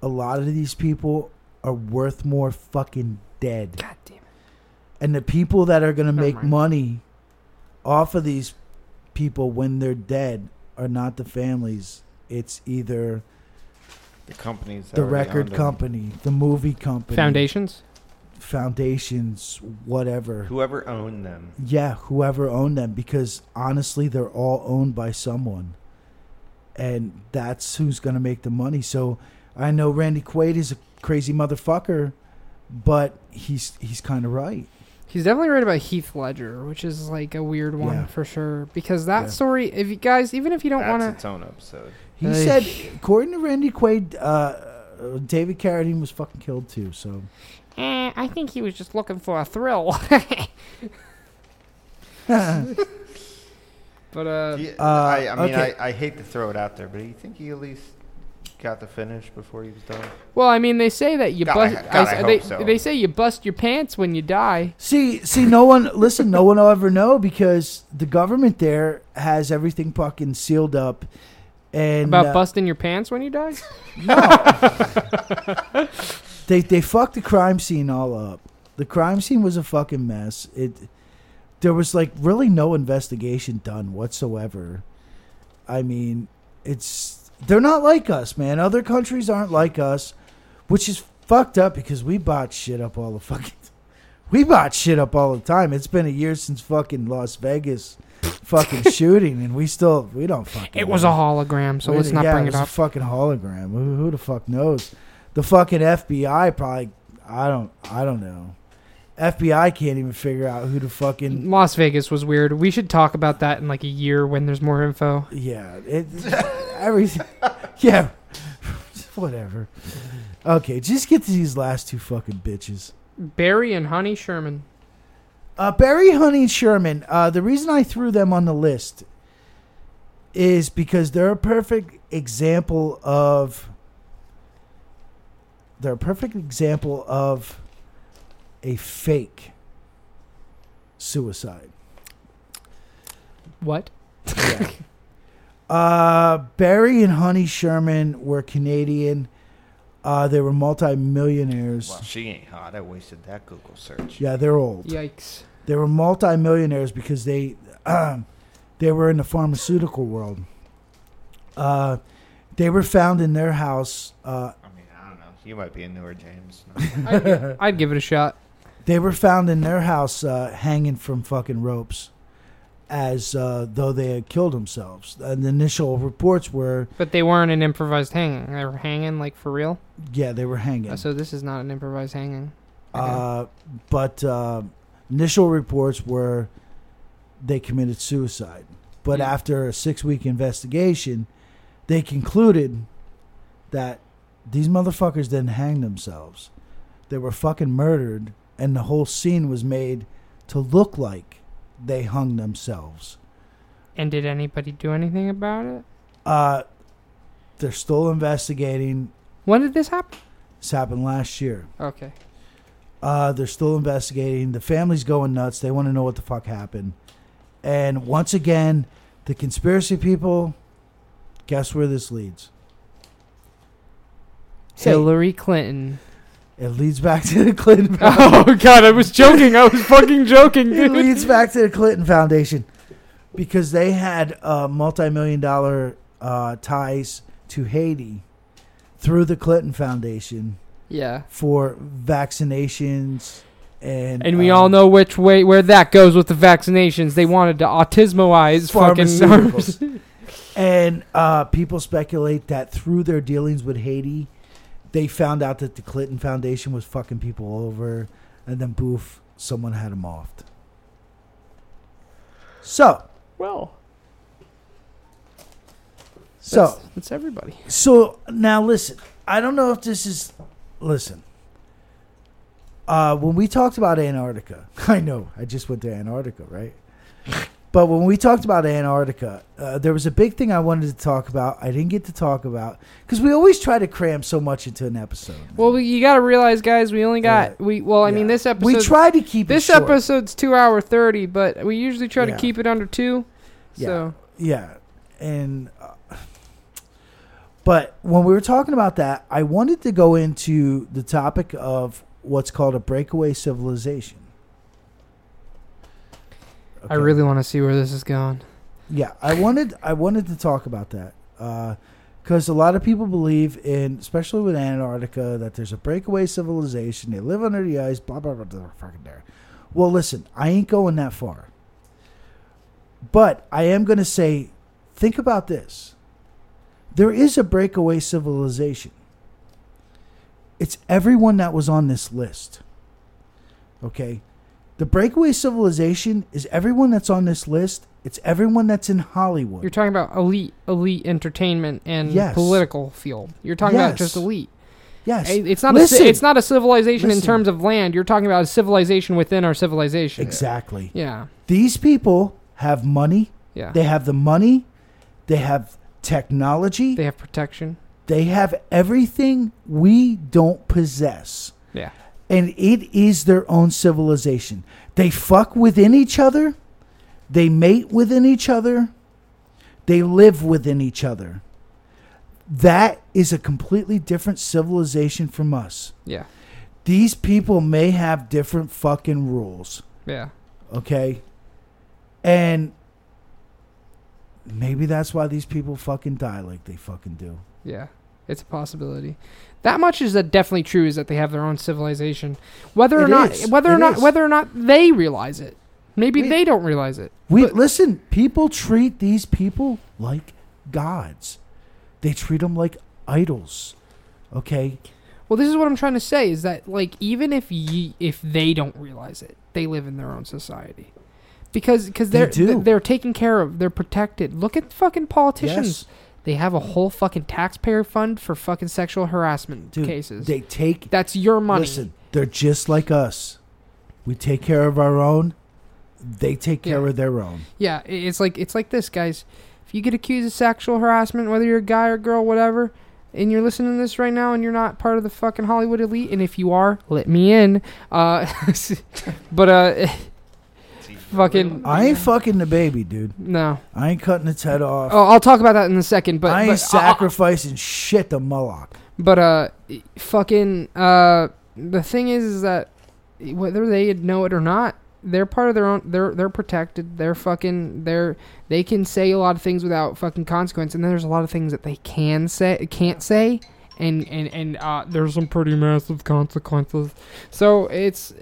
[SPEAKER 2] a lot of these people are worth more fucking dead
[SPEAKER 1] God damn it.
[SPEAKER 2] and the people that are going to
[SPEAKER 1] Never
[SPEAKER 2] make
[SPEAKER 1] mind.
[SPEAKER 2] money off of these people when they're dead are not the families it's either
[SPEAKER 3] The companies. that
[SPEAKER 2] the
[SPEAKER 3] already owned
[SPEAKER 2] record
[SPEAKER 3] them.
[SPEAKER 2] company the movie company
[SPEAKER 1] Foundations.
[SPEAKER 2] foundations whatever
[SPEAKER 3] Whoever owned them.
[SPEAKER 2] yeah whoever owned them because honestly they're all owned by someone and that's who's going to make the money so i know randy quaid is a crazy motherfucker but he's he's kind of right
[SPEAKER 1] He's definitely right about Heath Ledger, which is like a weird one
[SPEAKER 2] Yeah.
[SPEAKER 1] for sure. Because that
[SPEAKER 2] Yeah.
[SPEAKER 1] story, if you guys, even if you don't
[SPEAKER 3] That's
[SPEAKER 1] want to,
[SPEAKER 3] its own episode.
[SPEAKER 2] He
[SPEAKER 1] Hey.
[SPEAKER 2] said, according to Randy Quaid, uh, uh, David Carradine was fucking killed too. So
[SPEAKER 1] Eh, I think he was just looking for a thrill. but uh,
[SPEAKER 3] Do you-
[SPEAKER 2] Uh,
[SPEAKER 3] I, I mean,
[SPEAKER 2] okay.
[SPEAKER 3] I, I hate to throw it out there, but do you think he at least got the finish before he was done?
[SPEAKER 1] well, I mean, they say that you
[SPEAKER 3] God,
[SPEAKER 1] bust.
[SPEAKER 3] I- God, I
[SPEAKER 1] they,
[SPEAKER 3] hope so.
[SPEAKER 1] they say you bust your pants when you die.
[SPEAKER 2] see, see, no one listen. No one will ever know because the government there has everything fucking sealed up. And
[SPEAKER 1] About
[SPEAKER 2] uh,
[SPEAKER 1] busting your pants when you die?
[SPEAKER 2] They they fucked the crime scene all up. The crime scene was a fucking mess. It there was like really no investigation done whatsoever. I mean, it's they're not like us, man. Other countries aren't like us, which is fucked up because we bought shit up all the fucking we bought shit up all the time. It's been a year since fucking Las Vegas fucking shooting and we still we don't fucking
[SPEAKER 1] It was a
[SPEAKER 2] know.
[SPEAKER 1] hologram, so
[SPEAKER 2] Wait,
[SPEAKER 1] let's not
[SPEAKER 2] yeah,
[SPEAKER 1] bring it
[SPEAKER 2] was
[SPEAKER 1] up.
[SPEAKER 2] A fucking hologram. Who, who the fuck knows? The fucking FBI probably. I don't. I don't know. FBI can't even figure out who the fucking.
[SPEAKER 1] Las Vegas was weird. We should talk about that in like a year when there's more info.
[SPEAKER 2] Yeah. It. everything. Yeah. Whatever. Okay, just get to these last two fucking bitches.
[SPEAKER 1] Barry and Honey Sherman.
[SPEAKER 2] Uh, Barry, Honey, and Sherman. Uh, the reason I threw them on the list is because they're a perfect example of. They're a perfect example of a fake suicide.
[SPEAKER 1] What?
[SPEAKER 2] Uh, Barry and Honey Sherman were Canadian. Uh, they were multimillionaires.
[SPEAKER 3] Well, she ain't hot. I wasted that Google search.
[SPEAKER 2] Yeah, they're old.
[SPEAKER 1] Yikes.
[SPEAKER 2] They were multimillionaires because they um, they were in the pharmaceutical world. Uh, they were found in their house. Uh,
[SPEAKER 3] I mean, I don't know. You might be a newer James.
[SPEAKER 1] I'd, I'd give it a shot.
[SPEAKER 2] they were found in their house uh, hanging from fucking ropes, as uh, though they had killed themselves. And the initial reports were,
[SPEAKER 1] But they weren't an improvised hanging. They were hanging like for real.
[SPEAKER 2] yeah, they were hanging.
[SPEAKER 1] So this is not an improvised hanging.
[SPEAKER 2] Uh, but uh, initial reports were they committed suicide. But
[SPEAKER 1] Yeah.
[SPEAKER 2] after a six week investigation, they concluded that these motherfuckers didn't hang themselves. They were fucking murdered, and the whole scene was made to look like they hung themselves.
[SPEAKER 1] And did anybody do anything about it?
[SPEAKER 2] Uh, they're still investigating.
[SPEAKER 1] When did this happen?
[SPEAKER 2] This happened last year.
[SPEAKER 1] Okay.
[SPEAKER 2] Uh, they're still investigating. The family's going nuts. They want to know what the fuck happened. And once again, the conspiracy people, guess where this leads? Say-
[SPEAKER 1] Hillary Clinton.
[SPEAKER 2] It leads back to the Clinton.
[SPEAKER 1] Oh god, I was joking. I was fucking joking,
[SPEAKER 2] it
[SPEAKER 1] dude.
[SPEAKER 2] leads back to the Clinton Foundation because they had uh, multi-million dollar uh, ties to Haiti through the Clinton Foundation
[SPEAKER 1] Yeah.
[SPEAKER 2] for vaccinations and
[SPEAKER 1] And we
[SPEAKER 2] um,
[SPEAKER 1] all know which way where that goes with the vaccinations. They wanted to autismoize fucking nerves.
[SPEAKER 2] Pharmaceuticals. and uh, people speculate that through their dealings with Haiti, they found out that the Clinton Foundation was fucking people over, and then poof, someone had them offed. So,
[SPEAKER 1] Well,
[SPEAKER 2] so,
[SPEAKER 1] that's, that's everybody.
[SPEAKER 2] so now listen. I don't know if this is listen. Uh, when we talked about Antarctica, I know I just went to Antarctica, right? But when we talked about Antarctica, uh, there was a big thing I wanted to talk about. I didn't get to talk about because we always try to cram so much into an episode.
[SPEAKER 1] Well, we, you got to realize, guys, we only got we. Well, I mean,
[SPEAKER 2] Yeah.
[SPEAKER 1] this episode.
[SPEAKER 2] we try to keep
[SPEAKER 1] This
[SPEAKER 2] it short.
[SPEAKER 1] episode's two hour thirty, but we usually try
[SPEAKER 2] Yeah.
[SPEAKER 1] to keep it under two.
[SPEAKER 2] Yeah.
[SPEAKER 1] So
[SPEAKER 2] Yeah, and uh, but when we were talking about that, I wanted to go into the topic of what's called a breakaway civilization.
[SPEAKER 1] I
[SPEAKER 2] Okay.
[SPEAKER 1] really want to see where this is going.
[SPEAKER 2] Yeah, I wanted I wanted to talk about that uh, because a lot of people believe in, especially with Antarctica, that there's a breakaway civilization. They live under the ice. Blah blah blah. blah fucking there. Well, listen, I ain't going that far, but I am going to say, think about this. There is a breakaway civilization. It's everyone that was on this list. Okay. The breakaway civilization is everyone that's on this list. It's everyone that's in Hollywood.
[SPEAKER 1] You're talking about elite, elite entertainment and
[SPEAKER 2] Yes.
[SPEAKER 1] political field. You're talking about just
[SPEAKER 2] Yes.
[SPEAKER 1] elite.
[SPEAKER 2] Yes.
[SPEAKER 1] It- It's not a
[SPEAKER 2] Listen.
[SPEAKER 1] ci- it's not a civilization in
[SPEAKER 2] Listen.
[SPEAKER 1] terms of land. You're talking about a civilization within our civilization.
[SPEAKER 2] Exactly.
[SPEAKER 1] Yeah.
[SPEAKER 2] These people have money.
[SPEAKER 1] Yeah.
[SPEAKER 2] They have the money. They have technology.
[SPEAKER 1] They have protection.
[SPEAKER 2] they have everything we don't possess.
[SPEAKER 1] Yeah.
[SPEAKER 2] and it is their own civilization. They fuck within each other, they mate within each other, they live within each other. That is a completely different civilization from us.
[SPEAKER 1] Yeah.
[SPEAKER 2] These people may have different fucking rules,
[SPEAKER 1] Yeah.
[SPEAKER 2] okay? And maybe that's why these people fucking die like they fucking do.
[SPEAKER 1] Yeah, it's a possibility. That much is that definitely true is that they have their own civilization, whether or
[SPEAKER 2] It
[SPEAKER 1] not
[SPEAKER 2] is.
[SPEAKER 1] whether or
[SPEAKER 2] It
[SPEAKER 1] not
[SPEAKER 2] is.
[SPEAKER 1] whether or not they realize it. Maybe
[SPEAKER 2] We-
[SPEAKER 1] they don't realize it.
[SPEAKER 2] We listen. People treat these people like gods. They treat them like idols. Okay.
[SPEAKER 1] Well, this is what I'm trying to say is that like even if ye, if they don't realize it, they live in their own society. Because cause
[SPEAKER 2] They
[SPEAKER 1] they're
[SPEAKER 2] do.
[SPEAKER 1] th- they're taken care of, they're protected. Look at fucking politicians.
[SPEAKER 2] Yes.
[SPEAKER 1] They have a whole fucking taxpayer fund for fucking sexual harassment
[SPEAKER 2] Dude,
[SPEAKER 1] cases.
[SPEAKER 2] They take.
[SPEAKER 1] That's your money.
[SPEAKER 2] Listen. They're just like us. We take care of our own. They take care
[SPEAKER 1] Yeah.
[SPEAKER 2] of their own.
[SPEAKER 1] Yeah, i- it's like it's like this, guys. If you get accused of sexual harassment, whether you're a guy or girl, whatever, and you're listening to this right now, and you're not part of the fucking Hollywood elite, and if you are, let me in. Uh, but uh, fucking
[SPEAKER 2] I ain't fucking the baby, dude.
[SPEAKER 1] no.
[SPEAKER 2] I ain't cutting its head off.
[SPEAKER 1] Oh, I'll talk about that in a second. But
[SPEAKER 2] I ain't
[SPEAKER 1] but, uh,
[SPEAKER 2] sacrificing shit to Moloch.
[SPEAKER 1] But uh, fucking uh, the thing is, is that whether they know it or not, they're part of their own. They're they're protected. They're fucking. They're they can say a lot of things without fucking consequence. And then there's a lot of things that they can say, can't say, and and and uh, there's some pretty massive consequences. So it's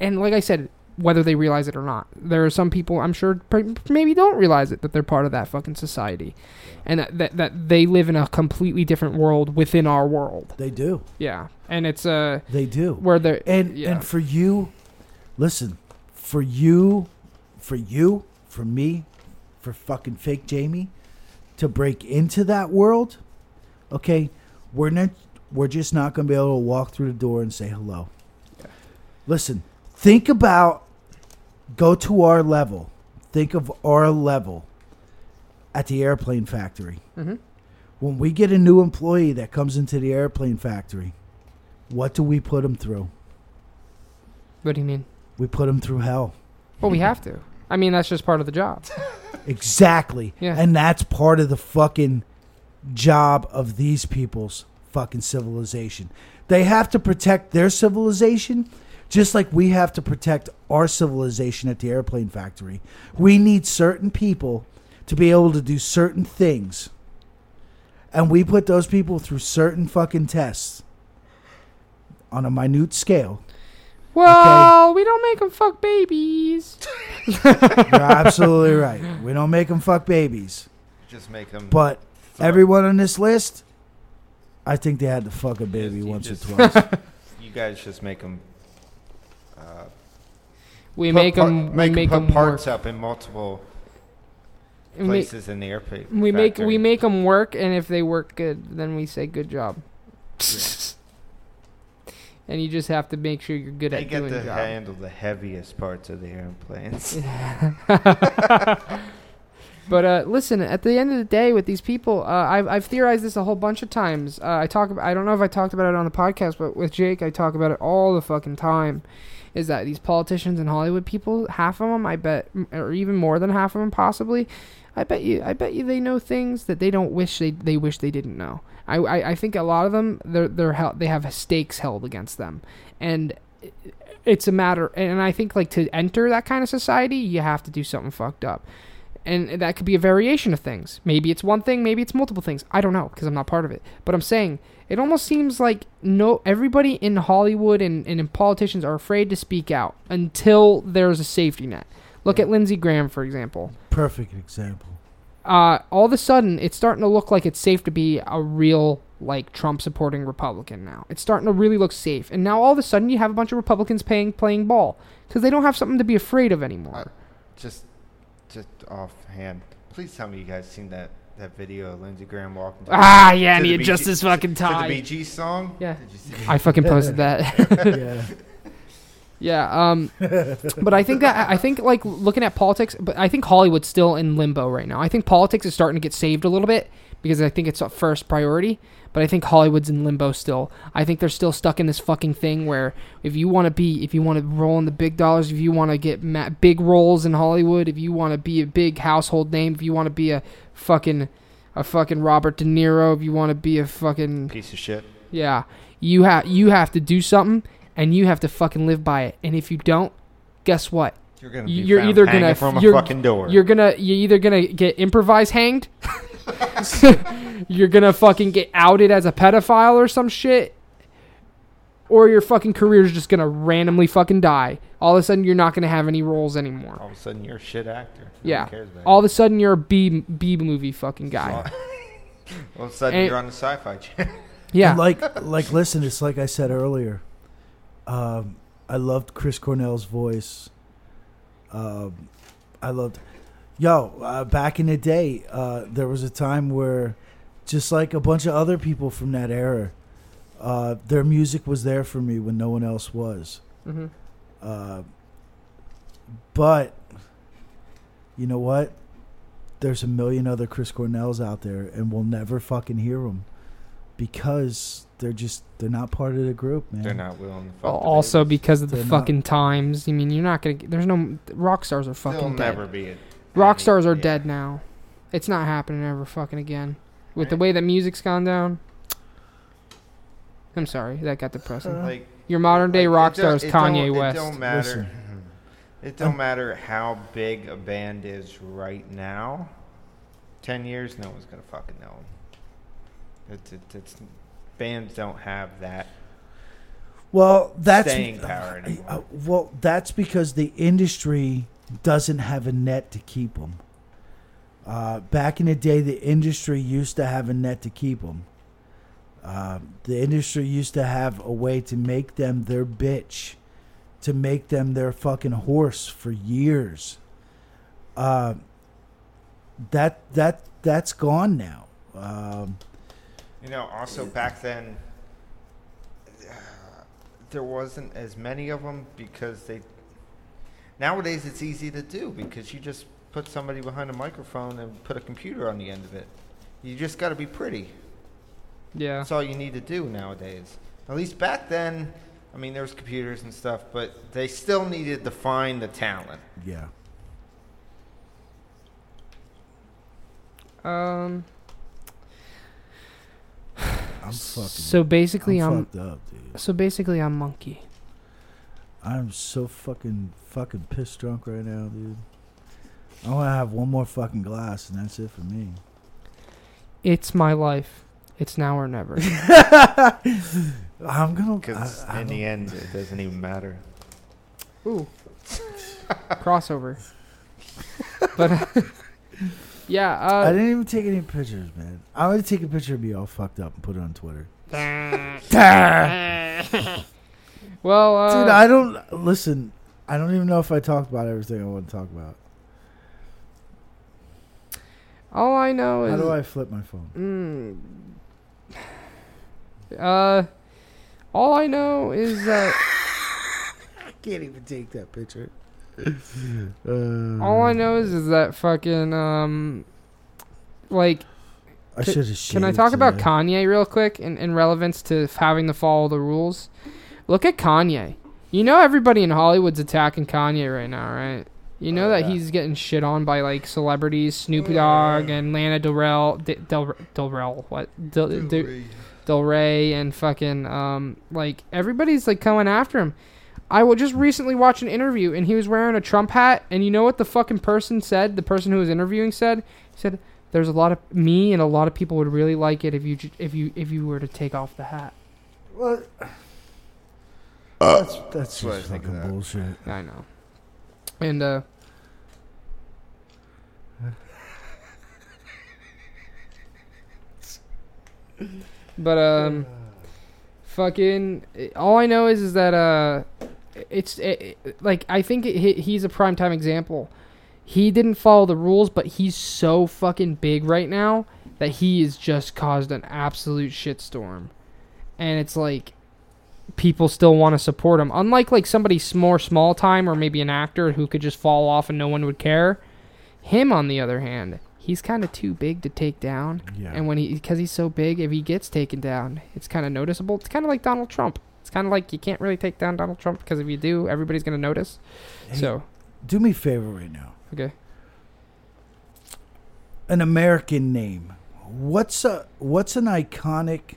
[SPEAKER 1] and like I said. Whether they realize it or not, there are some people I'm sure pr- maybe don't realize it that they're part of that fucking society and that, that that they live in a completely different world within our world.
[SPEAKER 2] They do.
[SPEAKER 1] Yeah, and it's uh
[SPEAKER 2] They do.
[SPEAKER 1] where they're
[SPEAKER 2] And
[SPEAKER 1] yeah.
[SPEAKER 2] and for you, listen, for you, for you, for me, for fucking fake Jamie, to break into that world, okay, we're not, we're just not gonna be able to walk through the door and say hello. Listen, think about, go to our level, think of our level, at the airplane factory.
[SPEAKER 1] Mhm.
[SPEAKER 2] When we get a new employee that comes into the airplane factory, what do we put them through?
[SPEAKER 1] what do you mean?
[SPEAKER 2] We put them through hell.
[SPEAKER 1] Well, we have to. I mean, that's just part of the job.
[SPEAKER 2] Exactly.
[SPEAKER 1] Yeah.
[SPEAKER 2] And that's part of the fucking job of these people's fucking civilization. They have to protect their civilization just like we have to protect our civilization at the airplane factory. We need certain people to be able to do certain things. And we put those people through certain fucking tests on a minute scale.
[SPEAKER 1] Well, we don't make them fuck babies.
[SPEAKER 2] You're absolutely right. We don't make them fuck babies.
[SPEAKER 3] Just make them.
[SPEAKER 2] But
[SPEAKER 3] Sorry.
[SPEAKER 2] everyone on this list, I think they had to fuck a baby
[SPEAKER 3] You
[SPEAKER 2] once
[SPEAKER 3] just-
[SPEAKER 2] or twice.
[SPEAKER 3] you guys just make them. Uh,
[SPEAKER 1] We
[SPEAKER 3] put
[SPEAKER 1] make
[SPEAKER 3] par-
[SPEAKER 1] 'em-
[SPEAKER 3] Make
[SPEAKER 1] we
[SPEAKER 3] 'em
[SPEAKER 1] make
[SPEAKER 3] put
[SPEAKER 1] them
[SPEAKER 3] parts
[SPEAKER 1] work.
[SPEAKER 3] up in multiple
[SPEAKER 1] We make-
[SPEAKER 3] places in the airplane.
[SPEAKER 1] we make
[SPEAKER 3] factory.
[SPEAKER 1] we make them work, and if they work good, then we say good job. and you just have to make sure you're good
[SPEAKER 3] They
[SPEAKER 1] at
[SPEAKER 3] get
[SPEAKER 1] doing
[SPEAKER 3] to
[SPEAKER 1] the job.
[SPEAKER 3] handle the heaviest parts of the airplanes.
[SPEAKER 1] But uh, listen, at the end of the day, with these people, uh, I've, I've theorized this a whole bunch of times. Uh, I talk, I don't know if I talked about it on the podcast, but with Jake, I talk about it all the fucking time. Is that these politicians and Hollywood people? Half of them, I bet, m- or even more than half of them, possibly. I bet you, I bet you, they know things that they don't wish they they wish they didn't know. I, I, I think a lot of them, they're they're held, they have stakes held against them, and it's a matter and i think like to enter that kind of society you have to do something fucked up and that could be a variation of things maybe it's one thing maybe it's multiple things i don't know because i'm not part of it but i'm saying it almost seems like no everybody in hollywood and, and in politicians are afraid to speak out until there's a safety net look at lindsey graham for example
[SPEAKER 2] Perfect example.
[SPEAKER 1] uh, all of a sudden it's starting to look like it's safe to be a real like Trump supporting Republican now. It's starting to really look safe, and now all of a sudden you have a bunch of Republicans paying playing ball because they don't have something to be afraid of anymore.
[SPEAKER 3] Just, just offhand. Please tell me you guys seen that that video of Lindsey Graham walking. To
[SPEAKER 1] Ah, yeah, and
[SPEAKER 3] to
[SPEAKER 1] he
[SPEAKER 3] the
[SPEAKER 1] adjusts
[SPEAKER 3] BG
[SPEAKER 1] his fucking
[SPEAKER 3] to
[SPEAKER 1] tie.
[SPEAKER 3] the Bee Gees song.
[SPEAKER 1] Yeah.
[SPEAKER 3] Did you see?
[SPEAKER 1] I fucking posted that.
[SPEAKER 2] yeah.
[SPEAKER 1] yeah. Um. But I think that I think like looking at politics, but I think Hollywood's still in limbo right now. I think politics is starting to get saved a little bit because I think it's a first priority. But I think Hollywood's in limbo still. I think they're still stuck in this fucking thing where if you want to be, if you want to roll in the big dollars, if you want to get ma- big roles in Hollywood, if you want to be a big household name, if you want to be a fucking a fucking Robert De Niro, if you want to be a fucking
[SPEAKER 3] Piece of shit.
[SPEAKER 1] yeah, you have you have to do something, and you have to fucking live by it. And if you don't, guess what?
[SPEAKER 3] You're gonna. Be
[SPEAKER 1] You're
[SPEAKER 3] found
[SPEAKER 1] either gonna
[SPEAKER 3] hanging from a
[SPEAKER 1] you're,
[SPEAKER 3] fucking door.
[SPEAKER 1] You're gonna you're either gonna get improvised hanged. you're gonna fucking get outed as a pedophile or some shit. Or your fucking career's just gonna randomly fucking die. All of a sudden, you're not gonna have any roles anymore.
[SPEAKER 3] all of a sudden you're a shit actor. No one
[SPEAKER 1] yeah.
[SPEAKER 3] cares about
[SPEAKER 1] All
[SPEAKER 3] you.
[SPEAKER 1] of a sudden, you're a B B movie fucking guy.
[SPEAKER 3] All of a sudden
[SPEAKER 1] And-
[SPEAKER 3] you're on the sci-fi channel.
[SPEAKER 1] Yeah.
[SPEAKER 2] Like, like, listen. It's like I said earlier. Um, I loved Chris Cornell's voice. Um, I loved, yo. Uh, back in the day, uh, there was a time where, just like a bunch of other people from that era, uh, their music was there for me when no one else was.
[SPEAKER 1] hmm
[SPEAKER 2] Uh, but you know what? There's a million other Chris Cornells out there, and we'll never fucking hear them because they're just they're not part of the group, man.
[SPEAKER 3] They're not willing to fuck.
[SPEAKER 1] Al-
[SPEAKER 3] the
[SPEAKER 1] also
[SPEAKER 3] babies.
[SPEAKER 1] because of the
[SPEAKER 2] They're not-
[SPEAKER 1] fucking times. I mean, you're not gonna. There's no rock stars are
[SPEAKER 3] They'll
[SPEAKER 1] fucking
[SPEAKER 3] never
[SPEAKER 1] dead.
[SPEAKER 3] be it.
[SPEAKER 1] Rock stars are
[SPEAKER 3] Yeah.
[SPEAKER 1] dead now. It's not happening ever fucking again. With the
[SPEAKER 3] Right.
[SPEAKER 1] way that music's gone down. I'm sorry, that got depressing.
[SPEAKER 3] Like
[SPEAKER 1] Your modern day
[SPEAKER 3] like,
[SPEAKER 1] rock
[SPEAKER 3] it don't-
[SPEAKER 1] stars,
[SPEAKER 3] it
[SPEAKER 1] Kanye
[SPEAKER 3] don't-
[SPEAKER 1] West.
[SPEAKER 3] It don't matter.
[SPEAKER 2] Listen.
[SPEAKER 3] It don't matter how big a band is right now. Ten years, no one's gonna fucking know 'em. It's, it's, it's bands don't have that
[SPEAKER 2] Well, that's
[SPEAKER 3] staying power anymore.
[SPEAKER 2] Uh, well, that's because the industry doesn't have a net to keep them. Uh, back in the day, the industry used to have a net to keep them. Uh, the industry used to have a way to make them their bitch, to make them their fucking horse for years. Uh, that that that's gone now. Um,
[SPEAKER 3] You know, also back then, uh, there wasn't as many of them because they. Nowadays, it's easy to do because you just put somebody behind a microphone and put a computer on the end of it. You just got to be pretty.
[SPEAKER 1] yeah.
[SPEAKER 3] That's all you need to do nowadays. At least back then, I mean, there was computers and stuff, but they still needed to find the talent.
[SPEAKER 2] yeah.
[SPEAKER 1] Um.
[SPEAKER 2] I'm fucking.
[SPEAKER 1] So basically,
[SPEAKER 2] I'm,
[SPEAKER 1] I'm.
[SPEAKER 2] fucked up, dude.
[SPEAKER 1] So basically, I'm monkey.
[SPEAKER 2] I'm so fucking fucking pissed drunk right now, dude. I want to have one more fucking glass, and that's it for me.
[SPEAKER 1] It's my life. It's now or never.
[SPEAKER 2] I'm gonna.
[SPEAKER 3] Because
[SPEAKER 2] I, I
[SPEAKER 3] in the
[SPEAKER 2] don't-
[SPEAKER 3] end, it doesn't even matter.
[SPEAKER 1] Ooh. Crossover. but uh, yeah,
[SPEAKER 2] I
[SPEAKER 1] uh,
[SPEAKER 2] didn't even take any pictures, man. I'm gonna take a picture of me all fucked up and put it on Twitter.
[SPEAKER 1] well, uh,
[SPEAKER 2] Dude, I don't listen. I don't even know if I talked about everything I want to talk about.
[SPEAKER 1] all I know is
[SPEAKER 2] How do I flip my phone?
[SPEAKER 1] Mm. Uh, all I know is that
[SPEAKER 2] I can't even take that picture. Uh,
[SPEAKER 1] all I know is, is that fucking um, like,
[SPEAKER 2] I
[SPEAKER 1] Can-
[SPEAKER 2] should have.
[SPEAKER 1] can I talk about Kanye real quick in, in relevance to f- having to follow the rules? Look at Kanye. You know everybody in Hollywood's attacking Kanye right now, right? You know
[SPEAKER 3] Oh,
[SPEAKER 1] that
[SPEAKER 3] yeah.
[SPEAKER 1] he's getting shit on by like celebrities, Snoop Dogg and Lana Del Rey, D- Del Del Rey, what Del, Del, Del Rey and fucking um like everybody's like coming after him. I will just recently watch an interview and he was wearing a Trump hat and you know what the fucking person said? The person who was interviewing said he said there's a lot of me and a lot of people would really like it if you ju- if you if you were to take off the hat.
[SPEAKER 2] What? that's that's
[SPEAKER 3] what I
[SPEAKER 2] just
[SPEAKER 3] think of
[SPEAKER 2] fucking
[SPEAKER 3] that.
[SPEAKER 2] bullshit.
[SPEAKER 1] I know. And uh But um fucking all I know is is that uh it's it, it- like I think it, he- he's a prime time example. he didn't follow the rules, but he's so fucking big right now that he has just caused an absolute shitstorm. And it's like people still want to support him. Unlike like somebody s- more small time or maybe an actor who could just fall off and no one would care. Him on the other hand, he's kind of too big to take down.
[SPEAKER 2] Yeah.
[SPEAKER 1] And when he because he's so big, if he gets taken down, it's kind of noticeable. It's kind of like Donald Trump. It's kind of like you can't really take down Donald Trump because if you do, everybody's gonna notice.
[SPEAKER 2] Hey,
[SPEAKER 1] So
[SPEAKER 2] do me a favor right now.
[SPEAKER 1] okay,
[SPEAKER 2] An American name. What's a what's an iconic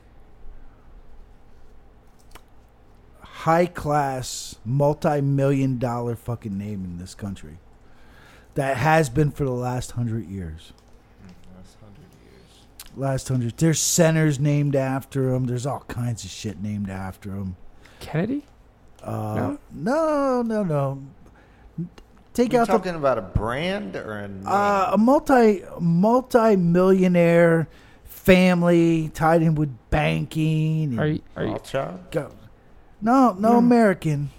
[SPEAKER 2] high class multi million dollar fucking name in this country that has been for the last hundred years?
[SPEAKER 3] Last hundred years.
[SPEAKER 2] Last hundred. There's centers named after him. There's all kinds of shit named after him.
[SPEAKER 1] Kennedy.
[SPEAKER 2] Uh, no, no, no. Take
[SPEAKER 3] Are you
[SPEAKER 2] out the
[SPEAKER 3] talking about a brand or a name?
[SPEAKER 2] Uh, a multi multi millionaire family tied in with banking. and-
[SPEAKER 1] Are you Hmm. are you
[SPEAKER 3] Rothschild?
[SPEAKER 2] Go- No, no American.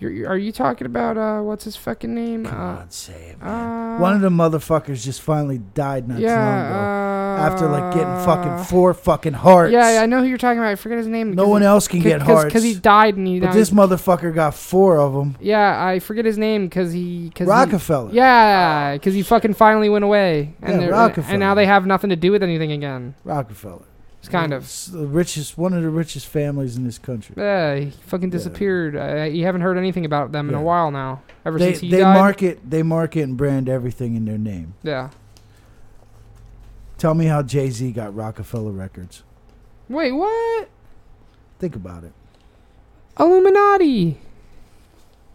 [SPEAKER 1] you're, you're- are you talking about uh what's his fucking name?
[SPEAKER 2] Come
[SPEAKER 1] uh,
[SPEAKER 2] on, say it, man.
[SPEAKER 1] uh,
[SPEAKER 2] One of the motherfuckers just finally died not too long ago
[SPEAKER 1] yeah,
[SPEAKER 2] after like getting
[SPEAKER 1] uh,
[SPEAKER 2] fucking four fucking hearts.
[SPEAKER 1] Yeah, yeah, I know who you're talking about. I forget his name.
[SPEAKER 2] No one else can get hearts.
[SPEAKER 1] because he died and he.
[SPEAKER 2] but
[SPEAKER 1] died.
[SPEAKER 2] this motherfucker got four of them.
[SPEAKER 1] yeah, I forget his name because he cause
[SPEAKER 2] Rockefeller.
[SPEAKER 1] He, yeah, because he fucking finally went away,
[SPEAKER 2] Yeah,
[SPEAKER 1] and they're-
[SPEAKER 2] Rockefeller.
[SPEAKER 1] and now they have nothing to do with anything again.
[SPEAKER 2] Rockefeller.
[SPEAKER 1] It's kind of.
[SPEAKER 2] It's the richest, one of the richest families in this country.
[SPEAKER 1] Yeah, he fucking disappeared. Uh, you haven't heard anything about them in a
[SPEAKER 2] Yeah.
[SPEAKER 1] while now. Ever
[SPEAKER 2] They,
[SPEAKER 1] since he
[SPEAKER 2] they
[SPEAKER 1] died.
[SPEAKER 2] market, they market and brand everything in their name.
[SPEAKER 1] yeah.
[SPEAKER 2] Tell me how Jay Z got Rockefeller Records.
[SPEAKER 1] Wait, what?
[SPEAKER 2] Think about it.
[SPEAKER 1] Illuminati.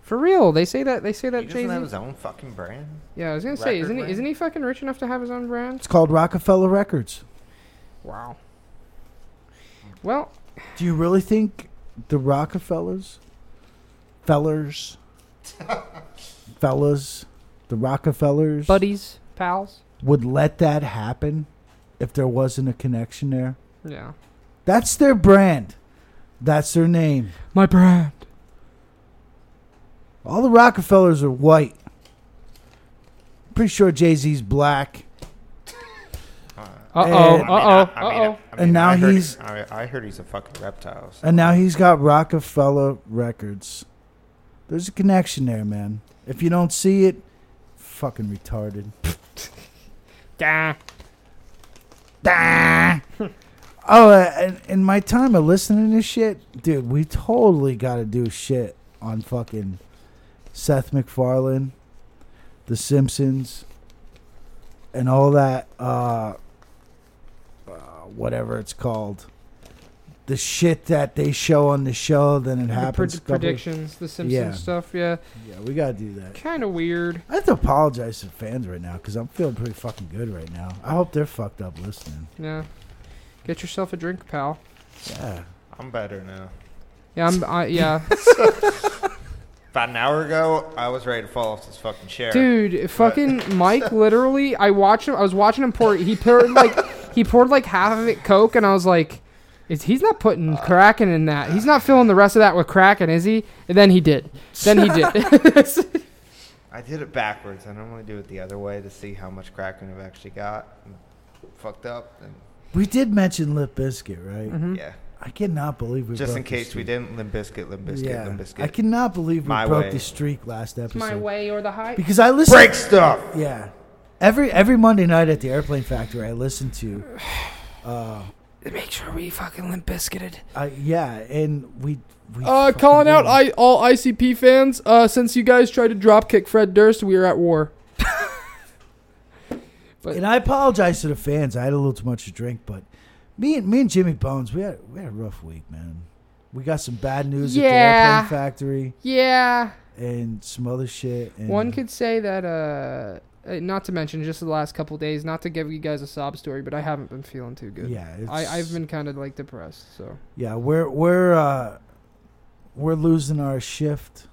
[SPEAKER 1] For real, they say that. They say that
[SPEAKER 3] He doesn't
[SPEAKER 1] Jay
[SPEAKER 3] have
[SPEAKER 1] Z.
[SPEAKER 3] his own fucking brand.
[SPEAKER 1] Yeah, I was gonna say,
[SPEAKER 3] record
[SPEAKER 1] isn't he,
[SPEAKER 3] brand.
[SPEAKER 1] isn't he fucking rich enough to have his own brand?
[SPEAKER 2] It's called Rockefeller Records.
[SPEAKER 1] Wow. Well,
[SPEAKER 2] Do you really think the Rockefellers, fellers, fellas, the Rockefellers
[SPEAKER 1] buddies, pals.
[SPEAKER 2] would let that happen if there wasn't a connection there?
[SPEAKER 1] Yeah.
[SPEAKER 2] That's their brand. That's their name.
[SPEAKER 1] My brand.
[SPEAKER 2] All the Rockefellers are white. Pretty sure Jay Z's black.
[SPEAKER 1] Uh
[SPEAKER 2] And-
[SPEAKER 1] oh.
[SPEAKER 2] I mean,
[SPEAKER 1] Uh oh.
[SPEAKER 3] I mean, I- I
[SPEAKER 1] Uh oh.
[SPEAKER 2] And now
[SPEAKER 3] I heard,
[SPEAKER 2] he's-
[SPEAKER 3] I, I heard he's a fucking reptile. so-
[SPEAKER 2] And now he's got Rockefeller Records. There's a connection there, man. If you don't see it, fucking retarded.
[SPEAKER 1] Dah.
[SPEAKER 2] Oh, uh, and in my time of listening to shit, dude, we totally got to do shit on fucking Seth MacFarlane, The Simpsons, and all that. Uh, uh, whatever it's called, the shit that they show on the show, then it
[SPEAKER 1] The
[SPEAKER 2] happens.
[SPEAKER 1] pred-
[SPEAKER 2] couple-
[SPEAKER 1] predictions, the Simpsons
[SPEAKER 2] Yeah.
[SPEAKER 1] stuff. Yeah.
[SPEAKER 2] Yeah, we gotta do that.
[SPEAKER 1] Kind of weird.
[SPEAKER 2] I have to apologize to fans right now because I'm feeling pretty fucking good right now. I hope they're fucked up listening.
[SPEAKER 1] Yeah. Get yourself a drink, pal.
[SPEAKER 2] Yeah.
[SPEAKER 3] I'm better now.
[SPEAKER 1] Yeah. I'm. I, yeah.
[SPEAKER 3] About an hour ago, I was ready to fall off this fucking chair.
[SPEAKER 1] Dude, fucking Mike literally I watched him I was watching him pour he poured like he poured like half of it Coke and I was like is, he's not putting Kraken in that. He's not filling the rest of that with Kraken, is he? And then he did. Then he did.
[SPEAKER 3] I did it backwards. I normally do it the other way to see how much Kraken I've actually got. And fucked up. And
[SPEAKER 2] We did mention Lip Biscuit, right?
[SPEAKER 1] Mm-hmm.
[SPEAKER 3] yeah.
[SPEAKER 2] I cannot believe we
[SPEAKER 3] Just
[SPEAKER 2] broke
[SPEAKER 3] in
[SPEAKER 2] the
[SPEAKER 3] case we
[SPEAKER 2] streak.
[SPEAKER 3] didn't, Limp Biscuit, Limp Biscuit,
[SPEAKER 2] yeah.
[SPEAKER 3] Limp
[SPEAKER 2] I
[SPEAKER 3] Biscuit.
[SPEAKER 2] cannot believe we
[SPEAKER 3] My
[SPEAKER 2] broke
[SPEAKER 3] way.
[SPEAKER 2] the streak last episode.
[SPEAKER 1] My way or the high.
[SPEAKER 2] Because I listen.
[SPEAKER 3] Break stuff!
[SPEAKER 2] Yeah. Every every Monday night at the Airplane Factory, I listen to.
[SPEAKER 1] Make sure we fucking limp biscuited.
[SPEAKER 2] I yeah, and we. we
[SPEAKER 1] Uh,
[SPEAKER 2] fucking
[SPEAKER 1] calling out
[SPEAKER 2] did.
[SPEAKER 1] I, all ICP fans. Uh, since you guys tried to dropkick Fred Durst, we are at war.
[SPEAKER 2] And I apologize to the fans. I had a little too much to drink, but me and me and Jimmy Bones, we had we had a rough week, man. We got some bad news
[SPEAKER 1] Yeah.
[SPEAKER 2] at the airplane factory
[SPEAKER 1] Yeah.
[SPEAKER 2] and some other shit. And
[SPEAKER 1] One could say that, uh, uh, not to mention just the last couple days, not to give you guys a sob story, but I haven't been feeling too good.
[SPEAKER 2] Yeah, it's,
[SPEAKER 1] I, I've been kind of like depressed, so.
[SPEAKER 2] Yeah, we're we're uh, we're losing our shift.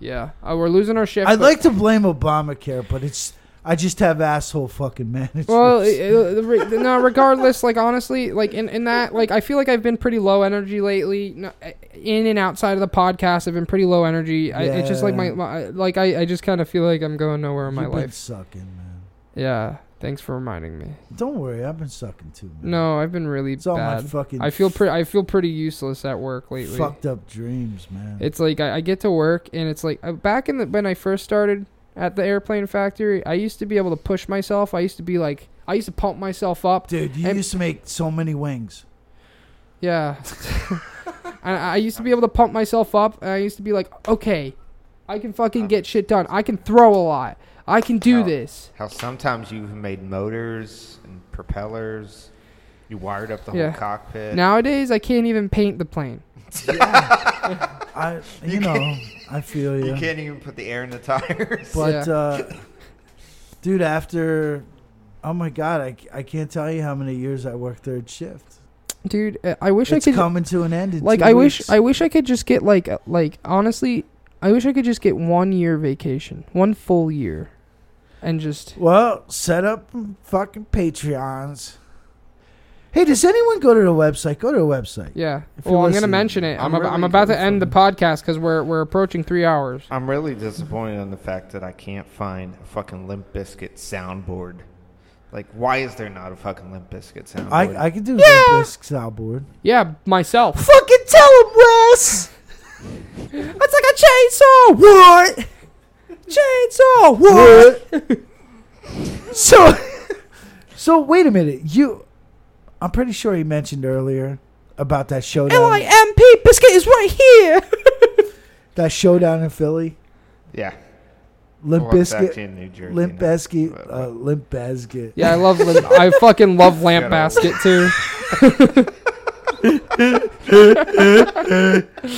[SPEAKER 1] Yeah. Uh, we're losing our shift.
[SPEAKER 2] I'd
[SPEAKER 1] but-
[SPEAKER 2] like to blame Obamacare, but it's I just have asshole fucking managers.
[SPEAKER 1] Well, uh, the re- no. Regardless, like honestly, like in, in that, like I feel like I've been pretty low energy lately. No, eh, in and outside of the podcast, I've been pretty low energy. I, It's just like my,
[SPEAKER 2] Yeah.
[SPEAKER 1] my like I, I just kind of feel like I'm going nowhere in my
[SPEAKER 2] You've been
[SPEAKER 1] life.
[SPEAKER 2] sucking, man.
[SPEAKER 1] Yeah. Thanks for reminding me.
[SPEAKER 2] Don't worry, I've been sucking too. Man.
[SPEAKER 1] No, I've been really
[SPEAKER 2] it's all
[SPEAKER 1] bad.
[SPEAKER 2] my fucking.
[SPEAKER 1] I feel pretty. I feel pretty useless at work lately.
[SPEAKER 2] fucked up dreams, man.
[SPEAKER 1] It's like I, I get to work and it's like uh, back in the when I first started at the airplane factory, I used to be able to push myself. I used to be like I used to pump myself up.
[SPEAKER 2] Dude, you
[SPEAKER 1] and-
[SPEAKER 2] used to make so many wings.
[SPEAKER 1] Yeah. and I I used to be able to pump myself up. And I used to be like, okay, I can fucking get shit done. I can throw a lot. I can do
[SPEAKER 3] How-
[SPEAKER 1] this.
[SPEAKER 3] How sometimes you've made motors and propellers. You wired up the
[SPEAKER 1] Yeah.
[SPEAKER 3] whole cockpit.
[SPEAKER 1] Nowadays, I can't even paint the plane.
[SPEAKER 2] I, you, know, I feel you.
[SPEAKER 3] you can't even put the air in the tires.
[SPEAKER 2] But
[SPEAKER 1] Yeah.
[SPEAKER 2] uh, dude, after oh my god, I, c- I can't tell you how many years I worked third shift.
[SPEAKER 1] Dude, uh, I wish
[SPEAKER 2] It's
[SPEAKER 1] I could
[SPEAKER 2] coming to an end. In
[SPEAKER 1] like
[SPEAKER 2] two
[SPEAKER 1] I wish
[SPEAKER 2] weeks.
[SPEAKER 1] I wish I could just get like uh, like honestly, I wish I could just get one year vacation, one full year, and just
[SPEAKER 2] Well, set up fucking Patreons. Hey, does anyone go to the website? Go to the website.
[SPEAKER 1] yeah.
[SPEAKER 2] If
[SPEAKER 1] Well, I'm
[SPEAKER 2] you're
[SPEAKER 1] gonna
[SPEAKER 2] listening,
[SPEAKER 1] mention it. I'm
[SPEAKER 3] I'm
[SPEAKER 1] ab- I'm
[SPEAKER 3] really
[SPEAKER 1] about to
[SPEAKER 3] good
[SPEAKER 1] end the
[SPEAKER 3] for
[SPEAKER 1] podcast because we're we're approaching three hours.
[SPEAKER 3] I'm really disappointed on the fact that I can't find a fucking Limp Biscuit soundboard. Like, why is there not a fucking Limp Biscuit soundboard?
[SPEAKER 2] I I can do yeah. this soundboard.
[SPEAKER 1] Yeah, myself.
[SPEAKER 2] Fucking tell him, Wes. That's like a chainsaw. What? Chainsaw. What? so, so wait a minute. You, I'm pretty sure he mentioned earlier about that showdown.
[SPEAKER 1] LIMP biscuit is right here.
[SPEAKER 2] that showdown in Philly.
[SPEAKER 3] yeah.
[SPEAKER 2] Limp
[SPEAKER 3] Well, it's actually
[SPEAKER 2] Bizkit.
[SPEAKER 3] in New Jersey
[SPEAKER 2] Limp
[SPEAKER 3] now.
[SPEAKER 2] Bizkit.
[SPEAKER 3] But-
[SPEAKER 2] Uh, Limp Bizkit.
[SPEAKER 1] yeah, I love. Lim- I fucking love Lamp
[SPEAKER 3] Shut up.
[SPEAKER 1] Basket too.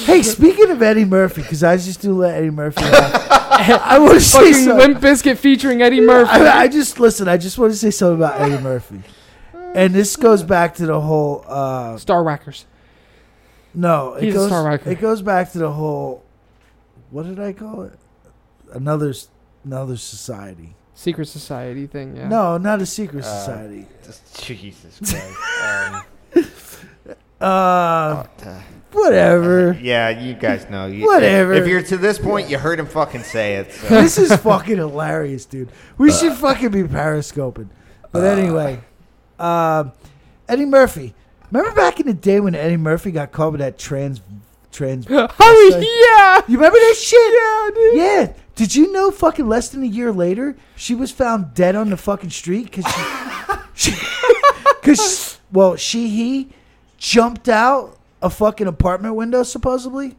[SPEAKER 2] Hey, speaking of Eddie Murphy, because I just do let Eddie Murphy. laugh. I want to say
[SPEAKER 1] fucking
[SPEAKER 2] something.
[SPEAKER 1] Limp Biscuit featuring Eddie Murphy.
[SPEAKER 2] I, I just listen. I just want to say something about Eddie Murphy, and this goes back to the whole. Uh,
[SPEAKER 1] Star Whackers.
[SPEAKER 2] no, it
[SPEAKER 1] He's a
[SPEAKER 2] goes.
[SPEAKER 1] star wrecker.
[SPEAKER 2] It goes back to the whole. What did I call it? Another, s- another society.
[SPEAKER 1] Secret Society thing. Yeah.
[SPEAKER 2] No, not a secret
[SPEAKER 3] Uh,
[SPEAKER 2] society.
[SPEAKER 3] Just- Jesus Christ. Um,
[SPEAKER 2] Uh,
[SPEAKER 3] what the-
[SPEAKER 2] whatever.
[SPEAKER 3] yeah, you guys know. You,
[SPEAKER 2] Whatever.
[SPEAKER 3] If, you're to this point, you heard him fucking say it. So.
[SPEAKER 2] this is fucking hilarious, dude. We should fucking be periscoping. But anyway, um, Eddie Murphy. Remember back in the day when Eddie Murphy got caught with that trans, trans.
[SPEAKER 1] Oh yeah.
[SPEAKER 2] You remember that shit? Yeah, dude. Yeah. Did you know fucking less than a year later, she was found dead on the fucking street because she, because well, she he jumped out a fucking apartment window supposedly.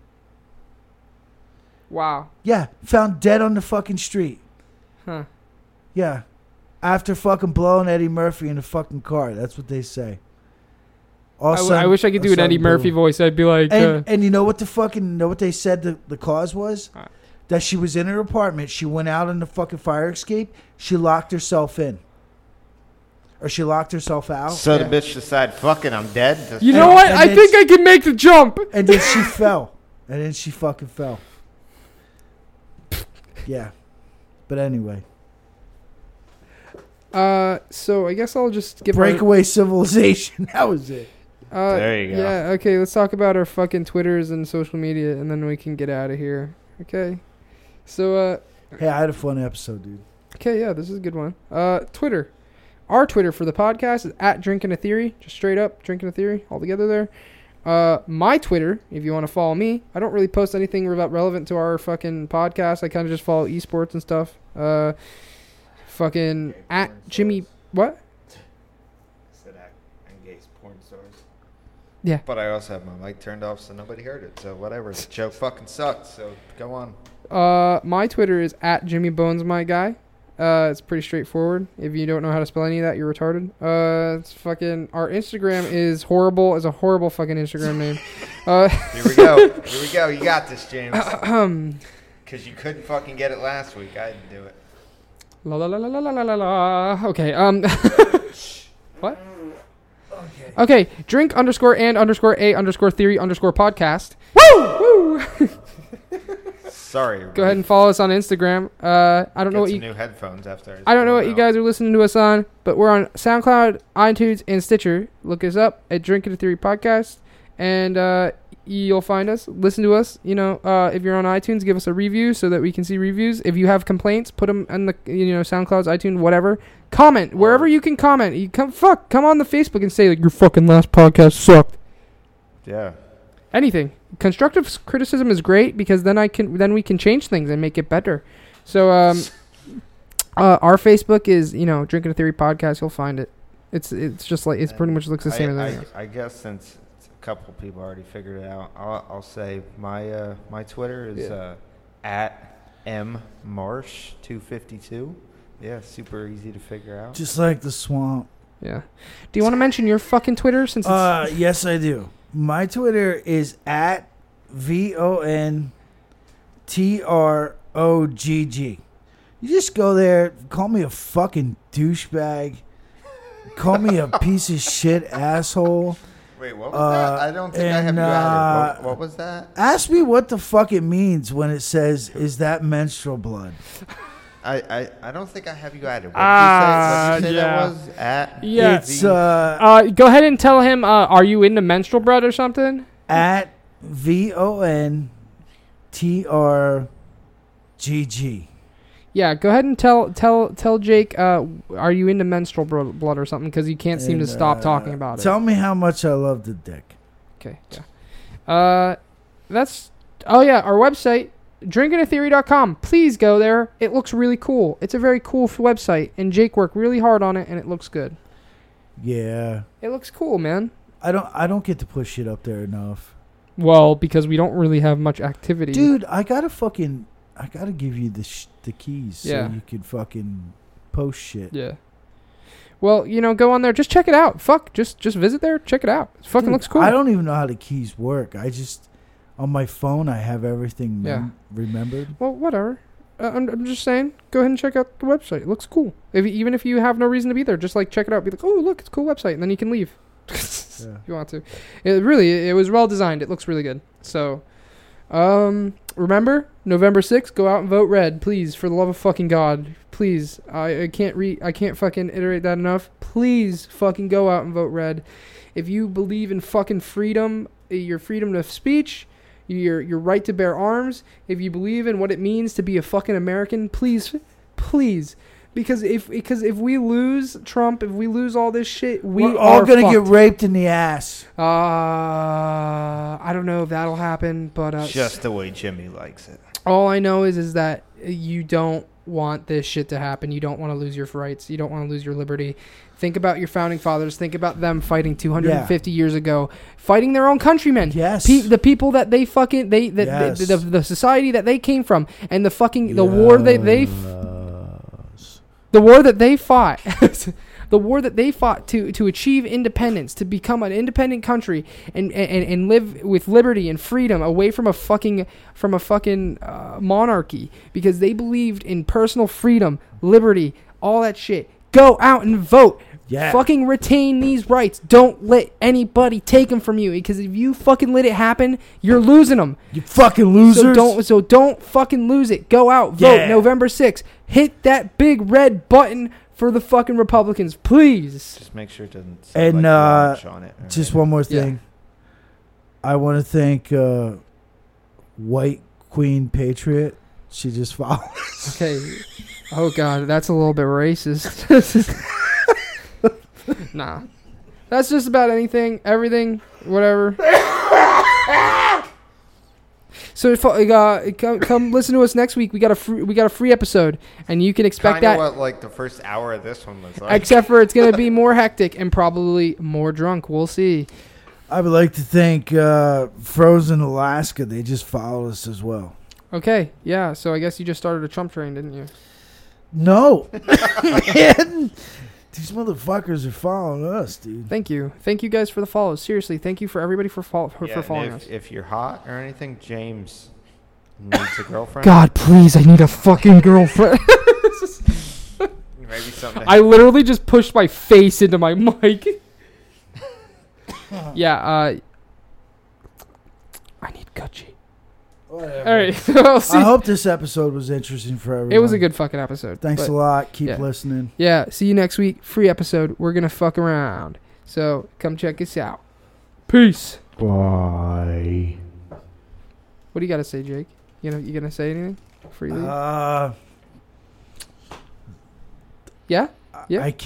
[SPEAKER 1] Wow.
[SPEAKER 2] Yeah, found dead on the fucking street.
[SPEAKER 1] Huh.
[SPEAKER 2] Yeah, after fucking blowing Eddie Murphy in the fucking car. That's what they say.
[SPEAKER 1] I, w- I wish I could do an Eddie Murphy voice. I'd be like, uh,
[SPEAKER 2] And, and you know what the fucking know what they said the, the cause was?
[SPEAKER 1] Alright.
[SPEAKER 2] That she was in her apartment. She went out on the fucking fire escape. She locked herself in, or she locked herself out,
[SPEAKER 3] So
[SPEAKER 1] Yeah.
[SPEAKER 3] the bitch decide, fucking, I'm dead. Just
[SPEAKER 1] you know what?
[SPEAKER 2] and
[SPEAKER 1] I
[SPEAKER 2] then
[SPEAKER 1] think
[SPEAKER 2] she-
[SPEAKER 1] I can make the jump.
[SPEAKER 2] and then she fell, and then she fucking fell. Yeah, but anyway,
[SPEAKER 1] Uh, so I guess I'll just give our-
[SPEAKER 2] breakaway civilization. That was it.
[SPEAKER 1] Uh,
[SPEAKER 3] There you go.
[SPEAKER 1] Yeah, okay, let's talk about our fucking Twitters and social media and then we can get out of here. Okay. So, uh,
[SPEAKER 2] Hey, I had a fun episode, dude.
[SPEAKER 1] okay, yeah, this is a good one. Uh, Twitter. Our Twitter for the podcast is at Drinking a Theory, just straight up Drinking a Theory, all together there. Uh, my Twitter, if you want to follow me, I don't really post anything re- relevant to our fucking podcast. I kind of just follow esports and stuff. Uh, fucking at Jimmy. What?
[SPEAKER 3] Said I engage porn stars.
[SPEAKER 1] Yeah.
[SPEAKER 3] But I also have my mic turned off, so nobody heard it. So whatever. The joke fucking sucked. So go on.
[SPEAKER 1] Uh, my Twitter is at Jimmy Bones My Guy. Uh, it's pretty straightforward. If you don't know how to spell any of that, you're retarded. Uh, it's fucking. Our Instagram is horrible. Is a horrible fucking Instagram name. Uh,
[SPEAKER 3] Here we go. Here we go. You got this, James.
[SPEAKER 1] Um,
[SPEAKER 3] Because you couldn't fucking get it last week. I didn't do it.
[SPEAKER 1] la la la la la la la la. Okay. Um. what? Okay. Drink underscore and underscore a underscore theory underscore podcast. Woo! Woo!
[SPEAKER 3] Sorry.
[SPEAKER 1] Go ahead and follow us on Instagram. Uh, I don't know what you
[SPEAKER 3] new headphones after.
[SPEAKER 1] I don't know what you guys are listening to us on, but we're on SoundCloud, iTunes, and Stitcher. Look us up at Drinking to Theory Podcast, and uh, you'll find us. Listen to us. You know, uh, if you're on iTunes, give us a review so that we can see reviews. If you have complaints, put them in the you know SoundCloud's iTunes, whatever. Comment wherever you can comment. You come fuck come on the Facebook and say like your fucking last podcast sucked.
[SPEAKER 3] Yeah.
[SPEAKER 1] Anything constructive s- criticism is great because then I can then we can change things and make it better. So um, uh, our Facebook is you know Drinking a Theory podcast. You'll find it. It's it's just like it's pretty much looks the same
[SPEAKER 3] I,
[SPEAKER 1] as
[SPEAKER 3] I-
[SPEAKER 1] anything else.
[SPEAKER 3] I guess since a couple people already figured it out, I'll, I'll say my uh, my Twitter is
[SPEAKER 1] Yeah.
[SPEAKER 3] uh, at mmarsh252. Yeah, super easy to figure out.
[SPEAKER 2] Just like the swamp.
[SPEAKER 1] Yeah. Do you want to mention your fucking Twitter since it's
[SPEAKER 2] Uh, yes, I do. My Twitter is at v o n t r o g g. You just go there, call me a fucking douchebag, call me a piece of shit asshole.
[SPEAKER 3] Wait, what was
[SPEAKER 2] uh,
[SPEAKER 3] that? I don't think I have
[SPEAKER 2] and,
[SPEAKER 3] you added.
[SPEAKER 2] uh,
[SPEAKER 3] What, what was that?
[SPEAKER 2] Ask me what the fuck it means when it says, "Is that menstrual blood?"
[SPEAKER 3] I, I, I don't think I have you added. What did
[SPEAKER 1] Ah,
[SPEAKER 3] you say, what did you say
[SPEAKER 1] yeah.
[SPEAKER 3] that was? At
[SPEAKER 1] Yeah.
[SPEAKER 2] It's uh,
[SPEAKER 1] Uh, go ahead and tell him. Uh, are you into menstrual blood or something?
[SPEAKER 2] at v o n t r g g.
[SPEAKER 1] Yeah. Go ahead and tell tell tell Jake. Uh, are you into menstrual bro- blood or something? Because you can't seem to
[SPEAKER 2] And,
[SPEAKER 1] stop
[SPEAKER 2] uh,
[SPEAKER 1] talking about
[SPEAKER 2] Tell
[SPEAKER 1] it.
[SPEAKER 2] me how much I love the dick.
[SPEAKER 1] Okay. Yeah. Uh, that's. Oh yeah, our website drinkingatheory.com. Please go there. It looks really cool. It's a very cool f- website, and Jake worked really hard on it, and it looks good.
[SPEAKER 2] Yeah.
[SPEAKER 1] It looks cool, man.
[SPEAKER 2] I don't I don't get to push shit up there enough.
[SPEAKER 1] Well, because we don't really have much activity.
[SPEAKER 2] Dude, I gotta fucking I gotta give you the sh- the keys
[SPEAKER 1] Yeah.
[SPEAKER 2] so you can fucking post shit.
[SPEAKER 1] Yeah. Well, you know, go on there. Just check it out. Fuck. Just just visit there. Check it out. It fucking
[SPEAKER 2] Dude,
[SPEAKER 1] looks cool.
[SPEAKER 2] I don't even know how the keys work. I just on my phone I have everything mem- remembered.
[SPEAKER 1] well, whatever. Uh, I'm, I'm just saying, go ahead and check out the website. It looks cool. If you- even if you have no reason to be there, just like check it out. Be like, oh, look, it's a cool website, and then you can leave. if
[SPEAKER 2] Yeah.
[SPEAKER 1] you want to. It really, it was well designed. It looks really good. So, um, remember November 6th, go out and vote red, please, for the love of fucking God, please. I, I can't re, I can't fucking iterate that enough. Please, fucking go out and vote red. If you believe in fucking freedom, eh, your freedom of speech, your your right to bear arms, if you believe in what it means to be a fucking American, please, please. Because if because if we lose Trump, if we lose all this shit, we
[SPEAKER 2] We are all
[SPEAKER 1] are
[SPEAKER 2] gonna
[SPEAKER 1] fucked.
[SPEAKER 2] get raped in the ass.
[SPEAKER 1] Uh, I don't know if that'll happen, but uh,
[SPEAKER 3] just the way Jimmy likes it.
[SPEAKER 1] all I know is is that you don't want this shit to happen. You don't want to lose your rights. You don't want to lose your liberty. Think about your founding fathers. Think about them fighting 250 years ago, fighting their own countrymen.
[SPEAKER 2] Yes.
[SPEAKER 1] Pe- the people that they fucking they that
[SPEAKER 2] Yes.
[SPEAKER 1] the, the, the society that they came from and the fucking the war that they f-
[SPEAKER 2] Yes.
[SPEAKER 1] the war that they fought the war that they fought to, to achieve independence to become an independent country and, and, and live with liberty and freedom away from a fucking from a fucking uh, monarchy because they believed in personal freedom liberty all that shit go out and vote
[SPEAKER 2] Yeah.
[SPEAKER 1] Fucking retain these rights. Don't let anybody take them from you because if you fucking let it happen, you're losing them.
[SPEAKER 2] You fucking losers.
[SPEAKER 1] So don't so don't fucking lose it. Go out, vote
[SPEAKER 2] Yeah.
[SPEAKER 1] November 6th. Hit that big red button for the fucking Republicans, please.
[SPEAKER 3] Just make sure it doesn't. sound
[SPEAKER 2] And,
[SPEAKER 3] like
[SPEAKER 2] uh,
[SPEAKER 3] Grinch on it. All
[SPEAKER 2] Just
[SPEAKER 3] right.
[SPEAKER 2] one more
[SPEAKER 1] Yeah.
[SPEAKER 2] thing. I want to thank uh, White Queen Patriot. She just followed.
[SPEAKER 1] Okay. Oh god, that's a little bit racist. nah. That's just about anything, everything, whatever. So if, uh, come, come listen to us next week. We got a free, we got a free episode, and you can expect
[SPEAKER 3] Kinda
[SPEAKER 1] that.
[SPEAKER 3] what like the first hour of this one was like.
[SPEAKER 1] Except for it's gonna be more hectic and probably more drunk. We'll see.
[SPEAKER 2] I would like to thank uh, Frozen Alaska. They just followed us as well.
[SPEAKER 1] Okay, yeah. So I guess you just started a Trump train, didn't you?
[SPEAKER 2] No, man, these motherfuckers are following us, dude.
[SPEAKER 1] Thank you, thank you guys for the follows. Seriously, thank you for everybody for fol- for,
[SPEAKER 3] Yeah,
[SPEAKER 1] for
[SPEAKER 3] and
[SPEAKER 1] following
[SPEAKER 3] if,
[SPEAKER 1] us.
[SPEAKER 3] If you're hot or anything, James needs a girlfriend.
[SPEAKER 1] God, please, I need a fucking girlfriend.
[SPEAKER 3] Maybe something.
[SPEAKER 1] I literally just pushed my face into my mic. yeah, uh, I need Gucci. All right, so I'll see.
[SPEAKER 2] I hope this episode was interesting for everyone.
[SPEAKER 1] it was a good fucking episode.
[SPEAKER 2] Thanks
[SPEAKER 1] but-
[SPEAKER 2] a lot. Keep
[SPEAKER 1] yeah.
[SPEAKER 2] listening.
[SPEAKER 1] Yeah, see you next week. Free episode. We're gonna fuck around. So come check us out. Peace.
[SPEAKER 2] Bye.
[SPEAKER 1] What do you gotta say, Jake? You know, you gonna say anything? Freely?
[SPEAKER 2] Uh,
[SPEAKER 1] yeah.
[SPEAKER 2] I-
[SPEAKER 1] Yeah.
[SPEAKER 2] I can't.